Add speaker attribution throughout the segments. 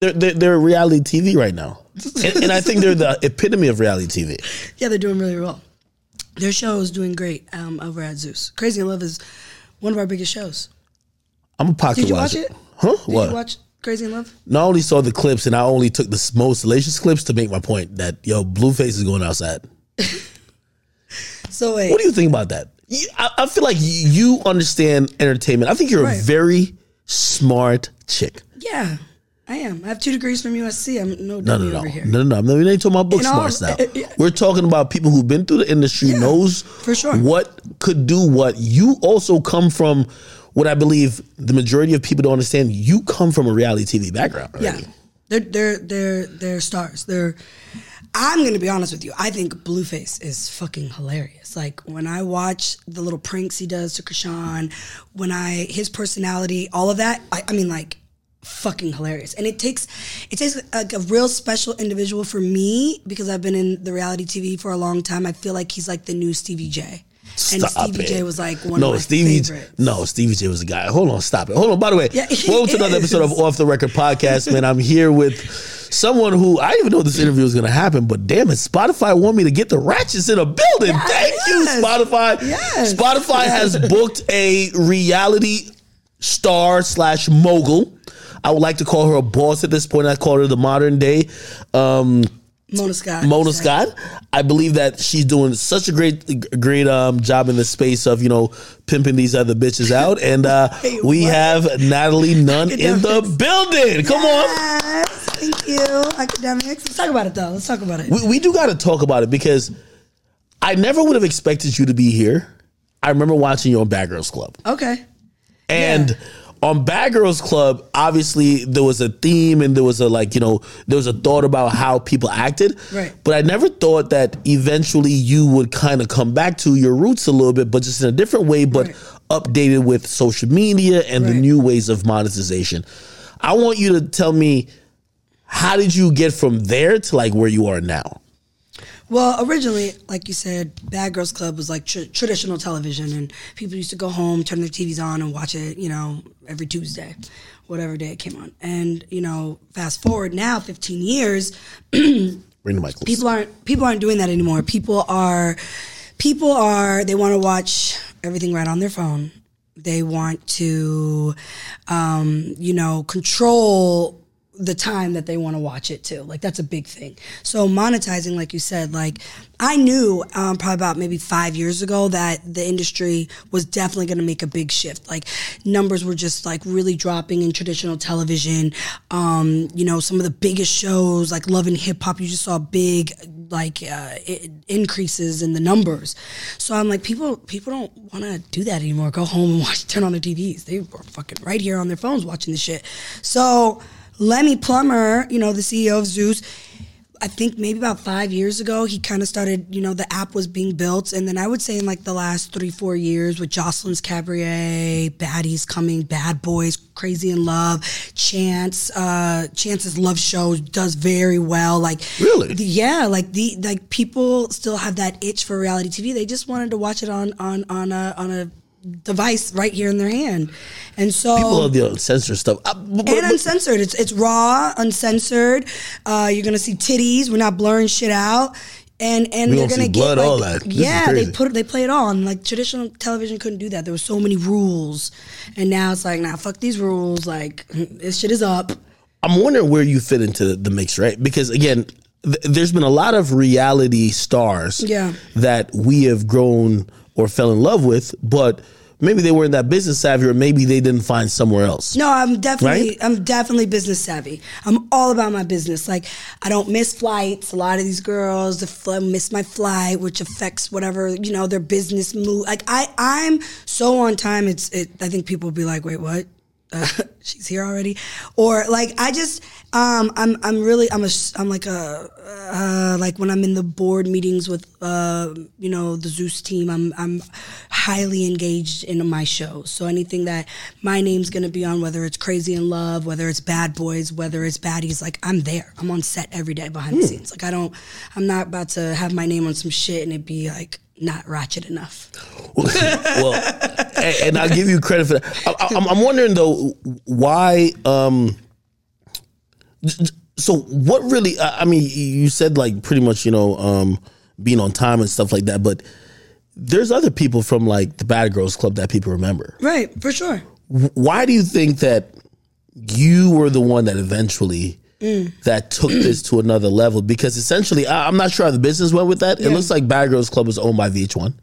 Speaker 1: They're, they're, they're reality TV right now. And, and I think they're the epitome of reality TV.
Speaker 2: Yeah, they're doing really well. Their show is doing great um, over at Zeus. Crazy in Love is one of our biggest shows.
Speaker 1: I'm a pocket
Speaker 2: Did you
Speaker 1: watch
Speaker 2: watch it?
Speaker 1: Huh?
Speaker 2: Did
Speaker 1: what?
Speaker 2: you watch Crazy in Love?
Speaker 1: Not only saw the clips, and I only took the s- most salacious clips to make my point that yo, Blueface is going outside.
Speaker 2: So wait,
Speaker 1: What do you think about that? You, I, I feel like you understand entertainment. I think you're
Speaker 2: Right.
Speaker 1: a very smart chick.
Speaker 2: yeah, I am. I have two degrees from USC. I'm no
Speaker 1: No, no, no,
Speaker 2: dummy E over
Speaker 1: no,
Speaker 2: here.
Speaker 1: no, no. no. We ain't talking about book
Speaker 2: And all-
Speaker 1: smarts now.
Speaker 2: eh, eh,
Speaker 1: We're talking about people who've been through the industry, knows
Speaker 2: for sure.
Speaker 1: what could do what. You also come from what I believe the majority of people don't understand. You come from a reality TV background.
Speaker 2: Yeah,
Speaker 1: already.
Speaker 2: they're they're they're they're stars. They're. I'm gonna be honest with you. I think Blueface is fucking hilarious. Like when I watch the little pranks he does to Krishan, when I his personality, all of that. I, I mean, like fucking hilarious. And it takes it takes like a real special individual for me because I've been in the reality TV for a long time. I feel like he's like the new Stevie J. And
Speaker 1: Stop
Speaker 2: Stevie
Speaker 1: it.
Speaker 2: J was like one of my
Speaker 1: Stevie.
Speaker 2: favorite.
Speaker 1: No, Stevie J was a guy. Hold on, stop it. Hold on. By the way,
Speaker 2: Yeah, he
Speaker 1: welcome to another
Speaker 2: is.
Speaker 1: episode of Off the Record Podcast, man. I'm here with someone who I didn't even know this interview was going to happen, but damn it, Spotify want me to get the ratchets in a building. Thank
Speaker 2: yes.
Speaker 1: you, Spotify.
Speaker 2: Yes.
Speaker 1: Spotify has booked a reality star slash mogul. I would like to call her a boss at this point. I call her the modern day um,
Speaker 2: Mona Scott.
Speaker 1: Mona
Speaker 2: Exactly.
Speaker 1: Scott. I believe that she's doing such a great, great um, job in the space of you know pimping these other bitches out, and uh, we
Speaker 2: what?
Speaker 1: have Natalie Nunn in the building. Come on.
Speaker 2: Yes, thank you, academics. Let's talk about it though. Let's talk about it.
Speaker 1: We, we do got to talk about it because I never would have expected you to be here. I remember watching you on Bad Girls Club.
Speaker 2: Okay.
Speaker 1: And on Bad Girls Club, obviously there was a theme and there was a like, you know, there was a thought about how people acted.
Speaker 2: Right.
Speaker 1: But I never thought that eventually you would kind of come back to your roots a little bit, but just in a different way, but
Speaker 2: Right.
Speaker 1: updated with social media and the
Speaker 2: Right.
Speaker 1: new ways of monetization. I want you to tell me how did you get from there to like where you are now?
Speaker 2: Well, originally, like you said, Bad Girls Club was like tr- traditional television, and people used to go home, turn their TVs on, and watch it, you know, every Tuesday, whatever day it came on. And, you know, fast forward now, 15 years,
Speaker 1: Bring the mic close.
Speaker 2: people aren't people aren't doing that anymore. People are people are they want to watch everything right on their phone. They want to um, you know control the time that they want to watch it too. Like that's a big thing. So monetizing, like you said, like I knew um, probably about maybe five years ago that the industry was definitely going to make a big shift. Like numbers were just like really dropping in traditional television. Um, you know, some of the biggest shows like Love and Hip Hop, you just saw big like uh, i increases in the numbers. So I'm like, people people don't want to do that anymore. Go home and watch, turn on their TVs. They are fucking right here on their phones watching this shit. So Lemmy Plummer, you know, the CEO of Zeus, I think maybe about five years ago, he kind of started, you know, the app was being built. And then I would say in like the last three, four years with Jocelyn's Cabaret, Baddies Coming, Bad Boys, Crazy in Love, Chance, uh, Chance's Love Show does very well. Like,
Speaker 1: Really?
Speaker 2: the- yeah, like the like people still have that itch for reality TV. They just wanted to watch it on on on a on a device right here in their hand, and so
Speaker 1: People love the uncensored stuff. I- but- but-
Speaker 2: and uncensored. It's it's raw, uncensored. Uh, you're gonna see titties. We're not blurring shit out. And and
Speaker 1: We
Speaker 2: they're
Speaker 1: gonna
Speaker 2: gonna
Speaker 1: see
Speaker 2: get
Speaker 1: blood,
Speaker 2: like,
Speaker 1: all that. This is
Speaker 2: yeah,
Speaker 1: crazy.
Speaker 2: they put they play it on like traditional television couldn't do that. There were so many rules, and now it's like nah, fuck these rules. Like this shit is up.
Speaker 1: I'm wondering where you fit into the, the mix, right? Because again, th- there's been a lot of reality stars
Speaker 2: Yeah.
Speaker 1: that we have grown or fell in love with, but maybe they weren't that business savvy, or maybe they didn't find somewhere else.
Speaker 2: No, I'm definitely
Speaker 1: Right?
Speaker 2: I'm definitely business savvy. I'm all about my business. Like I don't miss flights. A lot of these girls if I miss my flight, which affects whatever you know their business move. Like I I'm so on time. It's it. I think people will be like, wait, what? Uh, she's here already, or like I just um I'm I'm really I'm a s- I'm like a uh, like when I'm in the board meetings with uh, you know the Zeus team, I'm I'm highly engaged in my show. So anything that my name's going to be on, whether it's Crazy in Love, whether it's Bad Boys, whether it's Baddies, like I'm there. I'm on set every day behind the scenes. Like I don't, I'm not about to have my name on some shit and it be like not ratchet enough.
Speaker 1: well, and, and I'll give you credit for that. I, I, I'm, I'm wondering though why um, So what really? I I mean, you said like pretty much, you know, um, being on time and stuff like that. But there's other people from like the Bad Girls Club that people remember.
Speaker 2: Right, for sure.
Speaker 1: W- Why do you think that you were the one that eventually
Speaker 2: Mm.
Speaker 1: that took this to another level? Because essentially, I, I'm not sure how the business went with that. It
Speaker 2: Yeah.
Speaker 1: looks like Bad Girls Club was owned by VH1.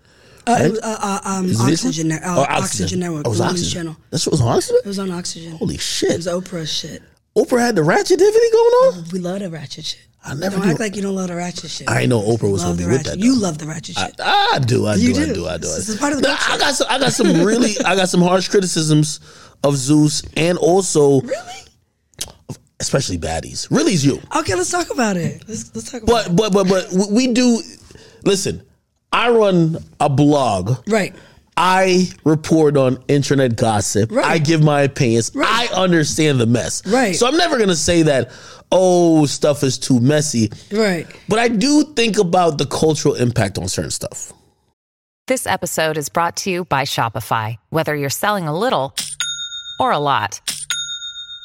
Speaker 2: Uh, it was, uh, uh, um,
Speaker 1: Is it VH1?
Speaker 2: oxygen, Ne- uh,
Speaker 1: Oh,
Speaker 2: oxygen. Network.
Speaker 1: Oh, it was
Speaker 2: Women's
Speaker 1: Oxygen.
Speaker 2: Channel.
Speaker 1: That's what was on Oxygen.
Speaker 2: It was on Oxygen. It
Speaker 1: Holy shit!
Speaker 2: was Oprah shit.
Speaker 1: Oprah had the ratchet divinity going on.
Speaker 2: We love the ratchet shit.
Speaker 1: I never
Speaker 2: Don't
Speaker 1: knew.
Speaker 2: act like you don't love the ratchet shit.
Speaker 1: I know Oprah was gonna
Speaker 2: love the
Speaker 1: be with
Speaker 2: ratchet.
Speaker 1: that.
Speaker 2: you
Speaker 1: though.
Speaker 2: love the ratchet shit.
Speaker 1: I do, I do,
Speaker 2: You
Speaker 1: I
Speaker 2: do.
Speaker 1: do, I do. I
Speaker 2: This
Speaker 1: do.
Speaker 2: is part of the
Speaker 1: Nah, I got some, I got some really, I got some harsh criticisms of Zeus and also
Speaker 2: really?
Speaker 1: especially baddies. Really's you,
Speaker 2: Okay, let's talk about it. Let's let's talk about
Speaker 1: but but but but we- we do. Listen, I run a blog.
Speaker 2: it. Right.
Speaker 1: I report on internet gossip.
Speaker 2: Right.
Speaker 1: I give my opinions.
Speaker 2: Right.
Speaker 1: I understand the mess.
Speaker 2: Right.
Speaker 1: So I'm never gonna say that. Oh, stuff is too messy.
Speaker 2: Right.
Speaker 1: But I do think about the cultural impact on certain stuff.
Speaker 3: This episode is brought to you by Shopify. Whether you're selling a little or a lot,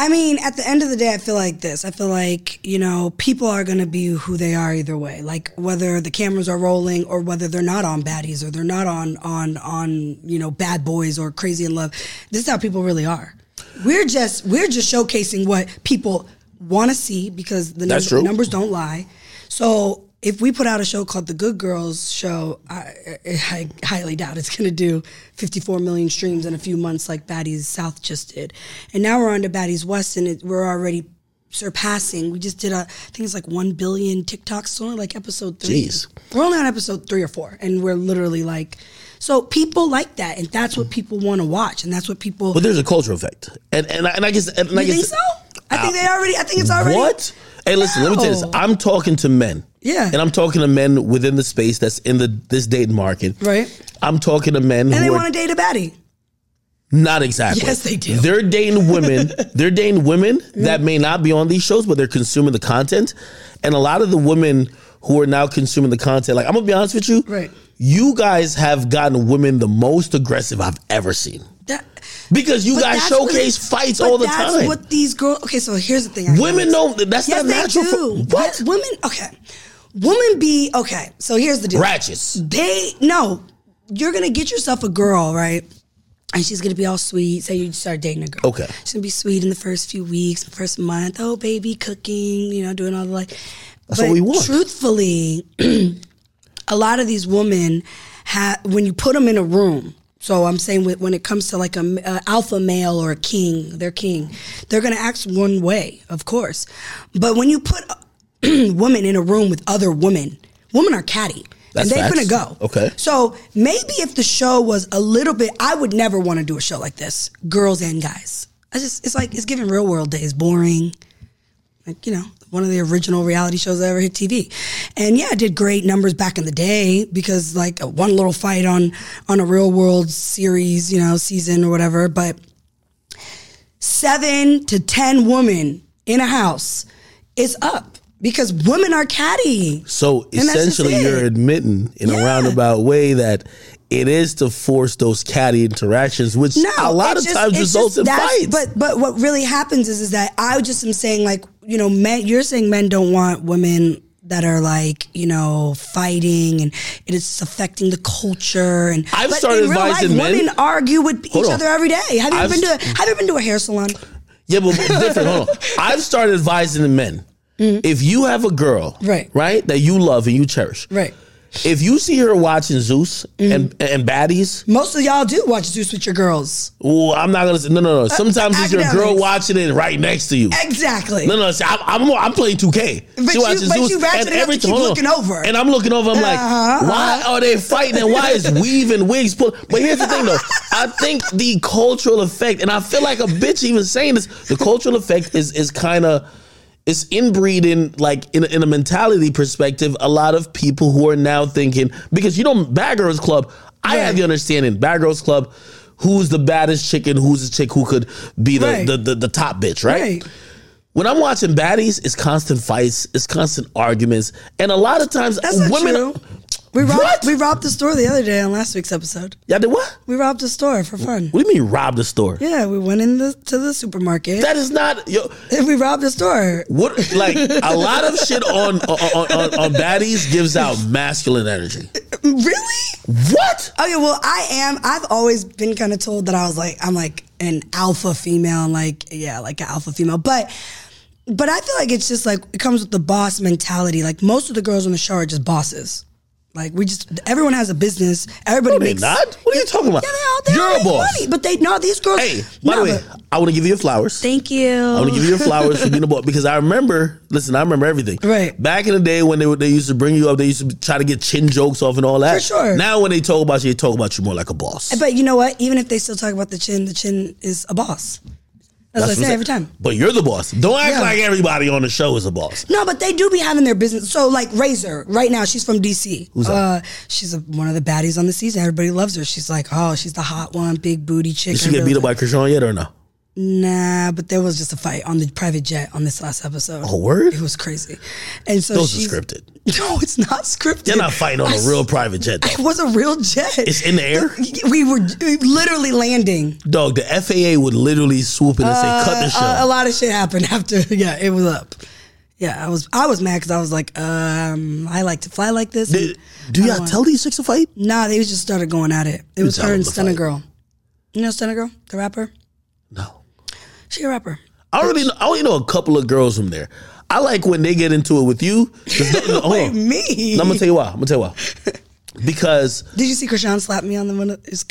Speaker 2: I mean, at the end of the day, I feel like this. I feel like, you know, people are going to be who they are either way. Like whether the cameras are rolling or whether they're not on baddies or they're not on on on, you know, bad boys or crazy in love. This is how people really are. We're just we're just showcasing what people want to see because the
Speaker 1: That's
Speaker 2: num-
Speaker 1: true.
Speaker 2: numbers don't lie. So, if we put out a show called The Good Girls Show, I, I I highly doubt it's going to do 54 million streams in a few months like Baddies South just did. And now we're on to Baddies West, and it, we're already surpassing. We just did a things like 1 billion TikToks. It's only like episode three.
Speaker 1: Jeez.
Speaker 2: We're only on episode three or four, and we're literally like, so people like that, and that's what people want to watch, and that's what people.
Speaker 1: But there's a cultural effect, and and I, and I guess and I
Speaker 2: you
Speaker 1: guess Uh,
Speaker 2: think so? I think they already. I think it's already.
Speaker 1: what? Hey, listen, let me tell you this.
Speaker 2: No.
Speaker 1: I'm talking to men.
Speaker 2: Yeah.
Speaker 1: and I'm talking to men within the space that's in the this dating market.
Speaker 2: Right.
Speaker 1: I'm talking to men
Speaker 2: And they
Speaker 1: who are
Speaker 2: want to date a baddie.
Speaker 1: not exactly.
Speaker 2: Yes, they do.
Speaker 1: They're dating women. they're dating women that may not be on these shows, but they're consuming the content, and a lot of the women who are now consuming the content. Like I'm gonna be honest with you.
Speaker 2: Right.
Speaker 1: You guys have gotten women the most aggressive I've ever seen
Speaker 2: That,
Speaker 1: because you
Speaker 2: But
Speaker 1: guys
Speaker 2: that's what-
Speaker 1: showcase fights
Speaker 2: but
Speaker 1: all the
Speaker 2: that's
Speaker 1: time.
Speaker 2: What these girls? Okay, so here's the thing. I
Speaker 1: Women
Speaker 2: noticed.
Speaker 1: know that that's
Speaker 2: yes,
Speaker 1: not natural.
Speaker 2: They
Speaker 1: for-
Speaker 2: do.
Speaker 1: what?
Speaker 2: Yes, women? Okay, women be okay. So here's the deal.
Speaker 1: Ratchets.
Speaker 2: They no. You're gonna get yourself a girl, right? And she's gonna be all sweet. Say you start dating a girl.
Speaker 1: Okay.
Speaker 2: She's gonna be sweet in the first few weeks, first month. Oh, baby, cooking. You know, doing all the like. That's
Speaker 1: what we want.
Speaker 2: Truthfully, a lot of these women have when you put them in a room so i'm saying with- when it comes to like a, m- a alpha male or a king their king they're going to act one way of course but when you put a women in a room with other women women are catty
Speaker 1: That's
Speaker 2: and they're
Speaker 1: facts.
Speaker 2: going to go
Speaker 1: Okay.
Speaker 2: so maybe if the show was a little bit i would never want to do a show like this girls and guys i just it's like it's giving real world days boring like you know one of the original reality shows that ever hit TV, and yeah, it did great numbers back in the day because like one little fight on on a real world series, you know, season or whatever. But seven to ten women in a house is up because women are catty.
Speaker 1: So
Speaker 2: And that's just
Speaker 1: essentially,
Speaker 2: it.
Speaker 1: you're admitting in a
Speaker 2: Yeah.
Speaker 1: roundabout way that it is to force those catty interactions, which
Speaker 2: No,
Speaker 1: a lot
Speaker 2: it's
Speaker 1: of
Speaker 2: just-
Speaker 1: times
Speaker 2: it's
Speaker 1: results
Speaker 2: just
Speaker 1: in
Speaker 2: that's-
Speaker 1: fights.
Speaker 2: But but what really happens is is that I just am saying like you know men. You're saying men don't want women that are like you know fighting and it is affecting the culture and
Speaker 1: I've
Speaker 2: but
Speaker 1: started
Speaker 2: in real
Speaker 1: advising
Speaker 2: life,
Speaker 1: men-
Speaker 2: women argue with
Speaker 1: Hold
Speaker 2: each
Speaker 1: on.
Speaker 2: other every day. Have you
Speaker 1: I've-
Speaker 2: ever been to a, Have you ever been to a hair salon?
Speaker 1: yeah, but it's different. Hold on. I've started advising the men. If you have a girl,
Speaker 2: Mm-hmm. Right.
Speaker 1: right, that you love and you cherish,
Speaker 2: Right. Mm-hmm.
Speaker 1: if you see her watching Zeus and and baddies,
Speaker 2: Most of y'all do watch Zeus with your girls.
Speaker 1: ooh, I'm not gonna say no, no, no. Sometimes it's your girl
Speaker 2: Uh, academics.
Speaker 1: watching it right next to you.
Speaker 2: Exactly.
Speaker 1: No, no, see, I'm, I'm I'm playing 2K.
Speaker 2: But you- but you ratchet it up to
Speaker 1: every-
Speaker 2: keep
Speaker 1: hold on.
Speaker 2: looking over.
Speaker 1: And I'm looking over. I'm like,
Speaker 2: Uh-huh,
Speaker 1: why are they fighting? And why is weaving wigs pull? But here's the thing, though. I think the cultural effect, and I feel like a bitch even saying this. The cultural effect is is kind of it's inbreeding, like in, in a mentality perspective, a lot of people who are now thinking because you know Bad Girls Club. I
Speaker 2: Right.
Speaker 1: have the understanding Bad Girls Club. Who's the baddest chick and who's the chick who could be the
Speaker 2: Right.
Speaker 1: the, the, the top bitch, right?
Speaker 2: Right.
Speaker 1: When I'm watching baddies, it's constant fights, it's constant arguments, and a lot of times
Speaker 2: That's not
Speaker 1: women.
Speaker 2: true. We robbed,
Speaker 1: What?
Speaker 2: we robbed the store the other day on last week's episode.
Speaker 1: Y'all did what?
Speaker 2: We robbed a store for fun.
Speaker 1: What do you mean rob the store?
Speaker 2: Yeah, we went in the, to the supermarket
Speaker 1: That is not yo.
Speaker 2: and we robbed a store.
Speaker 1: What like a lot of shit on on, on on baddies gives out masculine energy.
Speaker 2: Really?
Speaker 1: What?
Speaker 2: Okay, well, I am. I've always been kind of told that I was like, I'm like an alpha female, and like, yeah, like an alpha female. But, but I feel like it's just like it comes with the boss mentality. Like most of the girls on the show are just bosses. Like we just, everyone has a business. Everybody
Speaker 1: No, they
Speaker 2: makes.
Speaker 1: not. What are you talking about?
Speaker 2: Yeah, they all. They
Speaker 1: You're
Speaker 2: all
Speaker 1: a
Speaker 2: make
Speaker 1: boss.
Speaker 2: money, but they no. These girls.
Speaker 1: Hey, by
Speaker 2: no,
Speaker 1: the way,
Speaker 2: but-
Speaker 1: I want to give you your flowers.
Speaker 2: thank you.
Speaker 1: I want to give you your flowers for being a boy because I remember. Listen, I remember everything.
Speaker 2: Right.
Speaker 1: back in the day when they would- they used to bring you up, they used to try to get chin jokes off and all that.
Speaker 2: For sure.
Speaker 1: Now when they talk about you, they talk about you more like a boss.
Speaker 2: But you know what? Even if they still talk about the chin, the chin is a boss. That's,
Speaker 1: That's
Speaker 2: what I
Speaker 1: what
Speaker 2: say
Speaker 1: I'm
Speaker 2: every time.
Speaker 1: But you're the boss. Don't act
Speaker 2: Yeah.
Speaker 1: like everybody on the show is a boss.
Speaker 2: No, but they do be having their business. So like Razor, right now she's from DC. Who's
Speaker 1: that?
Speaker 2: Uh, she's a, one of the baddies on the season. Everybody loves her. She's like, oh, she's the hot one, big booty chick.
Speaker 1: Did she get beat up by Krishan yet or no?
Speaker 2: Nah, but there was just a fight on the private jet on this last episode.
Speaker 1: A word?
Speaker 2: It was crazy, and so
Speaker 1: Oh. Those
Speaker 2: she's-
Speaker 1: are scripted.
Speaker 2: No, it's not scripted.
Speaker 1: They're not fighting on
Speaker 2: I
Speaker 1: a real private jet. Though.
Speaker 2: It was a real jet.
Speaker 1: It's in the air.
Speaker 2: we were literally landing.
Speaker 1: Dog, the FAA would literally swoop in and say, "Cut the show."
Speaker 2: A, a lot of shit happened after. Yeah, it was up. Yeah, I was I was mad because I was like, um, I like to fly like this.
Speaker 1: do, do y'all tell these chicks to fight?
Speaker 2: Nah, they just started going at it. It was
Speaker 1: tell
Speaker 2: her and
Speaker 1: them to
Speaker 2: Stunner
Speaker 1: fight.
Speaker 2: Girl. You know Stunner Girl, the rapper?
Speaker 1: No.
Speaker 2: She a rapper.
Speaker 1: I already know, I already know a couple of girls from there. I like when they get into it with you. 'cause no- no, hold
Speaker 2: Wait,
Speaker 1: on.
Speaker 2: me?
Speaker 1: No, I'm gonna tell you why. I'm gonna tell you why. Because
Speaker 2: Did you see Krishan slap me on the one of his,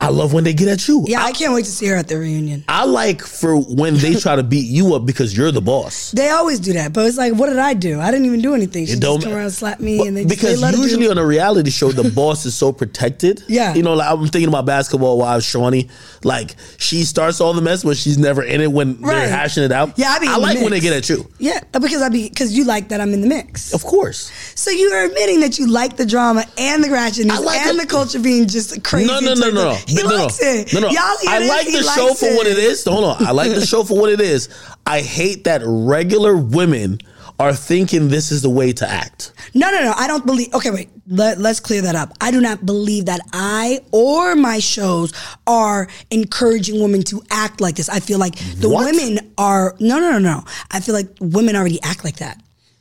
Speaker 1: I love when they get at you.
Speaker 2: Yeah, I can't wait to see her at the reunion.
Speaker 1: I like for when they try to beat you up because you're the boss.
Speaker 2: They always do that, but it's like, what did I do? I didn't even do anything. She
Speaker 1: It
Speaker 2: just
Speaker 1: don't
Speaker 2: come
Speaker 1: ma-
Speaker 2: around and slap me, and they just,
Speaker 1: because
Speaker 2: they let her do-
Speaker 1: usually on a reality show, the boss is so protected.
Speaker 2: Yeah.
Speaker 1: you know, like I'm thinking about basketball wives, Shawnee. Like she starts all the mess, but she's never in it when
Speaker 2: Right.
Speaker 1: they're hashing it out.
Speaker 2: Yeah, I be in
Speaker 1: I
Speaker 2: the
Speaker 1: like when they
Speaker 2: mix.
Speaker 1: get at you.
Speaker 2: Yeah, because I be because you like that I'm in the mix.
Speaker 1: Of course.
Speaker 2: So you are admitting that you like the drama and the ratchetness
Speaker 1: I like
Speaker 2: and
Speaker 1: it.
Speaker 2: the culture being just crazy.
Speaker 1: No, no,
Speaker 2: and
Speaker 1: no, no, no.
Speaker 2: He
Speaker 1: no, no,
Speaker 2: likes
Speaker 1: no.
Speaker 2: it.
Speaker 1: No, no.
Speaker 2: Y'all hear
Speaker 1: I
Speaker 2: this?
Speaker 1: like
Speaker 2: He
Speaker 1: the
Speaker 2: likes
Speaker 1: show for
Speaker 2: it.
Speaker 1: what it is. Hold on. I like the show for what it is. I hate that regular women are thinking this is the way to act.
Speaker 2: No, no, no. I don't believe. Okay, wait. Let, let's clear that up. I do not believe that I or my shows are encouraging women to act like this. I feel like the
Speaker 1: What?
Speaker 2: women are. No, no, no, no. I feel like women already act like that.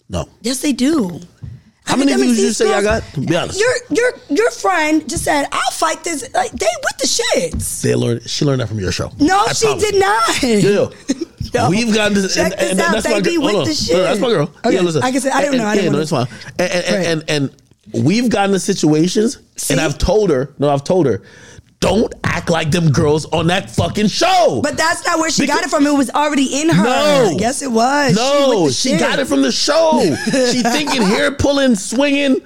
Speaker 1: No.
Speaker 2: Yes, they do.
Speaker 1: How many
Speaker 2: Academic
Speaker 1: views you
Speaker 2: these
Speaker 1: say y'all
Speaker 2: girls-
Speaker 1: got? Be honest.
Speaker 2: Your your your friend just said, "I'll fight this." Like they with the shits.
Speaker 1: They learned. She learned that from your show.
Speaker 2: No,
Speaker 1: I
Speaker 2: she
Speaker 1: promise.
Speaker 2: did not.
Speaker 1: Yeah.
Speaker 2: Yo,
Speaker 1: We've got this.
Speaker 2: check this out. They
Speaker 1: my girl-
Speaker 2: be with
Speaker 1: hold on.
Speaker 2: the
Speaker 1: No, that's my
Speaker 2: shit.
Speaker 1: girl.
Speaker 2: Okay,
Speaker 1: Yeah, listen.
Speaker 2: I can say- I
Speaker 1: And-
Speaker 2: didn't know. I
Speaker 1: and-
Speaker 2: didn't
Speaker 1: yeah,
Speaker 2: wanna-
Speaker 1: no, it's fine. And and,
Speaker 2: Right.
Speaker 1: and, and and we've gotten to situations, and
Speaker 2: See?
Speaker 1: I've told her. No, I've told her. Don't act like them girls on that fucking show.
Speaker 2: But that's not where she
Speaker 1: Because-
Speaker 2: got it from. It was already in her.
Speaker 1: No.
Speaker 2: Yes, it was. She
Speaker 1: No,
Speaker 2: with the
Speaker 1: she,
Speaker 2: shit.
Speaker 1: got it from the show. she thinking hair pulling, swinging.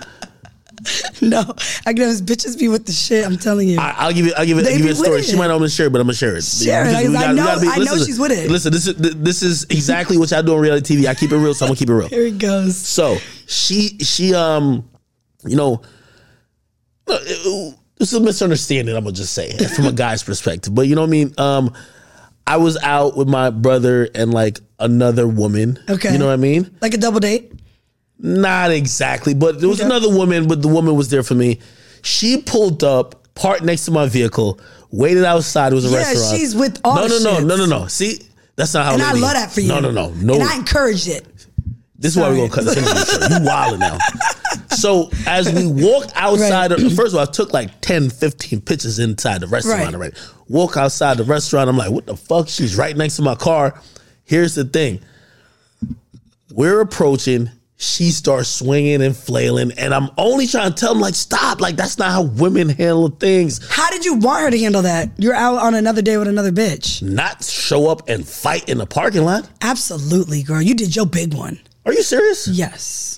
Speaker 2: No, I can have those bitches be with the shit. I'm telling you.
Speaker 1: I, I'll give you. I'll give it.
Speaker 2: They
Speaker 1: I'll give
Speaker 2: be
Speaker 1: you a story.
Speaker 2: with
Speaker 1: She
Speaker 2: it.
Speaker 1: might not want to share it, but I'm gonna share it.
Speaker 2: Share it,
Speaker 1: Because we
Speaker 2: because I
Speaker 1: gotta- we
Speaker 2: know-
Speaker 1: gotta
Speaker 2: I know she's with it.
Speaker 1: Listen, this is th- this is exactly what I do on reality TV. I keep it real, so I'm gonna keep it real.
Speaker 2: Here it goes.
Speaker 1: So she she um, you know, uh, it's a misunderstanding. I'm gonna just say it, from a guy's perspective, but you know what I mean. Um, I was out with my brother and like another woman.
Speaker 2: Okay.
Speaker 1: you know what I mean.
Speaker 2: Like a double date.
Speaker 1: Not exactly, but there was
Speaker 2: Okay.
Speaker 1: another woman, but the woman was there for me. She pulled up, parked next to my vehicle, waited outside. It was a
Speaker 2: Yeah,
Speaker 1: restaurant.
Speaker 2: she's with all
Speaker 1: No,
Speaker 2: the
Speaker 1: no,
Speaker 2: shits.
Speaker 1: no, no, no, no. See, that's not how.
Speaker 2: And
Speaker 1: it
Speaker 2: I
Speaker 1: is.
Speaker 2: love that for you.
Speaker 1: No, no, no, no.
Speaker 2: And I encouraged it.
Speaker 1: This is why we're gonna cut this interview short. You wilding now. So as we walked outside, of, first of all, I took like 10, 15 pictures inside the restaurant.
Speaker 2: Right.
Speaker 1: Right. Walk outside the restaurant. I'm like, what the fuck? She's right next to my car. Here's the thing. We're approaching. She starts swinging and flailing, and I'm only trying to tell him like, stop. Like that's not how women handle things.
Speaker 2: How did you want her to handle that? You're out on another day with another bitch.
Speaker 1: Not show up and fight in the parking lot.
Speaker 2: Absolutely, girl. You did your big one.
Speaker 1: Are you serious?
Speaker 2: Yes.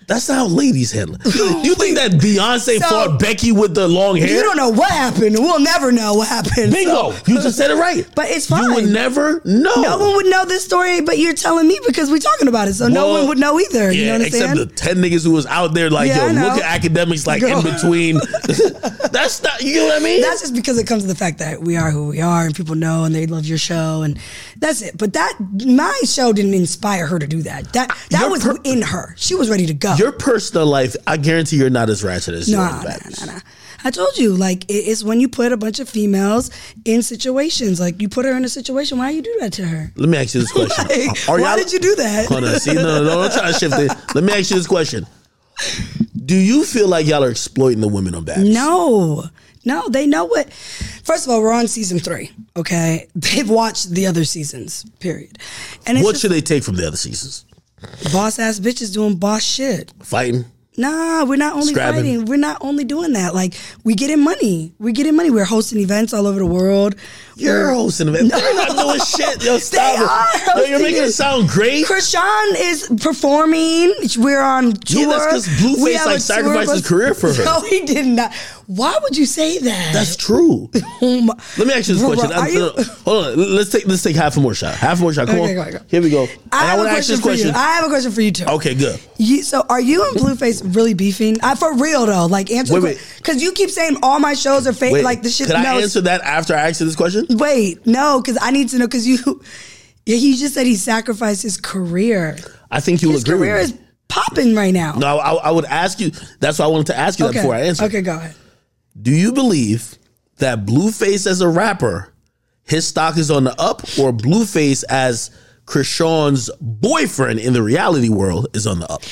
Speaker 1: That's not how ladies handle it. You think that Beyonce
Speaker 2: So-
Speaker 1: fought Becky with the long hair?
Speaker 2: You don't know what happened. We'll never know what happened.
Speaker 1: Bingo.
Speaker 2: So-
Speaker 1: You just said it right.
Speaker 2: But it's
Speaker 1: You would
Speaker 2: fine.
Speaker 1: never know.
Speaker 2: no one would know this story, but you're telling me because we're talking about it. So no
Speaker 1: Well,
Speaker 2: one would know either. you know
Speaker 1: Yeah,
Speaker 2: what I'm
Speaker 1: except
Speaker 2: saying?
Speaker 1: the ten niggas who was out there like,
Speaker 2: Yeah, I
Speaker 1: yo,
Speaker 2: know.
Speaker 1: look at academics like
Speaker 2: Girl.
Speaker 1: in between. That's not you know what I mean?
Speaker 2: that's just because it comes to the fact that we are who we are and people know and they love your show and that's it. But that my show didn't inspire her to do that. That that
Speaker 1: Your
Speaker 2: was
Speaker 1: per-
Speaker 2: in her. She was ready to go.
Speaker 1: Your personal life, I guarantee you're not as ratchet as you are
Speaker 2: Nah,
Speaker 1: in
Speaker 2: nah,
Speaker 1: the back.
Speaker 2: nah, nah. I told you, like it- it's when you put a bunch of females in situations. Like you put her in a situation. Why you do that to her?
Speaker 1: Let me ask you this question.
Speaker 2: Like,
Speaker 1: Are
Speaker 2: why
Speaker 1: y'all-
Speaker 2: did you do that?
Speaker 1: Hold on. See, no, no, no, don't try to shift it. Let me ask you this question. Do you feel like y'all are exploiting the women on Babs?
Speaker 2: No, no, they know what. First of all, we're on season three. Okay, they've watched the other seasons. Period. And it's
Speaker 1: What
Speaker 2: just
Speaker 1: should they take from the other seasons?
Speaker 2: boss ass bitches doing boss shit.
Speaker 1: Fighting?
Speaker 2: Nah, we're not only
Speaker 1: Scrabbing.
Speaker 2: fighting. We're not only doing that. Like we getting money. We're getting money. We're hosting events all over the world.
Speaker 1: You're
Speaker 2: We're-
Speaker 1: hosting an event. They're not doing shit. Yo, stop
Speaker 2: They are
Speaker 1: it. Yo, you're
Speaker 2: hosting
Speaker 1: making it
Speaker 2: it.
Speaker 1: sound great.
Speaker 2: Krishan is performing. We're on tour.
Speaker 1: Yeah, that's 'cause Blueface,
Speaker 2: We have
Speaker 1: like,
Speaker 2: a tour
Speaker 1: sacrificed his
Speaker 2: bus-
Speaker 1: career for her.
Speaker 2: No, he did not. Why would you say that?
Speaker 1: That's true.
Speaker 2: Oh my-
Speaker 1: Let me ask you this
Speaker 2: Bro, bro,
Speaker 1: question. I-
Speaker 2: are you-
Speaker 1: no, no, hold on. Let's take let's take half a more shot. Half a more shot. Come
Speaker 2: Okay,
Speaker 1: on.
Speaker 2: go, go.
Speaker 1: Here we go.
Speaker 2: I,
Speaker 1: and I
Speaker 2: have a
Speaker 1: want to ask
Speaker 2: question
Speaker 1: this
Speaker 2: for you.
Speaker 1: question.
Speaker 2: I have a question for you too.
Speaker 1: okay, good.
Speaker 2: You, so are you and Blueface really beefing? I for real though. Like answer
Speaker 1: Wait,
Speaker 2: the
Speaker 1: wait.
Speaker 2: because you keep saying all my shows are fake.
Speaker 1: Wait,
Speaker 2: Like the shit.
Speaker 1: Could
Speaker 2: no,
Speaker 1: I
Speaker 2: it's-
Speaker 1: answer that after I ask you this question?
Speaker 2: Wait, no, because I need to know because you. Yeah, he just said he sacrificed his career.
Speaker 1: I think you'll
Speaker 2: His
Speaker 1: agree
Speaker 2: career
Speaker 1: with
Speaker 2: is
Speaker 1: me.
Speaker 2: popping right now.
Speaker 1: No, I, I would ask you. That's why I wanted to ask you that before I answer.
Speaker 2: Okay, go ahead.
Speaker 1: Do you believe that Blueface as a rapper, his stock is on the up, or Blueface as Krishan's boyfriend in the reality world is on the up?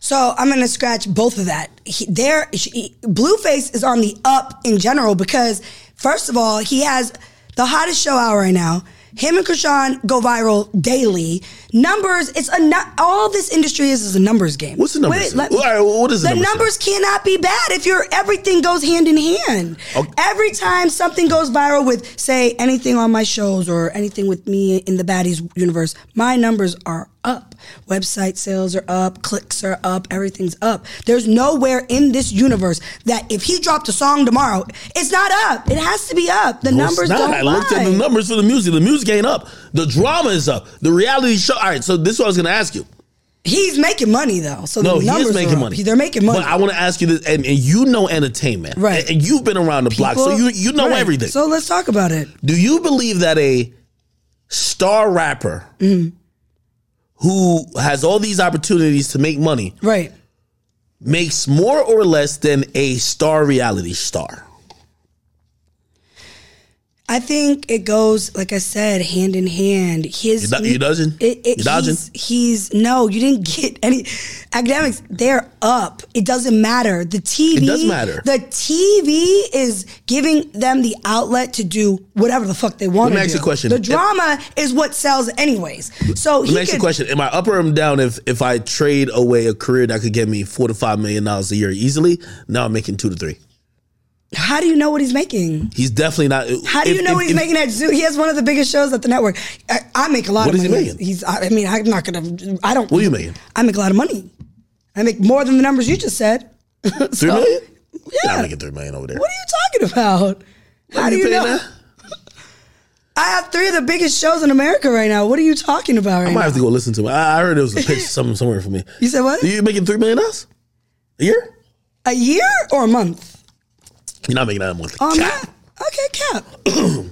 Speaker 2: So I'm gonna scratch both of that. He, there, she, Blueface is on the up in general because first of all, he has the hottest show out right now. Him and Krishan go viral daily. Numbers, it's a nu- all this industry is is a numbers game.
Speaker 1: What's the numbers
Speaker 2: Wait,
Speaker 1: say?
Speaker 2: let-
Speaker 1: All right, what is the
Speaker 2: the
Speaker 1: numbers say?
Speaker 2: numbers cannot be bad if your everything goes hand in hand.
Speaker 1: Okay.
Speaker 2: Every time something goes viral with, say, anything on my shows or anything with me in the baddies universe, my numbers are up. Website sales are up, clicks are up, everything's up. There's nowhere in this universe that if he dropped a song tomorrow, it's not up. It has to be up. The
Speaker 1: No, it's
Speaker 2: numbers
Speaker 1: not.
Speaker 2: don't
Speaker 1: I looked at
Speaker 2: lie.
Speaker 1: the numbers for the music. The music ain't up. The drama is up. The reality show. All right, so this is what I was going to ask you.
Speaker 2: He's making money though, so
Speaker 1: No,
Speaker 2: the
Speaker 1: he
Speaker 2: numbers
Speaker 1: is
Speaker 2: are
Speaker 1: making
Speaker 2: up.
Speaker 1: money.
Speaker 2: They're making money.
Speaker 1: But I want to ask you this, and, and you know entertainment,
Speaker 2: Right.
Speaker 1: And, and you've been around the block, so you you know
Speaker 2: Right.
Speaker 1: everything.
Speaker 2: So let's talk about it.
Speaker 1: Do you believe that a star rapper
Speaker 2: Mm-hmm.
Speaker 1: who has all these opportunities to make money
Speaker 2: Right.
Speaker 1: makes more or less than a star reality star?
Speaker 2: I think it goes, like I said, hand in hand. His
Speaker 1: You do- you dodging?
Speaker 2: It, it,
Speaker 1: You dodging?
Speaker 2: He's, he's no, you didn't get any academics. They're up. It doesn't matter. The TV
Speaker 1: It does matter.
Speaker 2: The TV is giving them the outlet to do whatever the fuck they want
Speaker 1: me
Speaker 2: to
Speaker 1: ask
Speaker 2: do.
Speaker 1: you a question.
Speaker 2: The
Speaker 1: If-
Speaker 2: drama is what sells, anyways. So
Speaker 1: Let
Speaker 2: he
Speaker 1: me ask you
Speaker 2: could-
Speaker 1: a question: Am I up or am I down if if I trade away a career that could get me four to five million dollars a year easily? Now I'm making two to three.
Speaker 2: How do you know what he's making?
Speaker 1: He's definitely not. uh,
Speaker 2: How do you
Speaker 1: if-
Speaker 2: know
Speaker 1: if-
Speaker 2: what he's
Speaker 1: if-
Speaker 2: making at Zoo? He has one of the biggest shows at the network. I, I make a lot
Speaker 1: What
Speaker 2: of
Speaker 1: is he
Speaker 2: money.
Speaker 1: making?
Speaker 2: He's. I I mean, I'm not gonna. I don't.
Speaker 1: What are you making?
Speaker 2: I make a lot of money. I make more than the numbers you just said.
Speaker 1: Three million? Yeah,
Speaker 2: Yeah.
Speaker 1: I'm making three million over there.
Speaker 2: What are you talking about? How do you
Speaker 1: paying
Speaker 2: know?
Speaker 1: that?
Speaker 2: I have three of the biggest shows in America right now. What are you talking about
Speaker 1: I
Speaker 2: right
Speaker 1: might
Speaker 2: now?
Speaker 1: have to go listen to it. I, I heard it was a pitch some, somewhere for me.
Speaker 2: You said what?
Speaker 1: Are you making three million dollars a year?
Speaker 2: A year or a month?
Speaker 1: You're not making that a month.
Speaker 2: Oh, man.
Speaker 1: Cap.
Speaker 2: Okay, cap.
Speaker 1: All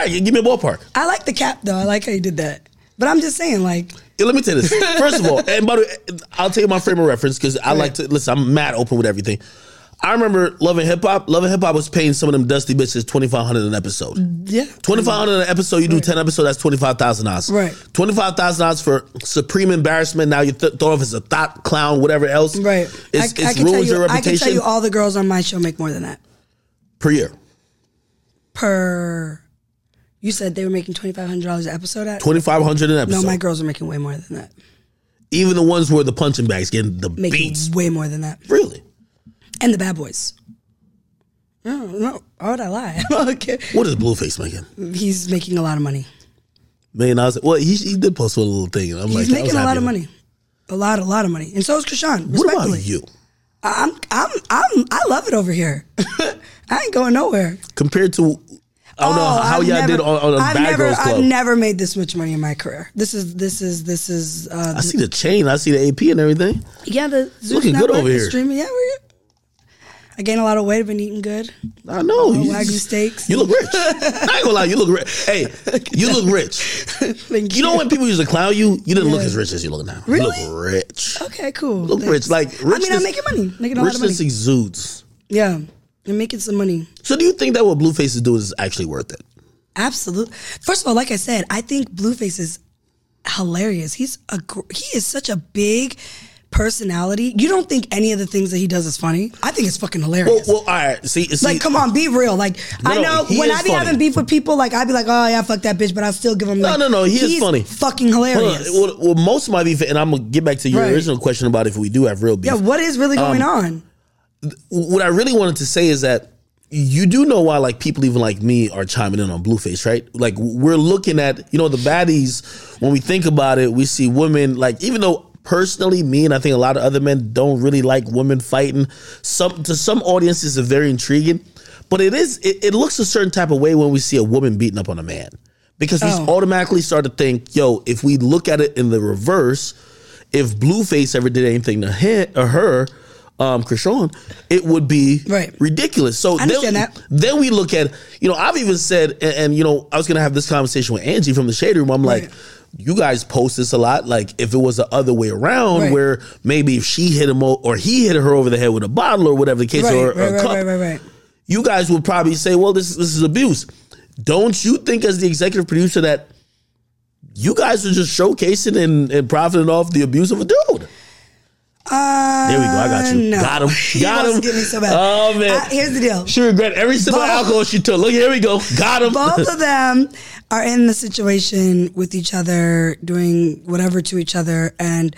Speaker 1: right, give me a ballpark.
Speaker 2: I like the cap though. I like how you did that. But I'm just saying, like,
Speaker 1: Yeah, Let me tell you this. First of all, and by the way, I'll tell you my frame of reference because I like to listen. I'm mad open with everything. I remember loving hip hop. Loving hip hop was paying some of them dusty bitches twenty five hundred an episode.
Speaker 2: yeah.
Speaker 1: Twenty five hundred an episode. You do ten episodes. That's twenty five thousand dollars.
Speaker 2: Right.
Speaker 1: Twenty five thousand dollars for supreme embarrassment. Now you th- throw off as a thought clown, whatever else.
Speaker 2: Right.
Speaker 1: It's,
Speaker 2: I, I
Speaker 1: it's
Speaker 2: can tell
Speaker 1: ruins
Speaker 2: you,
Speaker 1: your
Speaker 2: I can
Speaker 1: reputation
Speaker 2: tell you all the girls on my show make more than that.
Speaker 1: per year.
Speaker 2: per. You said they were making twenty five hundred dollars an episode. At
Speaker 1: Twenty five hundred an
Speaker 2: no,
Speaker 1: episode.
Speaker 2: my girls are making way more than that.
Speaker 1: Even the ones where the punching bags getting the
Speaker 2: Making
Speaker 1: beats.
Speaker 2: way more than that,
Speaker 1: Really?
Speaker 2: and the bad boys. No, no. Why would I lie? okay,
Speaker 1: What is Blueface making?
Speaker 2: he's making a lot of money.
Speaker 1: Million dollars. Well, he, he did post a little thing. and I'm
Speaker 2: He's
Speaker 1: like, I was
Speaker 2: making a
Speaker 1: happy
Speaker 2: lot of
Speaker 1: with it.
Speaker 2: money. a lot, a lot of money, and so is Krishan.
Speaker 1: What about
Speaker 2: Respectfully,
Speaker 1: you?
Speaker 2: I'm, I'm, I'm, I love it over here. I ain't going nowhere.
Speaker 1: Compared to, I don't know
Speaker 2: Oh,
Speaker 1: how
Speaker 2: I've
Speaker 1: y'all
Speaker 2: never-
Speaker 1: did on, on
Speaker 2: I've
Speaker 1: Bad
Speaker 2: never,
Speaker 1: Girls Club.
Speaker 2: I've never made this much money in my career. This is, this is, this is. Uh,
Speaker 1: I see the chain. I see the AP and everything.
Speaker 2: yeah, the Zeus
Speaker 1: looking good
Speaker 2: Network,
Speaker 1: over
Speaker 2: the
Speaker 1: here.
Speaker 2: Streaming, yeah, we're. I gained a lot of weight. I've been eating good.
Speaker 1: I know. You,
Speaker 2: Oh, Wagyu steaks.
Speaker 1: You look rich. I ain't gonna lie. You look rich. Hey, you look rich.
Speaker 2: Thank
Speaker 1: You know when people used to clown you, you didn't look
Speaker 2: Yeah.
Speaker 1: as rich as you look now.
Speaker 2: Really?
Speaker 1: You look rich.
Speaker 2: Okay, cool.
Speaker 1: Look
Speaker 2: Thanks.
Speaker 1: rich. Like
Speaker 2: I mean,
Speaker 1: richness-
Speaker 2: I'm making money, making a lot of money.
Speaker 1: richness exudes.
Speaker 2: Yeah, I'm making some money.
Speaker 1: So do you think that what Blueface is doing is actually worth it?
Speaker 2: Absolutely. First of all, like I said, I think Blueface is hilarious. He's a gr- he is such a big personality. You don't think any of the things that he does is funny? I think it's fucking
Speaker 1: Well,
Speaker 2: hilarious.
Speaker 1: well all right. See, see
Speaker 2: like, come on, be real. Like,
Speaker 1: No,
Speaker 2: I
Speaker 1: no,
Speaker 2: know
Speaker 1: he
Speaker 2: when
Speaker 1: is
Speaker 2: I be
Speaker 1: funny.
Speaker 2: having beef with people, like I'd be like, oh yeah, fuck that bitch, but I still give him.
Speaker 1: No,
Speaker 2: Like,
Speaker 1: no, no, he is
Speaker 2: he's
Speaker 1: funny.
Speaker 2: Fucking
Speaker 1: Hold on.
Speaker 2: hilarious.
Speaker 1: uh, Well, well, most of my beef, and I'm gonna get back to your
Speaker 2: Right.
Speaker 1: original question about if we do have real beef.
Speaker 2: yeah, what is really
Speaker 1: um,
Speaker 2: going on?
Speaker 1: what I really wanted to say is that you do know why like people even like me are chiming in on blueface right like we're looking at you know the baddies when we think about it we see women like even though personally me and i think a lot of other men don't really like women fighting some to some audiences are very intriguing but it is it, it looks a certain type of way when we see a woman beating up on a man because we
Speaker 2: Oh.
Speaker 1: automatically start to think yo if we look at it in the reverse if Blueface ever did anything to him or her, um, Krishan, it would be
Speaker 2: Right.
Speaker 1: ridiculous. So then,
Speaker 2: understand that.
Speaker 1: then we look at, you know, I've even said, and, and, you know, I was gonna have this conversation with Angie from the shade room. I'm like,
Speaker 2: Right.
Speaker 1: you guys post this a lot. Like, if it was the other way around,
Speaker 2: Right.
Speaker 1: where maybe if she hit him o- or he hit her over the head with a bottle or whatever the case,
Speaker 2: Right,
Speaker 1: or,
Speaker 2: right,
Speaker 1: or a
Speaker 2: right,
Speaker 1: uh, cup,
Speaker 2: right, right, right.
Speaker 1: you guys would probably say, well, this this is abuse. Don't you think, as the executive producer, that you guys are just showcasing and, and profiting off the abuse of a dude?
Speaker 2: Uh,
Speaker 1: There we go. I got you.
Speaker 2: no.
Speaker 1: Got him.
Speaker 2: He
Speaker 1: Got
Speaker 2: wants
Speaker 1: him.
Speaker 2: to get me so bad.
Speaker 1: Oh, man.
Speaker 2: I- here's the deal.
Speaker 1: She regret every sip of
Speaker 2: Both-
Speaker 1: alcohol she took. Look, here we go. Got him.
Speaker 2: both of them are in the situation with each other, doing whatever to each other, and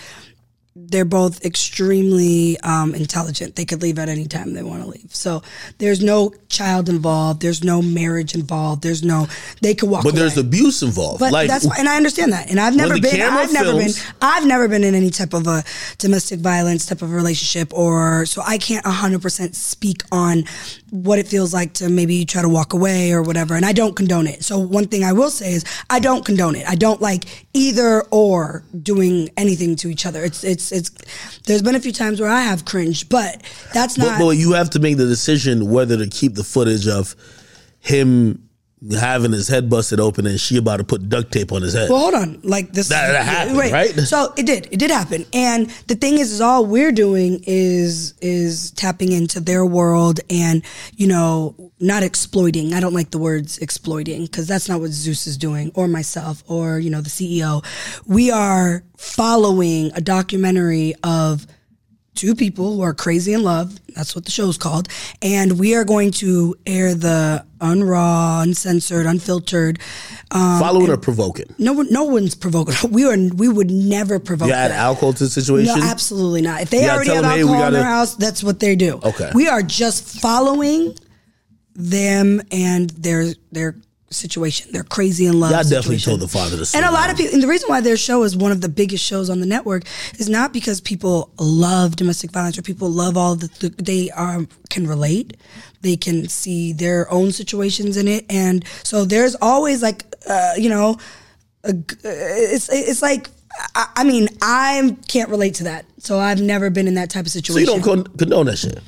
Speaker 2: they're both extremely um, intelligent. They could leave at any time they want to leave. So there's no child involved. There's no marriage involved. There's no they could walk.
Speaker 1: but there's
Speaker 2: away.
Speaker 1: abuse involved.
Speaker 2: But
Speaker 1: like
Speaker 2: that's why, and I understand that. And I've never
Speaker 1: the
Speaker 2: been.
Speaker 1: camera
Speaker 2: I've never
Speaker 1: films-
Speaker 2: been. I've never been in any type of a domestic violence type of relationship, or so I can't hundred percent speak on what it feels like to maybe try to walk away or whatever. And I don't condone it. So one thing I will say is I don't condone it. I don't like either or doing anything to each other. It's it's it's. There's been a few times where I have cringed, but that's
Speaker 1: But,
Speaker 2: not.
Speaker 1: but you have to make the decision whether to keep the footage of him having his head busted open and she about to put duct tape on his head.
Speaker 2: Well, hold on. Like this,
Speaker 1: That- that happened, right?
Speaker 2: So it did. It did happen. And the thing is, is all we're doing is is tapping into their world and you know not exploiting. I don't like the words exploiting because that's not what Zeus is doing, or myself, or you know the CEO. We are following a documentary of two people who are crazy in love. That's what the show's called. And we are going to air the unraw, uncensored, unfiltered. um,
Speaker 1: Following or provoking?
Speaker 2: No one, no one's provoking. We are. We would never provoke.
Speaker 1: You add
Speaker 2: that.
Speaker 1: alcohol to the situation?
Speaker 2: No, absolutely not. If they
Speaker 1: Yeah,
Speaker 2: already
Speaker 1: tell
Speaker 2: have
Speaker 1: them, hey, we
Speaker 2: alcohol in
Speaker 1: gotta-
Speaker 2: their house, that's what they do.
Speaker 1: Okay.
Speaker 2: We are just following them and their their situation. They're crazy in love.
Speaker 1: Y'all definitely
Speaker 2: situation.
Speaker 1: told the father to slow
Speaker 2: And a lot
Speaker 1: down.
Speaker 2: of people, and the reason why their show is one of the biggest shows on the network is not because people love domestic violence or people love all the th- they are can relate, they can see their own situations in it, and so there's always like uh, you know, a g- uh, it's it's like I, I mean I can't relate to that, so I've never been in that type of
Speaker 1: So
Speaker 2: situation.
Speaker 1: you don't con- condone that shit.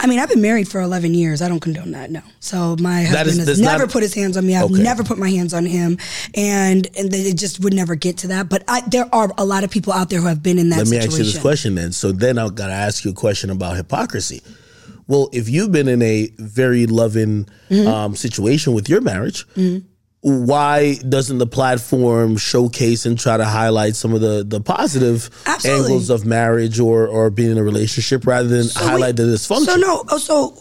Speaker 2: I mean, I've been married for 11 years. I don't condone that, no. So my husband
Speaker 1: is- that's
Speaker 2: has never
Speaker 1: not-
Speaker 2: put his hands on me. I've
Speaker 1: Okay.
Speaker 2: never put my hands on him. And, and they- it just would never get to that. But I, there are a lot of people out there who have been in that
Speaker 1: Let me
Speaker 2: situation.
Speaker 1: ask you this question then. So then I gotta ask you a question about hypocrisy. Well, if you've been in a very loving
Speaker 2: Mm-hmm.
Speaker 1: um, situation with your marriage, why doesn't the platform showcase and try to highlight some of the the positive
Speaker 2: Absolutely.
Speaker 1: angles of marriage or or being in a relationship rather than highlight the dysfunction?
Speaker 2: So no, oh, so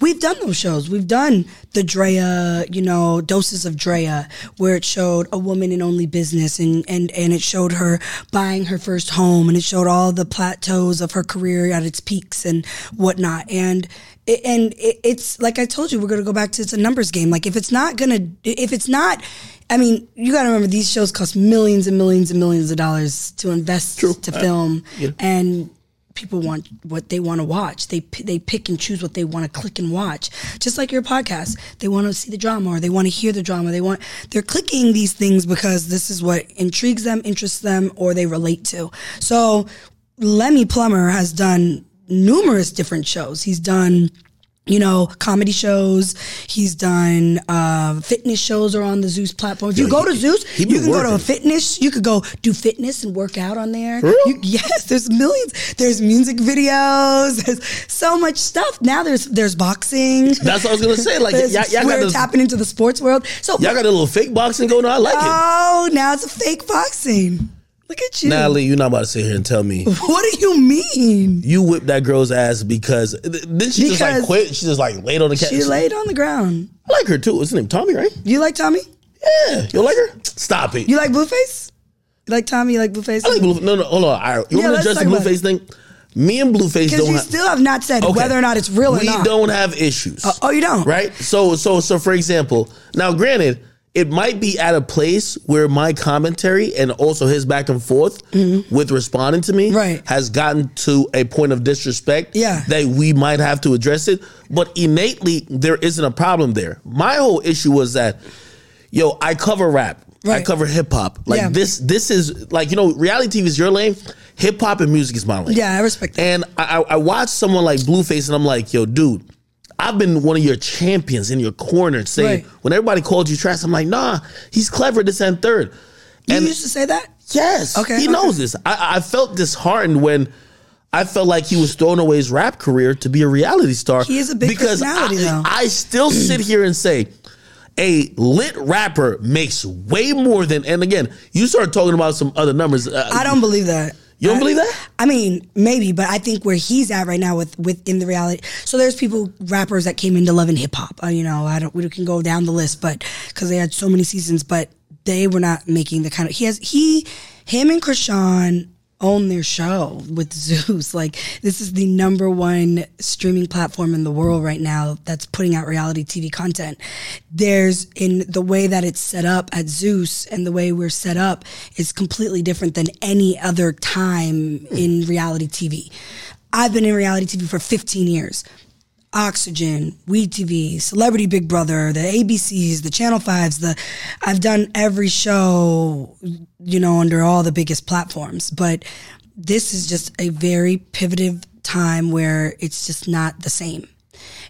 Speaker 2: we've done those shows. We've done the Drea, you know, doses of Drea, where it showed a woman in only business, and and and it showed her buying her first home, and it showed all the plateaus of her career at its peaks and whatnot, and. It, and it, it's like I told you, we're going to go back to it's a numbers game. Like if it's not going to, if it's not, I mean, you got to remember these shows cost millions and millions and millions of dollars to invest to film, and people want what they want to watch. They p- they pick and choose what they want to click and watch. Just like your podcast, they want to see the drama or they want to hear the drama. They want they're clicking these things because this is what intrigues them, interests them, or they relate to. So Lemmy Plummer has done numerous different shows. He's done you know, comedy shows. He's done uh, fitness shows are on the Zeus platform. If you go to Zeus,
Speaker 1: he
Speaker 2: you
Speaker 1: be
Speaker 2: can go to a
Speaker 1: working.
Speaker 2: fitness. You could go do fitness and work out on there.
Speaker 1: real?
Speaker 2: You- yes, there's millions. There's music videos. There's so much stuff. Now there's there's boxing.
Speaker 1: That's what I was gonna say. Like, y'all,
Speaker 2: There's-
Speaker 1: y'all
Speaker 2: we're
Speaker 1: got this,
Speaker 2: tapping into the sports world. So
Speaker 1: y'all got a little fake boxing going on. I like
Speaker 2: oh, now it's a fake boxing. Look at
Speaker 1: it.
Speaker 2: you.
Speaker 1: Natalie, you're not about to sit here and tell me
Speaker 2: what do you mean?
Speaker 1: you whipped that girl's ass because th- then she just like
Speaker 2: Because-
Speaker 1: quit. She just like laid on the couch.
Speaker 2: She laid on the ground.
Speaker 1: I like her too. What's her name? Tommy, right?
Speaker 2: You like Tommy?
Speaker 1: Yeah, you like her? Stop it.
Speaker 2: You like Blueface? You like Tommy? You like Blueface?
Speaker 1: I like Blue. No, no, hold on. All right, you
Speaker 2: Yeah,
Speaker 1: want to address
Speaker 2: let's
Speaker 1: the
Speaker 2: talk about
Speaker 1: Blueface thing? Me and Blueface
Speaker 2: Because
Speaker 1: don't.
Speaker 2: you
Speaker 1: have-
Speaker 2: still have not said
Speaker 1: Okay.
Speaker 2: whether or not it's real or
Speaker 1: we
Speaker 2: not.
Speaker 1: don't have issues.
Speaker 2: oh, you don't?
Speaker 1: Right? So so so for example, now granted, it might be at a place where my commentary and also his back and forth with responding to me
Speaker 2: Mm-hmm. Right.
Speaker 1: has gotten to a point of disrespect
Speaker 2: Yeah.
Speaker 1: that we might have to address it, but innately there isn't a problem there. My whole issue was that yo, I cover rap. I
Speaker 2: Right.
Speaker 1: cover hip hop. Like
Speaker 2: Yeah.
Speaker 1: this this is like you know, reality TV is your lane, hip hop and music is my lane.
Speaker 2: Yeah, I respect that.
Speaker 1: And I, I- I watched someone like Blueface, and I'm like, yo, dude, I've been one of your champions in your corner, saying
Speaker 2: Right.
Speaker 1: when everybody called you trash, I'm like, nah, he's clever, this and third. And
Speaker 2: you used to say that?
Speaker 1: yes,
Speaker 2: Okay,
Speaker 1: he
Speaker 2: okay.
Speaker 1: knows this. I, I felt disheartened when. I felt like he was throwing away his rap career to be a reality star.
Speaker 2: He is a big personality,
Speaker 1: I,
Speaker 2: though.
Speaker 1: I still sit here and say a lit rapper makes way more than. And again, you start talking about some other numbers. Uh,
Speaker 2: I don't believe that.
Speaker 1: You don't
Speaker 2: I-
Speaker 1: believe that?
Speaker 2: I mean, maybe, but I think where he's at right now with within the reality. So there's people, rappers that came into love and hip hop. Uh, you know, I don't. We can go down the list, but because they had so many seasons, but they were not making the kind of he has he him and Krishan own their show with Zeus. Like this is the number one streaming platform in the world right now that's putting out reality TV content. There's in the way that it's set up at Zeus and the way we're set up is completely different than any other time in reality TV. I've been in reality TV for 15 years. Oxygen, Weed TV, Celebrity Big Brother, the ABCs, the Channel 5s, the I've done every show, you know, under all the biggest platforms, but this is just a very pivotive time where it's just not the same.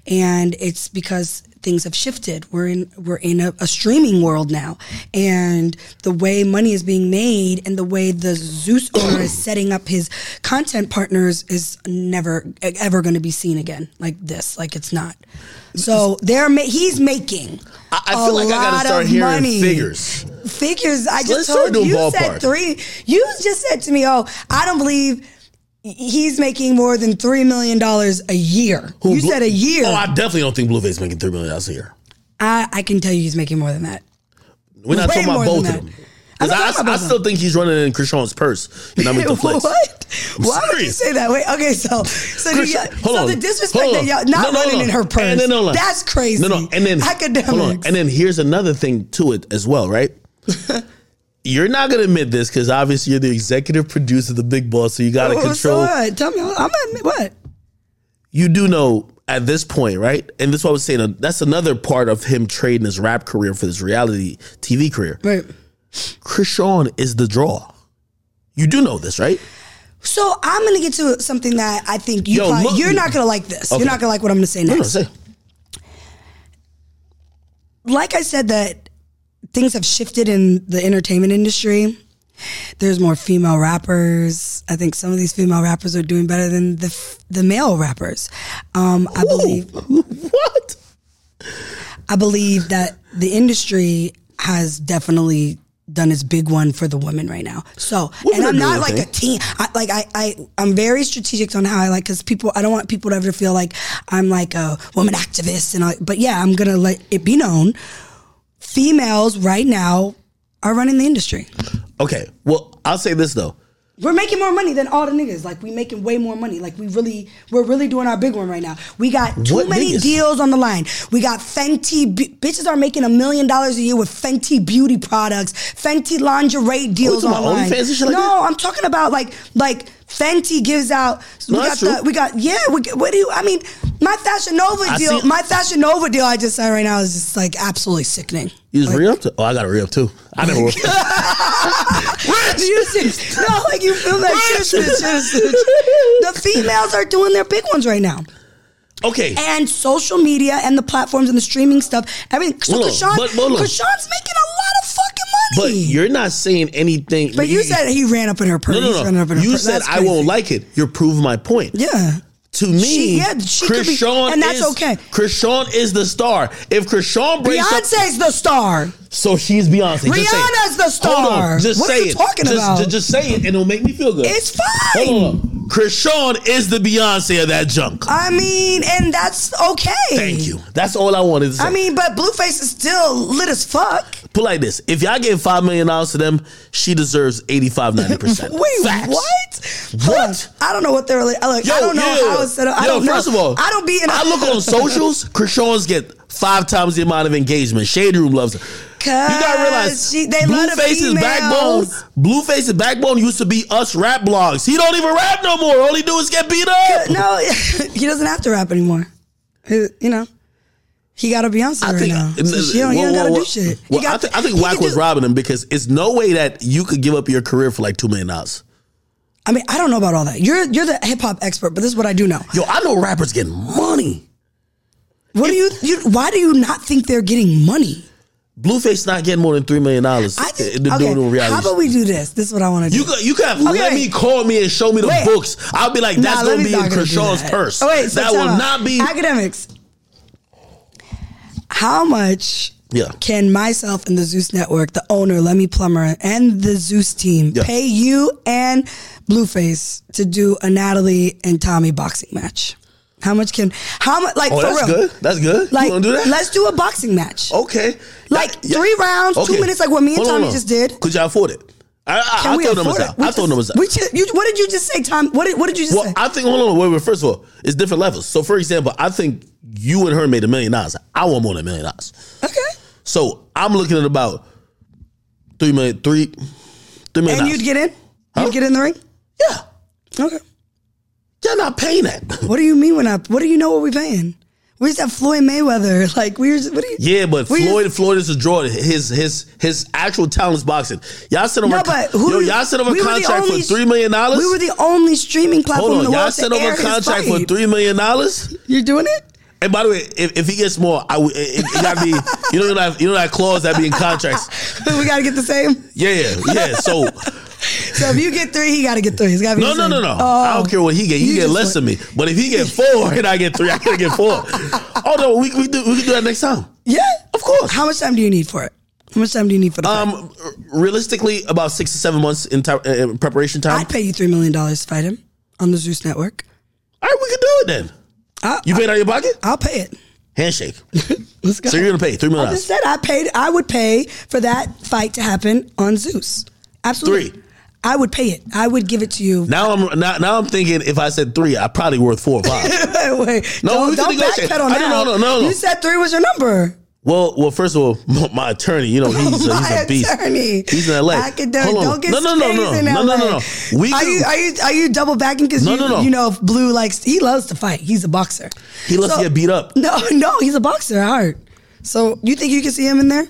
Speaker 2: And it's because things have shifted. We're in we're in a, a streaming world now. And the way money is being made and the way the Zeus owner is setting up his content partners is never e- ever going to be seen again like this. Like it's not. So they're ma- he's making
Speaker 1: I, I
Speaker 2: a
Speaker 1: feel like I
Speaker 2: lot
Speaker 1: gotta start
Speaker 2: of
Speaker 1: hearing
Speaker 2: money.
Speaker 1: figures.
Speaker 2: figures. I
Speaker 1: Let's
Speaker 2: just
Speaker 1: start
Speaker 2: told
Speaker 1: doing
Speaker 2: you. You
Speaker 1: ballpark.
Speaker 2: said three. You just said to me, "Oh, I don't believe." He's making more than three million dollars a year.
Speaker 1: Blue-
Speaker 2: you said a year.
Speaker 1: Oh, I definitely don't think Blueface making three million dollars a year.
Speaker 2: I, I can tell you he's making more than that.
Speaker 1: We're not
Speaker 2: Way
Speaker 1: talking about
Speaker 2: more
Speaker 1: both
Speaker 2: than
Speaker 1: of
Speaker 2: that.
Speaker 1: them. 'Cause
Speaker 2: I'm not
Speaker 1: I,
Speaker 2: talking about
Speaker 1: I
Speaker 2: both of
Speaker 1: still think he's running in Krishan's purse. You know, I mean, the flex.
Speaker 2: what?
Speaker 1: I'm
Speaker 2: Why would you
Speaker 1: serious.
Speaker 2: say that? Wait, okay, so so, do
Speaker 1: Krishan-
Speaker 2: y'all,
Speaker 1: hold
Speaker 2: so
Speaker 1: on,
Speaker 2: the disrespect
Speaker 1: hold
Speaker 2: that
Speaker 1: on.
Speaker 2: y'all
Speaker 1: No,
Speaker 2: not
Speaker 1: no,
Speaker 2: running
Speaker 1: no.
Speaker 2: in her purse.
Speaker 1: And then, hold on.
Speaker 2: That's crazy.
Speaker 1: No, no, and then
Speaker 2: academics.
Speaker 1: hold on. and then here's another thing to it as well, right? you're not gonna admit this because obviously you're the executive producer, the big boss, so you gotta
Speaker 2: Well, so
Speaker 1: control.
Speaker 2: what? Tell me, I'm at, what?
Speaker 1: you do know at this point, right? And that's what I was saying. uh, That's another part of him trading his rap career for his reality TV career.
Speaker 2: Right.
Speaker 1: Krishan is the draw. You do know this, right?
Speaker 2: So I'm gonna get to something that I think you
Speaker 1: Yo,
Speaker 2: probably,
Speaker 1: look-
Speaker 2: you're not gonna like this.
Speaker 1: Okay.
Speaker 2: You're not gonna like what I'm gonna say
Speaker 1: No,
Speaker 2: next.
Speaker 1: no, say.
Speaker 2: like I said, that things have shifted in the entertainment industry. There's more female rappers. I think some of these female rappers are doing better than the f- the male rappers. Um, I believe
Speaker 1: What?
Speaker 2: I believe that the industry has definitely done its big one for the women right now. So,
Speaker 1: Women
Speaker 2: and
Speaker 1: are
Speaker 2: I'm
Speaker 1: doing
Speaker 2: not like
Speaker 1: their
Speaker 2: a team. I, like I, I, I'm very strategic on how I like because people. I don't want people to ever feel like I'm like a woman activist and all. But yeah, I'm gonna let it be known. Females right now are running the industry.
Speaker 1: Okay. Well, I'll say this though.
Speaker 2: We're making more money than all the niggas. Like we making way more money. Like we really, we're really doing our big one right now. We got too
Speaker 1: What
Speaker 2: many
Speaker 1: niggas?
Speaker 2: deals on the line. We got Fenty be- bitches are making a million dollars a year with Fenty beauty products, Fenty lingerie deals
Speaker 1: Oh, talking about
Speaker 2: online.
Speaker 1: OnlyFans and shit like
Speaker 2: no,
Speaker 1: that?
Speaker 2: I'm talking about like like Fenty gives out. We
Speaker 1: No,
Speaker 2: got
Speaker 1: that's
Speaker 2: the
Speaker 1: true.
Speaker 2: we got yeah. We, get- what do you? I mean, my Fashion Nova
Speaker 1: I
Speaker 2: deal.
Speaker 1: see-
Speaker 2: my Fashion Nova deal. I just signed right now is just like absolutely sickening.
Speaker 1: You just re up to? Oh, I got to re up too. I never. re-upped.
Speaker 2: You see, no, like you feel that shit, shit, shit, shit. The females are doing their big ones right now,
Speaker 1: okay.
Speaker 2: and social media and the platforms and the streaming stuff. Everything. So
Speaker 1: Hold on, but-
Speaker 2: Krishan,
Speaker 1: but hold on.
Speaker 2: Krishan's making a lot of fucking
Speaker 1: But
Speaker 2: money.
Speaker 1: you're not saying anything.
Speaker 2: But you, said he ran up in her purse.
Speaker 1: No,
Speaker 2: He's
Speaker 1: no,
Speaker 2: running
Speaker 1: no.
Speaker 2: up in her
Speaker 1: You
Speaker 2: purse.
Speaker 1: said
Speaker 2: That's
Speaker 1: I
Speaker 2: crazy.
Speaker 1: won't like it. You're proving my point.
Speaker 2: Yeah.
Speaker 1: To me,
Speaker 2: She- yeah, she could
Speaker 1: Chris
Speaker 2: be-
Speaker 1: Sean
Speaker 2: and that's
Speaker 1: is,
Speaker 2: okay.
Speaker 1: Chris Sean is the star. If Chris Sean breaks up,
Speaker 2: Beyonce's the star.
Speaker 1: so she's Beyonce. Just say it.
Speaker 2: Rihanna's the star.
Speaker 1: Hold on, just
Speaker 2: What are
Speaker 1: say
Speaker 2: you
Speaker 1: it.
Speaker 2: talking
Speaker 1: Just-
Speaker 2: about?
Speaker 1: Just, just say it, and it'll make me feel good.
Speaker 2: It's fine.
Speaker 1: Hold on. Chris Sean is the Beyonce of that junk.
Speaker 2: I mean, and that's okay.
Speaker 1: Thank you. That's all I wanted to say.
Speaker 2: I mean, but Blueface is still lit as fuck.
Speaker 1: Put it like this: If y'all gave five million dollars to them, she deserves 85 90 percent.
Speaker 2: Wait, what? Hold on.
Speaker 1: What?
Speaker 2: I don't know what they're like. Look, I don't know
Speaker 1: yeah.
Speaker 2: how it's set up. I
Speaker 1: Yo,
Speaker 2: don't know.
Speaker 1: First of all,
Speaker 2: I don't be in. a-
Speaker 1: I look on socials. Krishan's get five times the amount of engagement. Shade Room loves her. You gotta
Speaker 2: 'Cause
Speaker 1: realize
Speaker 2: she- they love the
Speaker 1: Blueface's backbone.
Speaker 2: females.
Speaker 1: Blueface's backbone used to be us rap blogs. He don't even rap no more. All he do is get beat up.
Speaker 2: no, he doesn't have to rap anymore. He- you know, he got a Beyonce right now.
Speaker 1: uh,
Speaker 2: So she don't, he
Speaker 1: well,
Speaker 2: don't gotta
Speaker 1: well,
Speaker 2: do shit. He
Speaker 1: well,
Speaker 2: got
Speaker 1: I, think, I think
Speaker 2: he
Speaker 1: Wack
Speaker 2: could
Speaker 1: was
Speaker 2: do-
Speaker 1: robbing him because it's no way that you could give up your career for like two million dollars.
Speaker 2: I mean, I don't know about all that. You're you're the hip hop expert, but this is what I do know.
Speaker 1: Yo, I know rappers getting money.
Speaker 2: What do you, you? Why do you not think they're getting money?
Speaker 1: Blueface not getting more than three million dollars. eh,
Speaker 2: I think.
Speaker 1: They're doing
Speaker 2: Okay,
Speaker 1: reality
Speaker 2: how about we do this? This is what I want to do.
Speaker 1: You could you could have let
Speaker 2: Okay.
Speaker 1: me call me and show me the
Speaker 2: Wait.
Speaker 1: books. I'll be like,
Speaker 2: Nah,
Speaker 1: that's
Speaker 2: let
Speaker 1: gonna
Speaker 2: me
Speaker 1: be in
Speaker 2: not gonna do
Speaker 1: Krishan's
Speaker 2: that.
Speaker 1: purse.
Speaker 2: Oh, wait, so
Speaker 1: that will
Speaker 2: time out.
Speaker 1: not be
Speaker 2: academics. How much
Speaker 1: Yeah.
Speaker 2: can myself and the Zeus Network, the owner Lemmy Plummer, and the Zeus team
Speaker 1: Yeah.
Speaker 2: pay you and Blueface to do a Natalie and Tommy boxing match? How much can how much like
Speaker 1: Oh,
Speaker 2: for
Speaker 1: that's
Speaker 2: real?
Speaker 1: good. That's good.
Speaker 2: Like
Speaker 1: you wanna do that? Oh,
Speaker 2: let's do a boxing match.
Speaker 1: okay.
Speaker 2: Like,
Speaker 1: That- yeah.
Speaker 2: three rounds, two minutes, like what me and
Speaker 1: Hold on,
Speaker 2: Tommy
Speaker 1: hold on.
Speaker 2: just did.
Speaker 1: Could y'all afford it? I, I,
Speaker 2: Can
Speaker 1: I
Speaker 2: we
Speaker 1: throw
Speaker 2: afford
Speaker 1: numbers
Speaker 2: it?
Speaker 1: out.
Speaker 2: We
Speaker 1: I throw
Speaker 2: just-
Speaker 1: numbers out.
Speaker 2: We just, you, what did you just say, Tom? What did, what did you just
Speaker 1: Well,
Speaker 2: say?
Speaker 1: I think hold on, wait, wait. First of all, it's different levels. So, for example, I think you and her made a million dollars. I want more than a million dollars.
Speaker 2: okay.
Speaker 1: So I'm looking at about three million, three, three million.
Speaker 2: And you'd
Speaker 1: dollars.
Speaker 2: get in?
Speaker 1: Huh?
Speaker 2: You'd get in the ring?
Speaker 1: yeah,
Speaker 2: Okay.
Speaker 1: y'all not paying that.
Speaker 2: What do you mean when I? What do you know? What we paying? Where's that Floyd Mayweather? Like where's what do you?
Speaker 1: Yeah, but
Speaker 2: We
Speaker 1: Floyd, Floyd is a draw. His his his actual talent's boxing. Y'all sent over,
Speaker 2: No, but who?
Speaker 1: yo,
Speaker 2: do you-
Speaker 1: y'all sent over
Speaker 2: we
Speaker 1: a
Speaker 2: were the
Speaker 1: contract for
Speaker 2: only-
Speaker 1: three million dollars.
Speaker 2: We were the only streaming platform in
Speaker 1: Hold
Speaker 2: the
Speaker 1: on, y'all
Speaker 2: world
Speaker 1: sent
Speaker 2: to
Speaker 1: over
Speaker 2: air
Speaker 1: a
Speaker 2: his
Speaker 1: contract for
Speaker 2: fight.
Speaker 1: three million dollars.
Speaker 2: You're doing it.
Speaker 1: And by the way, if, if he gets more, I would. It, it gotta be you know that you know that clause that be in contracts.
Speaker 2: we gotta get the same.
Speaker 1: Yeah, yeah. So
Speaker 2: So if you get three, he gotta get three. It's gotta be
Speaker 1: no,
Speaker 2: the
Speaker 1: no,
Speaker 2: same.
Speaker 1: no, no.
Speaker 2: Oh.
Speaker 1: I don't care what he get. He
Speaker 2: You
Speaker 1: get
Speaker 2: just
Speaker 1: less than
Speaker 2: want-
Speaker 1: me. But if he get four and I get three, I gotta get four. Oh no, we we do we can do that next time.
Speaker 2: Yeah,
Speaker 1: Of course.
Speaker 2: How much time do you need for it? How much time do you need for the? fight?
Speaker 1: Um, r- realistically, about six to seven months in, ti- uh, in preparation time.
Speaker 2: I'd pay you three million dollars to fight him on the Zeus Network.
Speaker 1: All right, we can do it then.
Speaker 2: I,
Speaker 1: You paid out of your pocket?
Speaker 2: I'll pay it.
Speaker 1: Handshake.
Speaker 2: Let's go.
Speaker 1: So you're gonna pay three million
Speaker 2: I just
Speaker 1: dollars.
Speaker 2: said I paid. I would pay for that fight to happen on Zeus. Absolutely.
Speaker 1: Three.
Speaker 2: I would pay it. I would give it to you.
Speaker 1: Now I'm now, now I'm thinking if I said three, I probably worth four or five.
Speaker 2: Wait,
Speaker 1: No,
Speaker 2: don't,
Speaker 1: we can
Speaker 2: don't
Speaker 1: negotiate.
Speaker 2: backpedal
Speaker 1: I
Speaker 2: now.
Speaker 1: don't- no, no, no, no.
Speaker 2: You said three was your number.
Speaker 1: well, well, first of all, my, my attorney, you know, he's a,
Speaker 2: My
Speaker 1: he's a beast.
Speaker 2: attorney.
Speaker 1: He's in LA.
Speaker 2: Academic.
Speaker 1: Hold on.
Speaker 2: Don't get
Speaker 1: No, no, no,
Speaker 2: spanked
Speaker 1: no,
Speaker 2: in
Speaker 1: no, no,
Speaker 2: LA.
Speaker 1: no, no. We
Speaker 2: are
Speaker 1: can-
Speaker 2: you are you are you double backing because
Speaker 1: No,
Speaker 2: you
Speaker 1: no, no.
Speaker 2: you know if Blue likes he loves to fight. He's a boxer.
Speaker 1: He loves
Speaker 2: So-
Speaker 1: to get beat up.
Speaker 2: No, no, he's a boxer at heart. So you think you can see him in there?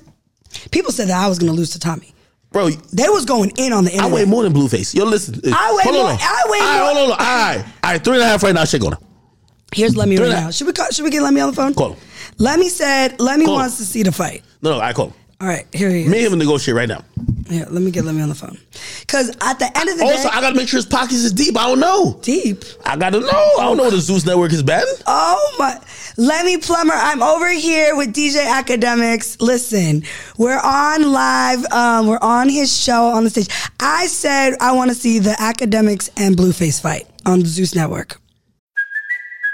Speaker 2: People said that I was going to lose to Tommy.
Speaker 1: Bro,
Speaker 2: They was going in on the
Speaker 1: I
Speaker 2: internet.
Speaker 1: weigh more than Blueface. Yo, listen. eh,
Speaker 2: I weigh
Speaker 1: hold
Speaker 2: more-
Speaker 1: On.
Speaker 2: I weigh
Speaker 1: All right,
Speaker 2: more-
Speaker 1: Hold on, hold on. All right, all right, three and a half right now. Shake on him.
Speaker 2: Here's Lemmy
Speaker 1: Do
Speaker 2: right
Speaker 1: that.
Speaker 2: now. Should we call, should we get Lemmy on the phone?
Speaker 1: Call him.
Speaker 2: Lemmy said Lemmy
Speaker 1: Call him.
Speaker 2: wants to see the fight.
Speaker 1: No, no, I call him.
Speaker 2: All right, here he is.
Speaker 1: Me and him negotiate right now.
Speaker 2: Here, let me get Lemmy on the phone. Cause at the end of the
Speaker 1: Also,
Speaker 2: day,
Speaker 1: I gotta make sure his pockets is deep. I don't know.
Speaker 2: deep.
Speaker 1: I gotta know. I don't know what the Zeus Network is batting.
Speaker 2: Oh my, Lemmy Plummer, I'm over here with DJ Academics. Listen, we're on live. Um, we're on his show on the stage. I said I want to see the Academics and Blueface fight on the Zeus Network.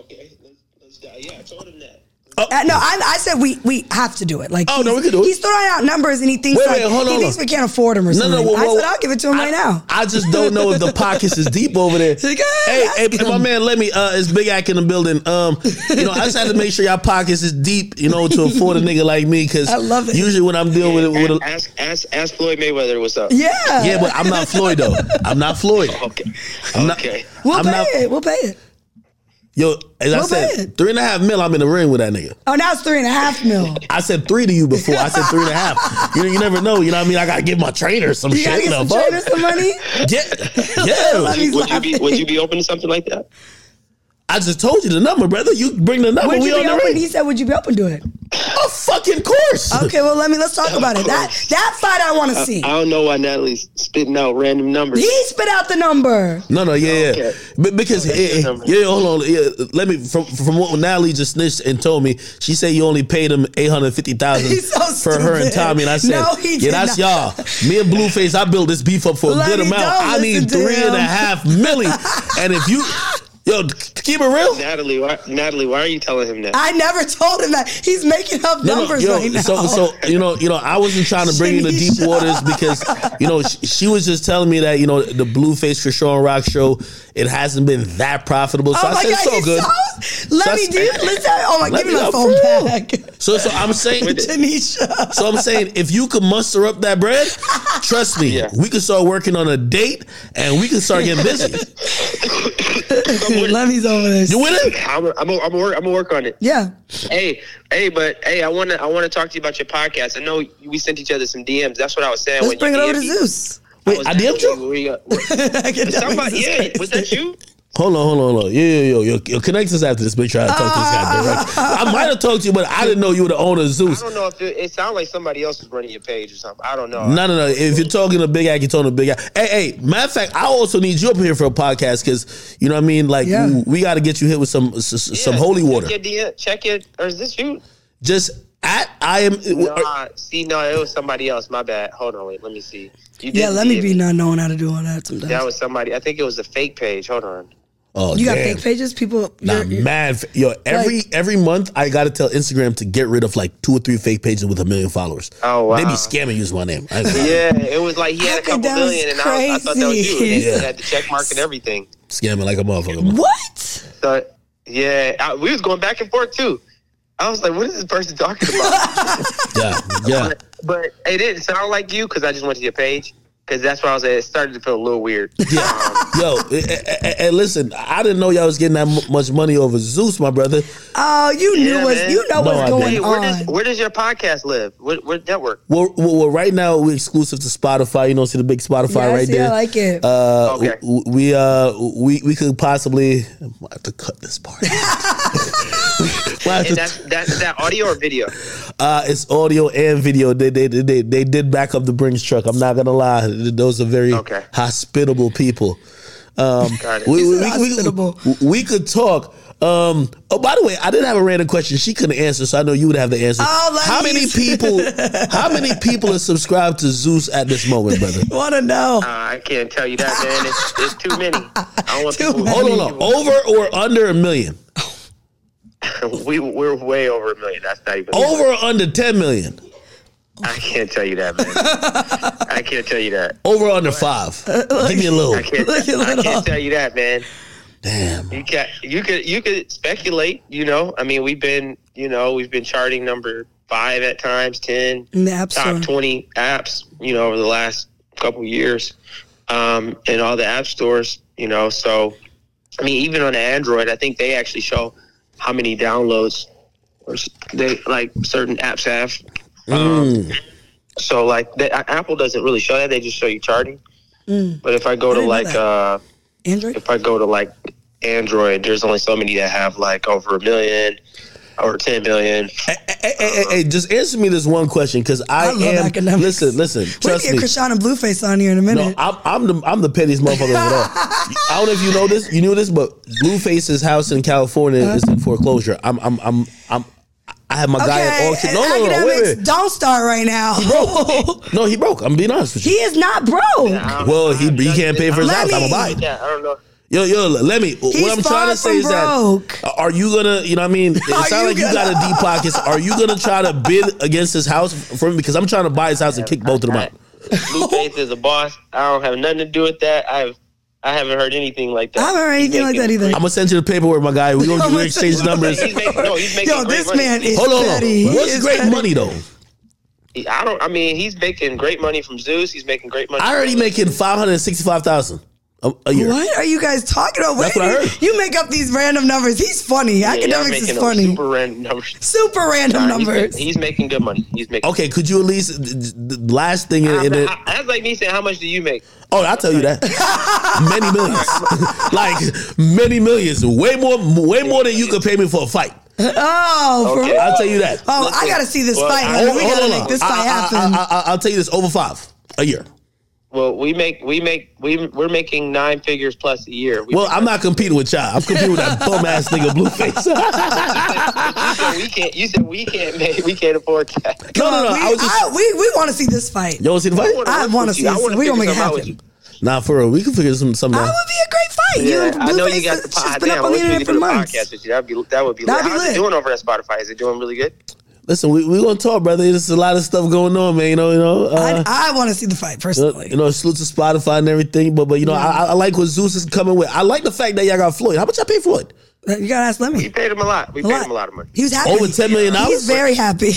Speaker 4: Okay, let's, let's die. Yeah, I told him that.
Speaker 2: Uh, no, I, I said we we have to do it. Like,
Speaker 1: Oh,
Speaker 2: he's-
Speaker 1: no, we can do it.
Speaker 2: He's throwing out numbers and he thinks
Speaker 1: Wait,
Speaker 2: like,
Speaker 1: wait, hold
Speaker 2: he
Speaker 1: on, hold
Speaker 2: thinks
Speaker 1: on.
Speaker 2: we can't afford them or
Speaker 1: No,
Speaker 2: something.
Speaker 1: no, whoa,
Speaker 2: I
Speaker 1: whoa.
Speaker 2: said I'll give it to him
Speaker 1: I-
Speaker 2: right now.
Speaker 1: I just don't know if the pockets is deep over there.
Speaker 2: Like, ah,
Speaker 1: hey, hey,
Speaker 2: ask
Speaker 1: hey, my man, let me. Uh, it's Big Ack in the building. Um, you know, I just have to make sure y'all pockets is deep, you know, to afford a nigga like me. Because
Speaker 2: I love it.
Speaker 1: Usually when I'm dealing with it, with a,
Speaker 4: Ask, ask, ask Floyd Mayweather what's up.
Speaker 2: Yeah,
Speaker 1: yeah, but I'm not Floyd though. I'm not Floyd.
Speaker 4: Okay.
Speaker 1: I'm not-
Speaker 4: okay.
Speaker 2: we'll
Speaker 1: I'm
Speaker 2: pay
Speaker 1: not-
Speaker 2: it. We'll pay it.
Speaker 1: Yo, as I
Speaker 2: What
Speaker 1: said,
Speaker 2: bad?
Speaker 1: three and a half mil. I'm in the ring with that nigga.
Speaker 2: Oh, now it's three and a half mil.
Speaker 1: I said three to you before. I said three and a half. You, you never know. You know what I mean? I gotta give my trainer some
Speaker 2: You
Speaker 1: shit.
Speaker 2: gotta get some
Speaker 1: the fuck?
Speaker 2: trainers some money.
Speaker 1: Yeah, yeah.
Speaker 2: He's
Speaker 4: Would you, be,
Speaker 2: laughing.
Speaker 4: would you be open to something like that?
Speaker 1: I just told you the number, brother. You bring the number.
Speaker 2: Would
Speaker 1: we
Speaker 2: you
Speaker 1: on
Speaker 2: be
Speaker 1: the
Speaker 2: open?
Speaker 1: ring.
Speaker 2: He said, "Would you be open to it?"
Speaker 1: A fucking course.
Speaker 2: Okay, well, let me let's talk about it. That that fight I
Speaker 1: Uh,
Speaker 2: want to see.
Speaker 4: I don't know why Natalie's spitting out random numbers.
Speaker 2: He spit out the number.
Speaker 1: No, no, yeah, yeah.
Speaker 4: Okay.
Speaker 1: But because
Speaker 4: Okay,
Speaker 1: eh,
Speaker 4: number.
Speaker 1: yeah, hold on. Yeah, let me from from what Natalie just snitched and told me. She said you only paid him eight hundred fifty thousand
Speaker 2: He's so
Speaker 1: for her and
Speaker 2: stupid.
Speaker 1: Tommy, and I said,
Speaker 2: No, he
Speaker 1: yeah,
Speaker 2: did
Speaker 1: that's
Speaker 2: not.
Speaker 1: y'all. Me and Blueface, I built this beef up for a
Speaker 2: Let
Speaker 1: good
Speaker 2: me
Speaker 1: amount.
Speaker 2: don't
Speaker 1: I need
Speaker 2: listen to
Speaker 1: three and a
Speaker 2: him.
Speaker 1: half milli, and if you, yo, keep it real.
Speaker 4: Natalie, why, Natalie, why are you telling him that?
Speaker 2: I never told him that. He's making up
Speaker 1: No, no,
Speaker 2: numbers
Speaker 1: yo,
Speaker 2: right now.
Speaker 1: So, so you know, you know, I wasn't trying to bring you into deep
Speaker 2: Shanisha.
Speaker 1: waters because you know she, she was just telling me that you know the Blueface for Sean Rock show it hasn't been that profitable. So
Speaker 2: oh
Speaker 1: I
Speaker 2: my
Speaker 1: said,
Speaker 2: god,
Speaker 1: so
Speaker 2: he's
Speaker 1: good.
Speaker 2: so. Let
Speaker 1: So I
Speaker 2: me
Speaker 1: s-
Speaker 2: do. Listen. Oh my,
Speaker 1: Let
Speaker 2: give me
Speaker 1: me
Speaker 2: my
Speaker 1: know,
Speaker 2: phone
Speaker 1: for real.
Speaker 2: back,
Speaker 1: So, so I'm saying,
Speaker 2: Tanisha.
Speaker 1: so I'm saying, if you could muster up that bread, trust me,
Speaker 4: Yeah.
Speaker 1: we could start working on a date and we could start getting busy.
Speaker 2: Let me over this.
Speaker 1: You with it?
Speaker 4: I'm gonna I'm a, I'm a work, I'm a work on it.
Speaker 2: Yeah.
Speaker 4: Hey, hey, but hey, I wanna I wanna talk to you about your podcast. I know we sent each other some DMs. That's what I was saying.
Speaker 2: Let's
Speaker 4: when
Speaker 2: bring it
Speaker 4: you
Speaker 2: over to
Speaker 4: DM'd me.
Speaker 2: Zeus.
Speaker 1: Wait,
Speaker 4: was
Speaker 1: I DM'd
Speaker 4: asking
Speaker 1: you.
Speaker 4: where you- where- Somebody, yeah, was that you?
Speaker 1: Hold on, hold on, hold on. Yeah, yeah, yo, yo, yo, connect us after this. Make sure I talk to this guy direct. I might have talked to you, but I didn't know you were the owner of
Speaker 4: I
Speaker 1: Zeus.
Speaker 4: don't know if it, it sounded like somebody else was running your page or something. I don't know.
Speaker 1: No, no, no. If you're talking to Big Ack, you're talking to Big Ack. Hey, hey, matter of fact, I also need you up here for a podcast because, you know what I mean? Like,
Speaker 2: Yeah.
Speaker 1: we- we got to get you hit with some s- s-
Speaker 4: Yeah,
Speaker 1: some holy
Speaker 4: check
Speaker 1: water.
Speaker 4: Your DM, check it. Or is this you?
Speaker 1: Just at I am.
Speaker 4: Nah, see, no, it was somebody else. My bad. Hold on, wait. Let me see. You
Speaker 2: Yeah.
Speaker 4: did
Speaker 2: Let me
Speaker 4: DM
Speaker 2: be not knowing how to do all that sometimes.
Speaker 4: That was somebody. I think it was a fake page. Hold on.
Speaker 1: Oh,
Speaker 2: you got
Speaker 1: damn.
Speaker 2: fake pages. People.
Speaker 1: Nah,
Speaker 2: you're- you're-
Speaker 1: mad. fa- Yo, every
Speaker 2: Like-
Speaker 1: every month I gotta tell Instagram to get rid of like two or three fake pages with a million followers.
Speaker 4: Oh, wow.
Speaker 1: They be scamming using my name. I ain't gonna lie.
Speaker 4: Yeah, it was like he had a
Speaker 2: That
Speaker 4: couple
Speaker 2: was
Speaker 4: million, and I, was, I thought that was you. And
Speaker 2: crazy.
Speaker 4: It had the check mark and everything.
Speaker 1: Scamming like a motherfucker.
Speaker 2: what?
Speaker 4: So yeah, I, we was going back and forth too. I was like, "What is this person talking about?"
Speaker 1: Yeah, yeah.
Speaker 4: but it didn't sound like you because I just went to your page because that's why I was. At. It started to feel a little weird. Um,
Speaker 1: Yeah. Yo, eh, and listen, I didn't know y'all was getting that mu- much money over Zeus, my brother.
Speaker 2: Oh, you knew
Speaker 4: Yeah,
Speaker 2: what's
Speaker 4: man.
Speaker 2: you know
Speaker 1: No, I
Speaker 2: what's going
Speaker 1: didn't.
Speaker 4: where
Speaker 2: on.
Speaker 4: does where does your podcast live? What, what network?
Speaker 1: Well, well, well, right now we're exclusive to Spotify. You know, see the big Spotify
Speaker 2: yeah, I
Speaker 1: right
Speaker 2: see,
Speaker 1: there.
Speaker 2: I like it.
Speaker 1: uh,
Speaker 4: Okay.
Speaker 1: w- we uh, we we could possibly I have to cut this part. We'll have
Speaker 4: And
Speaker 1: to-
Speaker 4: that's that's that audio or video.
Speaker 1: Uh, it's audio and video. They they, they they they did back up the Brinks truck. I'm not gonna lie. Those are very
Speaker 4: Okay.
Speaker 1: hospitable people.
Speaker 4: Got it.
Speaker 1: We, we,
Speaker 2: said hospitable.
Speaker 1: we- we could talk. Um, oh, by the way, I did have a random question. She couldn't answer, so I know you would have the answer.
Speaker 2: Oh, let
Speaker 1: how
Speaker 2: me-
Speaker 1: many people? How many people are subscribed to Zeus at this moment, brother?
Speaker 2: Want to know?
Speaker 4: Uh, I can't tell you that, man. It's, it's too many. I don't want
Speaker 2: Too
Speaker 4: people.
Speaker 2: many.
Speaker 1: Hold on, hold on. over or under a million?
Speaker 4: We we're way over a million. That's not even
Speaker 1: Over or under ten million?
Speaker 4: I can't tell you that, man. I can't tell you that.
Speaker 1: Over or under five? Give me a little.
Speaker 4: I can't.
Speaker 2: Look at
Speaker 4: I
Speaker 2: little.
Speaker 4: can't tell you that, man.
Speaker 1: Damn.
Speaker 4: You can You could. You could speculate. You know. I mean, we've been. You know, we've been charting number five at times, ten,
Speaker 2: In the app store.
Speaker 4: top twenty apps. You know, over the last couple years, um, in all the app stores. You know, so I mean, even on Android, I think they actually show how many downloads or s- they like certain apps have. Um, So like that, Apple doesn't really show that; they just show you charting. But if I go to
Speaker 2: didn't know
Speaker 4: like
Speaker 2: that.
Speaker 4: uh,
Speaker 2: Android.
Speaker 4: if I go to like Android, there's only so many that have like over a million or 10 million.
Speaker 1: Hey, hey, hey, hey, just answer me this one question because I,
Speaker 2: I love
Speaker 1: am.
Speaker 2: academics.
Speaker 1: Listen, listen.
Speaker 2: We're
Speaker 1: Trust
Speaker 2: gonna get
Speaker 1: me.
Speaker 2: Krishana Blueface on here in a
Speaker 1: No,
Speaker 2: minute.
Speaker 1: I'm, I'm the I'm the pettiest motherfucker of all. I don't know if you know this, you knew this, but Blueface's house in California is in foreclosure. I'm I'm I'm I'm I have my guy at auction. No, no, no,
Speaker 2: academics,
Speaker 1: wait, wait.
Speaker 2: don't start right now.
Speaker 1: Bro, no, he broke. I'm being honest with
Speaker 2: He
Speaker 1: you.
Speaker 2: is not broke.
Speaker 4: Um,
Speaker 1: Well, he, he can't pay for his
Speaker 2: Let
Speaker 1: house. I'm
Speaker 2: me-
Speaker 1: gonna buy it.
Speaker 4: Yeah, I don't know.
Speaker 1: Yo, yo, let me. what I'm
Speaker 2: far
Speaker 1: trying to say is
Speaker 2: from broke.
Speaker 1: that uh, are you gonna? You know what I mean? It
Speaker 2: Are
Speaker 1: sounds
Speaker 2: you
Speaker 1: like you got a deep pockets. Are you gonna try to bid against his house for me? Because I'm trying to buy his house and kick both of them out.
Speaker 2: Oh.
Speaker 4: Blueface is a boss. I don't have nothing to do with that. I've I haven't heard anything like that.
Speaker 2: I haven't heard
Speaker 4: He's
Speaker 2: anything like
Speaker 4: making-
Speaker 2: that either.
Speaker 1: I'm gonna send you the paperwork, my guy. We gonna
Speaker 2: I'm
Speaker 1: we
Speaker 2: gonna
Speaker 1: exchange
Speaker 2: send-
Speaker 1: numbers.
Speaker 4: He's making, no, he's making
Speaker 2: Yo,
Speaker 4: great
Speaker 2: this
Speaker 4: money.
Speaker 2: man is
Speaker 1: Hold on, hold
Speaker 2: petty.
Speaker 1: on.
Speaker 2: He
Speaker 1: What's
Speaker 2: is
Speaker 1: great
Speaker 2: petty.
Speaker 1: money though?
Speaker 4: I don't. I mean, he's making great money from Zeus. He's making great money.
Speaker 1: I already making five hundred sixty-five thousand a, a year.
Speaker 2: What are you guys talking about?
Speaker 1: That's
Speaker 2: Wait,
Speaker 1: what I heard.
Speaker 2: You make up these random numbers. He's funny.
Speaker 4: Yeah, y'all
Speaker 2: academics
Speaker 4: making
Speaker 2: is
Speaker 4: those
Speaker 2: funny. Super,
Speaker 4: Super random
Speaker 2: random
Speaker 4: numbers. Nah, he's ma-
Speaker 2: numbers.
Speaker 4: He's, making good money. He's making.
Speaker 1: Okay, could you at least the the last thing in,
Speaker 4: I'm
Speaker 1: in it?
Speaker 4: not- I- that's like me saying, "How much do you make?"
Speaker 1: Oh, I'll tell you that. many millions, like many millions, way more, way more than you could pay me for a fight.
Speaker 2: oh, for
Speaker 4: Okay.
Speaker 2: real?
Speaker 1: I'll tell you that.
Speaker 2: Oh, I gotta see this
Speaker 4: Well,
Speaker 2: fight.
Speaker 4: I-
Speaker 2: man.
Speaker 1: Hold-
Speaker 2: we gotta
Speaker 1: hold
Speaker 2: make
Speaker 1: on.
Speaker 2: this
Speaker 1: I-
Speaker 2: fight
Speaker 1: I-
Speaker 2: happen.
Speaker 1: I, I, will tell you this: over five a year.
Speaker 4: Well, we make we make we we're making nine figures plus a year. We
Speaker 1: Well, I'm not competing with y'all. I'm competing with that bum ass nigga Blueface. no,
Speaker 4: you said we can't. You said we can't make. We can't afford that.
Speaker 1: no, no.
Speaker 2: we,
Speaker 1: I was just.
Speaker 2: I- we we want to see this fight.
Speaker 1: You want to see the
Speaker 4: I
Speaker 1: fight?
Speaker 4: wanna
Speaker 2: I
Speaker 4: work
Speaker 2: wanna
Speaker 4: with
Speaker 2: see
Speaker 4: you. I
Speaker 2: this.
Speaker 4: wanna
Speaker 2: We gonna
Speaker 4: figure
Speaker 2: make it
Speaker 4: something out with
Speaker 2: happen.
Speaker 4: you.
Speaker 1: Nah, for real. We can figure some something
Speaker 2: That
Speaker 1: out.
Speaker 2: would be a great fight. You and
Speaker 4: Yeah, I know you
Speaker 2: Blueface
Speaker 4: got.
Speaker 2: has
Speaker 4: ah,
Speaker 2: just been
Speaker 4: damn,
Speaker 2: up
Speaker 4: I
Speaker 2: on the
Speaker 4: wish we
Speaker 2: internet
Speaker 4: could
Speaker 2: for
Speaker 4: do the
Speaker 2: months.
Speaker 4: podcast with you. That'd be that would be.
Speaker 2: That'd
Speaker 4: That'd
Speaker 2: be
Speaker 4: How's
Speaker 2: lit.
Speaker 4: it doing over at Spotify? Is it doing really good?
Speaker 1: Listen, we we gonna talk, brother. There's a lot of stuff going on, man. You know, you know. Uh,
Speaker 2: I, I want to see the fight personally.
Speaker 1: you know, salute to Spotify and everything, but but you know, I, I like what Zeus is coming with. I like the fact that y'all got Floyd. How much y'all pay Floyd?
Speaker 2: You gotta ask
Speaker 4: We
Speaker 2: Lemmy.
Speaker 4: paid him a lot. We
Speaker 2: A
Speaker 4: paid
Speaker 2: lot.
Speaker 4: him a lot of money.
Speaker 2: He was happy.
Speaker 1: Over $10 million?
Speaker 2: He's very happy.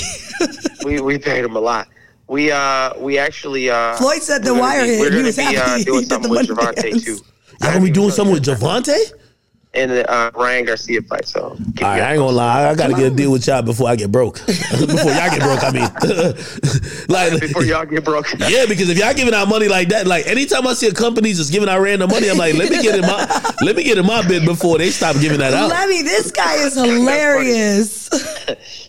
Speaker 4: We we paid him a lot. We uh we actually uh
Speaker 2: Floyd said the
Speaker 4: we're gonna
Speaker 2: wire
Speaker 4: be-
Speaker 2: hit.
Speaker 4: We're
Speaker 2: He
Speaker 4: gonna
Speaker 2: was
Speaker 4: be uh,
Speaker 2: happy. He
Speaker 4: doing
Speaker 2: did
Speaker 4: something
Speaker 2: the
Speaker 4: with
Speaker 2: money
Speaker 4: Javante
Speaker 2: dance.
Speaker 4: too.
Speaker 1: Y'all gonna be doing something with Javante?
Speaker 4: and the uh, Ryan Garcia fight. So keep
Speaker 1: All right,
Speaker 4: your-
Speaker 1: I ain't gonna lie. I gotta get a deal with y'all before I get broke. before y'all get broke, I mean, like
Speaker 4: before y'all get broke.
Speaker 1: Yeah, because if y'all giving out money like that, like anytime I see a company just giving out random money, I'm like, let me get in my let me get in my bid before they stop giving that out.
Speaker 2: Lemmy, this guy is hilarious.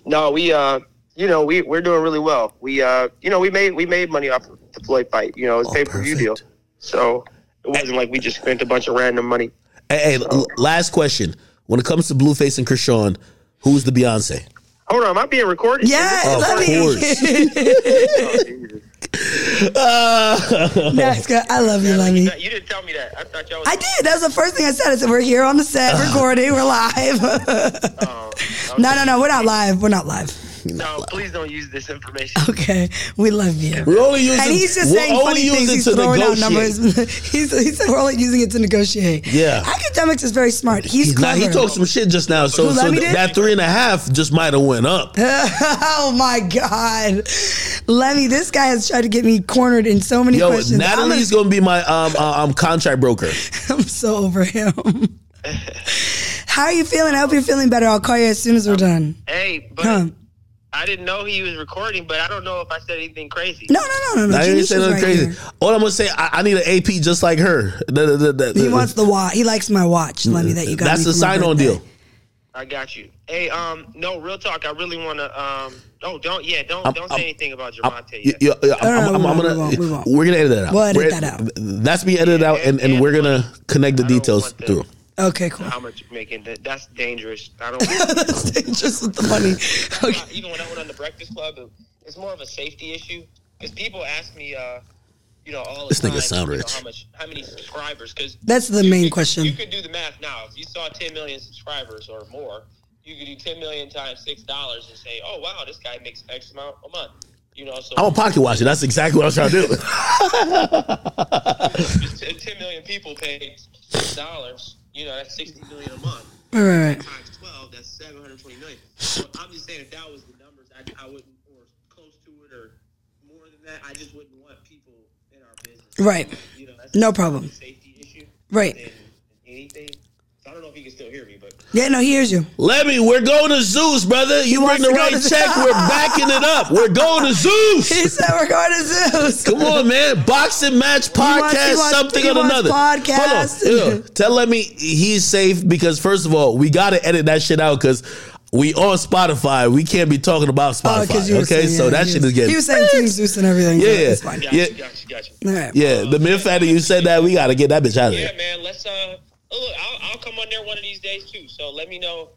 Speaker 4: No, we uh you know we we're doing really well. We uh you know we made we made money off the Floyd fight. You know it's pay per view deal.
Speaker 1: Oh, perfect.
Speaker 4: So it wasn't like we just spent a bunch of random money.
Speaker 1: Hey, hey, l- last question. When it comes to Blueface and Krishan, who's the Beyonce?
Speaker 4: Hold on, am I being recorded?
Speaker 2: Yeah,
Speaker 1: Of
Speaker 2: Lemmy.
Speaker 1: Uh,
Speaker 2: That's good. I love you, Lemmy.
Speaker 4: You didn't tell me that. I thought y'all was.
Speaker 2: I did. That was the first thing I said. I said, we're here on the set, recording, we're live. no, no, no, we're not live. We're not live.
Speaker 4: no, please don't use this information.
Speaker 2: Okay. We love you.
Speaker 1: we're only using.
Speaker 2: And he's just
Speaker 1: we're
Speaker 2: saying
Speaker 1: only
Speaker 2: funny
Speaker 1: using
Speaker 2: things. He's
Speaker 1: to
Speaker 2: throwing out
Speaker 1: negotiate.
Speaker 2: numbers. he's, he said we're only using it to negotiate.
Speaker 1: Yeah.
Speaker 2: Academics is very smart. He's,
Speaker 1: He's not,
Speaker 2: clever.
Speaker 1: he talked some shit just now, so,
Speaker 2: Who,
Speaker 1: so
Speaker 2: Lemmy
Speaker 1: th-
Speaker 2: did?
Speaker 1: that three and a half just might have went up.
Speaker 2: oh my God. Lemmy, this guy has tried to get me cornered in so many
Speaker 1: Yo,
Speaker 2: questions. I'm
Speaker 1: Natalie's gonna be my um, uh, um contract broker.
Speaker 2: I'm so over him. How are you feeling? I hope you're feeling better. I'll call you as soon as we're done.
Speaker 4: Hey, but
Speaker 2: Huh.
Speaker 4: I didn't know he was recording, but I don't know if I said anything crazy.
Speaker 2: No, no, no, no, no.
Speaker 1: I ain't
Speaker 2: Janisha's
Speaker 1: say nothing
Speaker 2: right
Speaker 1: crazy.
Speaker 2: here.
Speaker 1: All I'm gonna say, I, I need an AP just like her. The- the- the- the-
Speaker 2: He wants the watch. He likes my watch, Lemmy, that you got.
Speaker 1: That's the
Speaker 2: me for my
Speaker 1: sign-on
Speaker 2: birthday.
Speaker 1: deal.
Speaker 4: I got you. Hey, um, no, real talk. I really want to. Um, oh, don't, yeah, don't,
Speaker 1: I'm-
Speaker 4: don't
Speaker 1: I'm-
Speaker 4: say anything about
Speaker 1: I'm-
Speaker 4: Javante.
Speaker 1: yeah,
Speaker 4: yet.
Speaker 1: yeah, yeah,
Speaker 2: No, no,
Speaker 1: I'm-
Speaker 2: no,
Speaker 1: I'm-
Speaker 2: we
Speaker 1: I'm
Speaker 2: won't,
Speaker 1: gonna-
Speaker 2: we won't, we won't.
Speaker 1: We're gonna edit that out.
Speaker 2: We'll edit
Speaker 1: We're-
Speaker 2: that out.
Speaker 1: That's being edited out, and, and we're gonna connect the
Speaker 4: I don't
Speaker 1: details
Speaker 4: want that.
Speaker 1: through.
Speaker 2: Okay, cool.
Speaker 4: How much you're making? That, that's dangerous. I don't.
Speaker 2: That's dangerous with the money. Okay.
Speaker 4: even when I went on the Breakfast Club, it- it's more of a safety issue because people ask me, uh, you know, all the
Speaker 1: This nigga
Speaker 4: time,
Speaker 1: sound
Speaker 4: you know,
Speaker 1: rich.
Speaker 4: how much, how many subscribers? Because
Speaker 2: That's the main question.
Speaker 4: You could do the math now. If you saw 10 million subscribers or more, you could do 10 million times six dollars and say, oh wow, this guy makes X amount a month. You know, so
Speaker 1: I'm a pocket watcher. That's exactly what I was trying to do.
Speaker 4: if 10 million people pay six dollars. You know, that's 60 million a month.
Speaker 2: All right, right.
Speaker 4: times 12, that's 720 million. So I'm just saying, if that was the numbers, I, I wouldn't, or close to it, or more than that, I just wouldn't want people in our business.
Speaker 2: Right.
Speaker 4: You know, that's
Speaker 2: No problem.
Speaker 4: a safety issue
Speaker 2: Right.
Speaker 4: than anything. So I don't know if you can still hear me, but
Speaker 2: Yeah, no, he hears you.
Speaker 1: Lemmy, we're going to Zeus, brother. You bring
Speaker 2: wants
Speaker 1: the
Speaker 2: to go
Speaker 1: right
Speaker 2: to-
Speaker 1: check. We're backing it up. We're going to Zeus.
Speaker 2: He said we're going to Zeus.
Speaker 1: Come on, man. Boxing match, podcast,
Speaker 2: wants- he wants-
Speaker 1: something
Speaker 2: he
Speaker 1: or
Speaker 2: wants
Speaker 1: another.
Speaker 2: podcast.
Speaker 1: Hold on. Ew. Tell Lemmy he's safe because, first of all, we got to edit that shit out because we on Spotify. We can't be talking about
Speaker 2: Oh,
Speaker 1: Spotify.
Speaker 2: 'cause you were
Speaker 1: okay,
Speaker 2: saying,
Speaker 1: so
Speaker 2: yeah,
Speaker 1: that
Speaker 2: he
Speaker 1: shit
Speaker 2: was-
Speaker 1: is getting.
Speaker 2: He was saying Team Zeus and everything.
Speaker 1: Yeah,
Speaker 2: Yeah, it's fine.
Speaker 4: gotcha,
Speaker 1: Yeah.
Speaker 4: gotcha, gotcha.
Speaker 2: All right.
Speaker 1: yeah, the mere fact that you said that, we got to get that bitch out of
Speaker 4: Yeah,
Speaker 1: there.
Speaker 4: man. Let's uh, oh, look, I'll, I'll come on there one of these days too. So let me know.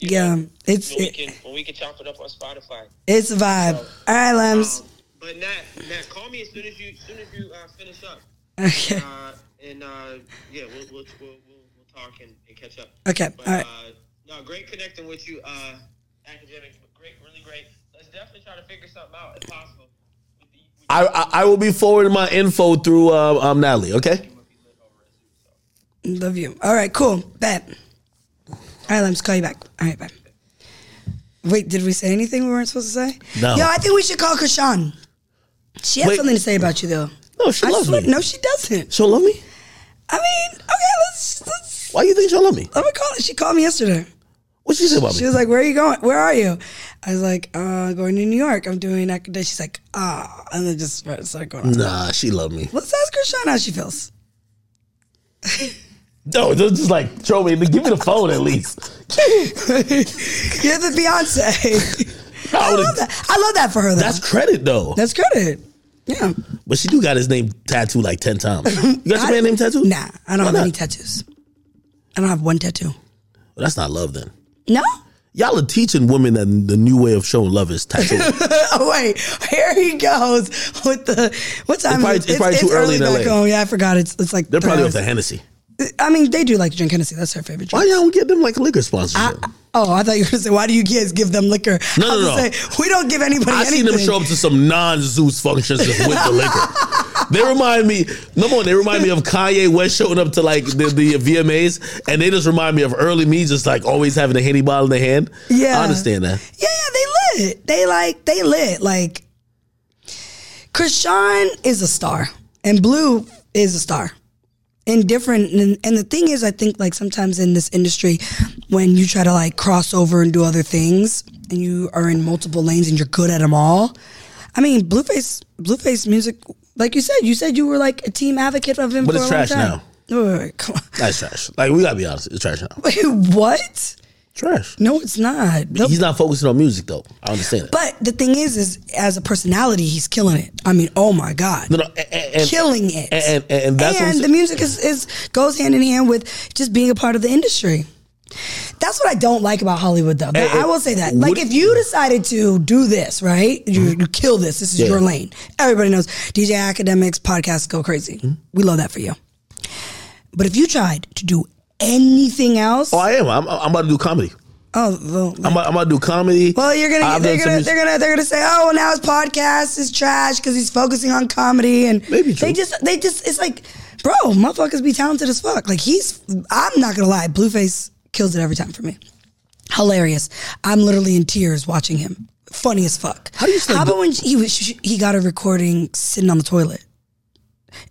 Speaker 4: you
Speaker 2: Yeah,
Speaker 4: know,
Speaker 2: it's-
Speaker 4: when we
Speaker 2: it-
Speaker 4: can when we can chop it up on Spotify.
Speaker 2: It's a vibe. All right, Lems.
Speaker 4: Um, but Nat, Nat, call me as soon as you soon as you uh, finish up.
Speaker 2: Okay.
Speaker 4: Uh, and uh, yeah, we'll we'll, we'll, we'll we'll talk and, and catch up.
Speaker 2: Okay,
Speaker 4: But,
Speaker 2: all right.
Speaker 4: Uh, no, great connecting with you. Uh, academics, great, really great. Let's definitely try to figure something out if possible. With the, with
Speaker 1: I, I, I will be forwarding my info through uh, um, Natalie, okay?
Speaker 2: Love you. All right, cool. Bet. All right, Lems, call you back. All right, bye. Wait, did we say anything we weren't supposed to say?
Speaker 1: No.
Speaker 2: Yo, I think we should call Krishan. She has
Speaker 1: Wait.
Speaker 2: something to say about you, though.
Speaker 1: No, she
Speaker 2: I
Speaker 1: loves
Speaker 2: swear-
Speaker 1: me.
Speaker 2: No, she doesn't.
Speaker 1: She'll love me?
Speaker 2: I mean, okay, let's, let's
Speaker 1: Why you think she'll love me?
Speaker 2: let me call it. She called me yesterday.
Speaker 1: What she say about me?
Speaker 2: She was like, "Where are you going? Where are you?" I was like, uh, "Going to New York. I'm doing academic." She's like, "Ah," and then just started going. On.
Speaker 1: Nah, she loved me.
Speaker 2: Let's ask Krishan how she feels.
Speaker 1: No, just just like throw me, give me the phone at least.
Speaker 2: You're the Beyonce. I
Speaker 1: I
Speaker 2: love
Speaker 1: would've-
Speaker 2: that. I love that for her. Though.
Speaker 1: that's credit though.
Speaker 2: That's credit. Yeah.
Speaker 1: But she do got his name tattooed like ten times. You got your
Speaker 2: I-
Speaker 1: man name tattooed?
Speaker 2: Nah, I
Speaker 1: Why
Speaker 2: don't have
Speaker 1: not?
Speaker 2: any tattoos. I don't have one tattoo.
Speaker 1: Well, that's not love then.
Speaker 2: No?
Speaker 1: Y'all are teaching women that the new way of showing love is tattoo.
Speaker 2: oh wait, here he goes with the what time?
Speaker 1: probably-
Speaker 2: is it?
Speaker 1: it's probably too early in
Speaker 2: back
Speaker 1: LA.
Speaker 2: home. Yeah, I forgot. It's it's like
Speaker 1: They're probably with
Speaker 2: three
Speaker 1: the Hennessy.
Speaker 2: hours. I mean, they do like to drink Hennessy. That's her favorite
Speaker 1: Why
Speaker 2: drink.
Speaker 1: y'all don't get them like liquor sponsorship?
Speaker 2: Oh, I thought you were gonna say, why do you kids give them liquor?
Speaker 1: No,
Speaker 2: I was
Speaker 1: no,
Speaker 2: gonna
Speaker 1: no.
Speaker 2: say, we don't give anybody
Speaker 1: I
Speaker 2: anything.
Speaker 1: seen them show up to some non-Zeus functions just with the liquor. They remind me, number one, they remind me of Kanye West showing up to like the, the VMAs, and they just remind me of early me, just like always having a handy bottle in the hand.
Speaker 2: Yeah.
Speaker 1: I understand that.
Speaker 2: Yeah, yeah, they lit. They like they lit. Like Krishan is a star, and Blue is a star. And different, and, and the thing is, I think like sometimes in this industry, when you try to like cross over and do other things, and you are in multiple lanes and you're good at them all. I mean, Blueface, Blueface music, like you said, you said you were like a team advocate of him.
Speaker 1: But
Speaker 2: for
Speaker 1: it's
Speaker 2: a long
Speaker 1: trash
Speaker 2: time.
Speaker 1: now.
Speaker 2: Wait, wait, wait, come on.
Speaker 1: That's trash. Like we gotta be honest, it's trash now.
Speaker 2: Wait, what?
Speaker 1: Trash.
Speaker 2: No, it's not. The-
Speaker 1: He's not focusing on music though. I understand that.
Speaker 2: But the thing is, is as a personality, he's killing it. I mean, oh my god,
Speaker 1: No, no, a- a- and,
Speaker 2: killing it.
Speaker 1: and- and- and that's what I'm
Speaker 2: And the
Speaker 1: saying.
Speaker 2: music is, is goes hand in hand with just being a part of the industry. That's what I don't like about Hollywood, though. That-
Speaker 1: and-
Speaker 2: I will say
Speaker 1: what-
Speaker 2: that.
Speaker 1: Mm-hmm.
Speaker 2: Like, if you decided to do this, right? You, you kill this. This is
Speaker 1: Yeah.
Speaker 2: your lane. Everybody knows DJ academics podcasts go crazy.
Speaker 1: Mm-hmm.
Speaker 2: We love that for you. But if you tried to do anything else,
Speaker 1: Oh, I am. I'm, I'm about to do comedy.
Speaker 2: oh well,
Speaker 1: I'm about, I'm about to do comedy.
Speaker 2: Well, you're gonna
Speaker 1: I've
Speaker 2: they're
Speaker 1: done some
Speaker 2: gonna
Speaker 1: music-
Speaker 2: they're gonna they're gonna say, oh, well, now his podcast is trash because he's focusing on comedy and
Speaker 1: Maybe true.
Speaker 2: they just they just it's like, bro, motherfuckers be talented as fuck. Like he's I'm not gonna lie, Blueface kills it every time for me. Hilarious. I'm literally in tears watching him. Funny as fuck.
Speaker 1: How do you still
Speaker 2: How about
Speaker 1: do-
Speaker 2: when he was he got a recording sitting on the toilet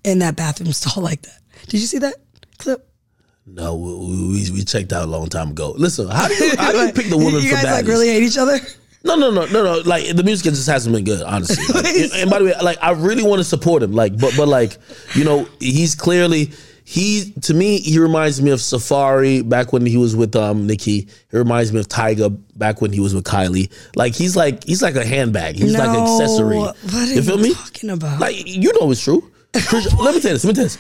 Speaker 2: in that bathroom stall like that? Did you see that clip?
Speaker 1: No, we, we, we checked out a long time ago. Listen, how do you how do you pick the woman
Speaker 2: you
Speaker 1: for
Speaker 2: guys
Speaker 1: baddies?
Speaker 2: like really hate each other?
Speaker 1: No, no, no, no, no. Like the music just hasn't been good, honestly. Like, and, and by the way, like I really want to support him. Like, but but like you know, he's clearly he to me he reminds me of Safari back when he was with um Nicki. He reminds me of Tyga back when he was with Kylie. Like he's like he's like a handbag. He's like an
Speaker 2: No,
Speaker 1: accessory.
Speaker 2: What are you,
Speaker 1: you feel me?
Speaker 2: talking about?
Speaker 1: Like you know it's true. Krish- let me tell you this. Let me tell you this.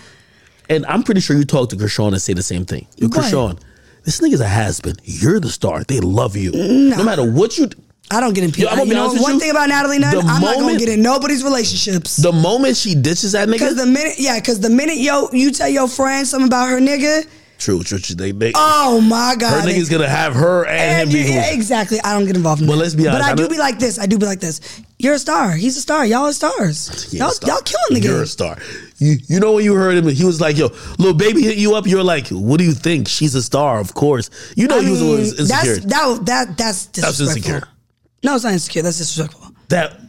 Speaker 1: And I'm pretty sure you talk to Krishan and say the same thing. Yo,
Speaker 2: What?
Speaker 1: Krishan, this nigga's a has been. You're the star. They love you. No matter what you.
Speaker 2: I don't get in people.
Speaker 1: Yo, I'm gonna
Speaker 2: you
Speaker 1: be
Speaker 2: know,
Speaker 1: honest with
Speaker 2: one
Speaker 1: you.
Speaker 2: thing about Natalie Nunn,
Speaker 1: The
Speaker 2: I'm not gonna
Speaker 1: moment-
Speaker 2: get in nobody's relationships.
Speaker 1: The moment she ditches that nigga,
Speaker 2: Cause the minute, yeah, cause the minute yo, you tell your friend something about her nigga,
Speaker 1: true, true, true. They, they,
Speaker 2: oh my
Speaker 1: her
Speaker 2: god,
Speaker 1: nigga's gonna have her and,
Speaker 2: And
Speaker 1: him
Speaker 2: you-
Speaker 1: be
Speaker 2: yeah,
Speaker 1: hosting.
Speaker 2: exactly. I don't get involved in
Speaker 1: But
Speaker 2: that.
Speaker 1: let's be honest,
Speaker 2: But I
Speaker 1: I
Speaker 2: do
Speaker 1: don't-
Speaker 2: be like this. I do be like this. You're a star. He's a star. Y'all are stars.
Speaker 1: You're a
Speaker 2: y'all,
Speaker 1: star.
Speaker 2: y'all killing the
Speaker 1: You're
Speaker 2: game.
Speaker 1: a star. You, you know when you heard him, he was like, "Yo, little baby hit you up." You're like, "What do you think? She's a star, of course." You know
Speaker 2: I
Speaker 1: he was the one who's
Speaker 2: mean,
Speaker 1: insecure.
Speaker 2: that's that, that that's
Speaker 1: That's
Speaker 2: disrespectful.
Speaker 1: insecure.
Speaker 2: No, it's not insecure. That's disrespectful.
Speaker 1: That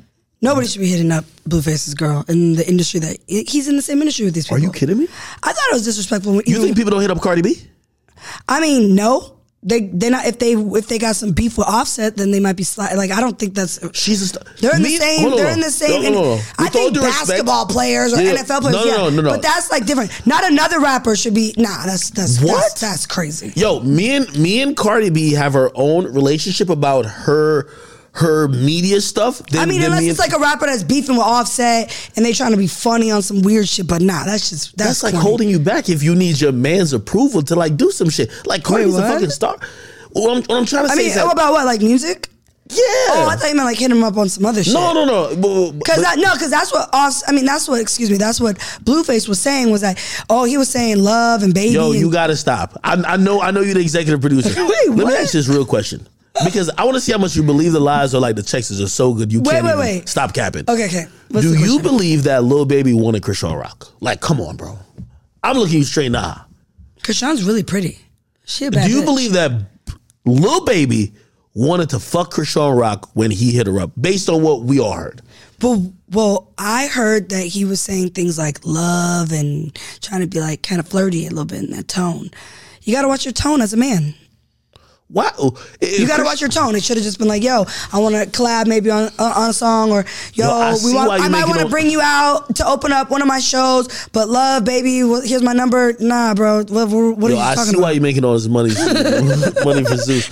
Speaker 2: Nobody should be hitting up Blueface's girl in the industry that he's in the same industry with these people.
Speaker 1: are you kidding me?
Speaker 2: I thought it was disrespectful. When,
Speaker 1: You think people don't hit up Cardi B?
Speaker 2: I mean, no. They they not if they if they got some beef with Offset, then they might be sli- like I don't think that's
Speaker 1: She's a star.
Speaker 2: they're in
Speaker 1: Me-
Speaker 2: the same.
Speaker 1: hold on,
Speaker 2: they're in the
Speaker 1: hold
Speaker 2: same.
Speaker 1: on, hold on.
Speaker 2: I
Speaker 1: With all
Speaker 2: think
Speaker 1: due respect-
Speaker 2: basketball players or
Speaker 1: Yeah,
Speaker 2: NFL players.
Speaker 1: No, no,
Speaker 2: yeah,
Speaker 1: no, no, no.
Speaker 2: But that's like different. Not another rapper should be. Nah, that's that's
Speaker 1: What?
Speaker 2: That's, that's crazy.
Speaker 1: Yo, me and me and Cardi B have our own relationship about her her media stuff. Than,
Speaker 2: I mean,
Speaker 1: than
Speaker 2: unless
Speaker 1: me
Speaker 2: it's
Speaker 1: and-
Speaker 2: like a rapper that's beefing with Offset and they trying to be funny on some weird shit. But nah, that's just that's,
Speaker 1: that's, like
Speaker 2: corny.
Speaker 1: holding you back if you need your man's approval to like do some shit. Like Cardi's a
Speaker 2: what?
Speaker 1: fucking star. What I'm, what I'm trying to
Speaker 2: I
Speaker 1: say
Speaker 2: mean,
Speaker 1: is that,
Speaker 2: about what like music?
Speaker 1: yeah.
Speaker 2: Oh, I thought you meant like hitting him up on some other shit.
Speaker 1: no, no, no. But- but-
Speaker 2: Cause that, no, cause that's what Offs- I mean. That's what. Excuse me. That's what Blueface was saying. Was that? Oh, he was saying love and baby.
Speaker 1: Yo,
Speaker 2: and,
Speaker 1: you gotta stop. I, I know. I know you're the executive producer. Let me
Speaker 2: what?
Speaker 1: ask you this real question because I want to see how much you believe the lies or like the texts are so good you
Speaker 2: Wait,
Speaker 1: can't
Speaker 2: wait,
Speaker 1: even-
Speaker 2: wait.
Speaker 1: stop capping.
Speaker 2: Okay, okay. What's
Speaker 1: Do
Speaker 2: the
Speaker 1: you
Speaker 2: question?
Speaker 1: believe that Lil Baby wanted Krishan Rock? Like, come on, bro. I'm looking you straight in the eye.
Speaker 2: Krishan's really pretty. She a bad.
Speaker 1: Do you
Speaker 2: bitch.
Speaker 1: believe that Lil Baby wanted to fuck Krishan Rock when he hit her up, based on what we all heard?
Speaker 2: Well, well, I heard that he was saying things like love and trying to be like kind of flirty a little bit in that tone. You got to watch your tone as a man.
Speaker 1: Wow.
Speaker 2: You got to watch your tone. It should have just been like, "Yo, I want to collab maybe on uh, on a song," or "Yo,
Speaker 1: Yo, I
Speaker 2: we
Speaker 1: see
Speaker 2: want.
Speaker 1: why you
Speaker 2: I might
Speaker 1: making
Speaker 2: want to
Speaker 1: all-
Speaker 2: bring you out to open up one of my shows." But love, baby, well, here's my number. Nah, bro, what, what what are
Speaker 1: Yo,
Speaker 2: you
Speaker 1: I
Speaker 2: talking
Speaker 1: see
Speaker 2: about?
Speaker 1: why you're making all this money, money for Zeus.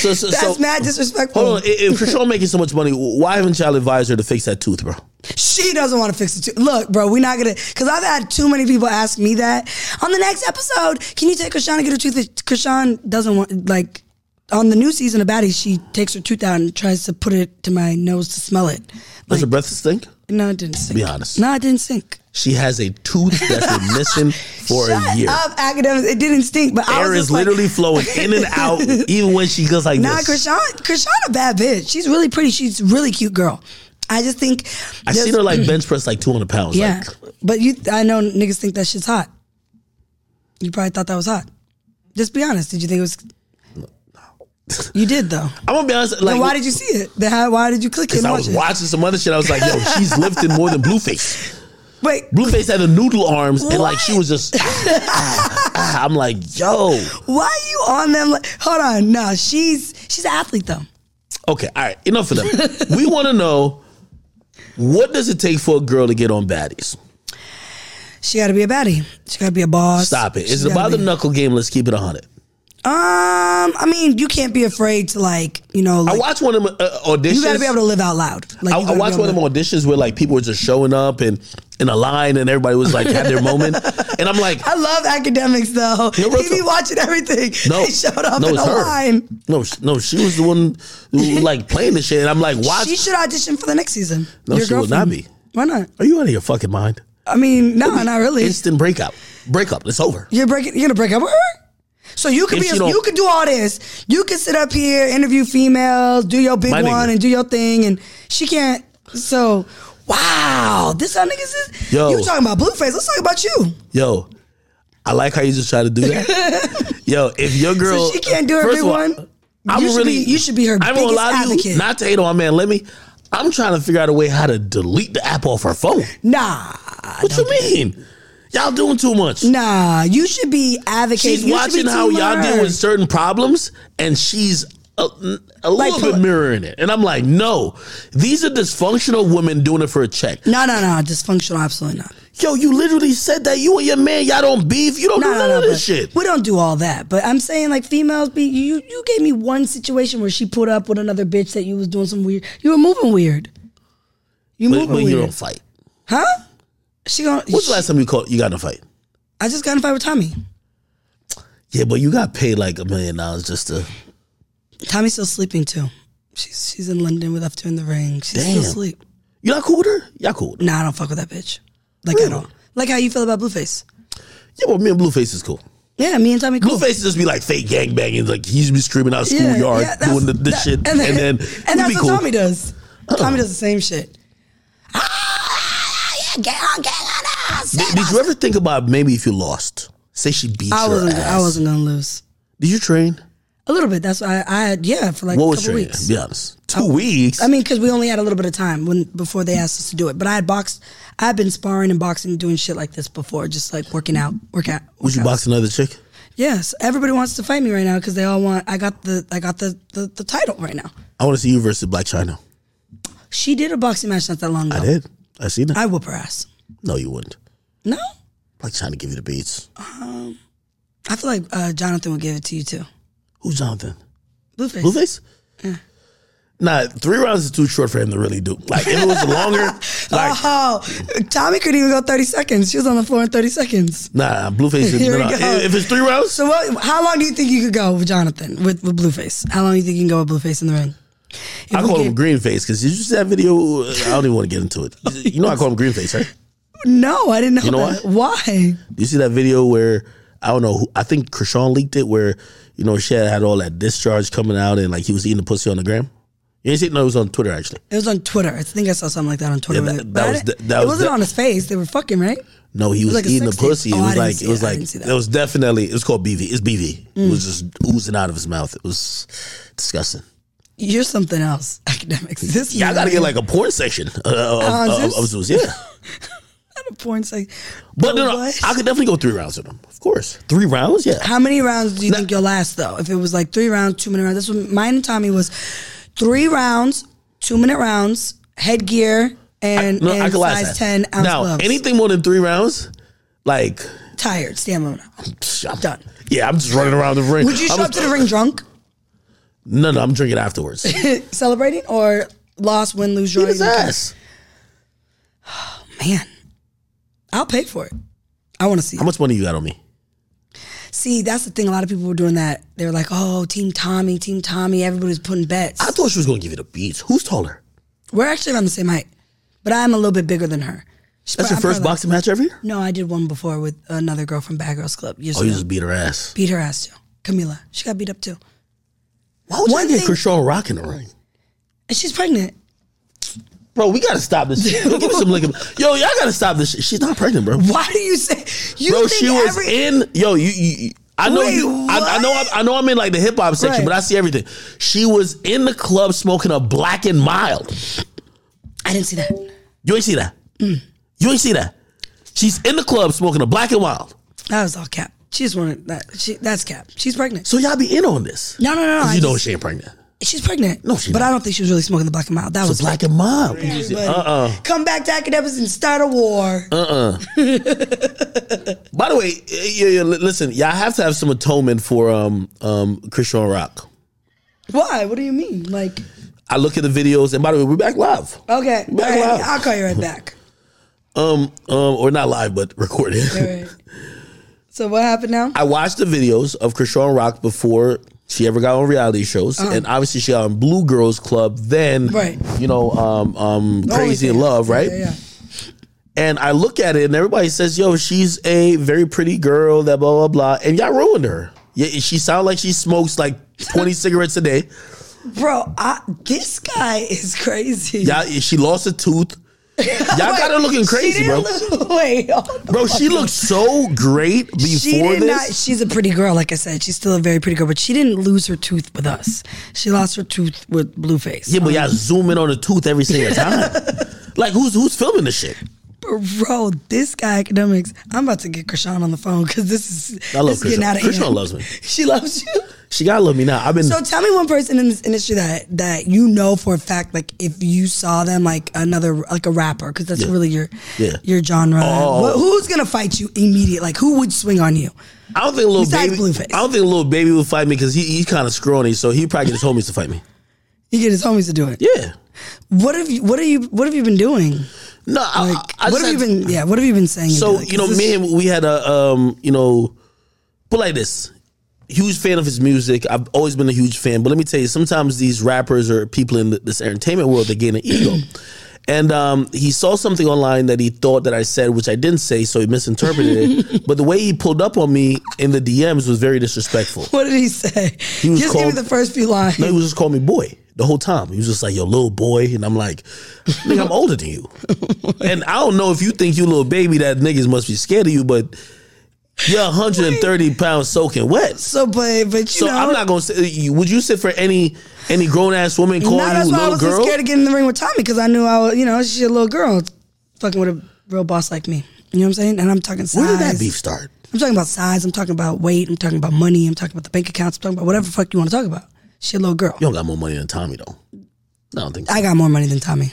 Speaker 1: So, so,
Speaker 2: That's
Speaker 1: so,
Speaker 2: mad disrespectful.
Speaker 1: Hold on, if Krishan making so much money, why haven't y'all advised her to fix that tooth, bro?
Speaker 2: She doesn't want to fix it too. Look, bro, we're not gonna because I've had too many people ask me that. On the next episode, can you take Krishan and get her tooth? Krishan doesn't want like on the new season of Baddies, she takes her tooth out and tries to put it to my nose to smell it.
Speaker 1: Does her breath stink?
Speaker 2: No, it didn't sink.
Speaker 1: Be honest.
Speaker 2: No, it didn't sink.
Speaker 1: She has a tooth that's been missing for a year.
Speaker 2: Up academics, it didn't stink. But I
Speaker 1: Air
Speaker 2: was
Speaker 1: is
Speaker 2: just like,
Speaker 1: literally flowing in and out, even when she goes like
Speaker 2: Nah,
Speaker 1: this.
Speaker 2: Krishan, Krishan a bad bitch. She's really pretty. She's a really cute girl. I just think
Speaker 1: I
Speaker 2: there's-
Speaker 1: seen her like bench press like 200 pounds.
Speaker 2: Yeah,
Speaker 1: Like,
Speaker 2: but you, I know niggas think that shit's hot. You probably thought that was hot. Just be honest. Did you think it was? You did though.
Speaker 1: I'm gonna be honest. Like,
Speaker 2: then why did you see it? Then how, why did you click it?
Speaker 1: Because
Speaker 2: And
Speaker 1: I
Speaker 2: watch
Speaker 1: was
Speaker 2: it?
Speaker 1: watching some other shit. I was like, yo, she's lifting more than Blueface.
Speaker 2: Wait,
Speaker 1: Blueface had the noodle arms, and like she
Speaker 2: What?
Speaker 1: was just. ah, ah. I'm like, yo.
Speaker 2: why are you on them? Like, hold on, no, she's she's an athlete though.
Speaker 1: Okay, all right, enough of that. we want to know what does it take for a girl to get on baddies?
Speaker 2: She got to be a baddie. She got to be a boss.
Speaker 1: Stop it. Is it
Speaker 2: She
Speaker 1: about
Speaker 2: gotta
Speaker 1: the
Speaker 2: be-
Speaker 1: knuckle game? Let's keep it 100.
Speaker 2: Um, I mean, you can't be afraid to like, you know,
Speaker 1: I
Speaker 2: like,
Speaker 1: watched one of them uh, auditions.
Speaker 2: you got to be able to live out loud. Like,
Speaker 1: I,
Speaker 2: you
Speaker 1: I
Speaker 2: gotta be
Speaker 1: watched
Speaker 2: able
Speaker 1: one of
Speaker 2: to-
Speaker 1: them auditions where like people were just showing up and in a line and everybody was like had their moment. And I'm like,
Speaker 2: I love academics though.
Speaker 1: No, real
Speaker 2: he be
Speaker 1: talk.
Speaker 2: watching everything.
Speaker 1: no,
Speaker 2: they showed up
Speaker 1: no,
Speaker 2: in
Speaker 1: it's
Speaker 2: a
Speaker 1: her.
Speaker 2: line.
Speaker 1: No, sh- no, she was the one who was, like playing the shit. And I'm like, watch.
Speaker 2: She should audition for the next season.
Speaker 1: No,
Speaker 2: Your
Speaker 1: she will not
Speaker 2: girlfriend.
Speaker 1: be.
Speaker 2: Why not?
Speaker 1: Are you out of your fucking mind?
Speaker 2: I mean, no, not really.
Speaker 1: Instant breakup. Breakup. It's over.
Speaker 2: you're breaking. You're gonna break up with her. So you could
Speaker 1: If
Speaker 2: be.
Speaker 1: she
Speaker 2: a-
Speaker 1: don't-
Speaker 2: You could do all this. You could sit up here, interview females, do your big
Speaker 1: My
Speaker 2: one,
Speaker 1: nigga.
Speaker 2: and do your thing. And she can't. So wow, this how niggas is.
Speaker 1: Yo.
Speaker 2: You talking about blueface? Let's talk about you.
Speaker 1: Yo, I like how you just try to do that. Yo, if your girl,
Speaker 2: she can't do her
Speaker 1: first
Speaker 2: big
Speaker 1: of all,
Speaker 2: one?
Speaker 1: I'm
Speaker 2: You should
Speaker 1: really,
Speaker 2: be- you should be her
Speaker 1: I'm gonna
Speaker 2: biggest
Speaker 1: lie to
Speaker 2: advocate.
Speaker 1: You, not to hate on my man, let me. I'm trying to figure out a way how to delete the app off her phone.
Speaker 2: Nah,
Speaker 1: What you mean? Y'all doing too much.
Speaker 2: nah. You should be advocating.
Speaker 1: she's
Speaker 2: You should
Speaker 1: watching
Speaker 2: be
Speaker 1: how
Speaker 2: team
Speaker 1: y'all
Speaker 2: her.
Speaker 1: deal with certain problems, and she's a, a
Speaker 2: Like,
Speaker 1: little
Speaker 2: pull-
Speaker 1: bit mirroring it. And I'm like, no, these are dysfunctional women doing it for a check.
Speaker 2: No, no, no. Dysfunctional, absolutely not.
Speaker 1: Yo, you literally said that you and your man, y'all don't beef, you don't do none of
Speaker 2: but
Speaker 1: this shit.
Speaker 2: We don't do all that. But I'm saying like females be you you gave me one situation where she put up with another bitch that you was doing some weird you were moving weird. You
Speaker 1: But
Speaker 2: moving
Speaker 1: when
Speaker 2: weird.
Speaker 1: you don't fight,
Speaker 2: huh? She going
Speaker 1: when's the last time you caught you got in a fight?
Speaker 2: I just got in a fight with Tommy.
Speaker 1: Yeah, but you got paid like a million dollars just to.
Speaker 2: Tommy's still sleeping too. She's she's in London with F2 in the ring. She's still
Speaker 1: Damn.
Speaker 2: asleep.
Speaker 1: You not cool with her? Y'all cool with her?
Speaker 2: Nah, I don't fuck with that bitch. Like at
Speaker 1: Really?
Speaker 2: all. Like how you feel about Blueface.
Speaker 1: Yeah, but me and Blueface is cool.
Speaker 2: Yeah, me and Tommy cool.
Speaker 1: Blueface just be like fake gangbanging, like he's be screaming out
Speaker 2: Yeah,
Speaker 1: schoolyard,
Speaker 2: yeah, that's-
Speaker 1: doing the, this
Speaker 2: that-
Speaker 1: shit, and then,
Speaker 2: and
Speaker 1: we
Speaker 2: that's
Speaker 1: be
Speaker 2: what
Speaker 1: cool. Oh.
Speaker 2: Tommy does. Tommy does the same shit. Get on, get on us.
Speaker 1: Did, did you ever think about maybe if you lost? Say she beat
Speaker 2: I
Speaker 1: your
Speaker 2: wasn't.
Speaker 1: ass.
Speaker 2: I wasn't gonna lose.
Speaker 1: Did you train?
Speaker 2: A little bit. That's why I, I had. Yeah, for like
Speaker 1: what
Speaker 2: a
Speaker 1: was
Speaker 2: couple
Speaker 1: training?
Speaker 2: weeks.
Speaker 1: Be honest. Two weeks.
Speaker 2: I mean, because we only had a little bit of time when before they asked us to do it. But I had boxed. I had been sparring and boxing, doing shit like this before, just like working out, workout.
Speaker 1: would you box another chick?
Speaker 2: Yes, everybody wants to fight me right now because they all want. I got the I got the, the the title right now.
Speaker 1: I want to see you versus Black China.
Speaker 2: She did a boxing match not that long ago.
Speaker 1: I did. I seen that.
Speaker 2: I whoop her ass.
Speaker 1: no, you wouldn't.
Speaker 2: No,
Speaker 1: Black China give you the beats.
Speaker 2: Oh. I feel like uh, Jonathan would give it to you too.
Speaker 1: Who's Jonathan?
Speaker 2: Blueface.
Speaker 1: Blueface? Nah, three rounds is too short for him to really do. Like if it was longer, like
Speaker 2: Oh, Tommy couldn't even go thirty seconds. She was on the floor in thirty seconds.
Speaker 1: nah, Blueface. Is,
Speaker 2: Here
Speaker 1: no,
Speaker 2: we
Speaker 1: no.
Speaker 2: go.
Speaker 1: If if it's three rounds,
Speaker 2: So, what, how long do you think you could go with Jonathan with, with Blueface? How long do you think you can go with Blueface in the ring? If
Speaker 1: I
Speaker 2: we Oh,
Speaker 1: call
Speaker 2: gave-
Speaker 1: him green face because did you see that video? I don't even want to get into it. You know I call him green face, right?
Speaker 2: No, I didn't know.
Speaker 1: You know
Speaker 2: that. Why?
Speaker 1: You see that video where I don't know. Who, I think Krishan leaked it where you know she had, had all that discharge coming out and like he was eating the pussy on the gram. You didn't see? No, it was on Twitter actually.
Speaker 2: It was on Twitter. I think I saw something like that on Twitter.
Speaker 1: Yeah, that-
Speaker 2: But
Speaker 1: that
Speaker 2: I
Speaker 1: was
Speaker 2: didn't-
Speaker 1: the- that
Speaker 2: it
Speaker 1: was
Speaker 2: wasn't
Speaker 1: the-
Speaker 2: on his face. They were fucking right.
Speaker 1: No, he was,
Speaker 2: like a
Speaker 1: eating the
Speaker 2: sex tape.
Speaker 1: pussy.
Speaker 2: Oh,
Speaker 1: it
Speaker 2: I
Speaker 1: was
Speaker 2: didn't
Speaker 1: like
Speaker 2: see
Speaker 1: it was
Speaker 2: it. I
Speaker 1: like
Speaker 2: didn't see that. Mm.
Speaker 1: it was definitely it was called BV. It's BV. It was just oozing out of his mouth. It was disgusting.
Speaker 2: You're something else, academics. This
Speaker 1: Yeah, I gotta
Speaker 2: man-
Speaker 1: get like a porn section uh, of,
Speaker 2: Uh,
Speaker 1: of,
Speaker 2: Zeus?
Speaker 1: of Zeus. Yeah,
Speaker 2: Not a porn site.
Speaker 1: but no, no,
Speaker 2: What?
Speaker 1: I could definitely go three rounds with him. Of course, three rounds. Yeah,
Speaker 2: How many rounds do you
Speaker 1: Nah.
Speaker 2: think you'll last though? If it was like three rounds, two minute rounds. That's what mine and Tommy was. Three rounds, two minute rounds, headgear, and,
Speaker 1: no,
Speaker 2: and
Speaker 1: I could last
Speaker 2: size
Speaker 1: that.
Speaker 2: ten ounce
Speaker 1: now,
Speaker 2: gloves.
Speaker 1: anything more than three rounds, like
Speaker 2: Tired, stamina.
Speaker 1: psh, I'm
Speaker 2: Done.
Speaker 1: Yeah, I'm just running around the ring.
Speaker 2: Would you
Speaker 1: I'm
Speaker 2: show up to the ring drunk,
Speaker 1: No, no, I'm drinking afterwards. Eat
Speaker 2: celebrating, or loss, win, lose, draw?
Speaker 1: his
Speaker 2: you don't care?
Speaker 1: ass.
Speaker 2: Man, I'll pay for it. I want to see. it.
Speaker 1: How much money you got on me?
Speaker 2: See, that's the thing. A lot of people were doing that. They were like, "Oh, Team Tommy, Team Tommy." Everybody was putting bets.
Speaker 1: I thought she was gonna give you the beats. Who's taller?
Speaker 2: We're actually around the same height, but I'm a little bit bigger than her. She's
Speaker 1: That's
Speaker 2: pro-
Speaker 1: your
Speaker 2: I'm
Speaker 1: first
Speaker 2: probably-
Speaker 1: boxing match ever year.
Speaker 2: No, I did one before with another girl from Bad Girls Club years
Speaker 1: Oh, you
Speaker 2: ago.
Speaker 1: just beat her ass.
Speaker 2: Beat her ass too. Camila, she got beat up too.
Speaker 1: Why would
Speaker 2: One
Speaker 1: you get
Speaker 2: thing-
Speaker 1: Kershaw Rock in the ring?
Speaker 2: And she's pregnant.
Speaker 1: Bro, we gotta stop this. shit. Give me some liquor. Yo, y'all gotta stop this. shit. She's not pregnant, bro.
Speaker 2: Why do you say you
Speaker 1: bro,
Speaker 2: think
Speaker 1: she was
Speaker 2: every
Speaker 1: in. Yo, you. you you- I know
Speaker 2: Wait,
Speaker 1: you. I, I know. I'm- I, know. I'm in like the hip hop section,
Speaker 2: Right.
Speaker 1: but I see everything. She was in the club smoking a black and mild.
Speaker 2: I didn't see that.
Speaker 1: You ain't see that.
Speaker 2: Mm.
Speaker 1: You ain't see that. She's in the club smoking a black and wild.
Speaker 2: That was all cap. She just wanted that. She, that's cap. She's pregnant.
Speaker 1: So y'all be in on this.
Speaker 2: No, no, no, no. I
Speaker 1: you know
Speaker 2: just-
Speaker 1: she ain't pregnant.
Speaker 2: she's pregnant.
Speaker 1: No, she
Speaker 2: But
Speaker 1: not.
Speaker 2: I don't think she was really smoking the black and mild. That
Speaker 1: It's
Speaker 2: was
Speaker 1: a black and mild. You just-
Speaker 2: everybody.
Speaker 1: Uh-uh. Uh.
Speaker 2: Come back to academics and start a war.
Speaker 1: By the way, yeah, yeah, li- listen, y'all have to have some atonement for um um Christian Rock.
Speaker 2: Why? What do you mean? Like,
Speaker 1: I look at the videos, and by the way, we're back live.
Speaker 2: okay, all
Speaker 1: Back
Speaker 2: right,
Speaker 1: live.
Speaker 2: I'll call you right back.
Speaker 1: Um, um, or not live, but recorded.
Speaker 2: All right. So what happened now?
Speaker 1: I watched the videos of Krishan Rock before she ever got on reality shows, and obviously she got on Blue Girls Club. Then,
Speaker 2: Uh-huh. Right.
Speaker 1: you know, um, um, Crazy in
Speaker 2: OnlyFans.
Speaker 1: Love, right?
Speaker 2: Yeah, yeah.
Speaker 1: And I look at it, and everybody says, "Yo, she's a very pretty girl." That blah blah blah, and y'all ruined her. Yeah, she sounds like she smokes like twenty cigarettes a day.
Speaker 2: Bro, I, this guy is crazy.
Speaker 1: Y'all, she lost a tooth. Y'all got her looking crazy,
Speaker 2: she
Speaker 1: bro.
Speaker 2: didn't Look, wait, hold on.
Speaker 1: bro, she looked so great before
Speaker 2: she did
Speaker 1: this.
Speaker 2: not. She's a pretty girl, like I said. She's still a very pretty girl, but she didn't lose her tooth with us. She lost her tooth with Blueface.
Speaker 1: yeah, but y'all zoom in on the tooth every single time. like, who's who's filming this shit?
Speaker 2: Bro, this guy academics. I'm about to get Krishan on the phone because this is
Speaker 1: I love
Speaker 2: this is getting
Speaker 1: Krishan.
Speaker 2: out of hand.
Speaker 1: Krishan loves me.
Speaker 2: She loves you.
Speaker 1: She gotta love me now. I've been
Speaker 2: So tell me one person in this industry that that you know for a fact, like if you saw them, like another like a rapper, because that's
Speaker 1: Yeah.
Speaker 2: really your
Speaker 1: Yeah.
Speaker 2: your genre.
Speaker 1: Oh.
Speaker 2: Wh- who's gonna fight you immediately? Like who would swing on you?
Speaker 1: I don't think little
Speaker 2: Besides
Speaker 1: baby.
Speaker 2: Blueface.
Speaker 1: I don't think little baby would fight me because he, he's kind of scrawny, so he probably get his homies to fight me.
Speaker 2: You get his homies to do it.
Speaker 1: Yeah.
Speaker 2: What have you? What are you? What have you been doing?
Speaker 1: No. I-
Speaker 2: Like
Speaker 1: I, I
Speaker 2: what
Speaker 1: just
Speaker 2: have you
Speaker 1: had-
Speaker 2: been? Yeah. What have you been saying?
Speaker 1: So
Speaker 2: Like,
Speaker 1: you know,
Speaker 2: is
Speaker 1: me
Speaker 2: this-
Speaker 1: and we had a um, you know, put like this. Huge fan of his music. I've always been a huge fan. But let me tell you, sometimes these rappers or people in th- this entertainment world they gain an ego. And um, he saw something online that he thought that I said, which I didn't say, so he misinterpreted it. But the way he pulled up on me in the DMs was very disrespectful.
Speaker 2: What did he say?
Speaker 1: He was
Speaker 2: Just
Speaker 1: called-
Speaker 2: give me the first few lines.
Speaker 1: No, he was just calling me boy the whole time. He was just like, "Yo, little boy," and I'm like, "Nigga, I'm older than you." and I don't know if you think you little baby that niggas must be scared of you, but you're 130 pounds soaking wet.
Speaker 2: so, but but you
Speaker 1: So
Speaker 2: know,
Speaker 1: I'm not gonna say. Would you sit for any any grown ass woman calling
Speaker 2: Now
Speaker 1: you
Speaker 2: that's why I
Speaker 1: little
Speaker 2: was
Speaker 1: girl?
Speaker 2: so scared to get in the ring with Tommy because I knew I was, you know, she's a little girl fucking with a real boss like me. You know what I'm saying? And I'm talking size.
Speaker 1: Where did that beef start?
Speaker 2: I'm talking about size. I'm talking about weight. I'm talking about money. I'm talking about the bank accounts. I'm talking about whatever the fuck you want to talk about. She a little girl.
Speaker 1: You don't got more money than Tommy though. I don't think so.
Speaker 2: I got more money than Tommy.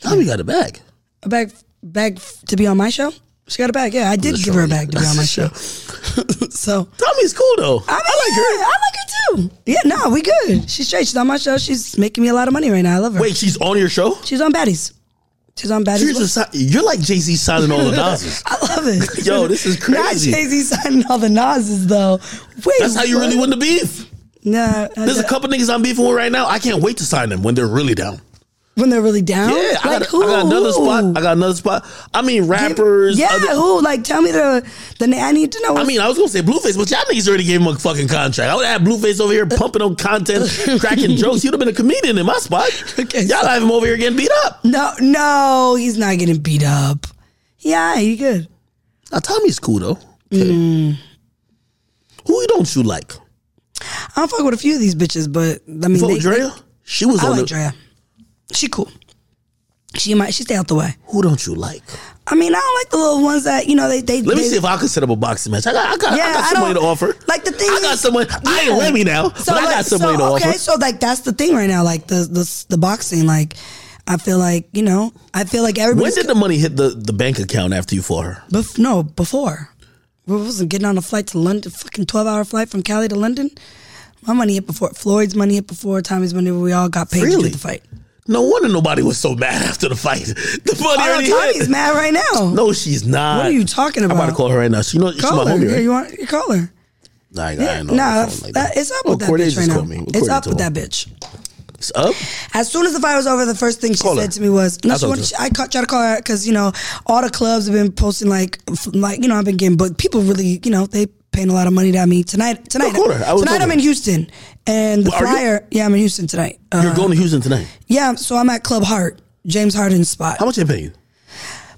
Speaker 1: Tommy got a bag.
Speaker 2: A bag, bag f- to be on my show. She got a bag. Yeah, I did
Speaker 1: That's
Speaker 2: give her a
Speaker 1: right.
Speaker 2: bag to be on my show. so
Speaker 1: Tommy's cool though.
Speaker 2: I, like her. I like her too. Yeah, no, we good. She's straight. She's on my show. She's making me a lot of money right now. I love her.
Speaker 1: Wait, she's on your show?
Speaker 2: She's on Baddies. She's on Baddies.
Speaker 1: She's just, you're like Jay Z signing all the Nas's.
Speaker 2: I love it.
Speaker 1: Yo, this is crazy.
Speaker 2: Not Jay Z signing all the Nas's though. Wait,
Speaker 1: That's how you
Speaker 2: what?
Speaker 1: really win the beef.
Speaker 2: Nah,
Speaker 1: There's a
Speaker 2: couple
Speaker 1: couple niggas I'm beefing with right now. I can't wait to sign them when they're really down.
Speaker 2: when they're really down.
Speaker 1: Yeah,
Speaker 2: Oh, like
Speaker 1: I, got,
Speaker 2: who?
Speaker 1: I got another spot. I got another spot. I mean, rappers.
Speaker 2: Yeah,
Speaker 1: other-
Speaker 2: who? Like, tell me the the. na- I need to know.
Speaker 1: I mean, I was gonna say Blueface, but y'all niggas already gave him a fucking contract. I would have had Blueface over here pumping on content, cracking jokes. You'd have been a comedian in my spot.
Speaker 2: Okay,
Speaker 1: y'all
Speaker 2: so-
Speaker 1: have him over here getting beat up.
Speaker 2: no, no, he's not getting beat up. Yeah, he good.
Speaker 1: Now Tommy's cool though. Okay.
Speaker 2: Mm.
Speaker 1: Who don't you like?
Speaker 2: I don't fuck with a few of these bitches, but I mean,
Speaker 1: Vote
Speaker 2: they,
Speaker 1: Drea. She was
Speaker 2: I
Speaker 1: on
Speaker 2: like
Speaker 1: the.
Speaker 2: Drea. She cool. She might she stay out the way.
Speaker 1: Who don't you like?
Speaker 2: I mean, I don't like the little ones that you know they they.
Speaker 1: Let me
Speaker 2: they-
Speaker 1: see if I could set up a boxing match. I got, I got, I
Speaker 2: Yeah,
Speaker 1: got
Speaker 2: I
Speaker 1: some money to
Speaker 2: don't-
Speaker 1: offer.
Speaker 2: like, the thing
Speaker 1: I got
Speaker 2: is-
Speaker 1: someone. I ain't
Speaker 2: Yeah.
Speaker 1: Remy now, but I
Speaker 2: like,
Speaker 1: got some
Speaker 2: so,
Speaker 1: money to
Speaker 2: okay,
Speaker 1: offer.
Speaker 2: so like that's the thing right now. Like the the the boxing, like I feel like you know, I feel like
Speaker 1: When
Speaker 2: everybody's
Speaker 1: did the money hit the, the bank account after you fought her?
Speaker 2: Bef- no, before. We wasn't getting on a flight to London, fucking 12 hour flight from Cali to London. My money hit before. Floyd's money hit before. Tommy's money. We all got paid to
Speaker 1: Really?
Speaker 2: do the fight.
Speaker 1: No wonder nobody was so mad after the fight. The money
Speaker 2: Oh,
Speaker 1: already
Speaker 2: no, Tommy's
Speaker 1: hit.
Speaker 2: mad right now.
Speaker 1: No, she's not.
Speaker 2: What are you talking
Speaker 1: I'm about to
Speaker 2: about?
Speaker 1: call her right now. She know she's
Speaker 2: call
Speaker 1: my
Speaker 2: her.
Speaker 1: homie,
Speaker 2: Yeah,
Speaker 1: right?
Speaker 2: you want you call her.
Speaker 1: Nah, I, I
Speaker 2: Yeah,
Speaker 1: ain't
Speaker 2: no,
Speaker 1: on my phone like that.
Speaker 2: it's up
Speaker 1: Oh,
Speaker 2: with that
Speaker 1: Cordae
Speaker 2: bitch
Speaker 1: just
Speaker 2: right now.
Speaker 1: called me. Cordae
Speaker 2: It's up
Speaker 1: told
Speaker 2: with that
Speaker 1: me.
Speaker 2: bitch.
Speaker 1: It's up.
Speaker 2: As soon as the fight was over, the first thing she
Speaker 1: Call her.
Speaker 2: said to me was, "No,
Speaker 1: I'll
Speaker 2: she
Speaker 1: talk
Speaker 2: wanted."
Speaker 1: to
Speaker 2: She, I ca- tried to call her because you know all the clubs have been posting like, f- like you know I've been getting booked. People really, you know, they paying a lot of money to me tonight. Tonight,
Speaker 1: call her. I was
Speaker 2: tonight
Speaker 1: talking.
Speaker 2: I'm in Houston, and the
Speaker 1: Well, are you-
Speaker 2: flyer. Yeah, I'm in Houston tonight.
Speaker 1: You're
Speaker 2: Uh,
Speaker 1: going to Houston tonight.
Speaker 2: yeah, so I'm at Club Heart, James Harden's spot.
Speaker 1: How much they paying?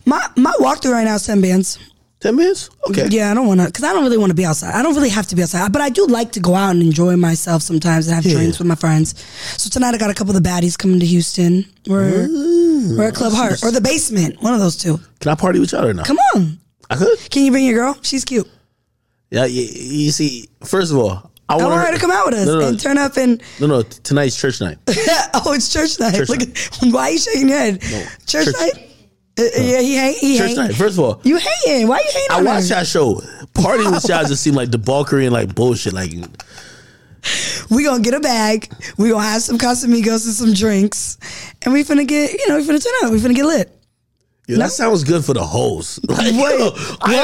Speaker 2: My my walkthrough right now is ten bands.
Speaker 1: Ten minutes? Okay.
Speaker 2: Yeah, I don't want to, cause I don't really want to be outside. I don't really have to be outside, but I do like to go out and enjoy myself sometimes and have drinks with my friends. So tonight I got a couple of the baddies coming to Houston. We're we're at Club Heart or the basement, one of those two.
Speaker 1: Can I party with y'all or not?
Speaker 2: Come on,
Speaker 1: I could.
Speaker 2: can you bring your girl? She's cute.
Speaker 1: Yeah. You, you see, first of all, I
Speaker 2: I
Speaker 1: want,
Speaker 2: want her to come out with us
Speaker 1: No, no,
Speaker 2: and turn up and
Speaker 1: no, no. Tonight's church night.
Speaker 2: oh, it's church night.
Speaker 1: Church
Speaker 2: Look, at- why are you shaking your head? Church,
Speaker 1: church-
Speaker 2: night. Uh, yeah, he hate. He
Speaker 1: Church
Speaker 2: hate.
Speaker 1: night. First of all,
Speaker 2: You hating? Why you hating?
Speaker 1: I
Speaker 2: on
Speaker 1: watched
Speaker 2: her?
Speaker 1: y'all show. Partying with y'all just seemed like debauchery and like bullshit. Like
Speaker 2: we gonna get a bag. We gonna have some Casamigos and some drinks, and we finna get you know we finna turn up. We finna get lit.
Speaker 1: Yo, that sounds good for the hoes. Like,
Speaker 2: Wait,
Speaker 1: yo, I ain't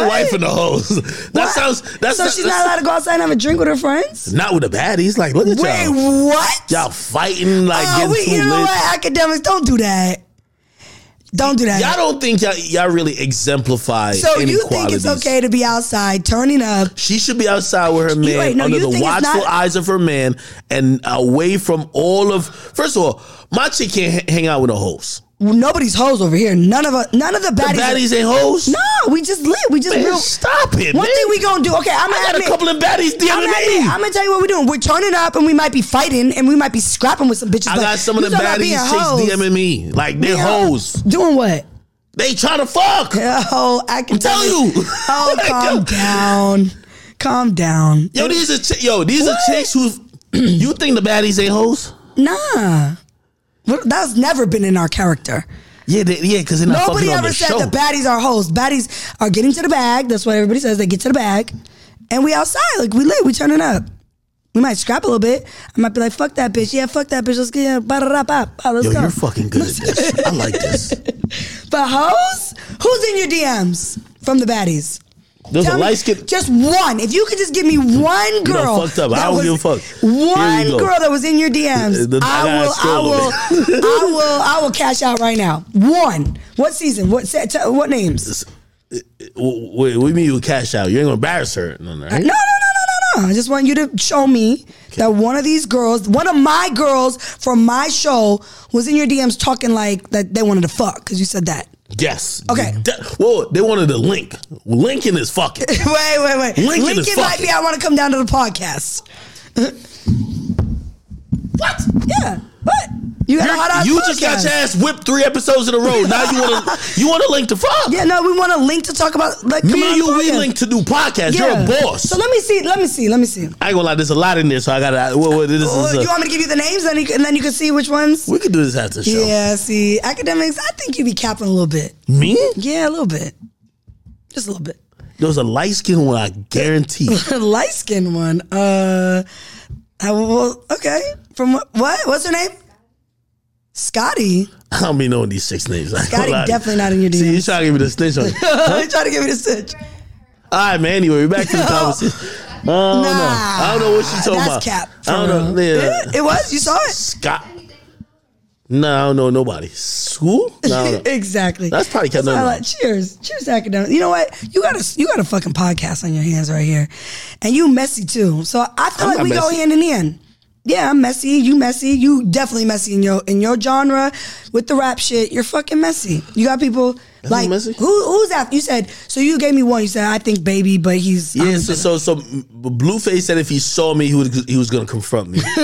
Speaker 2: what?
Speaker 1: wifing the hoes. That
Speaker 2: What?
Speaker 1: sounds. That's
Speaker 2: so
Speaker 1: not,
Speaker 2: she's not
Speaker 1: that's
Speaker 2: allowed to go outside and have a drink with her friends.
Speaker 1: not with the baddies. Like, look at
Speaker 2: Wait,
Speaker 1: y'all.
Speaker 2: what?
Speaker 1: Y'all fighting like
Speaker 2: oh,
Speaker 1: getting
Speaker 2: we,
Speaker 1: too
Speaker 2: you know
Speaker 1: lit.
Speaker 2: what? Academics don't do that. Don't do that.
Speaker 1: Y'all don't think y'all, y'all really exemplify
Speaker 2: so you think
Speaker 1: inequalities.
Speaker 2: it's okay to be outside turning up?
Speaker 1: She should be outside with her man
Speaker 2: wait, no,
Speaker 1: under
Speaker 2: you
Speaker 1: the
Speaker 2: think it's
Speaker 1: watchful
Speaker 2: not-
Speaker 1: eyes of her man and away from all of. First of all, my chick can't h- hang out with no hoes.
Speaker 2: Nobody's hoes over here. None of us. None of the
Speaker 1: The
Speaker 2: baddies.
Speaker 1: baddies ain't hoes.
Speaker 2: no, we just lit. We just
Speaker 1: Man,
Speaker 2: real.
Speaker 1: stop it.
Speaker 2: One
Speaker 1: man.
Speaker 2: thing we gonna do. Okay,
Speaker 1: I
Speaker 2: I'm gonna
Speaker 1: got
Speaker 2: admit,
Speaker 1: a couple of baddies
Speaker 2: I'm
Speaker 1: DMing
Speaker 2: gonna,
Speaker 1: me.
Speaker 2: admit- I'm gonna tell you what we're doing. We're turning up and we might be fighting and we might be scrapping with some bitches.
Speaker 1: I
Speaker 2: but
Speaker 1: got some of
Speaker 2: you
Speaker 1: the
Speaker 2: talking about being
Speaker 1: baddies
Speaker 2: hoes.
Speaker 1: chicks DMing me. Like they're
Speaker 2: Yeah.
Speaker 1: hoes.
Speaker 2: Doing what?
Speaker 1: They trying to fuck.
Speaker 2: Oh, I can
Speaker 1: telling you.
Speaker 2: Oh,
Speaker 1: Like, yo.
Speaker 2: calm down. Calm down.
Speaker 1: Yo, these are chi- yo, these
Speaker 2: What?
Speaker 1: are chicks who you think the baddies ain't hoes?
Speaker 2: Nah. What- That's never been in our character.
Speaker 1: Yeah, they, yeah, because they're not
Speaker 2: Nobody
Speaker 1: fucking on
Speaker 2: ever
Speaker 1: the
Speaker 2: said
Speaker 1: show.
Speaker 2: the baddies are hoes. Baddies are getting to the bag. That's what everybody says. They get to the bag. And we outside. Like, we lit. We turning up. We might scrap a little bit. I might be like, fuck that bitch. Yeah, fuck that bitch. Let's get ba da da ba. ba, Let's
Speaker 1: yo,
Speaker 2: go.
Speaker 1: you're fucking good at this. I like this.
Speaker 2: But hoes? Who's in your DMs from the baddies?
Speaker 1: There's
Speaker 2: Tell
Speaker 1: a
Speaker 2: me
Speaker 1: light skin.
Speaker 2: Just one. If you could just give me
Speaker 1: done
Speaker 2: one girl.
Speaker 1: fucked up. I
Speaker 2: that
Speaker 1: don't
Speaker 2: was-
Speaker 1: give a fuck. Here
Speaker 2: One
Speaker 1: you go.
Speaker 2: girl that was in your DMs.
Speaker 1: The- the- I
Speaker 2: I
Speaker 1: gotta
Speaker 2: will. I
Speaker 1: scroll
Speaker 2: will.
Speaker 1: a
Speaker 2: I will. I will cash out right now. One. What season? What? se- t- What names?
Speaker 1: Wait, we mean you cash out. You ain't gonna embarrass her. No, Uh, no,
Speaker 2: No,
Speaker 1: right?
Speaker 2: no, no, no, no, no, no. I just want you to show me that one of these girls, one of my girls from my show, was in your DMs talking like that they wanted to fuck because you said that.
Speaker 1: Yes.
Speaker 2: Okay.
Speaker 1: De- Whoa, they wanted the link. Lincoln is fucking.
Speaker 2: Wait, wait, wait.
Speaker 1: Lincoln is
Speaker 2: might
Speaker 1: fucking-
Speaker 2: be. I want to come down to the podcast. what? Yeah. What? You got a
Speaker 1: You're-
Speaker 2: hot ass
Speaker 1: you just
Speaker 2: podcast.
Speaker 1: got your ass whipped three episodes in a row. Now you want to you want to link to fuck.
Speaker 2: Yeah, no, we want a link to talk about. Like, come
Speaker 1: Me
Speaker 2: on,
Speaker 1: and you, we
Speaker 2: podcast.
Speaker 1: link to do podcasts. You're
Speaker 2: Yeah.
Speaker 1: a boss.
Speaker 2: So let me see. Let me see. Let me see.
Speaker 1: I ain't gonna lie, there's a lot in there, so I gotta. Well, well, this is
Speaker 2: Well,
Speaker 1: a-
Speaker 2: you want me to give you the names, and, you, and then you can see which ones.
Speaker 1: we could do this after the show.
Speaker 2: Yeah, see, academics. I think you be capping a little bit.
Speaker 1: Me?
Speaker 2: Yeah, a little bit, just a little bit.
Speaker 1: There was a light skinned one, I guarantee.
Speaker 2: The light skinned one. Uh, I will. Okay, from what? what? What's her name? Scotty.
Speaker 1: I don't be knowing these six names. I ain't gonna
Speaker 2: Scotty
Speaker 1: lie to you.
Speaker 2: definitely not in your
Speaker 1: See, you
Speaker 2: DMs.
Speaker 1: trying to give me the snitch on.
Speaker 2: Try to give me the stitch.
Speaker 1: All right, man. Anyway, back to the conversation. I don't know. I don't know what she's talking about.
Speaker 2: that's cap.
Speaker 1: I don't know. Yeah.
Speaker 2: It was. You saw it.
Speaker 1: Scott. No, I don't know nobody. School? No, I don't know.
Speaker 2: exactly.
Speaker 1: That's probably kept
Speaker 2: why I
Speaker 1: nothing.
Speaker 2: like- Cheers, cheers, to academics. You know what? You got a you got a fucking podcast on your hands right here, and you messy too. So I
Speaker 1: I'm
Speaker 2: feel like
Speaker 1: not
Speaker 2: we go
Speaker 1: messy.
Speaker 2: hand in hand. Yeah, I'm messy. You messy. You definitely messy in your in your genre with the rap shit. You're fucking messy. You got people like
Speaker 1: messy?
Speaker 2: who who's after you said. So you gave me one. You said I think baby, but he's
Speaker 1: Yeah,
Speaker 2: I'm-
Speaker 1: so, so so mm, Blueface said if he saw me, he was he was gonna confront me. so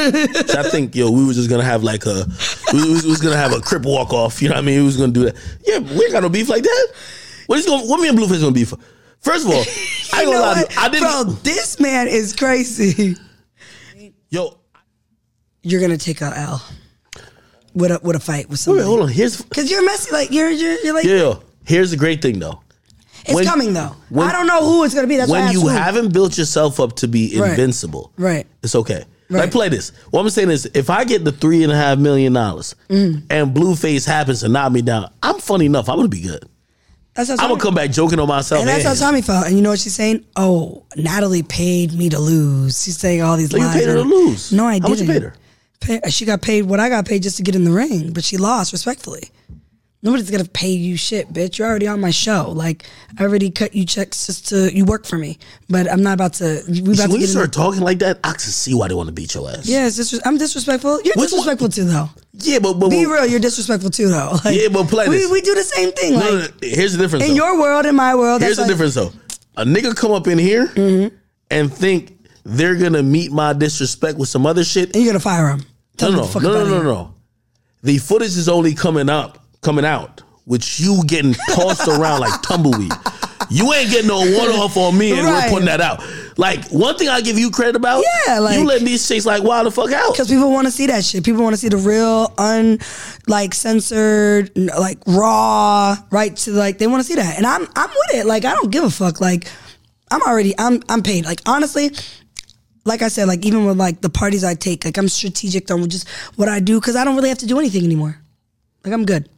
Speaker 1: I think yo, we were just gonna have like a we, we was gonna have a crip walk off. You know what I mean? We was gonna do that. Yeah, we ain't got no beef like that. What is going? What me and Blueface gonna be for? First of all, I ain't
Speaker 2: You
Speaker 1: gonna
Speaker 2: know
Speaker 1: lie, to
Speaker 2: what?
Speaker 1: you, I didn't.
Speaker 2: Bro, this man is crazy.
Speaker 1: Yo,
Speaker 2: You're gonna take a L. With a with a fight with
Speaker 1: wait,
Speaker 2: somebody.
Speaker 1: hold on. Here's
Speaker 2: Cause you're messy, like you're you're, you're like
Speaker 1: yeah. yo, Here's the great thing though.
Speaker 2: it's
Speaker 1: when-
Speaker 2: coming though.
Speaker 1: when-
Speaker 2: I don't know who it's gonna be. That's why I
Speaker 1: when
Speaker 2: asked
Speaker 1: you
Speaker 2: who.
Speaker 1: haven't built yourself up to be
Speaker 2: Right.
Speaker 1: invincible,
Speaker 2: right,
Speaker 1: It's okay.
Speaker 2: Right.
Speaker 1: Like play this. What I'm saying is, if I get the three and a half million dollars,
Speaker 2: Mm.
Speaker 1: and Blueface happens to knock me down, I'm funny enough. I'm gonna be good.
Speaker 2: that's how
Speaker 1: I'm gonna come back joking on myself.
Speaker 2: And that's how
Speaker 1: and-
Speaker 2: Tommy felt. And you know what she's saying? Oh, Natalie paid me to lose. She's saying all these
Speaker 1: So you
Speaker 2: lies.
Speaker 1: paid her to lose.
Speaker 2: No, I
Speaker 1: How much
Speaker 2: didn't.
Speaker 1: you paid her?
Speaker 2: Pay- uh, she got paid what I got paid just to get in the ring, but she lost respectfully. Nobody's gonna pay you shit, bitch. You're already on my show. Like I already cut you checks just to you work for me, but I'm not about to. We
Speaker 1: See,
Speaker 2: about to
Speaker 1: when you
Speaker 2: get in.
Speaker 1: start talking like that, I can see why they want to beat your ass.
Speaker 2: yeah, it's disres- I'm disrespectful. You're
Speaker 1: Which one-
Speaker 2: disrespectful too, though.
Speaker 1: yeah, but but,
Speaker 2: Be
Speaker 1: but-
Speaker 2: real, you're disrespectful too, though. Like,
Speaker 1: Yeah, but play
Speaker 2: we,
Speaker 1: this.
Speaker 2: we do the same thing.
Speaker 1: no,
Speaker 2: like
Speaker 1: no, no, here's the difference.
Speaker 2: in
Speaker 1: though.
Speaker 2: your world, in my world.
Speaker 1: here's the
Speaker 2: that's Mm-hmm.
Speaker 1: difference though. A nigga come up in here and think they're gonna meet my disrespect with some other shit.
Speaker 2: And you're gonna fire him. Tell him
Speaker 1: no,
Speaker 2: to
Speaker 1: no,
Speaker 2: fuck
Speaker 1: no,
Speaker 2: up
Speaker 1: no,
Speaker 2: outta
Speaker 1: no,
Speaker 2: here.
Speaker 1: no. The footage is only coming up, coming out, with you getting tossed around like tumbleweed. You ain't getting no one off on me, and
Speaker 2: Right.
Speaker 1: we're putting that out. Like one thing I give you credit about,
Speaker 2: Yeah, like-
Speaker 1: you letting these chicks like wild the fuck out.
Speaker 2: Because people want to see that shit. People want to see the real, un, like censored, n- like raw, right? To like they want to see that, and I'm I'm with it. Like I don't give a fuck. Like I'm already I'm I'm paid. Like honestly, like I said, like even with like the parties I take, like I'm strategic on just what I do because I don't really have to do anything anymore. Like I'm good.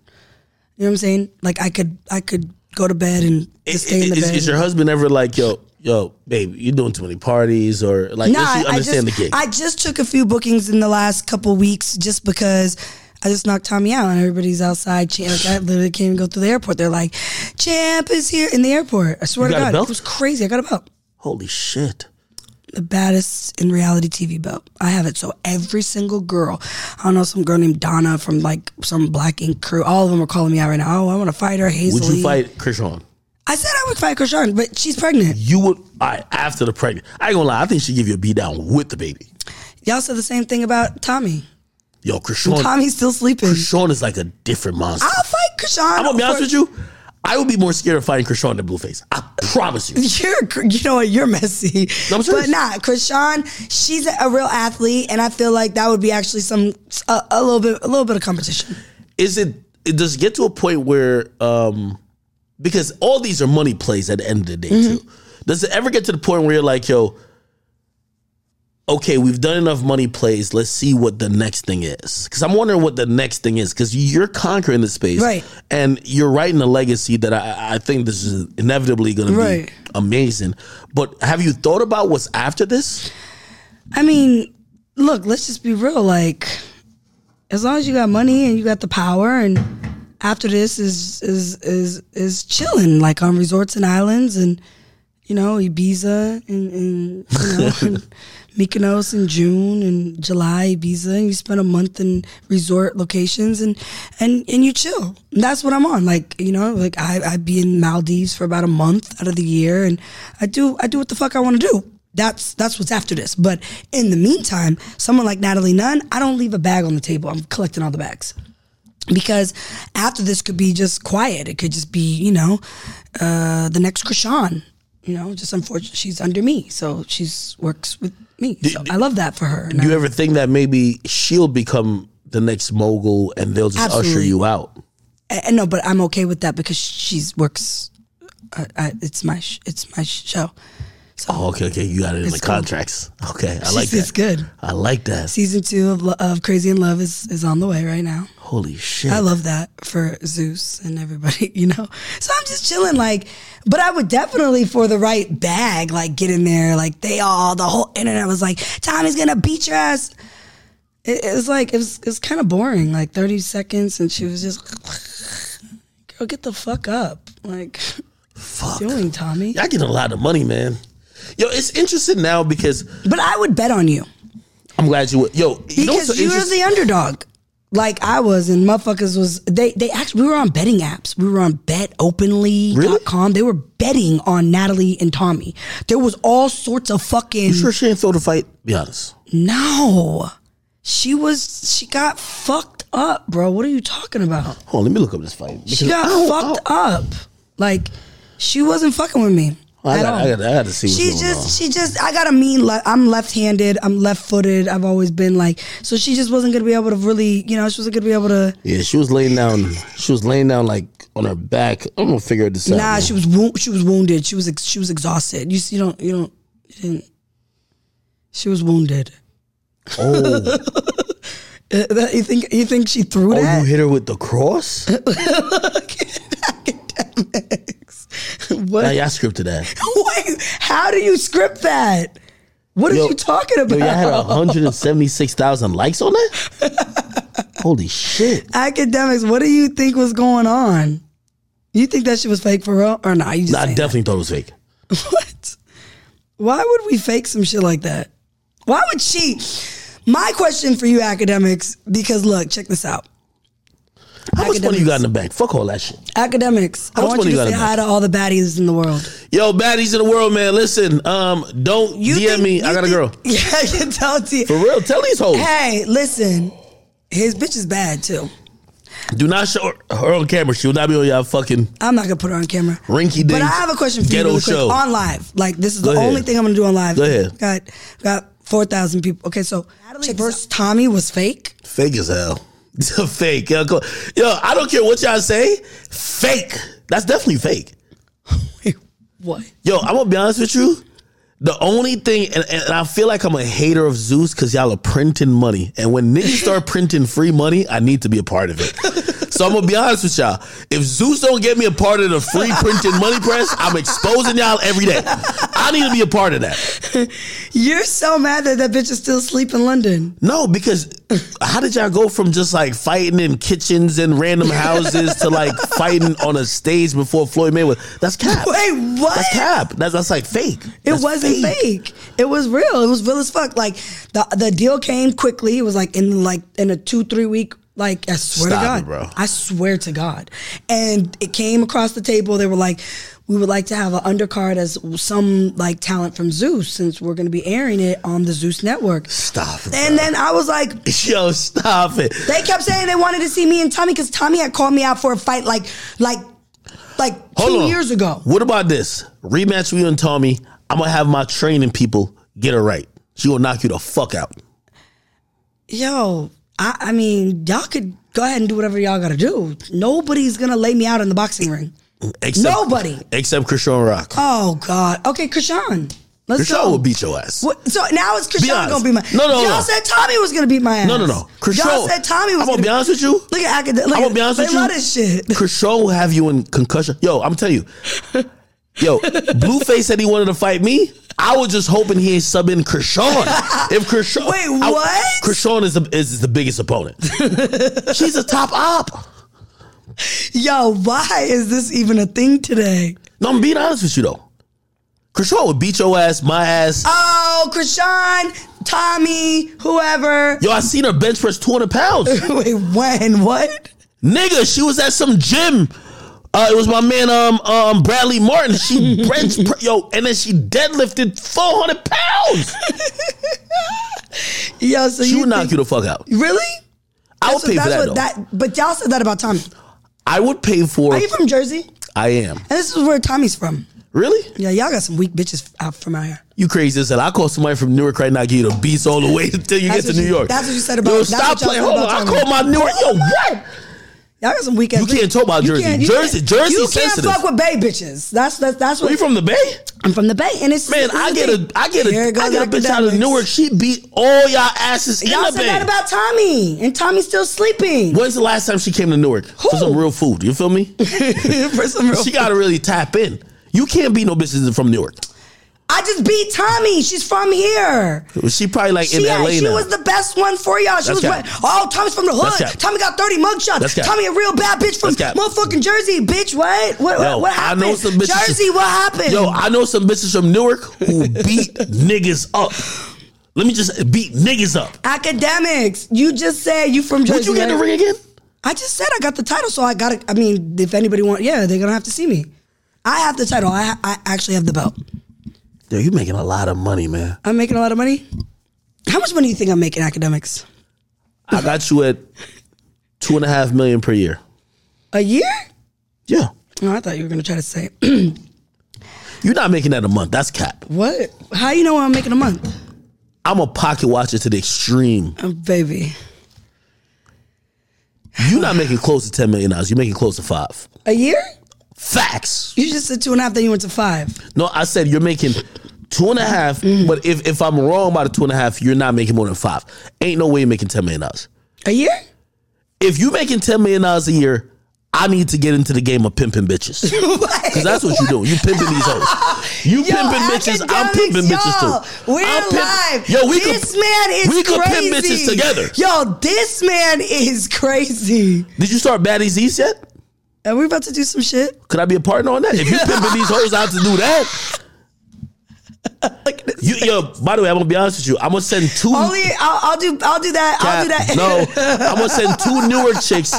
Speaker 2: You know what I'm saying? Like I could I could go to bed and
Speaker 1: I-
Speaker 2: just stay in the
Speaker 1: is,
Speaker 2: bed.
Speaker 1: is your husband ever like, yo, yo, babe, you doing too many parties, or like,
Speaker 2: No,
Speaker 1: does he
Speaker 2: I-
Speaker 1: understand
Speaker 2: I just,
Speaker 1: the gig?
Speaker 2: I just took a few bookings in the last couple weeks just because I just knocked Tommy out and everybody's outside. Champ, like, I literally can't even go through the airport. They're like, Champ is here in the airport. I swear
Speaker 1: You
Speaker 2: to
Speaker 1: got a
Speaker 2: God,
Speaker 1: belt?
Speaker 2: it was crazy. I got a belt.
Speaker 1: Holy shit!
Speaker 2: The baddest in reality TV belt. I have it. So every single girl, I don't know, some girl named Donna from like some Black Ink crew, all of them are calling me out right now. Oh, I want to fight her. Hazel.
Speaker 1: Would you
Speaker 2: Lee.
Speaker 1: fight Krishan?
Speaker 2: I said I would fight Krishan, but she's pregnant.
Speaker 1: You would. I after the pregnant. I ain't gonna lie. I think she give you a beat down with the baby.
Speaker 2: Y'all said the same thing about Tommy.
Speaker 1: Yo, Krishan.
Speaker 2: Tommy's still sleeping.
Speaker 1: Krishan is like a different monster.
Speaker 2: I'll fight Krishan.
Speaker 1: I'm gonna be honest with you. I would be more scared of fighting Krishan than Blueface. I promise you.
Speaker 2: You're, you know what? You're messy.
Speaker 1: No, I'm serious.
Speaker 2: but not Krishan. She's a real athlete, and I feel like that would be actually some a, a little bit, a little bit of competition.
Speaker 1: Is it? It does it get to a point where, um, because all these are money plays at the end of the day
Speaker 2: Mm-hmm.
Speaker 1: too. Does it ever get to the point where you're like, yo, okay, we've done enough money plays. Let's see what the next thing is. Because I'm wondering what the next thing is. Because you're conquering the space,
Speaker 2: Right.
Speaker 1: And you're writing a legacy that I, I think this is inevitably going to
Speaker 2: Right.
Speaker 1: be amazing. But have you thought about what's after this?
Speaker 2: I mean, look, let's just be real. Like, as long as you got money and you got the power, and after this is is is is chilling, like on resorts and islands, and you know Ibiza and, and you know and Mykonos in June and July Ibiza, and you spend a month in resort locations, and and and you chill. And that's what I'm on. Like you know, like I I be in Maldives for about a month out of the year, and I do I do what the fuck I want to do That's that's what's after this. But in the meantime, someone like Natalie Nunn, I don't leave a bag on the table. I'm collecting all the bags. Because after this could be just quiet. It could just be, you know, uh, the next Krishan. You know, just unfortunate. She's under me, so she's works with me. So I love that for her. And
Speaker 1: Do you
Speaker 2: I-
Speaker 1: ever think that maybe she'll become the next mogul and they'll just usher
Speaker 2: Absolutely.
Speaker 1: you out?
Speaker 2: and no, but I'm okay with that because she's works. I, I, it's my sh- it's my show.
Speaker 1: Oh, okay, okay. You got it in the
Speaker 2: cool.
Speaker 1: contracts. Okay, I like that.
Speaker 2: It's good.
Speaker 1: I like that.
Speaker 2: Season two of, Lo- of Crazy in Love is, is on the way right now.
Speaker 1: Holy shit.
Speaker 2: I love that for Zeus and everybody, you know. So I'm just chilling, like. But I would definitely, for the right bag, like get in there. Like they all, the whole internet was like, "Tommy's gonna beat your ass." It, it was like it was it was kind of boring, like 30 seconds, and she was just, "Girl, get the fuck up!" Like,
Speaker 1: Fuck.
Speaker 2: doing Tommy.
Speaker 1: Y'all getting a lot of money, man. Yo, it's interesting now because
Speaker 2: But I would bet on you
Speaker 1: I'm glad you. Yo, you know what's
Speaker 2: because
Speaker 1: so
Speaker 2: you were
Speaker 1: interesting?
Speaker 2: the underdog, like I was, and motherfuckers was they they actually we were on betting apps. We were on BetOpenly.com. They were betting on Natalie and Tommy. There was all sorts of fucking
Speaker 1: You sure she ain't throw the fight? Be honest.
Speaker 2: no. She was she got fucked up, bro. What are you talking about?
Speaker 1: Hold on, let me look up this fight.
Speaker 2: She got fucked up. Like she wasn't fucking with me.
Speaker 1: I
Speaker 2: at
Speaker 1: got,
Speaker 2: all.
Speaker 1: I got, I got to see what's
Speaker 2: She
Speaker 1: going
Speaker 2: just, she just, I got a mean, le- I'm left handed, I'm left footed, I've always been like, so she just wasn't gonna be able to really, you know, she wasn't gonna be able to,
Speaker 1: on. Yeah, she was laying down. She was laying down like on her back. I'm gonna figure this out.
Speaker 2: nah, she was, wo- she was wounded, she was, ex- she was exhausted. You, s- you don't, you don't, you didn't, she was wounded.
Speaker 1: Oh,
Speaker 2: Uh, that- You think, you think she threw
Speaker 1: oh, you
Speaker 2: that?
Speaker 1: hit her with the cross?
Speaker 2: Academics. what?
Speaker 1: Nah, y'all scripted that.
Speaker 2: Wait, how do you script that? What are
Speaker 1: Yo,
Speaker 2: you talking
Speaker 1: Yo,
Speaker 2: about?
Speaker 1: y'all had 176,000 likes on that. Holy shit!
Speaker 2: Academics, what do you think was going on? You think that shit was fake for real or not? You just
Speaker 1: Nah, I
Speaker 2: saying
Speaker 1: definitely thought it was fake.
Speaker 2: What? Why would we fake some shit like that? Why would she? My question for you, academics, because look, check this out.
Speaker 1: How much money you got
Speaker 2: Academics.
Speaker 1: in the bank? Fuck all that shit.
Speaker 2: Academics,
Speaker 1: How
Speaker 2: I
Speaker 1: much
Speaker 2: want
Speaker 1: money
Speaker 2: you
Speaker 1: you
Speaker 2: to
Speaker 1: got
Speaker 2: say
Speaker 1: in
Speaker 2: hi to all the baddies in the world.
Speaker 1: Yo, baddies in the world, man. Listen, um, don't
Speaker 2: You
Speaker 1: DM
Speaker 2: think-
Speaker 1: me.
Speaker 2: you
Speaker 1: I got a
Speaker 2: think-
Speaker 1: girl.
Speaker 2: Yeah, I can tell T.
Speaker 1: For real, tell these hoes.
Speaker 2: Hey, listen, his bitch is bad too.
Speaker 1: Do not show her, her on camera. She will not be on y'all fucking
Speaker 2: I'm not gonna put her on camera.
Speaker 1: rinky dink.
Speaker 2: But I have a question for you
Speaker 1: ghetto
Speaker 2: really quick
Speaker 1: show.
Speaker 2: on live. Like this is
Speaker 1: Go
Speaker 2: the
Speaker 1: ahead.
Speaker 2: only thing I'm gonna do on live.
Speaker 1: Go ahead.
Speaker 2: Got got four thousand people. Okay, so Natalie versus Tommy was fake.
Speaker 1: Fake as hell. fake. Yo, go- yo, I don't care what y'all say. Fake. That's definitely fake.
Speaker 2: what?
Speaker 1: Yo, I'm gonna be honest with you. The only thing, and, and I feel like I'm a hater of Zeus because y'all are printing money. And when niggas start printing free money, I need to be a part of it. so I'm gonna be honest with y'all. If Zeus don't get me a part of the free printing money press, I'm exposing y'all every day. I need to be a part of that.
Speaker 2: You're so mad that that bitch is still asleep in London.
Speaker 1: No, because how did y'all go from just like fighting in kitchens and random houses to like fighting on a stage before Floyd Mayweather? That's cap.
Speaker 2: Wait, what?
Speaker 1: That's cap. That's that's like fake.
Speaker 2: It
Speaker 1: That's
Speaker 2: wasn't fake. It was real. It was real as fuck. Like the the deal came quickly. It was like in like in a two three week. Like I swear
Speaker 1: Stop
Speaker 2: to God,
Speaker 1: it, bro.
Speaker 2: I swear to God. And it came across the table. They were like, we would like to have an undercard as some like talent from Zeus since we're going to be airing it on the Zeus network.
Speaker 1: Stop it.
Speaker 2: And then I was like,
Speaker 1: Yo, stop it.
Speaker 2: they kept saying they wanted to see me and Tommy because Tommy had called me out for a fight like like like two years ago.
Speaker 1: What about this? Rematch with you and Tommy. I'm gonna have my training people get her right. She will knock you the fuck out.
Speaker 2: yo, I, I mean, y'all could go ahead and do whatever y'all gotta do. Nobody's gonna lay me out in the boxing ring.
Speaker 1: Except,
Speaker 2: Nobody.
Speaker 1: Except Krishan Rock.
Speaker 2: Oh God. Okay, Krishan. Let's
Speaker 1: Krishan
Speaker 2: go.
Speaker 1: will beat your ass.
Speaker 2: What- so now it's
Speaker 1: Be
Speaker 2: Krishan
Speaker 1: honest.
Speaker 2: gonna be my
Speaker 1: No, no,
Speaker 2: Y'all
Speaker 1: no.
Speaker 2: said Tommy was gonna beat my ass.
Speaker 1: No, no, no. Krishan.
Speaker 2: Y'all said Tommy was
Speaker 1: I'm gonna be honest with you.
Speaker 2: Look at academic.
Speaker 1: I'm gonna be honest
Speaker 2: they
Speaker 1: with you.
Speaker 2: love this shit.
Speaker 1: Kershaw will have you in concussion. Yo, I'm telling you. Yo, Blueface said he wanted to fight me. I was just hoping he ain't sub in Kershaw. If Kershaw,
Speaker 2: Wait,
Speaker 1: I-
Speaker 2: what?
Speaker 1: Kershaw is the, is the biggest opponent. She's a top op.
Speaker 2: Yo, why is this even a thing today?
Speaker 1: No, I'm being honest with you though. Kershaw would beat your ass, my ass.
Speaker 2: Oh, Krishan, Tommy, whoever.
Speaker 1: Yo, I seen her bench press 200 pounds.
Speaker 2: Wait, when? What?
Speaker 1: Nigga, she was at some gym Uh, it was my man, um, um, Bradley Martin. She bench, pre- yo, and then she deadlifted 400 pounds.
Speaker 2: Yo, so
Speaker 1: She
Speaker 2: you
Speaker 1: would knock
Speaker 2: think-
Speaker 1: you the fuck out.
Speaker 2: Really?
Speaker 1: I would
Speaker 2: That's what-
Speaker 1: pay for
Speaker 2: that's
Speaker 1: that,
Speaker 2: what
Speaker 1: though.
Speaker 2: But y'all said that about Tommy.
Speaker 1: I would pay for.
Speaker 2: Are you from Jersey? And
Speaker 1: I am.
Speaker 2: this is where Tommy's from.
Speaker 1: Really?
Speaker 2: Yeah, y'all got some weak bitches out from out here.
Speaker 1: You crazy as hell. I call somebody from Newark right now, give you the beats all the way until you
Speaker 2: That's
Speaker 1: get
Speaker 2: what
Speaker 1: to New
Speaker 2: you-
Speaker 1: York.
Speaker 2: that's what you said about-
Speaker 1: Yo,
Speaker 2: that's
Speaker 1: stop
Speaker 2: what y'all
Speaker 1: playing.
Speaker 2: said
Speaker 1: Hold on.
Speaker 2: about
Speaker 1: I
Speaker 2: Tommy.
Speaker 1: call my Newark. Yo, what?
Speaker 2: Y'all got some weak ass.
Speaker 1: You can't talk about Jersey. Jersey- Jersey
Speaker 2: You
Speaker 1: sensitive.
Speaker 2: can't fuck with bay bitches. That's that's that's what
Speaker 1: Are you from the Bay?
Speaker 2: I'm from the bay, and it's
Speaker 1: Man, I get a I get
Speaker 2: Here
Speaker 1: a
Speaker 2: it goes
Speaker 1: I get a bitch out of
Speaker 2: academics.
Speaker 1: Newark. She beat all y'all asses in
Speaker 2: Y'all
Speaker 1: the
Speaker 2: said that
Speaker 1: Bay.
Speaker 2: about Tommy, and Tommy's still sleeping.
Speaker 1: When's the last time she came to Newark for some real food? You feel me?
Speaker 2: For some real-
Speaker 1: she got to really tap in. You can't be no business from Newark.
Speaker 2: I just beat Tommy. She's from here.
Speaker 1: She probably like in
Speaker 2: she,
Speaker 1: LA
Speaker 2: she
Speaker 1: now.
Speaker 2: was the best one for y'all.
Speaker 1: That's
Speaker 2: She was
Speaker 1: cap.
Speaker 2: what- oh Tommy's from the
Speaker 1: That's
Speaker 2: hood.
Speaker 1: cap.
Speaker 2: Tommy got thirty
Speaker 1: That's
Speaker 2: mugshots.
Speaker 1: cap.
Speaker 2: Tommy a real bad bitch from
Speaker 1: That's cap.
Speaker 2: motherfucking Jersey. Bitch, what? What,
Speaker 1: Yo,
Speaker 2: what
Speaker 1: I
Speaker 2: happened?
Speaker 1: know some bitches-
Speaker 2: Jersey, what happened?
Speaker 1: Yo, I know some bitches from Newark who beat niggas up. Let me just beat niggas up.
Speaker 2: Academics, you just said you from Jersey.
Speaker 1: Would you get in
Speaker 2: right?
Speaker 1: the ring again?
Speaker 2: I just said I got the title, so I got to I mean, if anybody want, yeah, they're gonna have to see me. I have the title. I I actually have the belt.
Speaker 1: Yo, you making a lot of money, man.
Speaker 2: I'm making a lot of money. How much money do you think I'm making, academics?
Speaker 1: I got you at two and a half million per year.
Speaker 2: A year?
Speaker 1: Yeah.
Speaker 2: No, I thought you were gonna try to say
Speaker 1: You're not making that a month. That's cap.
Speaker 2: what? How you know I'm making a month,
Speaker 1: I'm a pocket watcher to the extreme.
Speaker 2: oh, baby?
Speaker 1: You're not making close to ten million dollars. You're making close to five.
Speaker 2: A year?
Speaker 1: Facts.
Speaker 2: You just said two and a half, then you went to five.
Speaker 1: No, I said you're making two and a half. But if if I'm wrong about the two and a half, you're not making more than five. Ain't no way you're making ten million dollars.
Speaker 2: A year?
Speaker 1: If you're making ten million dollars a year, I need to get into the game of pimping bitches. Cause that's what you doing. You pimping these hoes. You
Speaker 2: Yo,
Speaker 1: pimping bitches. I'm
Speaker 2: academics,
Speaker 1: pimping
Speaker 2: y'all,
Speaker 1: bitches too.
Speaker 2: We're
Speaker 1: I'm pimp-
Speaker 2: live.
Speaker 1: Yo, we
Speaker 2: this
Speaker 1: could,
Speaker 2: man is
Speaker 1: we could
Speaker 2: crazy.
Speaker 1: pimp bitches together.
Speaker 2: Yo, this man is crazy.
Speaker 1: Did you start Baddies East yet?
Speaker 2: Are we about to do some shit?
Speaker 1: Could I be a partner on that? If you pimping these hoes out to do that, you, yo. By the way, I'm gonna be honest with you. I'm gonna send two.
Speaker 2: Only I'll, I'll do. I'll do that. I'll do that.
Speaker 1: no, I'm gonna send two Newark chicks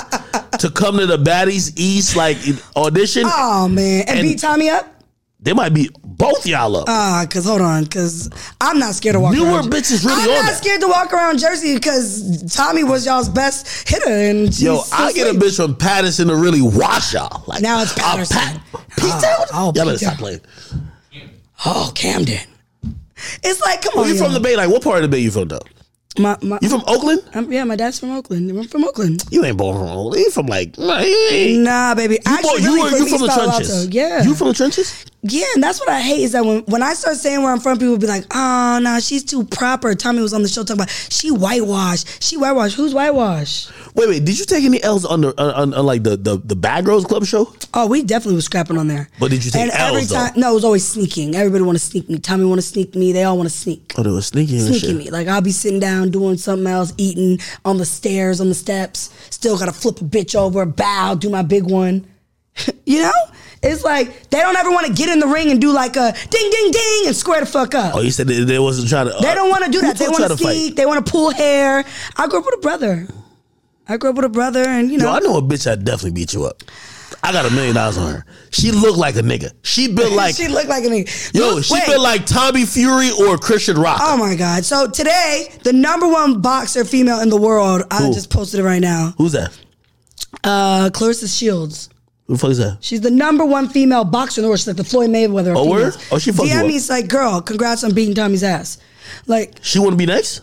Speaker 1: to come to the Baddies East like audition.
Speaker 2: Oh man, and,
Speaker 1: And-
Speaker 2: beat Tommy up.
Speaker 1: They might be both y'all up.
Speaker 2: Ah, cause hold on, cause I'm not scared to walk.
Speaker 1: Newer
Speaker 2: around.
Speaker 1: bitches really
Speaker 2: I'm
Speaker 1: on
Speaker 2: not
Speaker 1: that.
Speaker 2: scared to walk around Jersey because Tommy was y'all's best hitter, and she's
Speaker 1: Yo,
Speaker 2: so
Speaker 1: I get a
Speaker 2: sweet.
Speaker 1: bitch from Patterson to really wash y'all. Like
Speaker 2: Now it's
Speaker 1: a
Speaker 2: Patterson.
Speaker 1: P
Speaker 2: Oh,
Speaker 1: Town.
Speaker 2: oh,
Speaker 1: y'all better
Speaker 2: P-Town.
Speaker 1: stop playing.
Speaker 2: Oh, Camden. It's like, come on,
Speaker 1: you
Speaker 2: yo.
Speaker 1: from the Bay? Like what part of the Bay you from though?
Speaker 2: My, my,
Speaker 1: You from Oakland?
Speaker 2: I'm, Um, yeah, my dad's from Oakland. I'm from Oakland.
Speaker 1: You ain't born from Oakland. You from like nah, you ain't-
Speaker 2: Nah, baby.
Speaker 1: You,
Speaker 2: Actually,
Speaker 1: born- you
Speaker 2: really
Speaker 1: were-
Speaker 2: from
Speaker 1: you from the
Speaker 2: East Palo
Speaker 1: trenches.
Speaker 2: Alto. Yeah.
Speaker 1: You from the trenches?
Speaker 2: yeah, and that's what I hate is that when, when I start saying where I'm from, people be like, oh, nah, she's too proper. Tommy was on the show talking about, she whitewashed. She whitewashed. Who's whitewashed?
Speaker 1: Wait, wait. Did you take any L's on the on, on, on uh, like the, the the Bad Girls Club show?
Speaker 2: Oh, we definitely was scrapping on there.
Speaker 1: But did you take
Speaker 2: And every
Speaker 1: L's, though?
Speaker 2: time, no, it was always sneaking. Everybody want to sneak me. Tommy want to sneak me. They all want to sneak.
Speaker 1: Oh, they were sneaking and
Speaker 2: Sneaking
Speaker 1: shit.
Speaker 2: me. Like I'll be sitting down doing something else, eating on the stairs, on the steps. Still gotta flip a bitch over, bow, do my big one. you know, it's like they don't ever want to get in the ring and do like a ding, ding, ding, and square the fuck up.
Speaker 1: Oh, you said they, they wasn't uh, trying to.
Speaker 2: They don't want to do that. They want to sneak. They want to pull hair. I grew up with a brother. I grew up with a brother, and you
Speaker 1: No,
Speaker 2: know,
Speaker 1: I know a bitch that definitely beat you up. I got a million dollars on her. She looked like a nigga. She built like
Speaker 2: she looked like a nigga.
Speaker 1: yo.
Speaker 2: Look-
Speaker 1: She
Speaker 2: wait.
Speaker 1: built like Tommy Fury or Christian Rock.
Speaker 2: Oh my God. So today, the number one boxer female in the world, I
Speaker 1: Who?
Speaker 2: just posted it right now.
Speaker 1: Who's that?
Speaker 2: Uh, Clarissa Shields.
Speaker 1: Who the fuck is that?
Speaker 2: She's the number one female boxer in the world. She's like the Floyd Mayweather. of
Speaker 1: Oh, word?
Speaker 2: females.
Speaker 1: Oh, she fucked you
Speaker 2: DM
Speaker 1: up.
Speaker 2: me's like, girl, congrats on beating Tommy's ass. Like,
Speaker 1: She want to be next?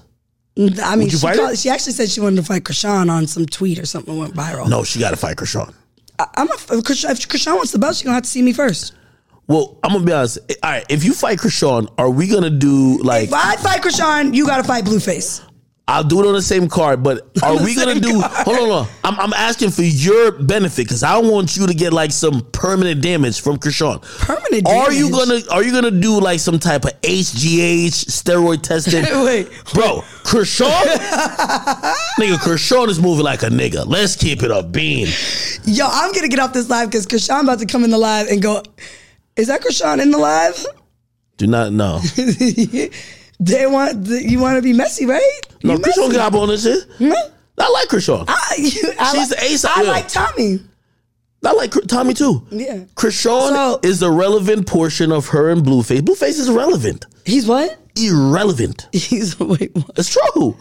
Speaker 2: I mean,
Speaker 1: Would you
Speaker 2: she,
Speaker 1: fight her?
Speaker 2: called, she actually said she wanted to fight Krishan on some tweet or something that went viral.
Speaker 1: No, she got to fight Krishan.
Speaker 2: I, I'm a, if Krishan if Krishan wants the belt, she's gonna have to see me first.
Speaker 1: Well, I'm gonna be honest. All right, if you fight Krishan, are we gonna do like
Speaker 2: If I fight Krishan, you gotta fight Blueface.
Speaker 1: I'll do it on the same card, but are
Speaker 2: the
Speaker 1: we gonna
Speaker 2: same
Speaker 1: do?
Speaker 2: card.
Speaker 1: Hold on, hold on. I'm, I'm asking for your benefit because I don't want you to get like some permanent damage from Krishan.
Speaker 2: Permanent
Speaker 1: Are you gonna
Speaker 2: damage?
Speaker 1: Are you gonna do like some type of HGH steroid testing?
Speaker 2: Wait.
Speaker 1: bro, Krishan, nigga, Krishan is moving like a nigga. Let's keep it up, bean.
Speaker 2: Yo, I'm gonna get off this live because Krishan about to come in the live and go. Is that Krishan in the live?
Speaker 1: Do not know.
Speaker 2: they want the, you want to be messy, right?
Speaker 1: No,
Speaker 2: You
Speaker 1: Krishan
Speaker 2: messy. Hmm?
Speaker 1: got on this shit.
Speaker 2: No.
Speaker 1: I like Krishan.
Speaker 2: I, you, I
Speaker 1: She's
Speaker 2: like,
Speaker 1: the ace.
Speaker 2: I
Speaker 1: Yeah.
Speaker 2: like Tommy.
Speaker 1: I like Cr- Tommy too.
Speaker 2: Yeah.
Speaker 1: Krishan
Speaker 2: So-
Speaker 1: is the relevant portion of her and Blueface. Blueface is irrelevant.
Speaker 2: He's what?
Speaker 1: Irrelevant.
Speaker 2: He's wait, what?
Speaker 1: It's true.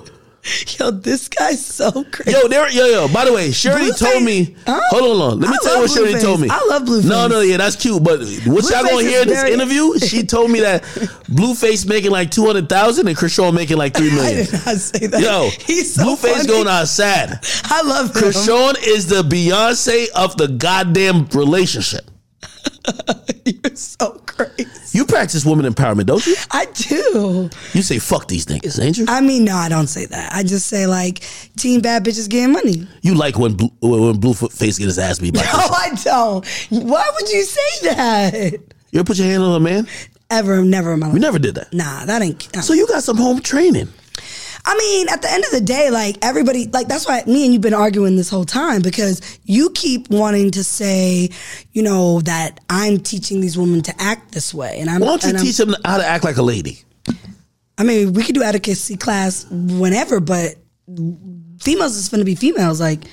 Speaker 2: yo, this guy's so crazy.
Speaker 1: Yo, there, yo, yo. By the way, Shirley
Speaker 2: Blueface-
Speaker 1: told me.
Speaker 2: Huh?
Speaker 1: Hold on, hold on. Let me
Speaker 2: I
Speaker 1: tell you
Speaker 2: love
Speaker 1: what Shirley
Speaker 2: Blueface.
Speaker 1: told me.
Speaker 2: I love Blueface.
Speaker 1: No, no, yeah, that's cute. But what y'all
Speaker 2: Blueface
Speaker 1: gonna
Speaker 2: is
Speaker 1: hear in this
Speaker 2: very-
Speaker 1: interview? She told me that Blueface making like two hundred thousand and Krishan making like three
Speaker 2: I
Speaker 1: million.
Speaker 2: did not say that.
Speaker 1: Yo,
Speaker 2: he's so
Speaker 1: Blueface
Speaker 2: funny.
Speaker 1: going outside.
Speaker 2: I love him.
Speaker 1: Krishan is the Beyonce of the goddamn relationship.
Speaker 2: You're so crazy.
Speaker 1: You practice woman empowerment, don't you?
Speaker 2: I do.
Speaker 1: You say fuck these niggas, ain't you?
Speaker 2: I mean, no, I don't say that. I just say like, teen bad bitches getting money.
Speaker 1: You like when blue, when when Blueface get his ass beat by
Speaker 2: No,
Speaker 1: Krishan.
Speaker 2: I don't. Why would you say that?
Speaker 1: You ever put your hand on a man?
Speaker 2: Ever, never in my life.
Speaker 1: We never did that.
Speaker 2: Nah, that ain't.
Speaker 1: So you got some home training.
Speaker 2: I mean, at the end of the day, like everybody, like that's why me and you've been arguing this whole time because you keep wanting to say, you know, that I'm teaching these women to act this way, and I'm.
Speaker 1: Why don't you
Speaker 2: and I'm-
Speaker 1: teach him how to act like a lady?
Speaker 2: I mean, we could do advocacy class whenever, but females is going to be females. Like,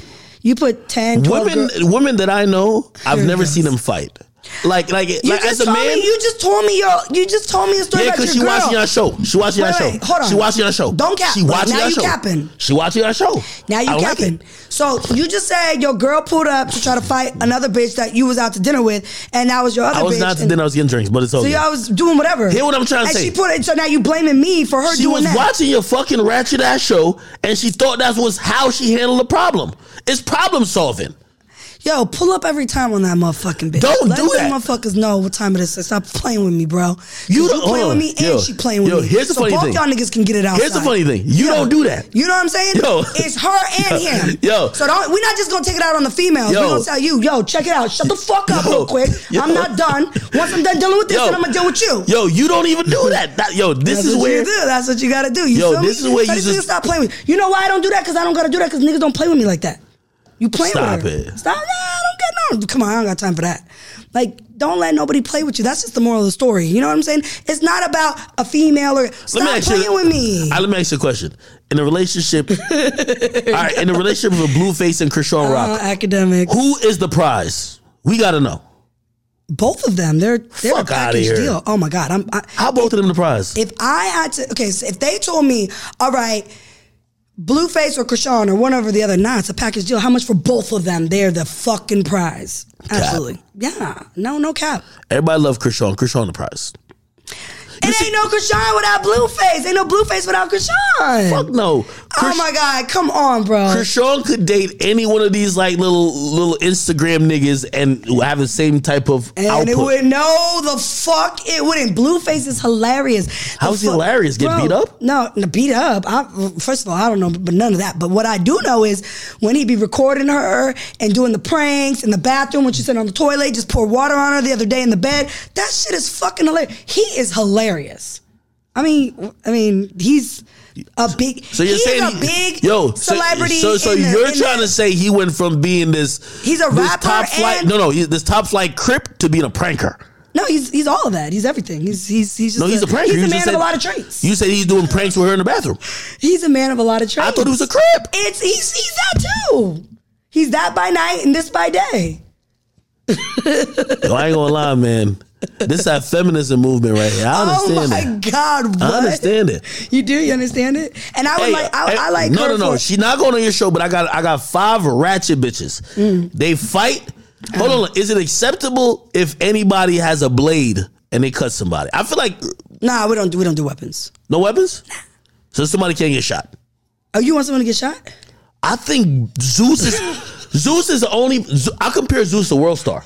Speaker 2: you put 10, 12
Speaker 1: Women,
Speaker 2: girl-
Speaker 1: women that I know, I've
Speaker 2: Sure
Speaker 1: never
Speaker 2: does.
Speaker 1: seen them fight. Like, like,
Speaker 2: You
Speaker 1: like
Speaker 2: just
Speaker 1: as a
Speaker 2: told
Speaker 1: man.
Speaker 2: me. You just told me your. You just told me a story
Speaker 1: yeah,
Speaker 2: about your
Speaker 1: because she
Speaker 2: girl.
Speaker 1: watching our show. She watching
Speaker 2: Wait,
Speaker 1: our show.
Speaker 2: wait, hold on.
Speaker 1: She watching our show.
Speaker 2: Don't cap.
Speaker 1: She
Speaker 2: Like,
Speaker 1: watching
Speaker 2: now
Speaker 1: our
Speaker 2: you
Speaker 1: show.
Speaker 2: capping.
Speaker 1: She watching our show.
Speaker 2: Now
Speaker 1: I
Speaker 2: you
Speaker 1: don't like
Speaker 2: capping.
Speaker 1: it.
Speaker 2: so you just said your girl pulled up to try to fight another bitch that you was out to dinner with, and that was your other.
Speaker 1: I was
Speaker 2: bitch,
Speaker 1: not.
Speaker 2: and-
Speaker 1: Then I was getting drinks, but it's
Speaker 2: So
Speaker 1: okay.
Speaker 2: y'all was doing whatever.
Speaker 1: Hear what I'm trying to
Speaker 2: and
Speaker 1: say.
Speaker 2: she put it. So now you blaming me for her
Speaker 1: she
Speaker 2: doing
Speaker 1: was
Speaker 2: that.
Speaker 1: watching your fucking ratchet ass show, and she thought that was how she handled the problem. It's problem solving.
Speaker 2: Yo, pull up every time on that motherfucking bitch.
Speaker 1: Don't
Speaker 2: Let
Speaker 1: do
Speaker 2: them
Speaker 1: that.
Speaker 2: Motherfuckers know what time it is. Stop playing with me, bro. 'Cause
Speaker 1: You
Speaker 2: You,
Speaker 1: don't-
Speaker 2: playing
Speaker 1: hold
Speaker 2: with
Speaker 1: on.
Speaker 2: me, and
Speaker 1: Yo,
Speaker 2: she playing with
Speaker 1: yo,
Speaker 2: me.
Speaker 1: here's the
Speaker 2: so
Speaker 1: funny
Speaker 2: both
Speaker 1: thing.
Speaker 2: y'all niggas can get it out.
Speaker 1: Here's the funny thing. You don't do that.
Speaker 2: You know what I'm saying?
Speaker 1: Yo.
Speaker 2: It's her and him.
Speaker 1: Yo.
Speaker 2: So don't. We're not just gonna take it out on the females.
Speaker 1: Yo.
Speaker 2: We're gonna tell you, yo, check it out. Shut the fuck up,
Speaker 1: Yo.
Speaker 2: real quick.
Speaker 1: Yo.
Speaker 2: I'm not done. Once I'm done dealing with this, then I'm gonna deal with you.
Speaker 1: Yo, you don't even do that. That- yo, this
Speaker 2: That's
Speaker 1: is
Speaker 2: what
Speaker 1: where
Speaker 2: you do. That's what you gotta do. You
Speaker 1: Yo,
Speaker 2: feel me?
Speaker 1: this is where
Speaker 2: Tell
Speaker 1: you
Speaker 2: these
Speaker 1: just-
Speaker 2: niggas stop playing with. You know why I don't do that? Cause I don't gotta do that. Cause niggas don't play with me like that. You playing
Speaker 1: Stop
Speaker 2: with her?
Speaker 1: it.
Speaker 2: Stop. Nah, I don't get no. Come on, I don't got time for that. Like, don't let nobody play with you. That's just the moral of the story. You know what I'm saying? It's not about a female or stop playing with me.
Speaker 1: I, let me ask you a question. In a relationship, all right, in a relationship with Blueface and Krishan
Speaker 2: Uh,
Speaker 1: Rock,
Speaker 2: academic.
Speaker 1: who is the prize? We gotta know.
Speaker 2: Both of them. They're they're a
Speaker 1: Fuck outta
Speaker 2: package
Speaker 1: here.
Speaker 2: deal. Oh my god. I'm. I,
Speaker 1: How both of them the prize?
Speaker 2: if I had to, okay, so if they told me, all right, Blueface or Krishan or one over the other, nah, it's a package deal. How much for both of them? They're the fucking prize. Absolutely. Yeah. No, no cap.
Speaker 1: Everybody love Krishan. Krishan the prize.
Speaker 2: it ain't no Krishan without Blueface. Ain't no Blueface without Krishan.
Speaker 1: Fuck no.
Speaker 2: Oh
Speaker 1: Krish-
Speaker 2: my God. Come on, bro.
Speaker 1: Krishan could date any one of these like little little Instagram niggas and have the same type of
Speaker 2: and
Speaker 1: output.
Speaker 2: it would no the fuck it wouldn't. Blueface is hilarious. The
Speaker 1: How's he
Speaker 2: fu-
Speaker 1: hilarious? Get beat up?
Speaker 2: No, no, beat up. I, first of all, I don't know, but none of that. But what I do know is when he be recording her and doing the pranks in the bathroom when she's sitting on the toilet, just pour water on her the other day in the bed. That shit is fucking hilarious. He is hilarious. I mean, I mean, he's a big.
Speaker 1: So you're
Speaker 2: he's
Speaker 1: saying
Speaker 2: a
Speaker 1: he-
Speaker 2: big
Speaker 1: yo so-
Speaker 2: celebrity.
Speaker 1: So, so,
Speaker 2: in the-
Speaker 1: you're
Speaker 2: in
Speaker 1: trying
Speaker 2: the-
Speaker 1: to say he went from being this
Speaker 2: He's a
Speaker 1: this
Speaker 2: rapper
Speaker 1: top flight
Speaker 2: and-
Speaker 1: no no he, this top flight crip to being a pranker.
Speaker 2: No, he's he's all of that. He's everything. He's he's he's just
Speaker 1: No, he's a pranker.
Speaker 2: He's
Speaker 1: You
Speaker 2: a
Speaker 1: just
Speaker 2: man
Speaker 1: said-
Speaker 2: of a lot of traits.
Speaker 1: You said he's doing pranks with her in the bathroom.
Speaker 2: He's a man of a lot of traits.
Speaker 1: I thought he was a crip.
Speaker 2: It's he's he's that too. He's that by night and this by day.
Speaker 1: Yo, I ain't gonna lie, man. This is that feminism movement right here. I
Speaker 2: Oh
Speaker 1: understand
Speaker 2: my
Speaker 1: it.
Speaker 2: God! What?
Speaker 1: I understand it.
Speaker 2: You do? You understand it? And I would
Speaker 1: Hey,
Speaker 2: like I,
Speaker 1: hey,
Speaker 2: I like
Speaker 1: no
Speaker 2: her
Speaker 1: no no.
Speaker 2: for-
Speaker 1: She not going on your show, but I got I got five ratchet bitches.
Speaker 2: Mm.
Speaker 1: They fight. Hold on, is it acceptable if anybody has a blade and they cut somebody? I feel like
Speaker 2: nah, we don't do we don't do weapons.
Speaker 1: no weapons, so somebody can't get shot.
Speaker 2: Oh, you want someone to get shot?
Speaker 1: I think Zeus is Zeus is the only. Ze- I compare Zeus to World Star.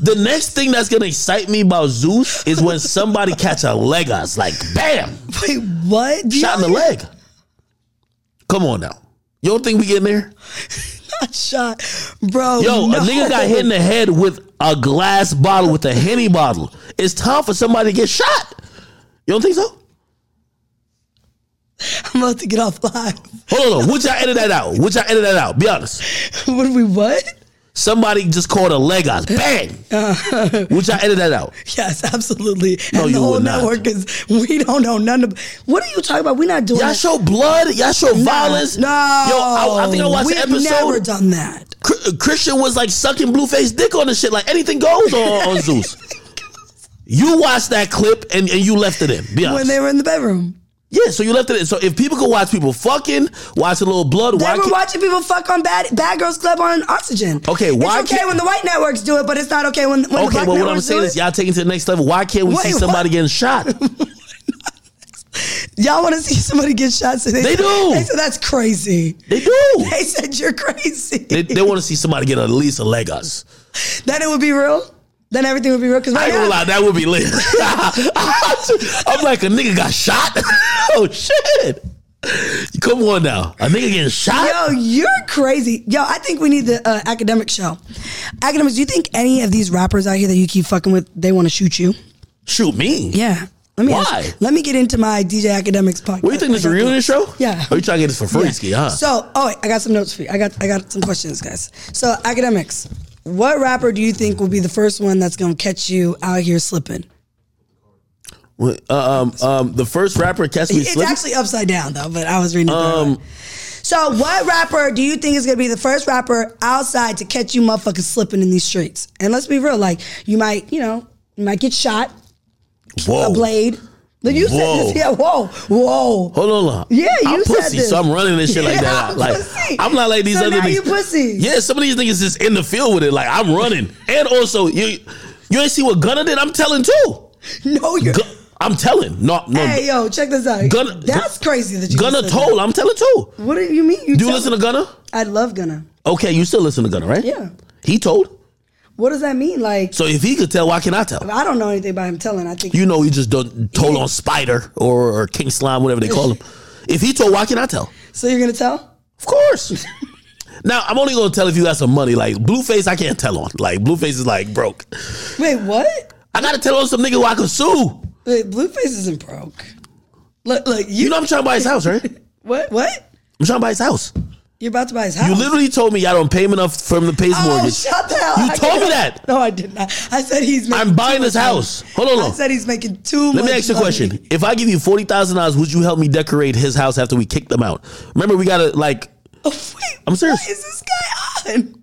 Speaker 1: The next thing that's gonna excite me about Zeus is when somebody catch a leg us like bam,
Speaker 2: Wait, what? Do
Speaker 1: shot in the
Speaker 2: y'all-
Speaker 1: leg. Come on now, you don't think we getting there?
Speaker 2: Not shot, bro.
Speaker 1: Yo,
Speaker 2: no.
Speaker 1: a nigga got hit in the head with a glass bottle with a henny bottle. It's time for somebody to get shot. You don't think so?
Speaker 2: I'm about to get off live.
Speaker 1: Hold on, hold on. would y'all edit that out? Would y'all edit that out? Be honest.
Speaker 2: what do we what?
Speaker 1: Somebody just called a leg us bang. Would y'all edit that out?
Speaker 2: Yes, absolutely.
Speaker 1: No,
Speaker 2: and the
Speaker 1: you
Speaker 2: whole
Speaker 1: would not.
Speaker 2: network is we don't know none of what are you talking about? We're not doing
Speaker 1: Y'all
Speaker 2: that.
Speaker 1: show blood. Y'all show
Speaker 2: Nah,
Speaker 1: violence.
Speaker 2: No,
Speaker 1: Yo, I, I think I watched
Speaker 2: We've
Speaker 1: an episode.
Speaker 2: Never done that.
Speaker 1: Chr- Christian was like sucking Blueface dick on the shit. Like anything goes on, on Zeus. You watched that clip and, and you left it in. Be honest.
Speaker 2: when they were in the bedroom.
Speaker 1: yeah, so you left it in. So if people could watch people fucking, watch a little blood,
Speaker 2: They
Speaker 1: why
Speaker 2: were
Speaker 1: can't-
Speaker 2: watching people fuck on Bad Bad Girls Club on Oxygen.
Speaker 1: Okay, why
Speaker 2: It's okay
Speaker 1: can't-
Speaker 2: when the white networks do it, but it's not okay when, when the
Speaker 1: Okay,
Speaker 2: black
Speaker 1: but what I'm
Speaker 2: networks do
Speaker 1: saying
Speaker 2: it.
Speaker 1: is y'all taking it to the next level. Why can't we
Speaker 2: Wait,
Speaker 1: see somebody
Speaker 2: what?
Speaker 1: getting shot?
Speaker 2: Y'all want to see somebody get shot? So they,
Speaker 1: They do.
Speaker 2: They said that's crazy.
Speaker 1: They do.
Speaker 2: They said you're crazy.
Speaker 1: They, they want to see somebody get at least a leg us.
Speaker 2: then it would be real. Then everything would be real. Because
Speaker 1: I
Speaker 2: right
Speaker 1: ain't gonna
Speaker 2: now,
Speaker 1: lie, that would be lit. I'm like, a nigga got shot? oh, shit. Come on now. A nigga getting shot?
Speaker 2: yo, you're crazy. Yo, I think we need the uh, academic show. Academics, do you think any of these rappers out here that you keep fucking with, they want to shoot you?
Speaker 1: Shoot me.
Speaker 2: Yeah. Let me ask-
Speaker 1: Why?
Speaker 2: let me get into my DJ Academics podcast.
Speaker 1: What do you think this
Speaker 2: I got
Speaker 1: reunion
Speaker 2: this.
Speaker 1: show?
Speaker 2: Yeah.
Speaker 1: Are you trying to get this for free,
Speaker 2: Yeah.
Speaker 1: Ski, huh?
Speaker 2: So, oh, wait, I got some notes for you. I got I got some questions, guys. So, academics, what rapper do you think will be the first one that's gonna catch you out here slipping?
Speaker 1: Well, uh, um, um, the first rapper catch me
Speaker 2: It's
Speaker 1: slipping. Um,
Speaker 2: actually upside down though, but I was reading it. the right way. so, what rapper do you think is gonna be the first rapper outside to catch you motherfuckers slipping in these streets? And let's be real, like you might, you know, you might get shot,
Speaker 1: Whoa.
Speaker 2: a blade. Then you
Speaker 1: Whoa.
Speaker 2: said this, yeah, whoa, whoa.
Speaker 1: Hold on, hold on.
Speaker 2: Yeah,
Speaker 1: I'm
Speaker 2: you said
Speaker 1: pussy,
Speaker 2: this.
Speaker 1: so I'm running this shit like
Speaker 2: Yeah,
Speaker 1: that.
Speaker 2: I'm
Speaker 1: Like
Speaker 2: pussy.
Speaker 1: I'm not like these
Speaker 2: So
Speaker 1: other
Speaker 2: now
Speaker 1: niggas.
Speaker 2: you pussy.
Speaker 1: Yeah, some of these niggas just in the field with it. Like I'm running, and also you, you ain't see what Gunna did. I'm telling too.
Speaker 2: No, you're.
Speaker 1: Gu- I'm telling. No, no.
Speaker 2: Hey yo, check this out.
Speaker 1: Gunna-
Speaker 2: That's crazy that you
Speaker 1: Gunna
Speaker 2: said that.
Speaker 1: told. I'm telling too.
Speaker 2: What do you mean? You
Speaker 1: Do you
Speaker 2: tell-
Speaker 1: listen to Gunna?
Speaker 2: I love Gunna.
Speaker 1: Okay, you still listen to Gunna, right?
Speaker 2: Yeah.
Speaker 1: He told.
Speaker 2: What does that mean? Like,
Speaker 1: So if he could tell, why can I tell?
Speaker 2: I don't know anything about him telling. I think
Speaker 1: You know, he just don't told on Spider or, or King Slime, whatever they call him. If he told, why can I tell?
Speaker 2: so. You're gonna tell?
Speaker 1: Of course. now I'm only gonna tell if you got some money. Like Blueface, I can't tell on. Like Blueface is like broke.
Speaker 2: Wait, what?
Speaker 1: I gotta tell on some nigga who I can sue.
Speaker 2: Wait, Blueface isn't broke. Look, look, you,
Speaker 1: You know I'm trying to buy his house, right? I'm
Speaker 2: what? What?
Speaker 1: trying to buy his house.
Speaker 2: You're about to buy his house?
Speaker 1: You literally told me y'all don't pay him enough from the pays
Speaker 2: Oh,
Speaker 1: mortgage.
Speaker 2: shut the hell!
Speaker 1: You
Speaker 2: I
Speaker 1: told me
Speaker 2: can't-
Speaker 1: that.
Speaker 2: No, I did not. I said he's. Making
Speaker 1: I'm buying
Speaker 2: too
Speaker 1: this
Speaker 2: much
Speaker 1: house.
Speaker 2: money.
Speaker 1: Hold on, hold
Speaker 2: I
Speaker 1: on.
Speaker 2: said he's making too much.
Speaker 1: Let me ask you a
Speaker 2: money.
Speaker 1: question. If I give you forty thousand dollars, would you help me decorate his house after we kick them out? Remember, we gotta like.
Speaker 2: Oh, wait,
Speaker 1: I'm serious.
Speaker 2: What is this guy on?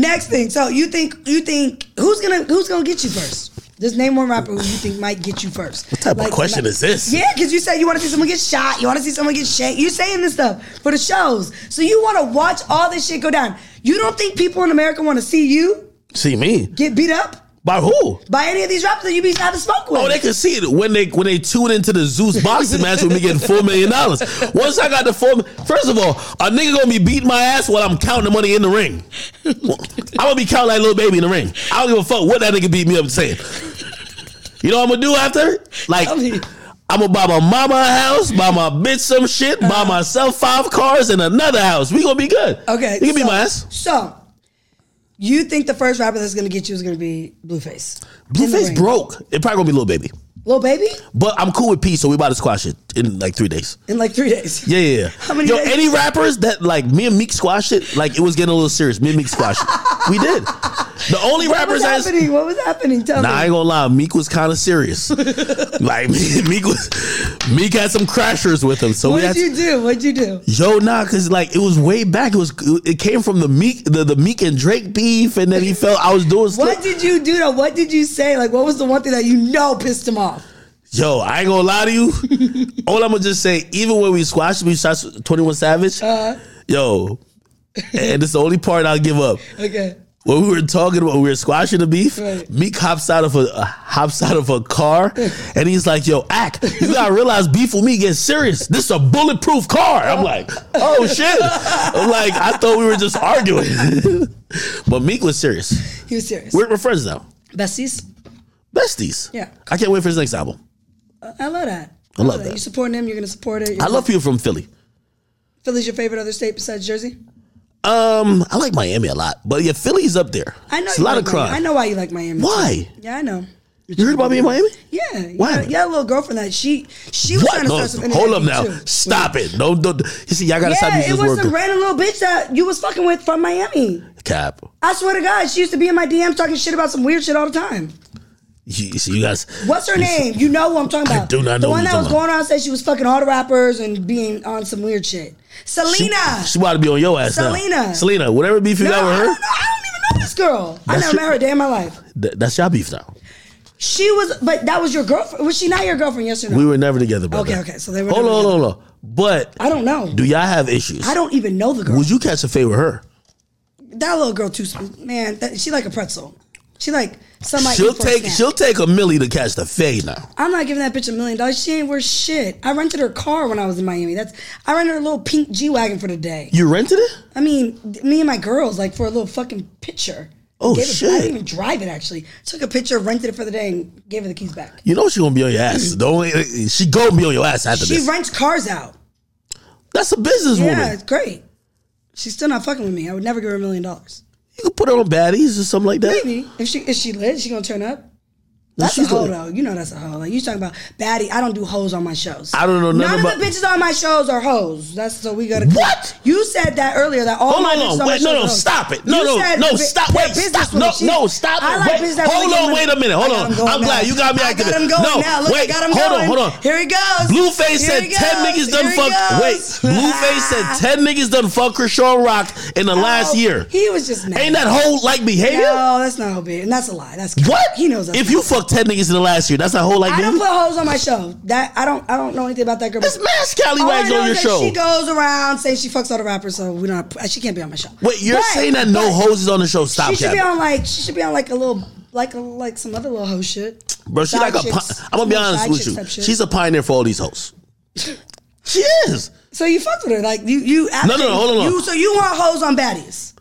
Speaker 2: Next thing. So you think you think who's gonna who's gonna get you first? Just name one rapper who you think might get you first. What
Speaker 1: type of question is this?
Speaker 2: Yeah, because you said you want to see someone get shot, you want to see someone get shanked. You're saying this stuff for the shows, so you want to watch all this shit go down. You don't think people in America want to see you
Speaker 1: See me
Speaker 2: get beat up
Speaker 1: by who?
Speaker 2: by any of these rappers that you be having smoke with?
Speaker 1: Oh, they can see it when they when they tune into the Zeus boxing match with me getting four million dollars. Once I got the four, first of all, a nigga gonna be beating my ass while I'm counting the money in the ring. I'm gonna be counting like little baby in the ring. I don't give a fuck what that nigga beat me up saying. You know what I'm gonna do after? Like.
Speaker 2: Tell me.
Speaker 1: I'm gonna buy my mama a house, buy my bitch some shit,
Speaker 2: Uh-huh.
Speaker 1: buy myself five cars and another house. We gonna be good.
Speaker 2: Okay,
Speaker 1: you can be
Speaker 2: so-
Speaker 1: my ass.
Speaker 2: So, you think the first rapper that's gonna get you is gonna be Blueface?
Speaker 1: Blueface
Speaker 2: ring.
Speaker 1: broke. It probably gonna be little baby,
Speaker 2: Lil Baby
Speaker 1: but I'm cool with P, so we about to squash it in like three days.
Speaker 2: in like three days.
Speaker 1: Yeah, yeah, yeah.
Speaker 2: How many
Speaker 1: Yo,
Speaker 2: days?
Speaker 1: any rappers that like me and Meek squashed it, like it was getting a little serious. Me and Meek squashed it. We did. The only
Speaker 2: What
Speaker 1: rappers
Speaker 2: was
Speaker 1: that's
Speaker 2: happening? What was happening? Tell
Speaker 1: Nah, I
Speaker 2: me.
Speaker 1: ain't gonna lie, Meek was kind of serious. like Meek was, Meek had some crashers with him. So
Speaker 2: What
Speaker 1: we had
Speaker 2: did
Speaker 1: to-
Speaker 2: you do? What did you do?
Speaker 1: Yo, nah, cause like it was way back. It was it came from the Meek, the, the Meek and Drake beef, and then he felt I was doing. sli-
Speaker 2: What did you do? Though? What did you say? Like, what was the one thing that you know pissed him off?
Speaker 1: Yo, I ain't gonna lie to you. All I'm gonna just say, even when we squashed, we shot 21 Savage.
Speaker 2: Uh-huh.
Speaker 1: Yo, and it's the only part I'll give up.
Speaker 2: Okay.
Speaker 1: when we were talking about we were squashing the beef,
Speaker 2: Right.
Speaker 1: Meek hops out of a uh, hops out of a car, and he's like, "Yo, act, you gotta realize beef with me gets serious. This is a bulletproof car." I'm like, "Oh shit!" I'm like, "I thought we were just arguing," but Meek was serious.
Speaker 2: He was serious.
Speaker 1: We're, we're friends now,
Speaker 2: Besties.
Speaker 1: besties.
Speaker 2: Yeah.
Speaker 1: I can't wait for his next album.
Speaker 2: I love that.
Speaker 1: I love that.
Speaker 2: You supporting him? You're gonna support it. You're
Speaker 1: I
Speaker 2: gonna-
Speaker 1: love people from Philly.
Speaker 2: Philly's your favorite other state besides Jersey.
Speaker 1: Um, I like Miami a lot, but yeah, Philly's up there.
Speaker 2: I know
Speaker 1: it's a
Speaker 2: you
Speaker 1: lot
Speaker 2: like
Speaker 1: of crime.
Speaker 2: Miami. I know why you like Miami.
Speaker 1: Why?
Speaker 2: Yeah, I know.
Speaker 1: You heard about me in Miami?
Speaker 2: Yeah. you
Speaker 1: Why?
Speaker 2: got- You got a little girlfriend that she she was
Speaker 1: What?
Speaker 2: trying to
Speaker 1: No,
Speaker 2: start some.
Speaker 1: hold up now.
Speaker 2: internet beef, too.
Speaker 1: Stop it. No, no. You see, y'all gotta stop
Speaker 2: Yeah,
Speaker 1: using
Speaker 2: it
Speaker 1: this
Speaker 2: was
Speaker 1: word.
Speaker 2: some random little bitch that you was fucking with from Miami.
Speaker 1: Cap.
Speaker 2: I swear to God, she used to be in my DMs talking shit about some weird shit all the time.
Speaker 1: You, you see, you guys.
Speaker 2: What's her name? You know who I'm talking about.
Speaker 1: do not
Speaker 2: the
Speaker 1: know
Speaker 2: one
Speaker 1: who
Speaker 2: that
Speaker 1: you're
Speaker 2: was
Speaker 1: talking
Speaker 2: going around saying she was fucking all the rappers and being on some weird shit. Selena.
Speaker 1: She about to be on your ass now.
Speaker 2: Selena.
Speaker 1: Selena, whatever beef you
Speaker 2: no,
Speaker 1: got
Speaker 2: I
Speaker 1: with
Speaker 2: don't know.
Speaker 1: her,
Speaker 2: I don't even know this girl. I
Speaker 1: That's
Speaker 2: never
Speaker 1: your-
Speaker 2: met her a day in my life.
Speaker 1: th- that's y'all beef now.
Speaker 2: She was, but that was your girlfriend. Was she not your girlfriend? Yes or no?
Speaker 1: We were never together, brother.
Speaker 2: Okay, okay, so they were
Speaker 1: Hold on,
Speaker 2: never
Speaker 1: hold on, hold on. But
Speaker 2: I don't know.
Speaker 1: do y'all have issues?
Speaker 2: I don't even know the girl.
Speaker 1: Would you catch a fade with her?
Speaker 2: that little girl too, sp- man. That, she like a pretzel. She like somebody.
Speaker 1: she'll take she'll take a millie to catch the fade now.
Speaker 2: I'm not giving that bitch a million dollars. She ain't worth shit. I rented her car when I was in Miami. That's I rented her a little pink G wagon for the day.
Speaker 1: You rented it?
Speaker 2: I mean, th- me and my girls like for a little fucking picture.
Speaker 1: Oh,
Speaker 2: Gave It, I
Speaker 1: shit.
Speaker 2: didn't even drive it actually. Took a picture, rented it for the day, and gave her the keys back.
Speaker 1: You know she gonna be on your ass. The only she gonna be on your ass after
Speaker 2: Mm-hmm. She
Speaker 1: this.
Speaker 2: rents cars out.
Speaker 1: That's a
Speaker 2: Yeah,
Speaker 1: businesswoman.
Speaker 2: it's great. She's still not fucking with me. I would never give her a million dollars.
Speaker 1: You can put her on baddies or something like that.
Speaker 2: Maybe if she if she lit, she gonna turn up.
Speaker 1: No,
Speaker 2: That's
Speaker 1: she's
Speaker 2: a hoe
Speaker 1: lit.
Speaker 2: though. You know that's a hoe. Like you talking about baddie. I don't do hoes on my shows.
Speaker 1: I don't know nothing
Speaker 2: None
Speaker 1: about-
Speaker 2: of the bitches on my shows are hoes. That's so we gotta.
Speaker 1: What?
Speaker 2: You said that earlier. That all
Speaker 1: Hold
Speaker 2: my
Speaker 1: on,
Speaker 2: bitches
Speaker 1: hold
Speaker 2: on
Speaker 1: on.
Speaker 2: my
Speaker 1: Wait,
Speaker 2: shows
Speaker 1: no,
Speaker 2: are
Speaker 1: no,
Speaker 2: hoes.
Speaker 1: stop it.
Speaker 2: You
Speaker 1: No, no,
Speaker 2: said
Speaker 1: no,
Speaker 2: bi-
Speaker 1: stop.
Speaker 2: they're
Speaker 1: Wait, stop.
Speaker 2: businesswomen.
Speaker 1: No,
Speaker 2: She-
Speaker 1: no, stop.
Speaker 2: I
Speaker 1: it.
Speaker 2: like
Speaker 1: Wait,
Speaker 2: business
Speaker 1: hold on,
Speaker 2: women.
Speaker 1: wait a minute. Hold
Speaker 2: I got
Speaker 1: on.
Speaker 2: him going
Speaker 1: I'm
Speaker 2: now.
Speaker 1: glad you got me
Speaker 2: I got
Speaker 1: activated.
Speaker 2: him going
Speaker 1: no,
Speaker 2: now. Look,
Speaker 1: wait,
Speaker 2: I got him
Speaker 1: hold
Speaker 2: going.
Speaker 1: on, hold on.
Speaker 2: Here he goes.
Speaker 1: Blueface
Speaker 2: Here
Speaker 1: said
Speaker 2: he
Speaker 1: 10
Speaker 2: goes.
Speaker 1: niggas done
Speaker 2: Here he
Speaker 1: fuck.
Speaker 2: goes.
Speaker 1: Wait, Blueface said 10 niggas done fuck Krishan Rock in the last
Speaker 2: No,
Speaker 1: year.
Speaker 2: He was just mad.
Speaker 1: Ain't that whole like behavior?
Speaker 2: No, that's not hoe big. And that's a lie. That's cap.
Speaker 1: What?
Speaker 2: He knows that's
Speaker 1: If
Speaker 2: cap.
Speaker 1: you fuck 10 niggas in the last year, that's not whole like
Speaker 2: I don't
Speaker 1: behavior?
Speaker 2: put hoes on my show. That I don't I don't know anything about that girl.
Speaker 1: That's mass
Speaker 2: All I
Speaker 1: scallywags
Speaker 2: know
Speaker 1: on
Speaker 2: is
Speaker 1: your
Speaker 2: that
Speaker 1: show.
Speaker 2: She goes around saying she fucks all the rappers, so we don't. She can't be on my show.
Speaker 1: Wait, you're
Speaker 2: But-
Speaker 1: saying that no
Speaker 2: but
Speaker 1: hoes is on the show? Stop,
Speaker 2: She should
Speaker 1: Cap.
Speaker 2: be on like she should be on like a little like a, like some other little hoe shit.
Speaker 1: Bro, she
Speaker 2: Side
Speaker 1: like a. Pi-
Speaker 2: chicks.
Speaker 1: I'm gonna be
Speaker 2: Some
Speaker 1: honest
Speaker 2: side
Speaker 1: with
Speaker 2: chicks type
Speaker 1: you.
Speaker 2: shit.
Speaker 1: She's a pioneer for all these hoes. she is.
Speaker 2: so you fucked with her like you you
Speaker 1: no, no, hold on, hold on.
Speaker 2: You, so you want hoes on baddies?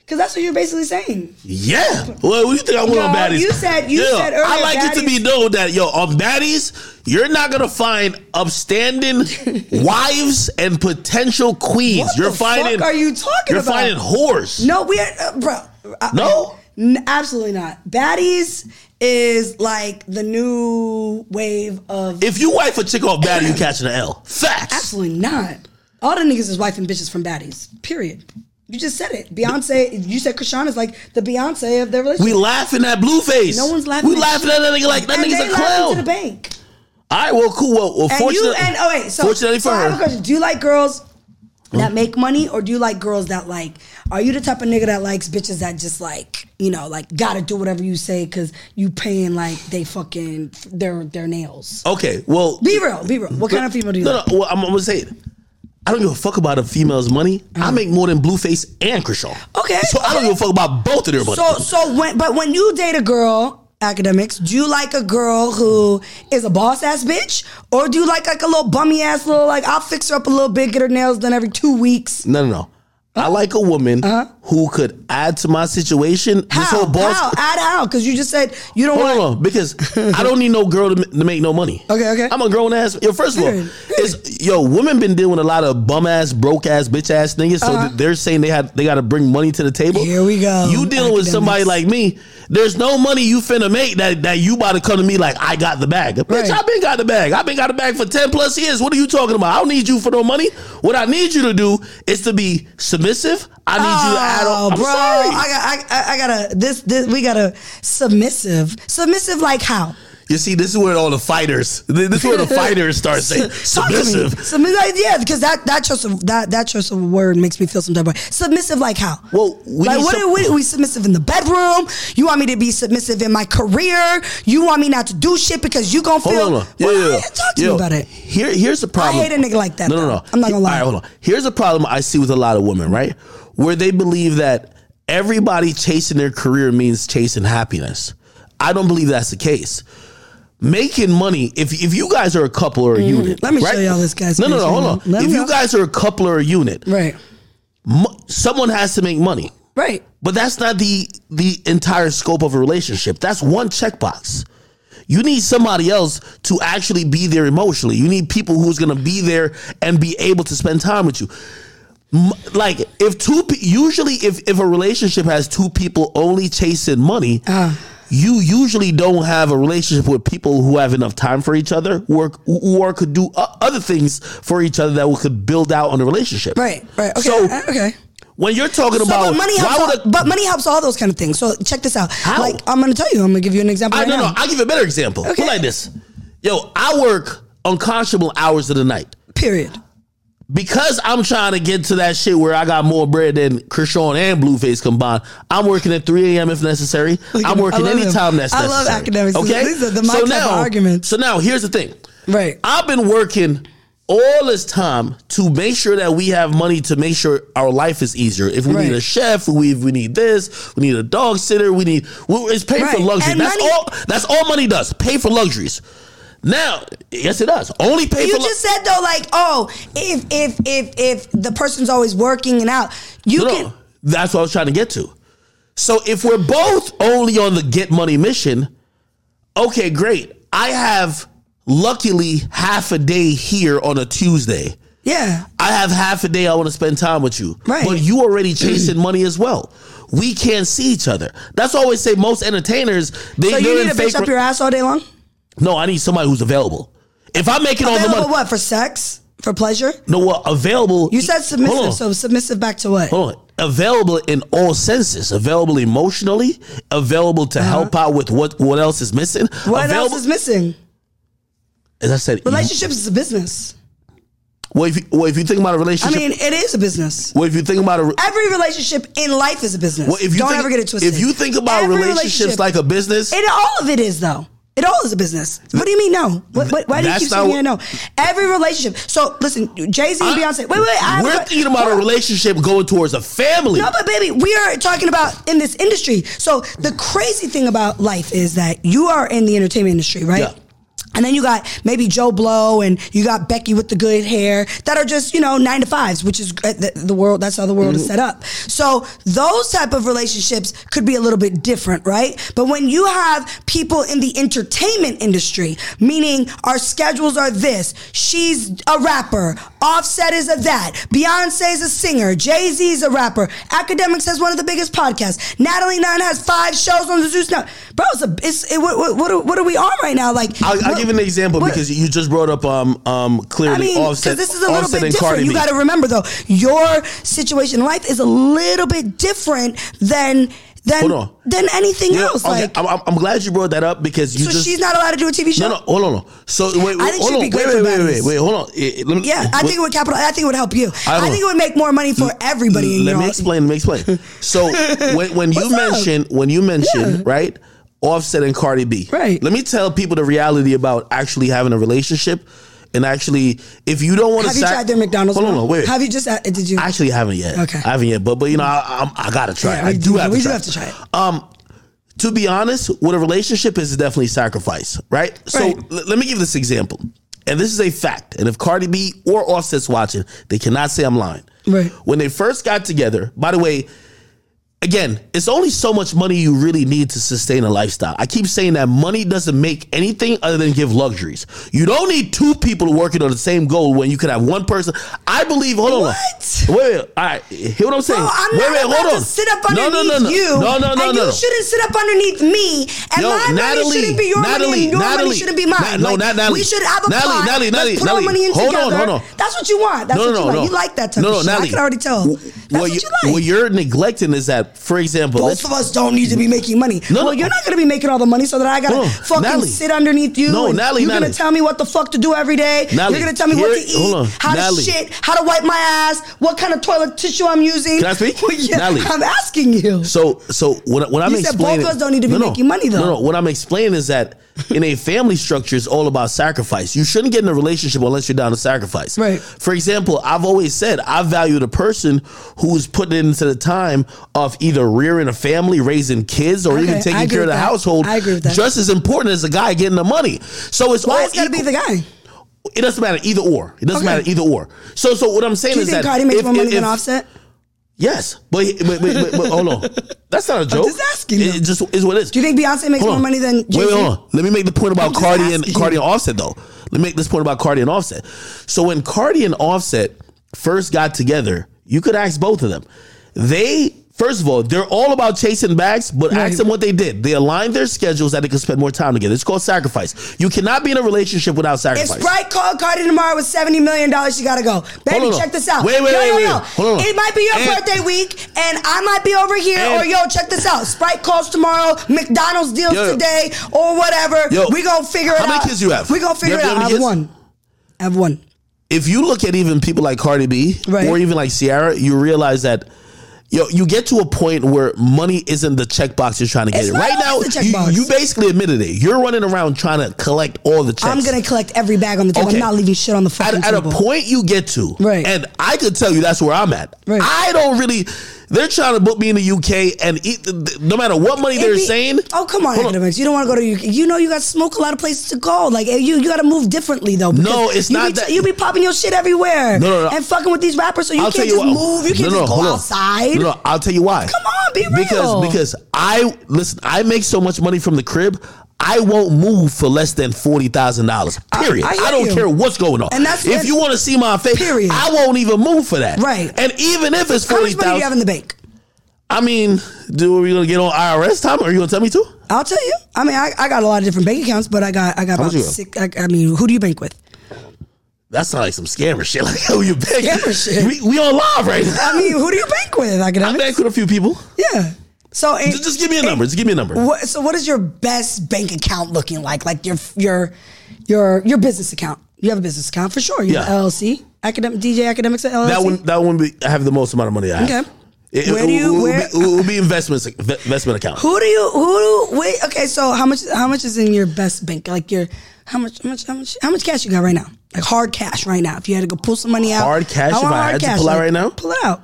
Speaker 2: Because that's what you're basically saying.
Speaker 1: Yeah. Well, what do you think I went on
Speaker 2: No,
Speaker 1: baddies?
Speaker 2: you said- you
Speaker 1: yeah,
Speaker 2: said earlier
Speaker 1: I like it to be
Speaker 2: baddies-
Speaker 1: known that yo on baddies, you're not gonna find upstanding wives and potential queens.
Speaker 2: What
Speaker 1: you're
Speaker 2: the
Speaker 1: finding.
Speaker 2: fuck are you talking
Speaker 1: You're
Speaker 2: about?
Speaker 1: finding whores.
Speaker 2: No, we are, uh, bro. I-
Speaker 1: No?
Speaker 2: N- absolutely not. Baddies is like the new wave of.
Speaker 1: If you wife a chick off baddie, you catching an L. Facts.
Speaker 2: absolutely not. All the niggas is wife and bitches from baddies. Period. You just said it. Beyonce. You said Krishan is like the Beyonce of their
Speaker 1: We
Speaker 2: relationship.
Speaker 1: laughing at Blueface.
Speaker 2: no one's laughing.
Speaker 1: We
Speaker 2: at
Speaker 1: laughing
Speaker 2: shit.
Speaker 1: at that nigga like that
Speaker 2: and
Speaker 1: nigga's
Speaker 2: they
Speaker 1: a
Speaker 2: laughing
Speaker 1: clown.
Speaker 2: to the bank.
Speaker 1: All right, well, cool. Well, well
Speaker 2: And
Speaker 1: fortunately,
Speaker 2: you and oh wait, so
Speaker 1: fortunately for
Speaker 2: so I have a
Speaker 1: her,
Speaker 2: question. Do you like girls that make money, or do you like girls that like? Are you the type of nigga that likes bitches that just like you know like gotta do whatever you say because you paying like they fucking their their nails?
Speaker 1: okay. Well,
Speaker 2: Be real, be real. What kind of female do you
Speaker 1: no,
Speaker 2: like?
Speaker 1: no. Well, I'm, I'm gonna say it. I don't give a fuck about a female's money. I make more than Blueface and Krishan.
Speaker 2: Mm-hmm. Okay,
Speaker 1: so I don't
Speaker 2: okay.
Speaker 1: give a fuck about both of their money.
Speaker 2: So so when but when you date a girl. Academics, do you like a girl who is a boss ass bitch, or do you like like a little bummy ass little like I'll fix her up a little bit, get her nails done every two weeks?
Speaker 1: no, no, no. I like a woman who could add to my situation.
Speaker 2: Uh-huh. How?
Speaker 1: This whole boss.
Speaker 2: How? Add how? Because you just said you don't
Speaker 1: Hold on,
Speaker 2: want.
Speaker 1: hold on, because I don't need no girl to, m- to make no money.
Speaker 2: Okay, okay.
Speaker 1: I'm a grown ass. Yo, first of all,
Speaker 2: Period,
Speaker 1: it's, yo, women been dealing with a lot of bum ass, broke ass, bitch ass niggas. So th- they're saying they have they got to bring money to the table.
Speaker 2: Uh-huh. Here we go,
Speaker 1: You dealing with somebody like
Speaker 2: academics.
Speaker 1: me? There's no money you finna make that that you about to come to me like I got the bag. Bitch,
Speaker 2: Right.
Speaker 1: I been got the bag. I been got the bag for ten plus years. What are you talking about? I don't need you for no money. What I need you to do is to be submissive. I need you to add on. I'm
Speaker 2: Oh, bro,
Speaker 1: sorry.
Speaker 2: I got, I, I gotta. This, this, we gotta submissive, submissive. Like how?
Speaker 1: You see, this is where all the fighters, this is where the fighters start saying
Speaker 2: Talk to me.
Speaker 1: submissive.
Speaker 2: Submissive, like, yeah, because that that choice of that that choice of word makes me feel some type of way. Submissive, like how?
Speaker 1: Well, we
Speaker 2: like
Speaker 1: need
Speaker 2: what
Speaker 1: some-
Speaker 2: are we, we submissive in the bedroom? You want me to be submissive in my career? You want me not to do shit because you gonna
Speaker 1: Hold
Speaker 2: feel?
Speaker 1: on, hold on.
Speaker 2: Well,
Speaker 1: yeah, yeah.
Speaker 2: Talk to
Speaker 1: Yo,
Speaker 2: me about it.
Speaker 1: Here, here's the problem.
Speaker 2: hate a nigga like that,
Speaker 1: No, no,
Speaker 2: though.
Speaker 1: no.
Speaker 2: I'm not gonna lie.
Speaker 1: All right, hold on. Here's the problem I see with a lot of women, right? Where they believe that everybody chasing their career means chasing happiness. I don't believe that's the case. Making money, if if you guys are a couple or a unit,
Speaker 2: Mm-hmm. Let me show
Speaker 1: right?
Speaker 2: y'all this guy's
Speaker 1: No, no,
Speaker 2: face
Speaker 1: no.
Speaker 2: right
Speaker 1: Hold
Speaker 2: now.
Speaker 1: on.
Speaker 2: Let
Speaker 1: if
Speaker 2: me
Speaker 1: you
Speaker 2: know.
Speaker 1: guys are a couple or a unit,
Speaker 2: Right,
Speaker 1: mo- someone has to make money.
Speaker 2: right.
Speaker 1: But that's not the the entire scope of a relationship. That's one checkbox. You need somebody else to actually be there emotionally. You need people who's going to be there and be able to spend time with you. M- Like if two pe- usually if if a relationship has two people only chasing money,
Speaker 2: Uh.
Speaker 1: you usually don't have a relationship with people who have enough time for each other or or could do o- other things for each other that we could build out on the relationship.
Speaker 2: Right, right. Okay,
Speaker 1: So
Speaker 2: uh, okay.
Speaker 1: when you're talking
Speaker 2: So,
Speaker 1: about
Speaker 2: but money
Speaker 1: why
Speaker 2: helps.
Speaker 1: would a-
Speaker 2: All, but money helps all those kind of things. So check this out.
Speaker 1: How?
Speaker 2: Like I'm gonna tell you. I'm gonna give you an example.
Speaker 1: I
Speaker 2: right
Speaker 1: no
Speaker 2: now.
Speaker 1: no. I'll give you a better example. Put it
Speaker 2: Okay.
Speaker 1: like this, yo, I work unconscionable hours of the night.
Speaker 2: Period.
Speaker 1: because I'm trying to get to that shit where I got more bread than Krishan and Blueface combined. I'm working at 3 a.m. if necessary. I'm working
Speaker 2: love him.
Speaker 1: anytime that's
Speaker 2: I
Speaker 1: necessary.
Speaker 2: love academics. These are the- my type of arguments.
Speaker 1: So now here's the thing.
Speaker 2: Right.
Speaker 1: I've been working all this time to make sure that we have money to make sure our life is easier. If we
Speaker 2: Right.
Speaker 1: need a chef, we if we need this, we need a dog sitter, we need we, it's pay for
Speaker 2: Right.
Speaker 1: luxury.
Speaker 2: And
Speaker 1: that's
Speaker 2: money-
Speaker 1: all that's all money does. Pay for luxuries. Now, yes it does. Only pay
Speaker 2: You
Speaker 1: for lu-
Speaker 2: just said though, like, oh, if if if if the person's always working and out, you
Speaker 1: No,
Speaker 2: can.
Speaker 1: no. That's what I was trying to get to. So if we're both only on the get money mission, okay, great. I have luckily half a day here on a Tuesday.
Speaker 2: Yeah,
Speaker 1: I have half a day I want to spend time with you.
Speaker 2: Right.
Speaker 1: But you already chasing money as well. We can't see each other. That's why I always say most entertainers they
Speaker 2: so
Speaker 1: they're
Speaker 2: you
Speaker 1: in
Speaker 2: need to
Speaker 1: fake
Speaker 2: bitch up
Speaker 1: re-
Speaker 2: your ass all day long.
Speaker 1: No, I need somebody who's available. If I make it on the
Speaker 2: Available
Speaker 1: money,
Speaker 2: what for sex for pleasure?
Speaker 1: no, well, available.
Speaker 2: You said
Speaker 1: Hold
Speaker 2: submissive,
Speaker 1: on.
Speaker 2: so submissive back to what?
Speaker 1: Hold on. Available in all senses. Available emotionally. Available to help out with what what else is missing.
Speaker 2: Uh-huh. What
Speaker 1: available, Mm-hmm.
Speaker 2: else is missing?
Speaker 1: As I said,
Speaker 2: Relationships is a business.
Speaker 1: Well, if you, well, if you think about a
Speaker 2: I
Speaker 1: relationship,
Speaker 2: mean, it is a business.
Speaker 1: well, if you think about a,
Speaker 2: Every relationship in life is a business.
Speaker 1: well, if you
Speaker 2: Don't
Speaker 1: think,
Speaker 2: ever get it twisted.
Speaker 1: If you think about
Speaker 2: Every
Speaker 1: relationships
Speaker 2: relationship-
Speaker 1: like a business,
Speaker 2: It all of it is though. It all is a business. What do you mean no? What, what, why do you
Speaker 1: That's
Speaker 2: keep
Speaker 1: not
Speaker 2: saying yeah, no? Every relationship. So listen, Jay Z and
Speaker 1: I-
Speaker 2: Beyonce. Wait, wait. I have a
Speaker 1: we're
Speaker 2: que-
Speaker 1: thinking about a
Speaker 2: Hold on.
Speaker 1: relationship going towards a family.
Speaker 2: No, but baby, we are talking about in this industry. So the crazy thing about life is that you are in the entertainment industry, right?
Speaker 1: Yeah.
Speaker 2: And then you got maybe Joe Blow and you got Becky with the good hair that are just, you know, nine to fives, which is uh, the, the world. That's how the world is set up. So those type of relationships could be a little bit different, right? But when you have people in the entertainment industry, meaning our schedules are this, she's a rapper, Offset is a that, Beyonce is a singer, Jay Z is a rapper, Academics has one of the biggest podcasts, Natalie Nunn has five shows on the Zeus Network. Bro, it's a, it's, it, what, what, what, are, what are we on right now? Like,
Speaker 1: I'll, I'll
Speaker 2: what-
Speaker 1: give an example
Speaker 2: what-
Speaker 1: because you just brought up um um clearly
Speaker 2: I mean, 'cause
Speaker 1: offset.
Speaker 2: this is a little
Speaker 1: Offset
Speaker 2: bit
Speaker 1: and
Speaker 2: different.
Speaker 1: Cardi
Speaker 2: You
Speaker 1: B.
Speaker 2: got to remember though, your situation in life is a little bit different than than
Speaker 1: Hold on.
Speaker 2: than anything
Speaker 1: Yeah,
Speaker 2: else.
Speaker 1: okay,
Speaker 2: like,
Speaker 1: I'm, I'm- I'm glad you brought that up because you
Speaker 2: so
Speaker 1: just
Speaker 2: she's not allowed to do a TV show.
Speaker 1: no no hold on. So wait,
Speaker 2: I think
Speaker 1: hold on,
Speaker 2: she'd be
Speaker 1: wait,
Speaker 2: great
Speaker 1: wait,
Speaker 2: for
Speaker 1: wait, wait,
Speaker 2: balance.
Speaker 1: wait, hold on. Eh, eh, let me-
Speaker 2: Yeah, I
Speaker 1: wait.
Speaker 2: think it would capital. I think it would help you.
Speaker 1: I
Speaker 2: I,
Speaker 1: don't-
Speaker 2: think it would make more money for everybody. In
Speaker 1: Let
Speaker 2: your
Speaker 1: me explain. Let me explain. So when, when you
Speaker 2: What's up?
Speaker 1: mention when you mention right Offset and Cardi B,
Speaker 2: Right.
Speaker 1: Let me tell people the reality about actually having a relationship and actually if you don't want to
Speaker 2: Have you tried their McDonald's?
Speaker 1: Hold on,
Speaker 2: meal?
Speaker 1: no, wait.
Speaker 2: Have you just? Uh, did you?
Speaker 1: I actually haven't yet.
Speaker 2: Okay.
Speaker 1: I haven't yet. But but you know I I'm, I gotta try.
Speaker 2: Yeah,
Speaker 1: it. I
Speaker 2: we
Speaker 1: do
Speaker 2: do-
Speaker 1: have
Speaker 2: we
Speaker 1: to
Speaker 2: do
Speaker 1: try.
Speaker 2: have to try it.
Speaker 1: Um, to be honest, what a relationship is is definitely sacrifice, right? So
Speaker 2: Right.
Speaker 1: l- let me give this example, and this is a fact. And if Cardi B or Offset's watching, they cannot say I'm lying.
Speaker 2: Right.
Speaker 1: When they first got together, by the way, again, it's only so much money you really need to sustain a lifestyle. I keep saying that money doesn't make anything other than give luxuries. You don't need two people working on the same goal when you could have one person. I believe. Hold on.
Speaker 2: What?
Speaker 1: Wait, wait. All right. Hear what I'm saying?
Speaker 2: Bro, Oh,
Speaker 1: wait,
Speaker 2: I'm not
Speaker 1: wait.
Speaker 2: about
Speaker 1: Hold on.
Speaker 2: to sit up
Speaker 1: no,
Speaker 2: underneath
Speaker 1: no, no, no.
Speaker 2: you.
Speaker 1: No, no, no,
Speaker 2: and
Speaker 1: no.
Speaker 2: You shouldn't sit up underneath me. And
Speaker 1: Yo,
Speaker 2: my
Speaker 1: Natalie,
Speaker 2: money shouldn't be your money.
Speaker 1: Natalie,
Speaker 2: And your
Speaker 1: Natalie.
Speaker 2: money shouldn't be mine.
Speaker 1: Na- no,
Speaker 2: Like,
Speaker 1: not Natalie.
Speaker 2: We should have a
Speaker 1: Natalie,
Speaker 2: pot.
Speaker 1: Natalie,
Speaker 2: Let's
Speaker 1: Natalie,
Speaker 2: put
Speaker 1: Natalie.
Speaker 2: our money in
Speaker 1: Hold on,
Speaker 2: together.
Speaker 1: hold on.
Speaker 2: That's what you want. That's
Speaker 1: no,
Speaker 2: what
Speaker 1: no,
Speaker 2: you
Speaker 1: no,
Speaker 2: want.
Speaker 1: no.
Speaker 2: You like that type
Speaker 1: no, no,
Speaker 2: of shit. I
Speaker 1: Natalie.
Speaker 2: can already tell.
Speaker 1: W-
Speaker 2: That's
Speaker 1: what,
Speaker 2: what
Speaker 1: you-
Speaker 2: you like.
Speaker 1: What you're neglecting is that, for example,
Speaker 2: both
Speaker 1: let's-
Speaker 2: of us don't need to be making money.
Speaker 1: No,
Speaker 2: well,
Speaker 1: no.
Speaker 2: you're not going to be making all the money, so that I got
Speaker 1: Hold on.
Speaker 2: to fucking
Speaker 1: Natalie.
Speaker 2: sit underneath you.
Speaker 1: No,
Speaker 2: and
Speaker 1: Natalie,
Speaker 2: You're going
Speaker 1: Natalie.
Speaker 2: to tell me what the fuck to do every day.
Speaker 1: Natalie,
Speaker 2: you're going to tell me what to
Speaker 1: here- hold on.
Speaker 2: eat, how
Speaker 1: Natalie.
Speaker 2: to shit, how to wipe my ass, what kind of toilet tissue I'm using.
Speaker 1: Can I speak?
Speaker 2: Well, yeah,
Speaker 1: Natalie.
Speaker 2: I'm asking you.
Speaker 1: So, so what, what I'm
Speaker 2: You said both
Speaker 1: explaining,
Speaker 2: of us don't need to be making money, though.
Speaker 1: No, no. What I'm explaining is that in a family structure, it's all about sacrifice. You shouldn't get in a relationship unless you're down to sacrifice.
Speaker 2: Right.
Speaker 1: For example, I've always said I value the person who's putting into the time of either rearing a family, raising kids, or
Speaker 2: Okay,
Speaker 1: even
Speaker 2: I
Speaker 1: taking
Speaker 2: agree
Speaker 1: care of the
Speaker 2: with that.
Speaker 1: household.
Speaker 2: I agree with that.
Speaker 1: Just as important as the guy getting the money. So it's
Speaker 2: Why
Speaker 1: all
Speaker 2: it's got to be
Speaker 1: equal.
Speaker 2: the guy?
Speaker 1: It doesn't matter either or. It doesn't
Speaker 2: Okay.
Speaker 1: matter either or. So, so what I'm saying
Speaker 2: Do you
Speaker 1: is
Speaker 2: think
Speaker 1: that
Speaker 2: Cardi makes
Speaker 1: if-
Speaker 2: more money
Speaker 1: if-
Speaker 2: than
Speaker 1: if-
Speaker 2: Offset?
Speaker 1: Yes, but but, but, but, but hold on, that's not a joke.
Speaker 2: just asking
Speaker 1: It,
Speaker 2: you.
Speaker 1: it just is what it is.
Speaker 2: Do you think Beyonce makes more money than
Speaker 1: Wait,
Speaker 2: Jay-Z?
Speaker 1: wait, hold on. Let me make the point about
Speaker 2: I'm just
Speaker 1: Cardi and
Speaker 2: asking.
Speaker 1: Cardi and Offset though. Let me make this point about Cardi and Offset. So when Cardi and Offset first got together, you could ask both of them. They first of all, they're all about chasing bags, but ask them what they did. They aligned their schedules that they could spend more time together. It's called sacrifice. You cannot be in a relationship without
Speaker 2: If
Speaker 1: sacrifice.
Speaker 2: Sprite called Cardi tomorrow with seventy million dollars, she gotta go. Baby,
Speaker 1: Hold on.
Speaker 2: check this out.
Speaker 1: Wait, wait,
Speaker 2: yo,
Speaker 1: wait,
Speaker 2: yo,
Speaker 1: wait.
Speaker 2: yo.
Speaker 1: Hold on.
Speaker 2: It might be your
Speaker 1: And-
Speaker 2: birthday week, and I might be over here.
Speaker 1: And-
Speaker 2: or yo, check this out. Sprite calls tomorrow. McDonald's deals
Speaker 1: Yo.
Speaker 2: today, or whatever.
Speaker 1: Yo.
Speaker 2: we gonna figure it
Speaker 1: How
Speaker 2: out.
Speaker 1: many kids you have?
Speaker 2: We gonna figure
Speaker 1: You
Speaker 2: it
Speaker 1: have- you
Speaker 2: out.
Speaker 1: have
Speaker 2: I
Speaker 1: any
Speaker 2: have
Speaker 1: kids?
Speaker 2: one. I have one.
Speaker 1: if you look at even people like Cardi B
Speaker 2: Right.
Speaker 1: or even like Ciara, you realize that yo, you get to a point where money isn't the checkbox you're trying to get.
Speaker 2: It's
Speaker 1: it.
Speaker 2: not
Speaker 1: Right now,
Speaker 2: always the checkbox.
Speaker 1: you, you basically admitted it. You're running around trying to collect all the checks.
Speaker 2: I'm gonna collect every bag on the table.
Speaker 1: Okay.
Speaker 2: I'm not leaving shit on the
Speaker 1: at,
Speaker 2: fucking
Speaker 1: at a
Speaker 2: table.
Speaker 1: point you get to,
Speaker 2: Right.
Speaker 1: And I could tell you that's where I'm at.
Speaker 2: Right.
Speaker 1: I don't really. They're trying to book me in the UK, and eat, no matter what money
Speaker 2: It'd
Speaker 1: they're
Speaker 2: be-
Speaker 1: saying,
Speaker 2: Oh come on,
Speaker 1: Hold on.
Speaker 2: academics! You don't want to go to you. You know you got to smoke a lot of places to go. Like eh, you, you got to move differently though. because
Speaker 1: No, it's
Speaker 2: you
Speaker 1: not
Speaker 2: Be,
Speaker 1: that-
Speaker 2: You be popping your shit everywhere.
Speaker 1: No, no, no.
Speaker 2: And fucking with these rappers, so you
Speaker 1: I'll
Speaker 2: can't
Speaker 1: tell you
Speaker 2: just
Speaker 1: what.
Speaker 2: move. You can't just
Speaker 1: hold
Speaker 2: go
Speaker 1: on.
Speaker 2: outside.
Speaker 1: No, no, I'll tell you why.
Speaker 2: Come on, be real.
Speaker 1: Because because I listen, I make so much money from the crib. I won't move for less than forty thousand dollars. Period.
Speaker 2: I
Speaker 1: I,
Speaker 2: hear
Speaker 1: don't
Speaker 2: you.
Speaker 1: care what's going on.
Speaker 2: And that's-
Speaker 1: if
Speaker 2: that's-
Speaker 1: you want to see my face,
Speaker 2: Period.
Speaker 1: I won't even move for that.
Speaker 2: Right.
Speaker 1: And even if it's
Speaker 2: how
Speaker 1: forty
Speaker 2: much money do you have
Speaker 1: thousand,
Speaker 2: in the bank?
Speaker 1: I mean, do are we gonna get on IRS time? Are you gonna tell me to?
Speaker 2: I'll tell you. I mean, I, I got a lot of different bank accounts, but I got I got
Speaker 1: How
Speaker 2: about
Speaker 1: much you got?
Speaker 2: six. I, I mean, who do you bank with?
Speaker 1: That's not like some scammer shit. Like oh, you big
Speaker 2: Scammer shit. Uh,
Speaker 1: We, we on live right now.
Speaker 2: I mean, who do you bank with?
Speaker 1: Um, I
Speaker 2: Academics.
Speaker 1: back with a few people.
Speaker 2: yeah. So and-
Speaker 1: Just, just give me a number. Just give me a number.
Speaker 2: What, so what is your best bank account looking like? Like your your your your business account. You have a business account for sure. You have
Speaker 1: Yeah.
Speaker 2: LLC, academic DJ academics at LLC.
Speaker 1: That one, that one, be, I have the most amount of money I have.
Speaker 2: Okay.
Speaker 1: It,
Speaker 2: Where
Speaker 1: it,
Speaker 2: do you-
Speaker 1: it,
Speaker 2: where-
Speaker 1: It, will be investments, investment account.
Speaker 2: Who do you who do wait? Okay, so how much how much is in your best bank? Like your how much how much how much how much cash you got right now? Like hard cash right now. If you had to go pull some money out,
Speaker 1: Hard cash,
Speaker 2: want
Speaker 1: if I
Speaker 2: hard
Speaker 1: had to pull out right now?
Speaker 2: pull it out.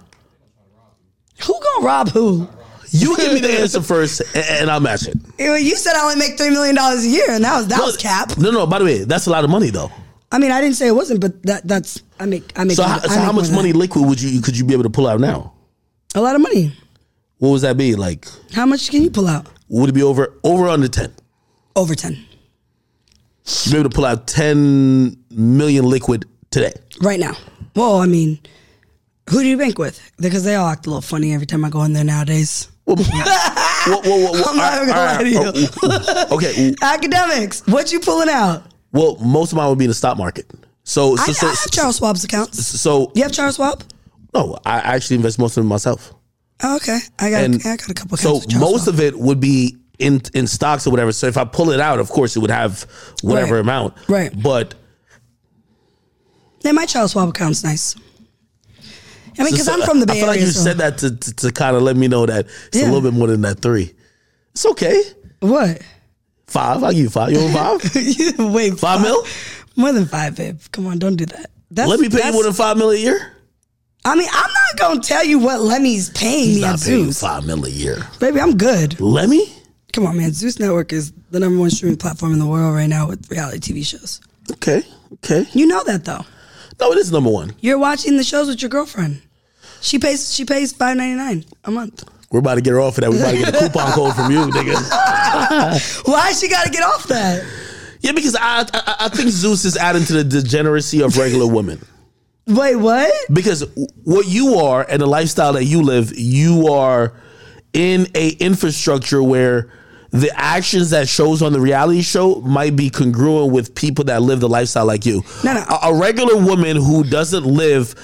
Speaker 2: Who gonna rob who?
Speaker 1: You give me the answer first, and, and I'll match it.
Speaker 2: You you said I only make three million dollars a year, and that was that was cap.
Speaker 1: No, no. By the way, that's a lot of money though.
Speaker 2: I mean, I didn't say it wasn't, but that that's I make I make.
Speaker 1: So,
Speaker 2: more-
Speaker 1: how,
Speaker 2: I
Speaker 1: so
Speaker 2: make
Speaker 1: how
Speaker 2: more
Speaker 1: much
Speaker 2: than
Speaker 1: money liquid would you could you be able to pull out now?
Speaker 2: that. A lot of money.
Speaker 1: What would that be like?
Speaker 2: How much can you pull out?
Speaker 1: Would it be over over under ten?
Speaker 2: Over 10
Speaker 1: You be able to pull out ten million liquid today.
Speaker 2: right now. Well, I mean, who do you bank with? Because they all act a little funny every time I go in there nowadays.
Speaker 1: Well, well, well, well, well,
Speaker 2: Ah, I'm not
Speaker 1: all
Speaker 2: even gonna
Speaker 1: right,
Speaker 2: lie
Speaker 1: all right, oh, Okay.
Speaker 2: Academics, what you pulling out?
Speaker 1: Well, most of mine would be in the stock market. So,
Speaker 2: I,
Speaker 1: so, so,
Speaker 2: I have Charles Schwab's accounts.
Speaker 1: so
Speaker 2: You have Charles Schwab?
Speaker 1: no, I actually invest most of it myself.
Speaker 2: Oh, okay, I got
Speaker 1: And
Speaker 2: I got a couple. Accounts
Speaker 1: So
Speaker 2: with Charles
Speaker 1: most
Speaker 2: Schwab.
Speaker 1: of it would be in in stocks or whatever. So if I pull it out, of course it would have whatever
Speaker 2: Right.
Speaker 1: amount.
Speaker 2: Right.
Speaker 1: But
Speaker 2: yeah, my Charles Schwab account's nice. I mean, because
Speaker 1: so-
Speaker 2: I'm from the
Speaker 1: uh,
Speaker 2: Bay
Speaker 1: I feel like
Speaker 2: Area.
Speaker 1: you
Speaker 2: so-
Speaker 1: said that to, to, to kind of let me know that it's
Speaker 2: Yeah.
Speaker 1: a little bit more than that three. It's okay.
Speaker 2: What?
Speaker 1: Five. I'll give you five. You want five?
Speaker 2: Wait,
Speaker 1: five mil?
Speaker 2: More than five, babe. Come on, don't do that. That's,
Speaker 1: Let me pay you
Speaker 2: that's-
Speaker 1: more than five mil a year?
Speaker 2: I mean, I'm not gonna tell you what Lemmy's paying me at
Speaker 1: Not paying you
Speaker 2: Zeus,
Speaker 1: five mil a year.
Speaker 2: baby. I'm good.
Speaker 1: Let me?
Speaker 2: Come on, man. Zeus Network is the number one streaming platform in the world right now with reality TV shows.
Speaker 1: Okay. Okay.
Speaker 2: You know that though.
Speaker 1: No, it is number one.
Speaker 2: You're watching the shows with your girlfriend. She pays she pays five ninety nine a month.
Speaker 1: We're about to get her off of that. We're about to get a coupon code from you, nigga.
Speaker 2: Why she gotta get off that?
Speaker 1: Yeah, because I I, I think Zeus is adding to the degeneracy of regular women.
Speaker 2: Wait, what?
Speaker 1: because what you are and the lifestyle that you live you are in a infrastructure where the actions that shows on the reality show might be congruent with people that live the lifestyle like you. Uh,
Speaker 2: No, no.
Speaker 1: A, a regular woman who doesn't live,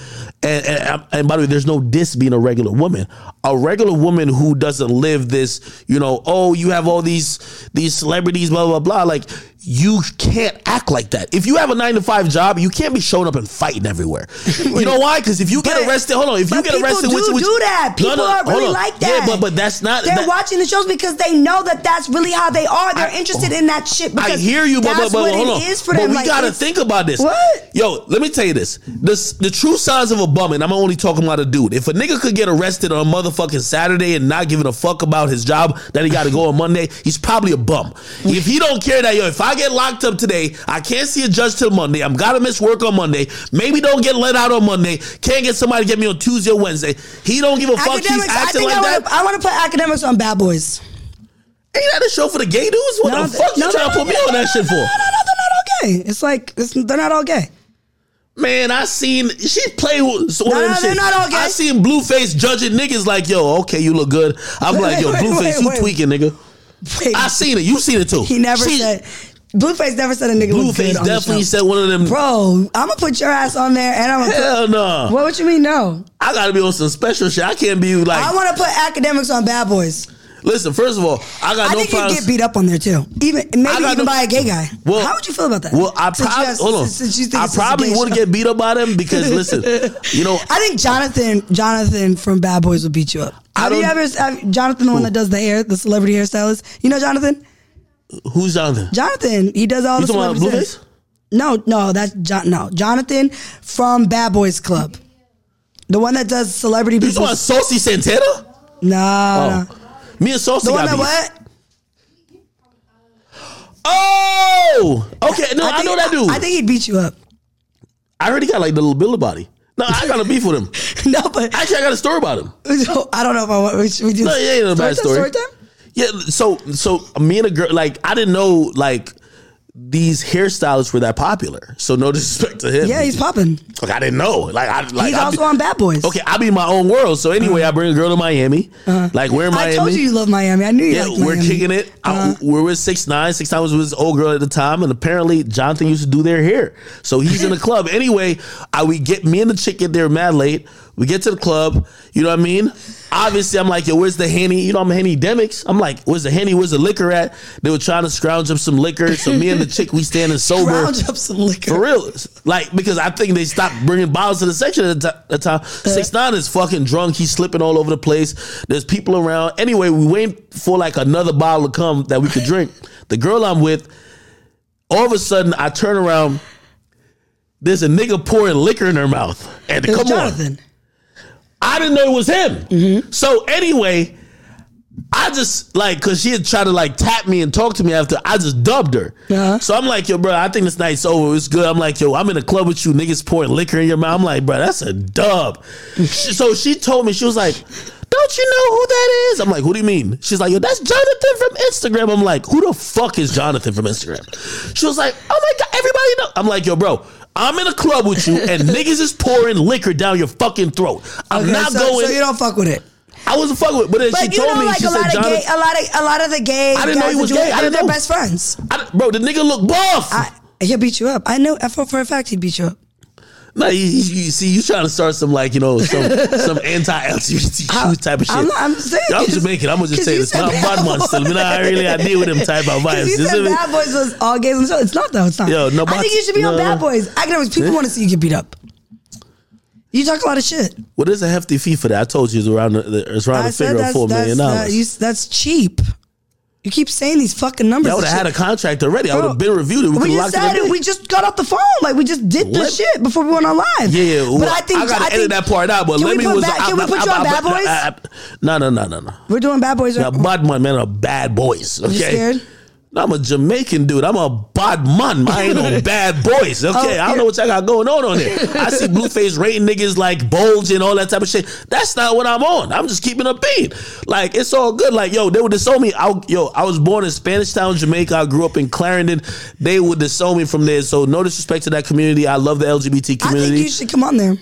Speaker 1: and, and, and by the way, there's no diss being a regular woman. A regular woman who doesn't live this, you know, oh, you have all these these celebrities, blah blah blah. Like you can't act like that. If you have a nine to five job, you can't be showing up and fighting everywhere. you know why? Because if you get
Speaker 2: But-
Speaker 1: arrested, hold on, if you
Speaker 2: but
Speaker 1: get
Speaker 2: people
Speaker 1: arrested,
Speaker 2: do
Speaker 1: which, which,
Speaker 2: do that.
Speaker 1: No,
Speaker 2: People
Speaker 1: no,
Speaker 2: are
Speaker 1: hold
Speaker 2: really
Speaker 1: on.
Speaker 2: like that.
Speaker 1: Yeah, but but that's not.
Speaker 2: They're
Speaker 1: that-
Speaker 2: watching the shows because they know that that's really how they are. They're
Speaker 1: I-
Speaker 2: interested in that shit. Because
Speaker 1: I hear you, but, but,
Speaker 2: that's
Speaker 1: but
Speaker 2: what
Speaker 1: hold on.
Speaker 2: it is for
Speaker 1: but
Speaker 2: them.
Speaker 1: we
Speaker 2: Like,
Speaker 1: gotta
Speaker 2: it's-
Speaker 1: think about this.
Speaker 2: What?
Speaker 1: Yo, let me tell you this. This the true signs of a bum, and I'm only talking about a dude. If a nigga could get arrested on a motherfucking Saturday and not giving a fuck about his job that he got to go on Monday, he's probably a bum. if he don't care that yo, if I get locked up today, I can't see a judge till Monday. I'm gotta miss work on Monday. Maybe don't get let out on Monday. Can't get somebody to get me on Tuesday or Wednesday. He don't give a fuck.
Speaker 2: Academics,
Speaker 1: He's
Speaker 2: I
Speaker 1: acting
Speaker 2: think
Speaker 1: like
Speaker 2: I
Speaker 1: that.
Speaker 2: wanna, I wanna put academics on Bad Boys.
Speaker 1: Ain't that a show for the gay dudes? What the fuck you trying to put me on that shit
Speaker 2: No,
Speaker 1: for?
Speaker 2: no, no, they're not all gay. It's like it's, they're not all gay.
Speaker 1: Man, I seen she played with so one
Speaker 2: No,
Speaker 1: of them
Speaker 2: no,
Speaker 1: shit.
Speaker 2: they're not all gay.
Speaker 1: I seen Blueface judging niggas like, yo, okay, you look good. I'm
Speaker 2: Wait,
Speaker 1: like, yo,
Speaker 2: wait, wait,
Speaker 1: Blueface, you
Speaker 2: wait.
Speaker 1: tweaking, nigga.
Speaker 2: Wait,
Speaker 1: I seen it. You seen it too.
Speaker 2: he never
Speaker 1: She-
Speaker 2: said. Blueface never said a nigga looked
Speaker 1: Blueface
Speaker 2: good on the
Speaker 1: definitely
Speaker 2: show.
Speaker 1: said one of them.
Speaker 2: Bro, I'm gonna put your ass on there, and I'm gonna. Put,
Speaker 1: Hell no.
Speaker 2: what would you mean? No,
Speaker 1: I gotta be on some special shit. I can't be like.
Speaker 2: I want to put academics on Bad Boys.
Speaker 1: Listen, first of all, I got
Speaker 2: I
Speaker 1: no
Speaker 2: think
Speaker 1: problems.
Speaker 2: you get beat up on there too. Even maybe
Speaker 1: I got
Speaker 2: even
Speaker 1: no-
Speaker 2: by a gay guy.
Speaker 1: Well,
Speaker 2: How would you feel about that?
Speaker 1: Well, I
Speaker 2: Since you
Speaker 1: probably
Speaker 2: have-
Speaker 1: hold on.
Speaker 2: since you think
Speaker 1: I
Speaker 2: this is a
Speaker 1: probably
Speaker 2: gay
Speaker 1: would
Speaker 2: show.
Speaker 1: get beat up by them because listen, you know,
Speaker 2: I think Jonathan Jonathan from Bad Boys will beat you up.
Speaker 1: I
Speaker 2: Have you
Speaker 1: don't-
Speaker 2: ever have, Jonathan the one that does the hair, the celebrity hairstylist? You know Jonathan?
Speaker 1: who's Jonathan?
Speaker 2: Jonathan, he does all
Speaker 1: You
Speaker 2: the
Speaker 1: talking about
Speaker 2: celebrity
Speaker 1: Blueface?
Speaker 2: things. No, no, that's John. No, Jonathan from Bad Boys Club, the one that does celebrity.
Speaker 1: You talking about
Speaker 2: People's,
Speaker 1: Saucy Santana?
Speaker 2: no,
Speaker 1: Oh.
Speaker 2: no.
Speaker 1: Me and Saucy
Speaker 2: the one
Speaker 1: got
Speaker 2: that
Speaker 1: beef.
Speaker 2: what?
Speaker 1: Oh, okay. No, I,
Speaker 2: think-
Speaker 1: know that dude.
Speaker 2: I, think he'd beat you up.
Speaker 1: I already got like the little Billy body. No, I got a beef with him.
Speaker 2: no, but
Speaker 1: Actually, I got a story about him.
Speaker 2: I don't know if I want. We, should we do
Speaker 1: No, yeah, ain't a bad
Speaker 2: time,
Speaker 1: story.
Speaker 2: Story time.
Speaker 1: Yeah, so so me and a girl like I didn't know like these hairstylists were that popular. So no disrespect to him.
Speaker 2: Yeah, he's popping.
Speaker 1: like I didn't know. Like I like
Speaker 2: he's
Speaker 1: I
Speaker 2: also
Speaker 1: be-
Speaker 2: on Bad Boys.
Speaker 1: Okay, I be in my own world. So anyway, I bring a girl to Miami. Like we're in Miami.
Speaker 2: Uh-huh. I told you you love Miami. I knew you
Speaker 1: Yeah,
Speaker 2: liked
Speaker 1: we're
Speaker 2: Miami.
Speaker 1: kicking it. I- we're with six nine. Six nine was with this old girl at the time, and apparently Jonathan used to do their hair. So he's in the club. Anyway, I we get me and the chick get there mad late. We get to the club. You know what I mean? Obviously, I'm like, yo, where's the henny? You know, I'm a henny demics. I'm like, where's the henny? Where's the liquor at? They were trying to scrounge up some liquor. So me and the chick, we standing sober.
Speaker 2: Round up some liquor.
Speaker 1: For real, like because I think they stopped bringing bottles to the section at the ti- the
Speaker 2: Uh-huh.
Speaker 1: time. Six nine is fucking drunk. He's slipping all over the place. There's people around. Anyway, we wait for like another bottle to come that we could drink. the girl I'm with, all of a sudden, I turn around. There's a nigga pouring liquor in her mouth, and
Speaker 2: It was
Speaker 1: come on,
Speaker 2: Jonathan.
Speaker 1: I didn't know it was him. So anyway, I just like because she had tried to like tap me and talk to me after I just dubbed her.
Speaker 2: Uh-huh.
Speaker 1: So I'm like, yo, bro, I think this night's over. It's good. I'm like, yo, I'm in a club with you, niggas pouring liquor in your mouth. I'm like, bro, that's a dub. She- so she told me she was like, don't you know who that is? I'm like, who do you mean? She's like, yo, that's Jonathan from Instagram. I'm like, who the fuck is Jonathan from Instagram? She was like, oh my god, everybody know. I'm like, yo, bro. I'm in a club with you, and niggas is pouring liquor down your fucking throat. I'm
Speaker 2: Okay,
Speaker 1: not
Speaker 2: so,
Speaker 1: going.
Speaker 2: So you don't fuck with it.
Speaker 1: I wasn't fucking with, but then
Speaker 2: But
Speaker 1: she
Speaker 2: you
Speaker 1: told
Speaker 2: know,
Speaker 1: me
Speaker 2: like
Speaker 1: she
Speaker 2: a lot
Speaker 1: said,
Speaker 2: of
Speaker 1: "Jonathan,
Speaker 2: gay, a lot of a lot of the gay.
Speaker 1: I didn't know
Speaker 2: guys
Speaker 1: he was
Speaker 2: that do
Speaker 1: gay.
Speaker 2: it,
Speaker 1: I
Speaker 2: they're
Speaker 1: didn't know.
Speaker 2: Their best friends.
Speaker 1: I, bro, the nigga look buff."
Speaker 2: I, he'll beat you up. I know. I feel for a fact he'd beat you up.
Speaker 1: no, you, you, you see, you trying to start some like you know some some anti LGBTQ type of shit.
Speaker 2: I'm not- I'm saying,
Speaker 1: I'm
Speaker 2: 'cause-
Speaker 1: Jamaican. I'm gonna just
Speaker 2: 'cause
Speaker 1: say
Speaker 2: you
Speaker 1: this.
Speaker 2: said
Speaker 1: My
Speaker 2: bad
Speaker 1: bad man,
Speaker 2: boy.
Speaker 1: still, me not really I deal with them type of vibes.
Speaker 2: Because you
Speaker 1: You see
Speaker 2: said
Speaker 1: me?
Speaker 2: Bad Boys was all gays and so it's not though. It's not.
Speaker 1: Yo, no,
Speaker 2: I
Speaker 1: but-
Speaker 2: think you should be on
Speaker 1: no.
Speaker 2: Bad Boys. I can always people want to see you get beat up. You talk a lot of shit.
Speaker 1: Well, there's a hefty fee for that. I told you it's around the, it's around
Speaker 2: I
Speaker 1: the
Speaker 2: said
Speaker 1: figure of
Speaker 2: that's
Speaker 1: four
Speaker 2: that's
Speaker 1: million
Speaker 2: that, you,
Speaker 1: dollars.
Speaker 2: that's cheap. You keep saying these fucking numbers.
Speaker 1: That would
Speaker 2: and
Speaker 1: have had a
Speaker 2: shit.
Speaker 1: contract already. I
Speaker 2: Bro,
Speaker 1: would have been reviewed. It. We,
Speaker 2: We,
Speaker 1: could
Speaker 2: just
Speaker 1: lock it.
Speaker 2: said
Speaker 1: in.
Speaker 2: it. We just got off the phone. Like we just did
Speaker 1: Let-
Speaker 2: this shit before we went on live.
Speaker 1: Yeah, yeah.
Speaker 2: But
Speaker 1: well,
Speaker 2: I think I,
Speaker 1: gotta edit
Speaker 2: think,
Speaker 1: that part out. But
Speaker 2: can
Speaker 1: let
Speaker 2: we
Speaker 1: me
Speaker 2: put
Speaker 1: was
Speaker 2: Bad-
Speaker 1: I-
Speaker 2: can we
Speaker 1: I-
Speaker 2: put
Speaker 1: I-
Speaker 2: you on
Speaker 1: I-
Speaker 2: Bad
Speaker 1: I-
Speaker 2: Boys?
Speaker 1: I- I- No, no, no, no, no.
Speaker 2: We're doing Bad Boys.
Speaker 1: Now,
Speaker 2: Right?
Speaker 1: Bodman, man, are bad boys. Okay.
Speaker 2: scared?
Speaker 1: No, I'm a Jamaican dude. I'm a Bodman. I ain't no bad boys. Okay. I don't
Speaker 2: Oh, yeah.
Speaker 1: know what y'all got going on on there. I see Blueface rating niggas like Bulge and all that type of shit. That's not what I'm on. I'm just keeping a beat. Like, it's all good. Like, yo, they would disown me. I, yo, I was born in Spanish Town, Jamaica. I grew up in Clarendon. They would disown me from there. So, no disrespect to that community. I love the LGBT
Speaker 2: I think
Speaker 1: community.
Speaker 2: you should come on there.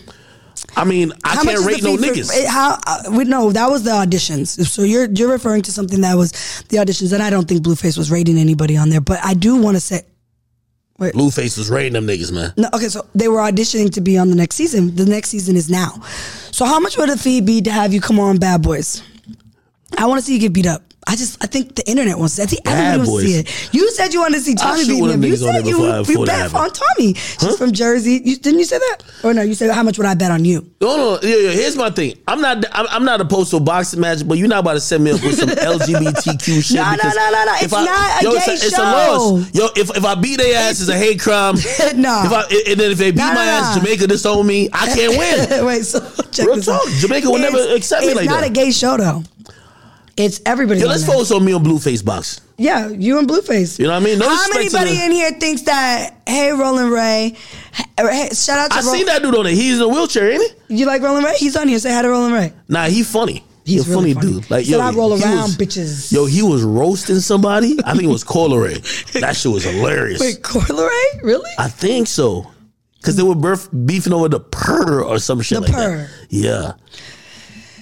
Speaker 1: I, mean, I
Speaker 2: How much
Speaker 1: can't
Speaker 2: is
Speaker 1: rate
Speaker 2: the
Speaker 1: no
Speaker 2: fee for-
Speaker 1: niggas.
Speaker 2: eh, how uh, we no, that was the auditions. So you're you're referring to something that was the auditions, and I don't think Blueface was rating anybody on there. But I do want to say,
Speaker 1: Blueface was rating them niggas, man.
Speaker 2: no, okay, so they were auditioning to be on the next season. The next season is now. So how much would the fee be to have you come on Bad Boys? I want to see you get beat up. I just I think the internet wants. To, I think
Speaker 1: Bad
Speaker 2: everybody wants to see
Speaker 1: Boys.
Speaker 2: it. You said you wanted to see
Speaker 1: I'll
Speaker 2: Tommy
Speaker 1: shoot
Speaker 2: beat
Speaker 1: one of
Speaker 2: me up.
Speaker 1: them
Speaker 2: You
Speaker 1: niggas on
Speaker 2: said
Speaker 1: there
Speaker 2: you
Speaker 1: before I-
Speaker 2: you
Speaker 1: before that
Speaker 2: bet
Speaker 1: happened.
Speaker 2: on Tommy. She's from Jersey. You, didn't you say that? Or no, you said how much would I bet on you?
Speaker 1: No, no, yeah, yeah. Here's my thing. I'm not, I'm, I'm not opposed to a boxing match, but you're not about to send me up with some LGBTQ shit.
Speaker 2: No, no,
Speaker 1: because
Speaker 2: no, no, no.
Speaker 1: if
Speaker 2: It's not a
Speaker 1: yo,
Speaker 2: gay
Speaker 1: it's, a- it's a
Speaker 2: show.
Speaker 1: loss. Yo, if if I beat their ass, it's a hate crime.
Speaker 2: No.
Speaker 1: If I, and then if they beat
Speaker 2: No, no,
Speaker 1: my ass,
Speaker 2: no.
Speaker 1: Jamaica disown me. I can't win.
Speaker 2: Wait, so check
Speaker 1: Real
Speaker 2: this
Speaker 1: talk,
Speaker 2: out.
Speaker 1: Jamaica will never accept me
Speaker 2: it's
Speaker 1: like
Speaker 2: not
Speaker 1: that.
Speaker 2: a gay show though. It's everybody.
Speaker 1: Yo,
Speaker 2: on
Speaker 1: let's
Speaker 2: there.
Speaker 1: focus on me on Blueface box.
Speaker 2: Yeah, you and Blueface.
Speaker 1: You know what I mean? No
Speaker 2: How
Speaker 1: disrespect to
Speaker 2: anybody
Speaker 1: the-
Speaker 2: in here thinks that? Hey, Roland Ray. Hey, shout out to
Speaker 1: I
Speaker 2: Ro-
Speaker 1: seen that dude on it. He's in a wheelchair, ain't he?
Speaker 2: You like Roland Ray? He's on here. Say hi to Roland Ray.
Speaker 1: Nah, he funny.
Speaker 2: He's
Speaker 1: a
Speaker 2: really
Speaker 1: funny,
Speaker 2: funny.
Speaker 1: dude. Like
Speaker 2: He
Speaker 1: yo,
Speaker 2: said, "I roll
Speaker 1: he
Speaker 2: around,
Speaker 1: was-
Speaker 2: bitches."
Speaker 1: Yo, he was roasting somebody. I think it was Coleray. That shit was hilarious.
Speaker 2: Wait, Corla Ray? Really?
Speaker 1: I think so. Cause they were birth beefing over the purr or some shit
Speaker 2: The
Speaker 1: like
Speaker 2: purr.
Speaker 1: that. Yeah.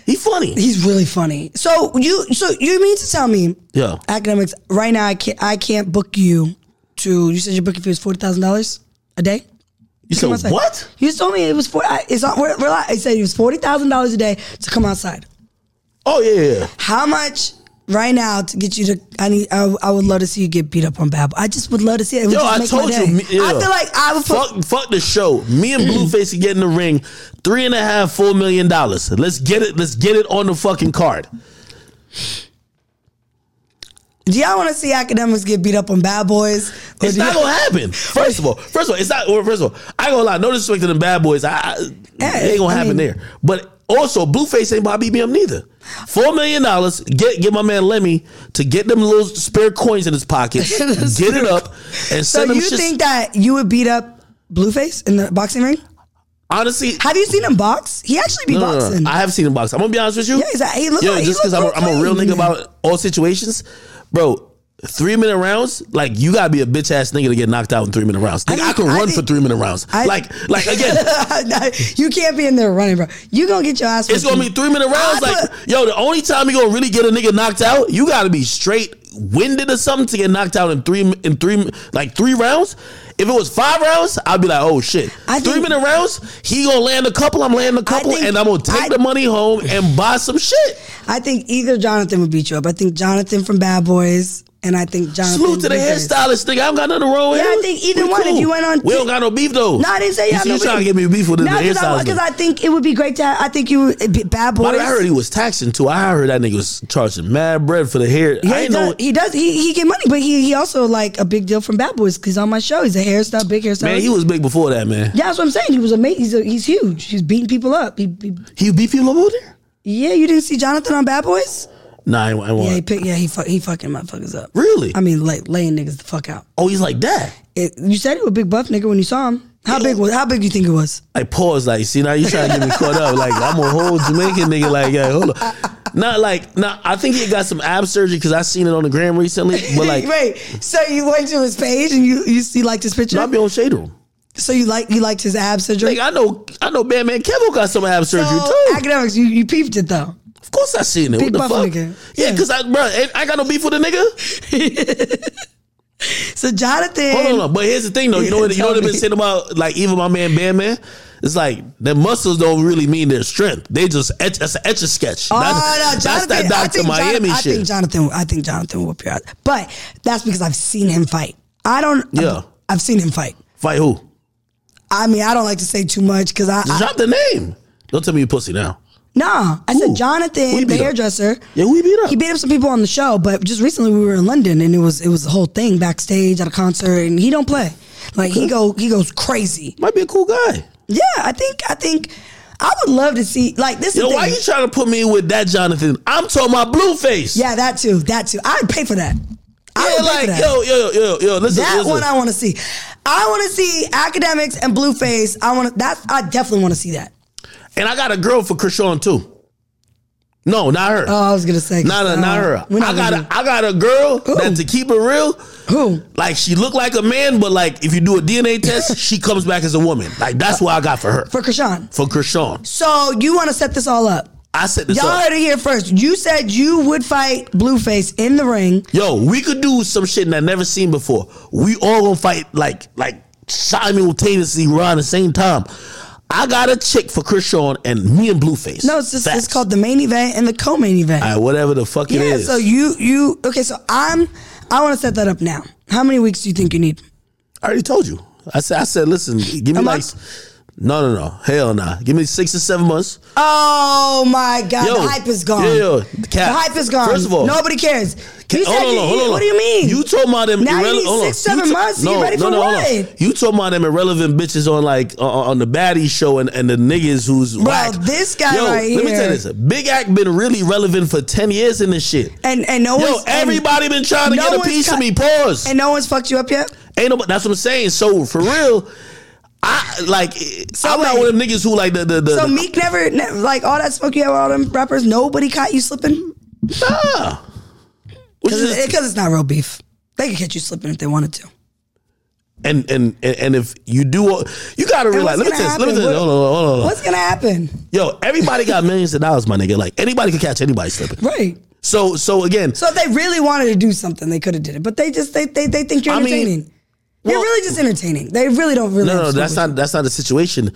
Speaker 1: He funny.
Speaker 2: He's really funny. So you, so you mean to tell me,
Speaker 1: Yeah.
Speaker 2: academics? Right now, I can't, I can't book you to. You said your booking fee was forty thousand dollars a day.
Speaker 1: You
Speaker 2: Come
Speaker 1: said
Speaker 2: outside.
Speaker 1: what?
Speaker 2: You just told me it was four. I, it's not. We're, we're, li- I said it was forty thousand dollars a day to come outside.
Speaker 1: Oh yeah, yeah.
Speaker 2: How much right now to get you to. I need. I, I would love to see you get beat up on Babel. I just would love to see it. it would
Speaker 1: Yo,
Speaker 2: just
Speaker 1: I
Speaker 2: make my
Speaker 1: told you.
Speaker 2: day.
Speaker 1: me- yeah.
Speaker 2: I feel like I would. Put,
Speaker 1: fuck, fuck the show. Me and Blueface can get in the ring. Three and a half, four million dollars. Let's get it. Let's get it on the fucking card.
Speaker 2: do y'all want to see academics get beat up on bad boys? Or
Speaker 1: It's
Speaker 2: do
Speaker 1: not
Speaker 2: y'all-
Speaker 1: gonna happen. First of all, first of all, it's not. Well, first of all, I ain't gonna lie. No disrespect to them bad boys. I, I it ain't gonna
Speaker 2: I
Speaker 1: happen
Speaker 2: mean-
Speaker 1: there. But also, Blueface ain't about to beat me up neither. Four million dollars. Get get my man Lemmy to get them little spare coins in his pocket. get it up and send
Speaker 2: So
Speaker 1: them.
Speaker 2: you
Speaker 1: shits-
Speaker 2: think that you would beat up Blueface in the boxing ring?
Speaker 1: honestly?
Speaker 2: Have you seen him box? He actually be
Speaker 1: No, no, no,
Speaker 2: boxing.
Speaker 1: I have seen him box. I'm gonna be honest with you.
Speaker 2: Yeah, he's a- he look
Speaker 1: Yo,
Speaker 2: like- he
Speaker 1: just because
Speaker 2: look
Speaker 1: I'm, a- I'm a real
Speaker 2: okay.
Speaker 1: nigga about all situations, bro. Three minute rounds, like you gotta be a bitch ass nigga to get knocked out in three minute rounds. Nigga, I,
Speaker 2: think-
Speaker 1: could
Speaker 2: I
Speaker 1: run for
Speaker 2: think-
Speaker 1: three minute rounds.
Speaker 2: I-
Speaker 1: like, like again,
Speaker 2: you can't be in there running, bro. You gonna get your ass.
Speaker 1: it's gonna be
Speaker 2: whooped.
Speaker 1: three minute rounds.
Speaker 2: I
Speaker 1: Like,
Speaker 2: put-
Speaker 1: yo, the only time you gonna really get a nigga knocked out, you gotta be straight winded or something to get knocked out in three in three like three rounds. If it was five rounds, I'd be like, oh shit.
Speaker 2: I
Speaker 1: three
Speaker 2: think-
Speaker 1: minute rounds, he gonna land a couple, I'm landing a couple,
Speaker 2: think-
Speaker 1: and I'm gonna take
Speaker 2: I-
Speaker 1: the money home and buy some shit.
Speaker 2: I think either Jonathan would beat you up. I think Jonathan from Bad Boys, and I think Jonathan.
Speaker 1: Salute to the
Speaker 2: Blueface.
Speaker 1: hairstylist, nigga. I don't got nothing wrong with
Speaker 2: Yeah, I
Speaker 1: him.
Speaker 2: think either
Speaker 1: We
Speaker 2: one, if you went on
Speaker 1: we
Speaker 2: t-
Speaker 1: don't got no beef though.
Speaker 2: No, I didn't say
Speaker 1: You
Speaker 2: y'all.
Speaker 1: see, you trying to get me beef with
Speaker 2: no,
Speaker 1: the hairstylist?
Speaker 2: because I, think it would be great to. Have, I think you would be Bad Boys.
Speaker 1: By the way, I heard he was taxing too. I heard that nigga was charging mad bread for the hair.
Speaker 2: Yeah,
Speaker 1: I
Speaker 2: he
Speaker 1: ain't
Speaker 2: does,
Speaker 1: know.
Speaker 2: he does. He he get money, but he he also like a big deal from Bad Boys because on my show he's a hairstyle, big hairstyle.
Speaker 1: Man, he was big before that, man.
Speaker 2: Yeah, that's what I'm saying. He was amazing. He's a, he's huge. He's beating people up. He, he-
Speaker 1: He beat people up over there?
Speaker 2: yeah, you didn't see Jonathan on Bad Boys?
Speaker 1: Nah, I, I
Speaker 2: Yeah,
Speaker 1: want.
Speaker 2: he pick, yeah he fuck, he fucking motherfuckers up.
Speaker 1: really?
Speaker 2: I mean, like laying niggas the fuck out.
Speaker 1: oh, he's like that.
Speaker 2: It, you said he was a big buff nigga when you saw him. How big was? How big you think it was?
Speaker 1: I pause, like, see, now you trying to get me caught up. Like, I'm a whole Jamaican nigga. Like, yeah, hold on. Not like, nah, I think he got some ab surgery because I seen it on the gram recently. But like,
Speaker 2: Wait, so you went to his page and you you see liked his picture.
Speaker 1: not be on shade room.
Speaker 2: so you like you liked his ab surgery.
Speaker 1: Like, I know, I know, Batman Kevo got some ab surgery
Speaker 2: So,
Speaker 1: too.
Speaker 2: Academics, you, you peeped it though.
Speaker 1: Of course I seen it. what
Speaker 2: Big
Speaker 1: the
Speaker 2: buff
Speaker 1: fuck?
Speaker 2: nigga.
Speaker 1: Yeah, because I, bro, ain't- I got no beef with the nigga.
Speaker 2: So Jonathan,
Speaker 1: Hold on, hold on. But here's the thing, though. You know what? You know what I've
Speaker 2: Tell
Speaker 1: been
Speaker 2: me.
Speaker 1: saying about like even my man Bandman. It's like their muscles don't really mean their strength. They just etch, that's an etch a sketch.
Speaker 2: Oh, no, Jonathan,
Speaker 1: that's that
Speaker 2: I
Speaker 1: Doctor
Speaker 2: think Jon-
Speaker 1: Miami
Speaker 2: I
Speaker 1: shit.
Speaker 2: think Jonathan, I think Jonathan will whoop your ass. But that's because I've seen him fight. I don't.
Speaker 1: Yeah.
Speaker 2: I've seen him fight.
Speaker 1: Fight who?
Speaker 2: I mean, I don't like to say too much because I, I
Speaker 1: Drop the name. Don't tell me you pussy now.
Speaker 2: nah. I
Speaker 1: Who?
Speaker 2: said
Speaker 1: Who he
Speaker 2: Jonathan,
Speaker 1: beat
Speaker 2: the
Speaker 1: up?
Speaker 2: hairdresser.
Speaker 1: Yeah, who he beat up?
Speaker 2: He beat up some people on the show, but just recently we were in London and it was it was a whole thing backstage at a concert, and he don't play. Like he go he goes crazy.
Speaker 1: Might be a cool guy.
Speaker 2: Yeah, I think I think I would love to see like this. is
Speaker 1: Yo,
Speaker 2: the
Speaker 1: why
Speaker 2: thing.
Speaker 1: you trying to put me with that Jonathan? I'm talking about Blueface.
Speaker 2: Yeah, that too. That too. I'd pay for that. I
Speaker 1: Yeah,
Speaker 2: would pay for
Speaker 1: like
Speaker 2: that.
Speaker 1: yo, yo, yo, yo. Listen,
Speaker 2: that
Speaker 1: listen.
Speaker 2: one I want to see. I want to see academics and blueface. I want to. That's. I definitely want to see that.
Speaker 1: and I got a girl for Krishan too. No, not her.
Speaker 2: Oh, I was gonna say.
Speaker 1: Not, a,
Speaker 2: uh,
Speaker 1: not her.
Speaker 2: we're not
Speaker 1: I got
Speaker 2: gonna
Speaker 1: a, I got a girl
Speaker 2: Who?
Speaker 1: that to keep it real,
Speaker 2: do- who?
Speaker 1: like she looked like a man, but like if you do a DNA test, she comes back as a woman. Like that's what I got for her.
Speaker 2: For Krishan.
Speaker 1: For Krishan.
Speaker 2: So you want to set this all up?
Speaker 1: I said this
Speaker 2: Y'all
Speaker 1: up.
Speaker 2: heard it here first. You said you would fight Blueface in the ring.
Speaker 1: Yo, we could do some shit that I never seen before. We all gonna fight like like simultaneously around the same time. I got a chick for Krishan and me and Blueface.
Speaker 2: No, it's just,
Speaker 1: Facts.
Speaker 2: it's called the main event and the co-main event.
Speaker 1: All right, whatever the fuck it
Speaker 2: yeah.
Speaker 1: is.
Speaker 2: So you you okay? So I'm. I want to set that up now. How many weeks do you think you need?
Speaker 1: I already told you. I said I said listen, give me
Speaker 2: A
Speaker 1: like
Speaker 2: month?
Speaker 1: no no no. Hell nah. Give me six or seven months.
Speaker 2: Oh my God! the hype is gone.
Speaker 1: Yeah, yeah.
Speaker 2: The
Speaker 1: Cap.
Speaker 2: hype is gone.
Speaker 1: First of all,
Speaker 2: nobody cares.
Speaker 1: Cap-
Speaker 2: You said you- What do you mean?
Speaker 1: You told about them.
Speaker 2: Now you
Speaker 1: irrele-
Speaker 2: need
Speaker 1: hold on.
Speaker 2: six, seven
Speaker 1: you
Speaker 2: months? You ready for
Speaker 1: hold on.
Speaker 2: what?
Speaker 1: You told about them irrelevant bitches on like uh, on the baddie show and, and the niggas who's
Speaker 2: Bro,
Speaker 1: whack.
Speaker 2: this guy
Speaker 1: Yo,
Speaker 2: right
Speaker 1: let me tell
Speaker 2: here.
Speaker 1: you this. Big Act been really relevant for ten years in this shit.
Speaker 2: and and no
Speaker 1: Yo,
Speaker 2: one's
Speaker 1: everybody
Speaker 2: and,
Speaker 1: been trying to
Speaker 2: no
Speaker 1: get a
Speaker 2: one's
Speaker 1: piece
Speaker 2: cut-
Speaker 1: of me. Pause.
Speaker 2: and no one's fucked you up yet.
Speaker 1: Ain't nobody. That's what I'm saying. So for real, I like. I'm not
Speaker 2: wait.
Speaker 1: one of them niggas who like the the. the the-
Speaker 2: So Meek never, ne- like all that smoke you had with all them rappers. Nobody caught you slipping
Speaker 1: Nah. Which
Speaker 2: because
Speaker 1: is-
Speaker 2: it's not real beef. They could catch you slipping if they wanted to.
Speaker 1: and and and and if you do, all- you gotta
Speaker 2: And
Speaker 1: realize.
Speaker 2: what's
Speaker 1: Let me
Speaker 2: gonna
Speaker 1: tell you. Let me
Speaker 2: happen?
Speaker 1: tell you. Hold
Speaker 2: What-
Speaker 1: on, hold on, hold on.
Speaker 2: What's gonna happen?
Speaker 1: Yo, everybody got millions of dollars, my nigga. Like anybody could catch anybody slipping.
Speaker 2: Right.
Speaker 1: So so again,
Speaker 2: So if they really wanted to do something, they could have did it. But they just they they, they think you're
Speaker 1: I mean,
Speaker 2: entertaining. you're
Speaker 1: well-
Speaker 2: really just entertaining. They really don't really.
Speaker 1: no
Speaker 2: have
Speaker 1: no
Speaker 2: smoke
Speaker 1: that's
Speaker 2: with you.
Speaker 1: not that's not the situation.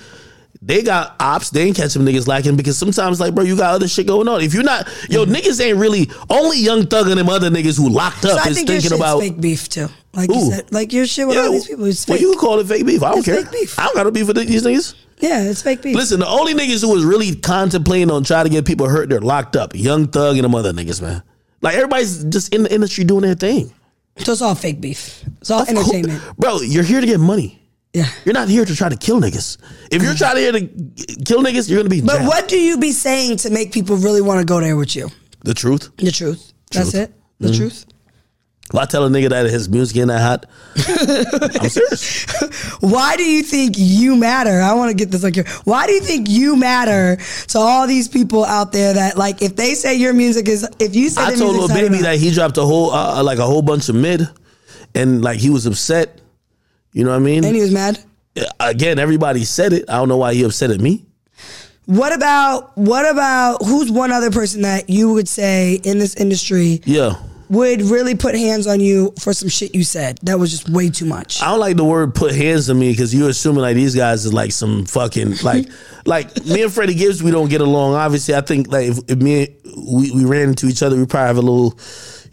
Speaker 1: They got ops. They ain't catching niggas lacking because sometimes, like, bro, you got other shit going on. If you're not, yo, niggas ain't really only young thug and them other niggas who locked
Speaker 2: Mm-hmm. So
Speaker 1: up
Speaker 2: I
Speaker 1: is
Speaker 2: think your
Speaker 1: thinking
Speaker 2: shit's
Speaker 1: about.
Speaker 2: fake beef too. Like you
Speaker 1: Ooh.
Speaker 2: said, like your shit with all these people is
Speaker 1: well,
Speaker 2: fake.
Speaker 1: you can call it fake beef. I don't
Speaker 2: It's
Speaker 1: care.
Speaker 2: fake beef.
Speaker 1: I don't got no beef with these niggas.
Speaker 2: yeah, it's fake beef.
Speaker 1: Listen, the only niggas who was really contemplating on trying to get people hurt, they're locked up. Young thug and them other niggas, man. Like everybody's just in the industry doing their thing.
Speaker 2: so it's all fake beef. It's all entertainment.
Speaker 1: Bro, you're here to get money.
Speaker 2: Yeah.
Speaker 1: You're not here to try to kill niggas. If you're trying to here to kill niggas, you're gonna be.
Speaker 2: But
Speaker 1: jacked.
Speaker 2: what do you be saying to make people really want to go there with you?
Speaker 1: The truth.
Speaker 2: The truth. That's it. The
Speaker 1: Mm.
Speaker 2: truth.
Speaker 1: If I tell a nigga that his music ain't that hot, I'm serious.
Speaker 2: Why do you think you matter? I want to get this like here. Why do you think you matter to all these people out there that like if they say your music is if you say
Speaker 1: I
Speaker 2: their
Speaker 1: told little
Speaker 2: music's not
Speaker 1: baby
Speaker 2: enough-
Speaker 1: that he dropped a whole uh, like a whole bunch of mid, and like he was upset. You know what I mean?
Speaker 2: and he was mad.
Speaker 1: Again, everybody said it. I don't know why he upset at me.
Speaker 2: What about what about who's one other person that you would say in this industry
Speaker 1: Yeah,
Speaker 2: would really put hands on you for some shit you said that was just way too much?
Speaker 1: I don't like the word "put hands on me" because you're assuming like these guys is like some fucking like like me and Freddie Gibbs. We don't get along. Obviously, I think like if, if me and, we we ran into each other, we probably have a little.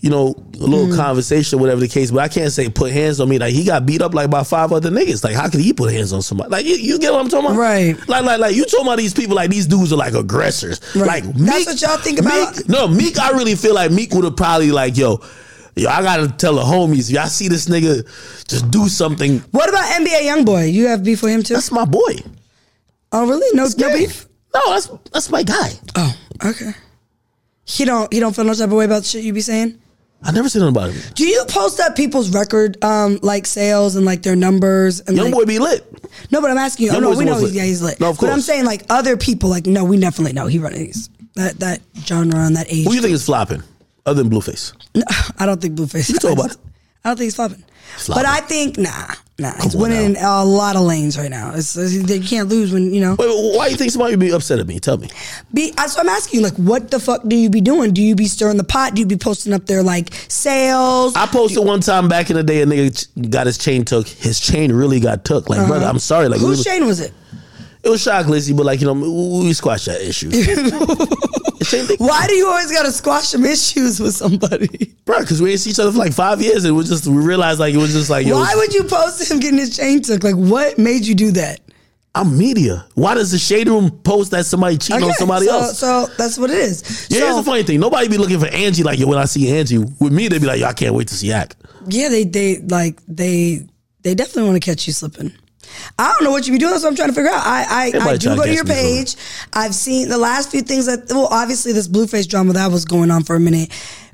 Speaker 1: You know, a little conversation, whatever the case, but I can't say put hands on me. Like he got beat up like by five other niggas. Like how could he put hands on somebody? Like you, you get what I'm talking about,
Speaker 2: Right.
Speaker 1: Like like like you talking about these people. Like these dudes are like aggressors.
Speaker 2: Right.
Speaker 1: Like
Speaker 2: That's what y'all think about-
Speaker 1: Meek- no, Meek. I really feel like Meek would have probably like yo. Yo, I gotta tell the homies. Y'all see this nigga just do something
Speaker 2: what about NBA YoungBoy? You have beef with him too?
Speaker 1: that's my boy.
Speaker 2: oh, really? No, no
Speaker 1: Yeah.
Speaker 2: beef.
Speaker 1: No, that's that's my guy.
Speaker 2: Oh, okay. He don't he don't feel no type of way about the shit you be saying.
Speaker 1: I never said nothing about him.
Speaker 2: Do you post up people's record um like sales and like their numbers and
Speaker 1: Young
Speaker 2: like,
Speaker 1: boy be lit.
Speaker 2: No, but I'm asking you. Oh,
Speaker 1: Young
Speaker 2: no,
Speaker 1: boy's
Speaker 2: we
Speaker 1: the
Speaker 2: know
Speaker 1: most
Speaker 2: he's,
Speaker 1: lit.
Speaker 2: yeah, he's lit.
Speaker 1: No, of
Speaker 2: But I'm
Speaker 1: course.
Speaker 2: saying like other people, like no, we definitely know he running these that that genre and that age.
Speaker 1: Who you think is flopping other than Blueface?
Speaker 2: No, I don't think Blueface. You
Speaker 1: talking about-
Speaker 2: I don't think he's flopping.
Speaker 1: Flopping.
Speaker 2: But I think nah, nah. he's
Speaker 1: on
Speaker 2: winning in a lot of lanes right now. It's, it's, you can't lose when you know.
Speaker 1: Wait, wait, why you think somebody would be upset at me? Tell me.
Speaker 2: Be, I- so I'm asking you, like, what the fuck do you be doing? Do you be stirring the pot? Do you be posting up their like sales?
Speaker 1: I posted one time back in the day a nigga ch- got his chain took. His chain really got took. Like, brother,
Speaker 2: Uh-huh.
Speaker 1: I'm sorry. Like, we
Speaker 2: Whose
Speaker 1: was-
Speaker 2: chain was it?
Speaker 1: it was shock Lizzy, but like, you know, we, we squashed that issue. It chain thing-
Speaker 2: Why do you always gotta squash some issues with somebody?
Speaker 1: Bro, because we didn't see each other for like five years and we just we realized like it was just like yo,
Speaker 2: Why would you post him getting his chain took? Like, what made you do that?
Speaker 1: I'm media. Why does the shade room post that somebody cheating on
Speaker 2: Okay,
Speaker 1: somebody
Speaker 2: so,
Speaker 1: else?
Speaker 2: So that's what it is.
Speaker 1: Yeah, here's
Speaker 2: so,
Speaker 1: the funny thing. Nobody be looking for Angie like yo, when I see Angie. With me, they be like, yo, I can't wait to see Act.
Speaker 2: yeah, they they like they they definitely want to catch you slipping. I don't know what you be doing. That's what I'm trying to figure out. I I, I
Speaker 1: Everybody
Speaker 2: do
Speaker 1: tryna
Speaker 2: go to
Speaker 1: catch
Speaker 2: your
Speaker 1: me slipping.
Speaker 2: page. I've seen the last few things that well, obviously this blueface drama that was going on for a minute.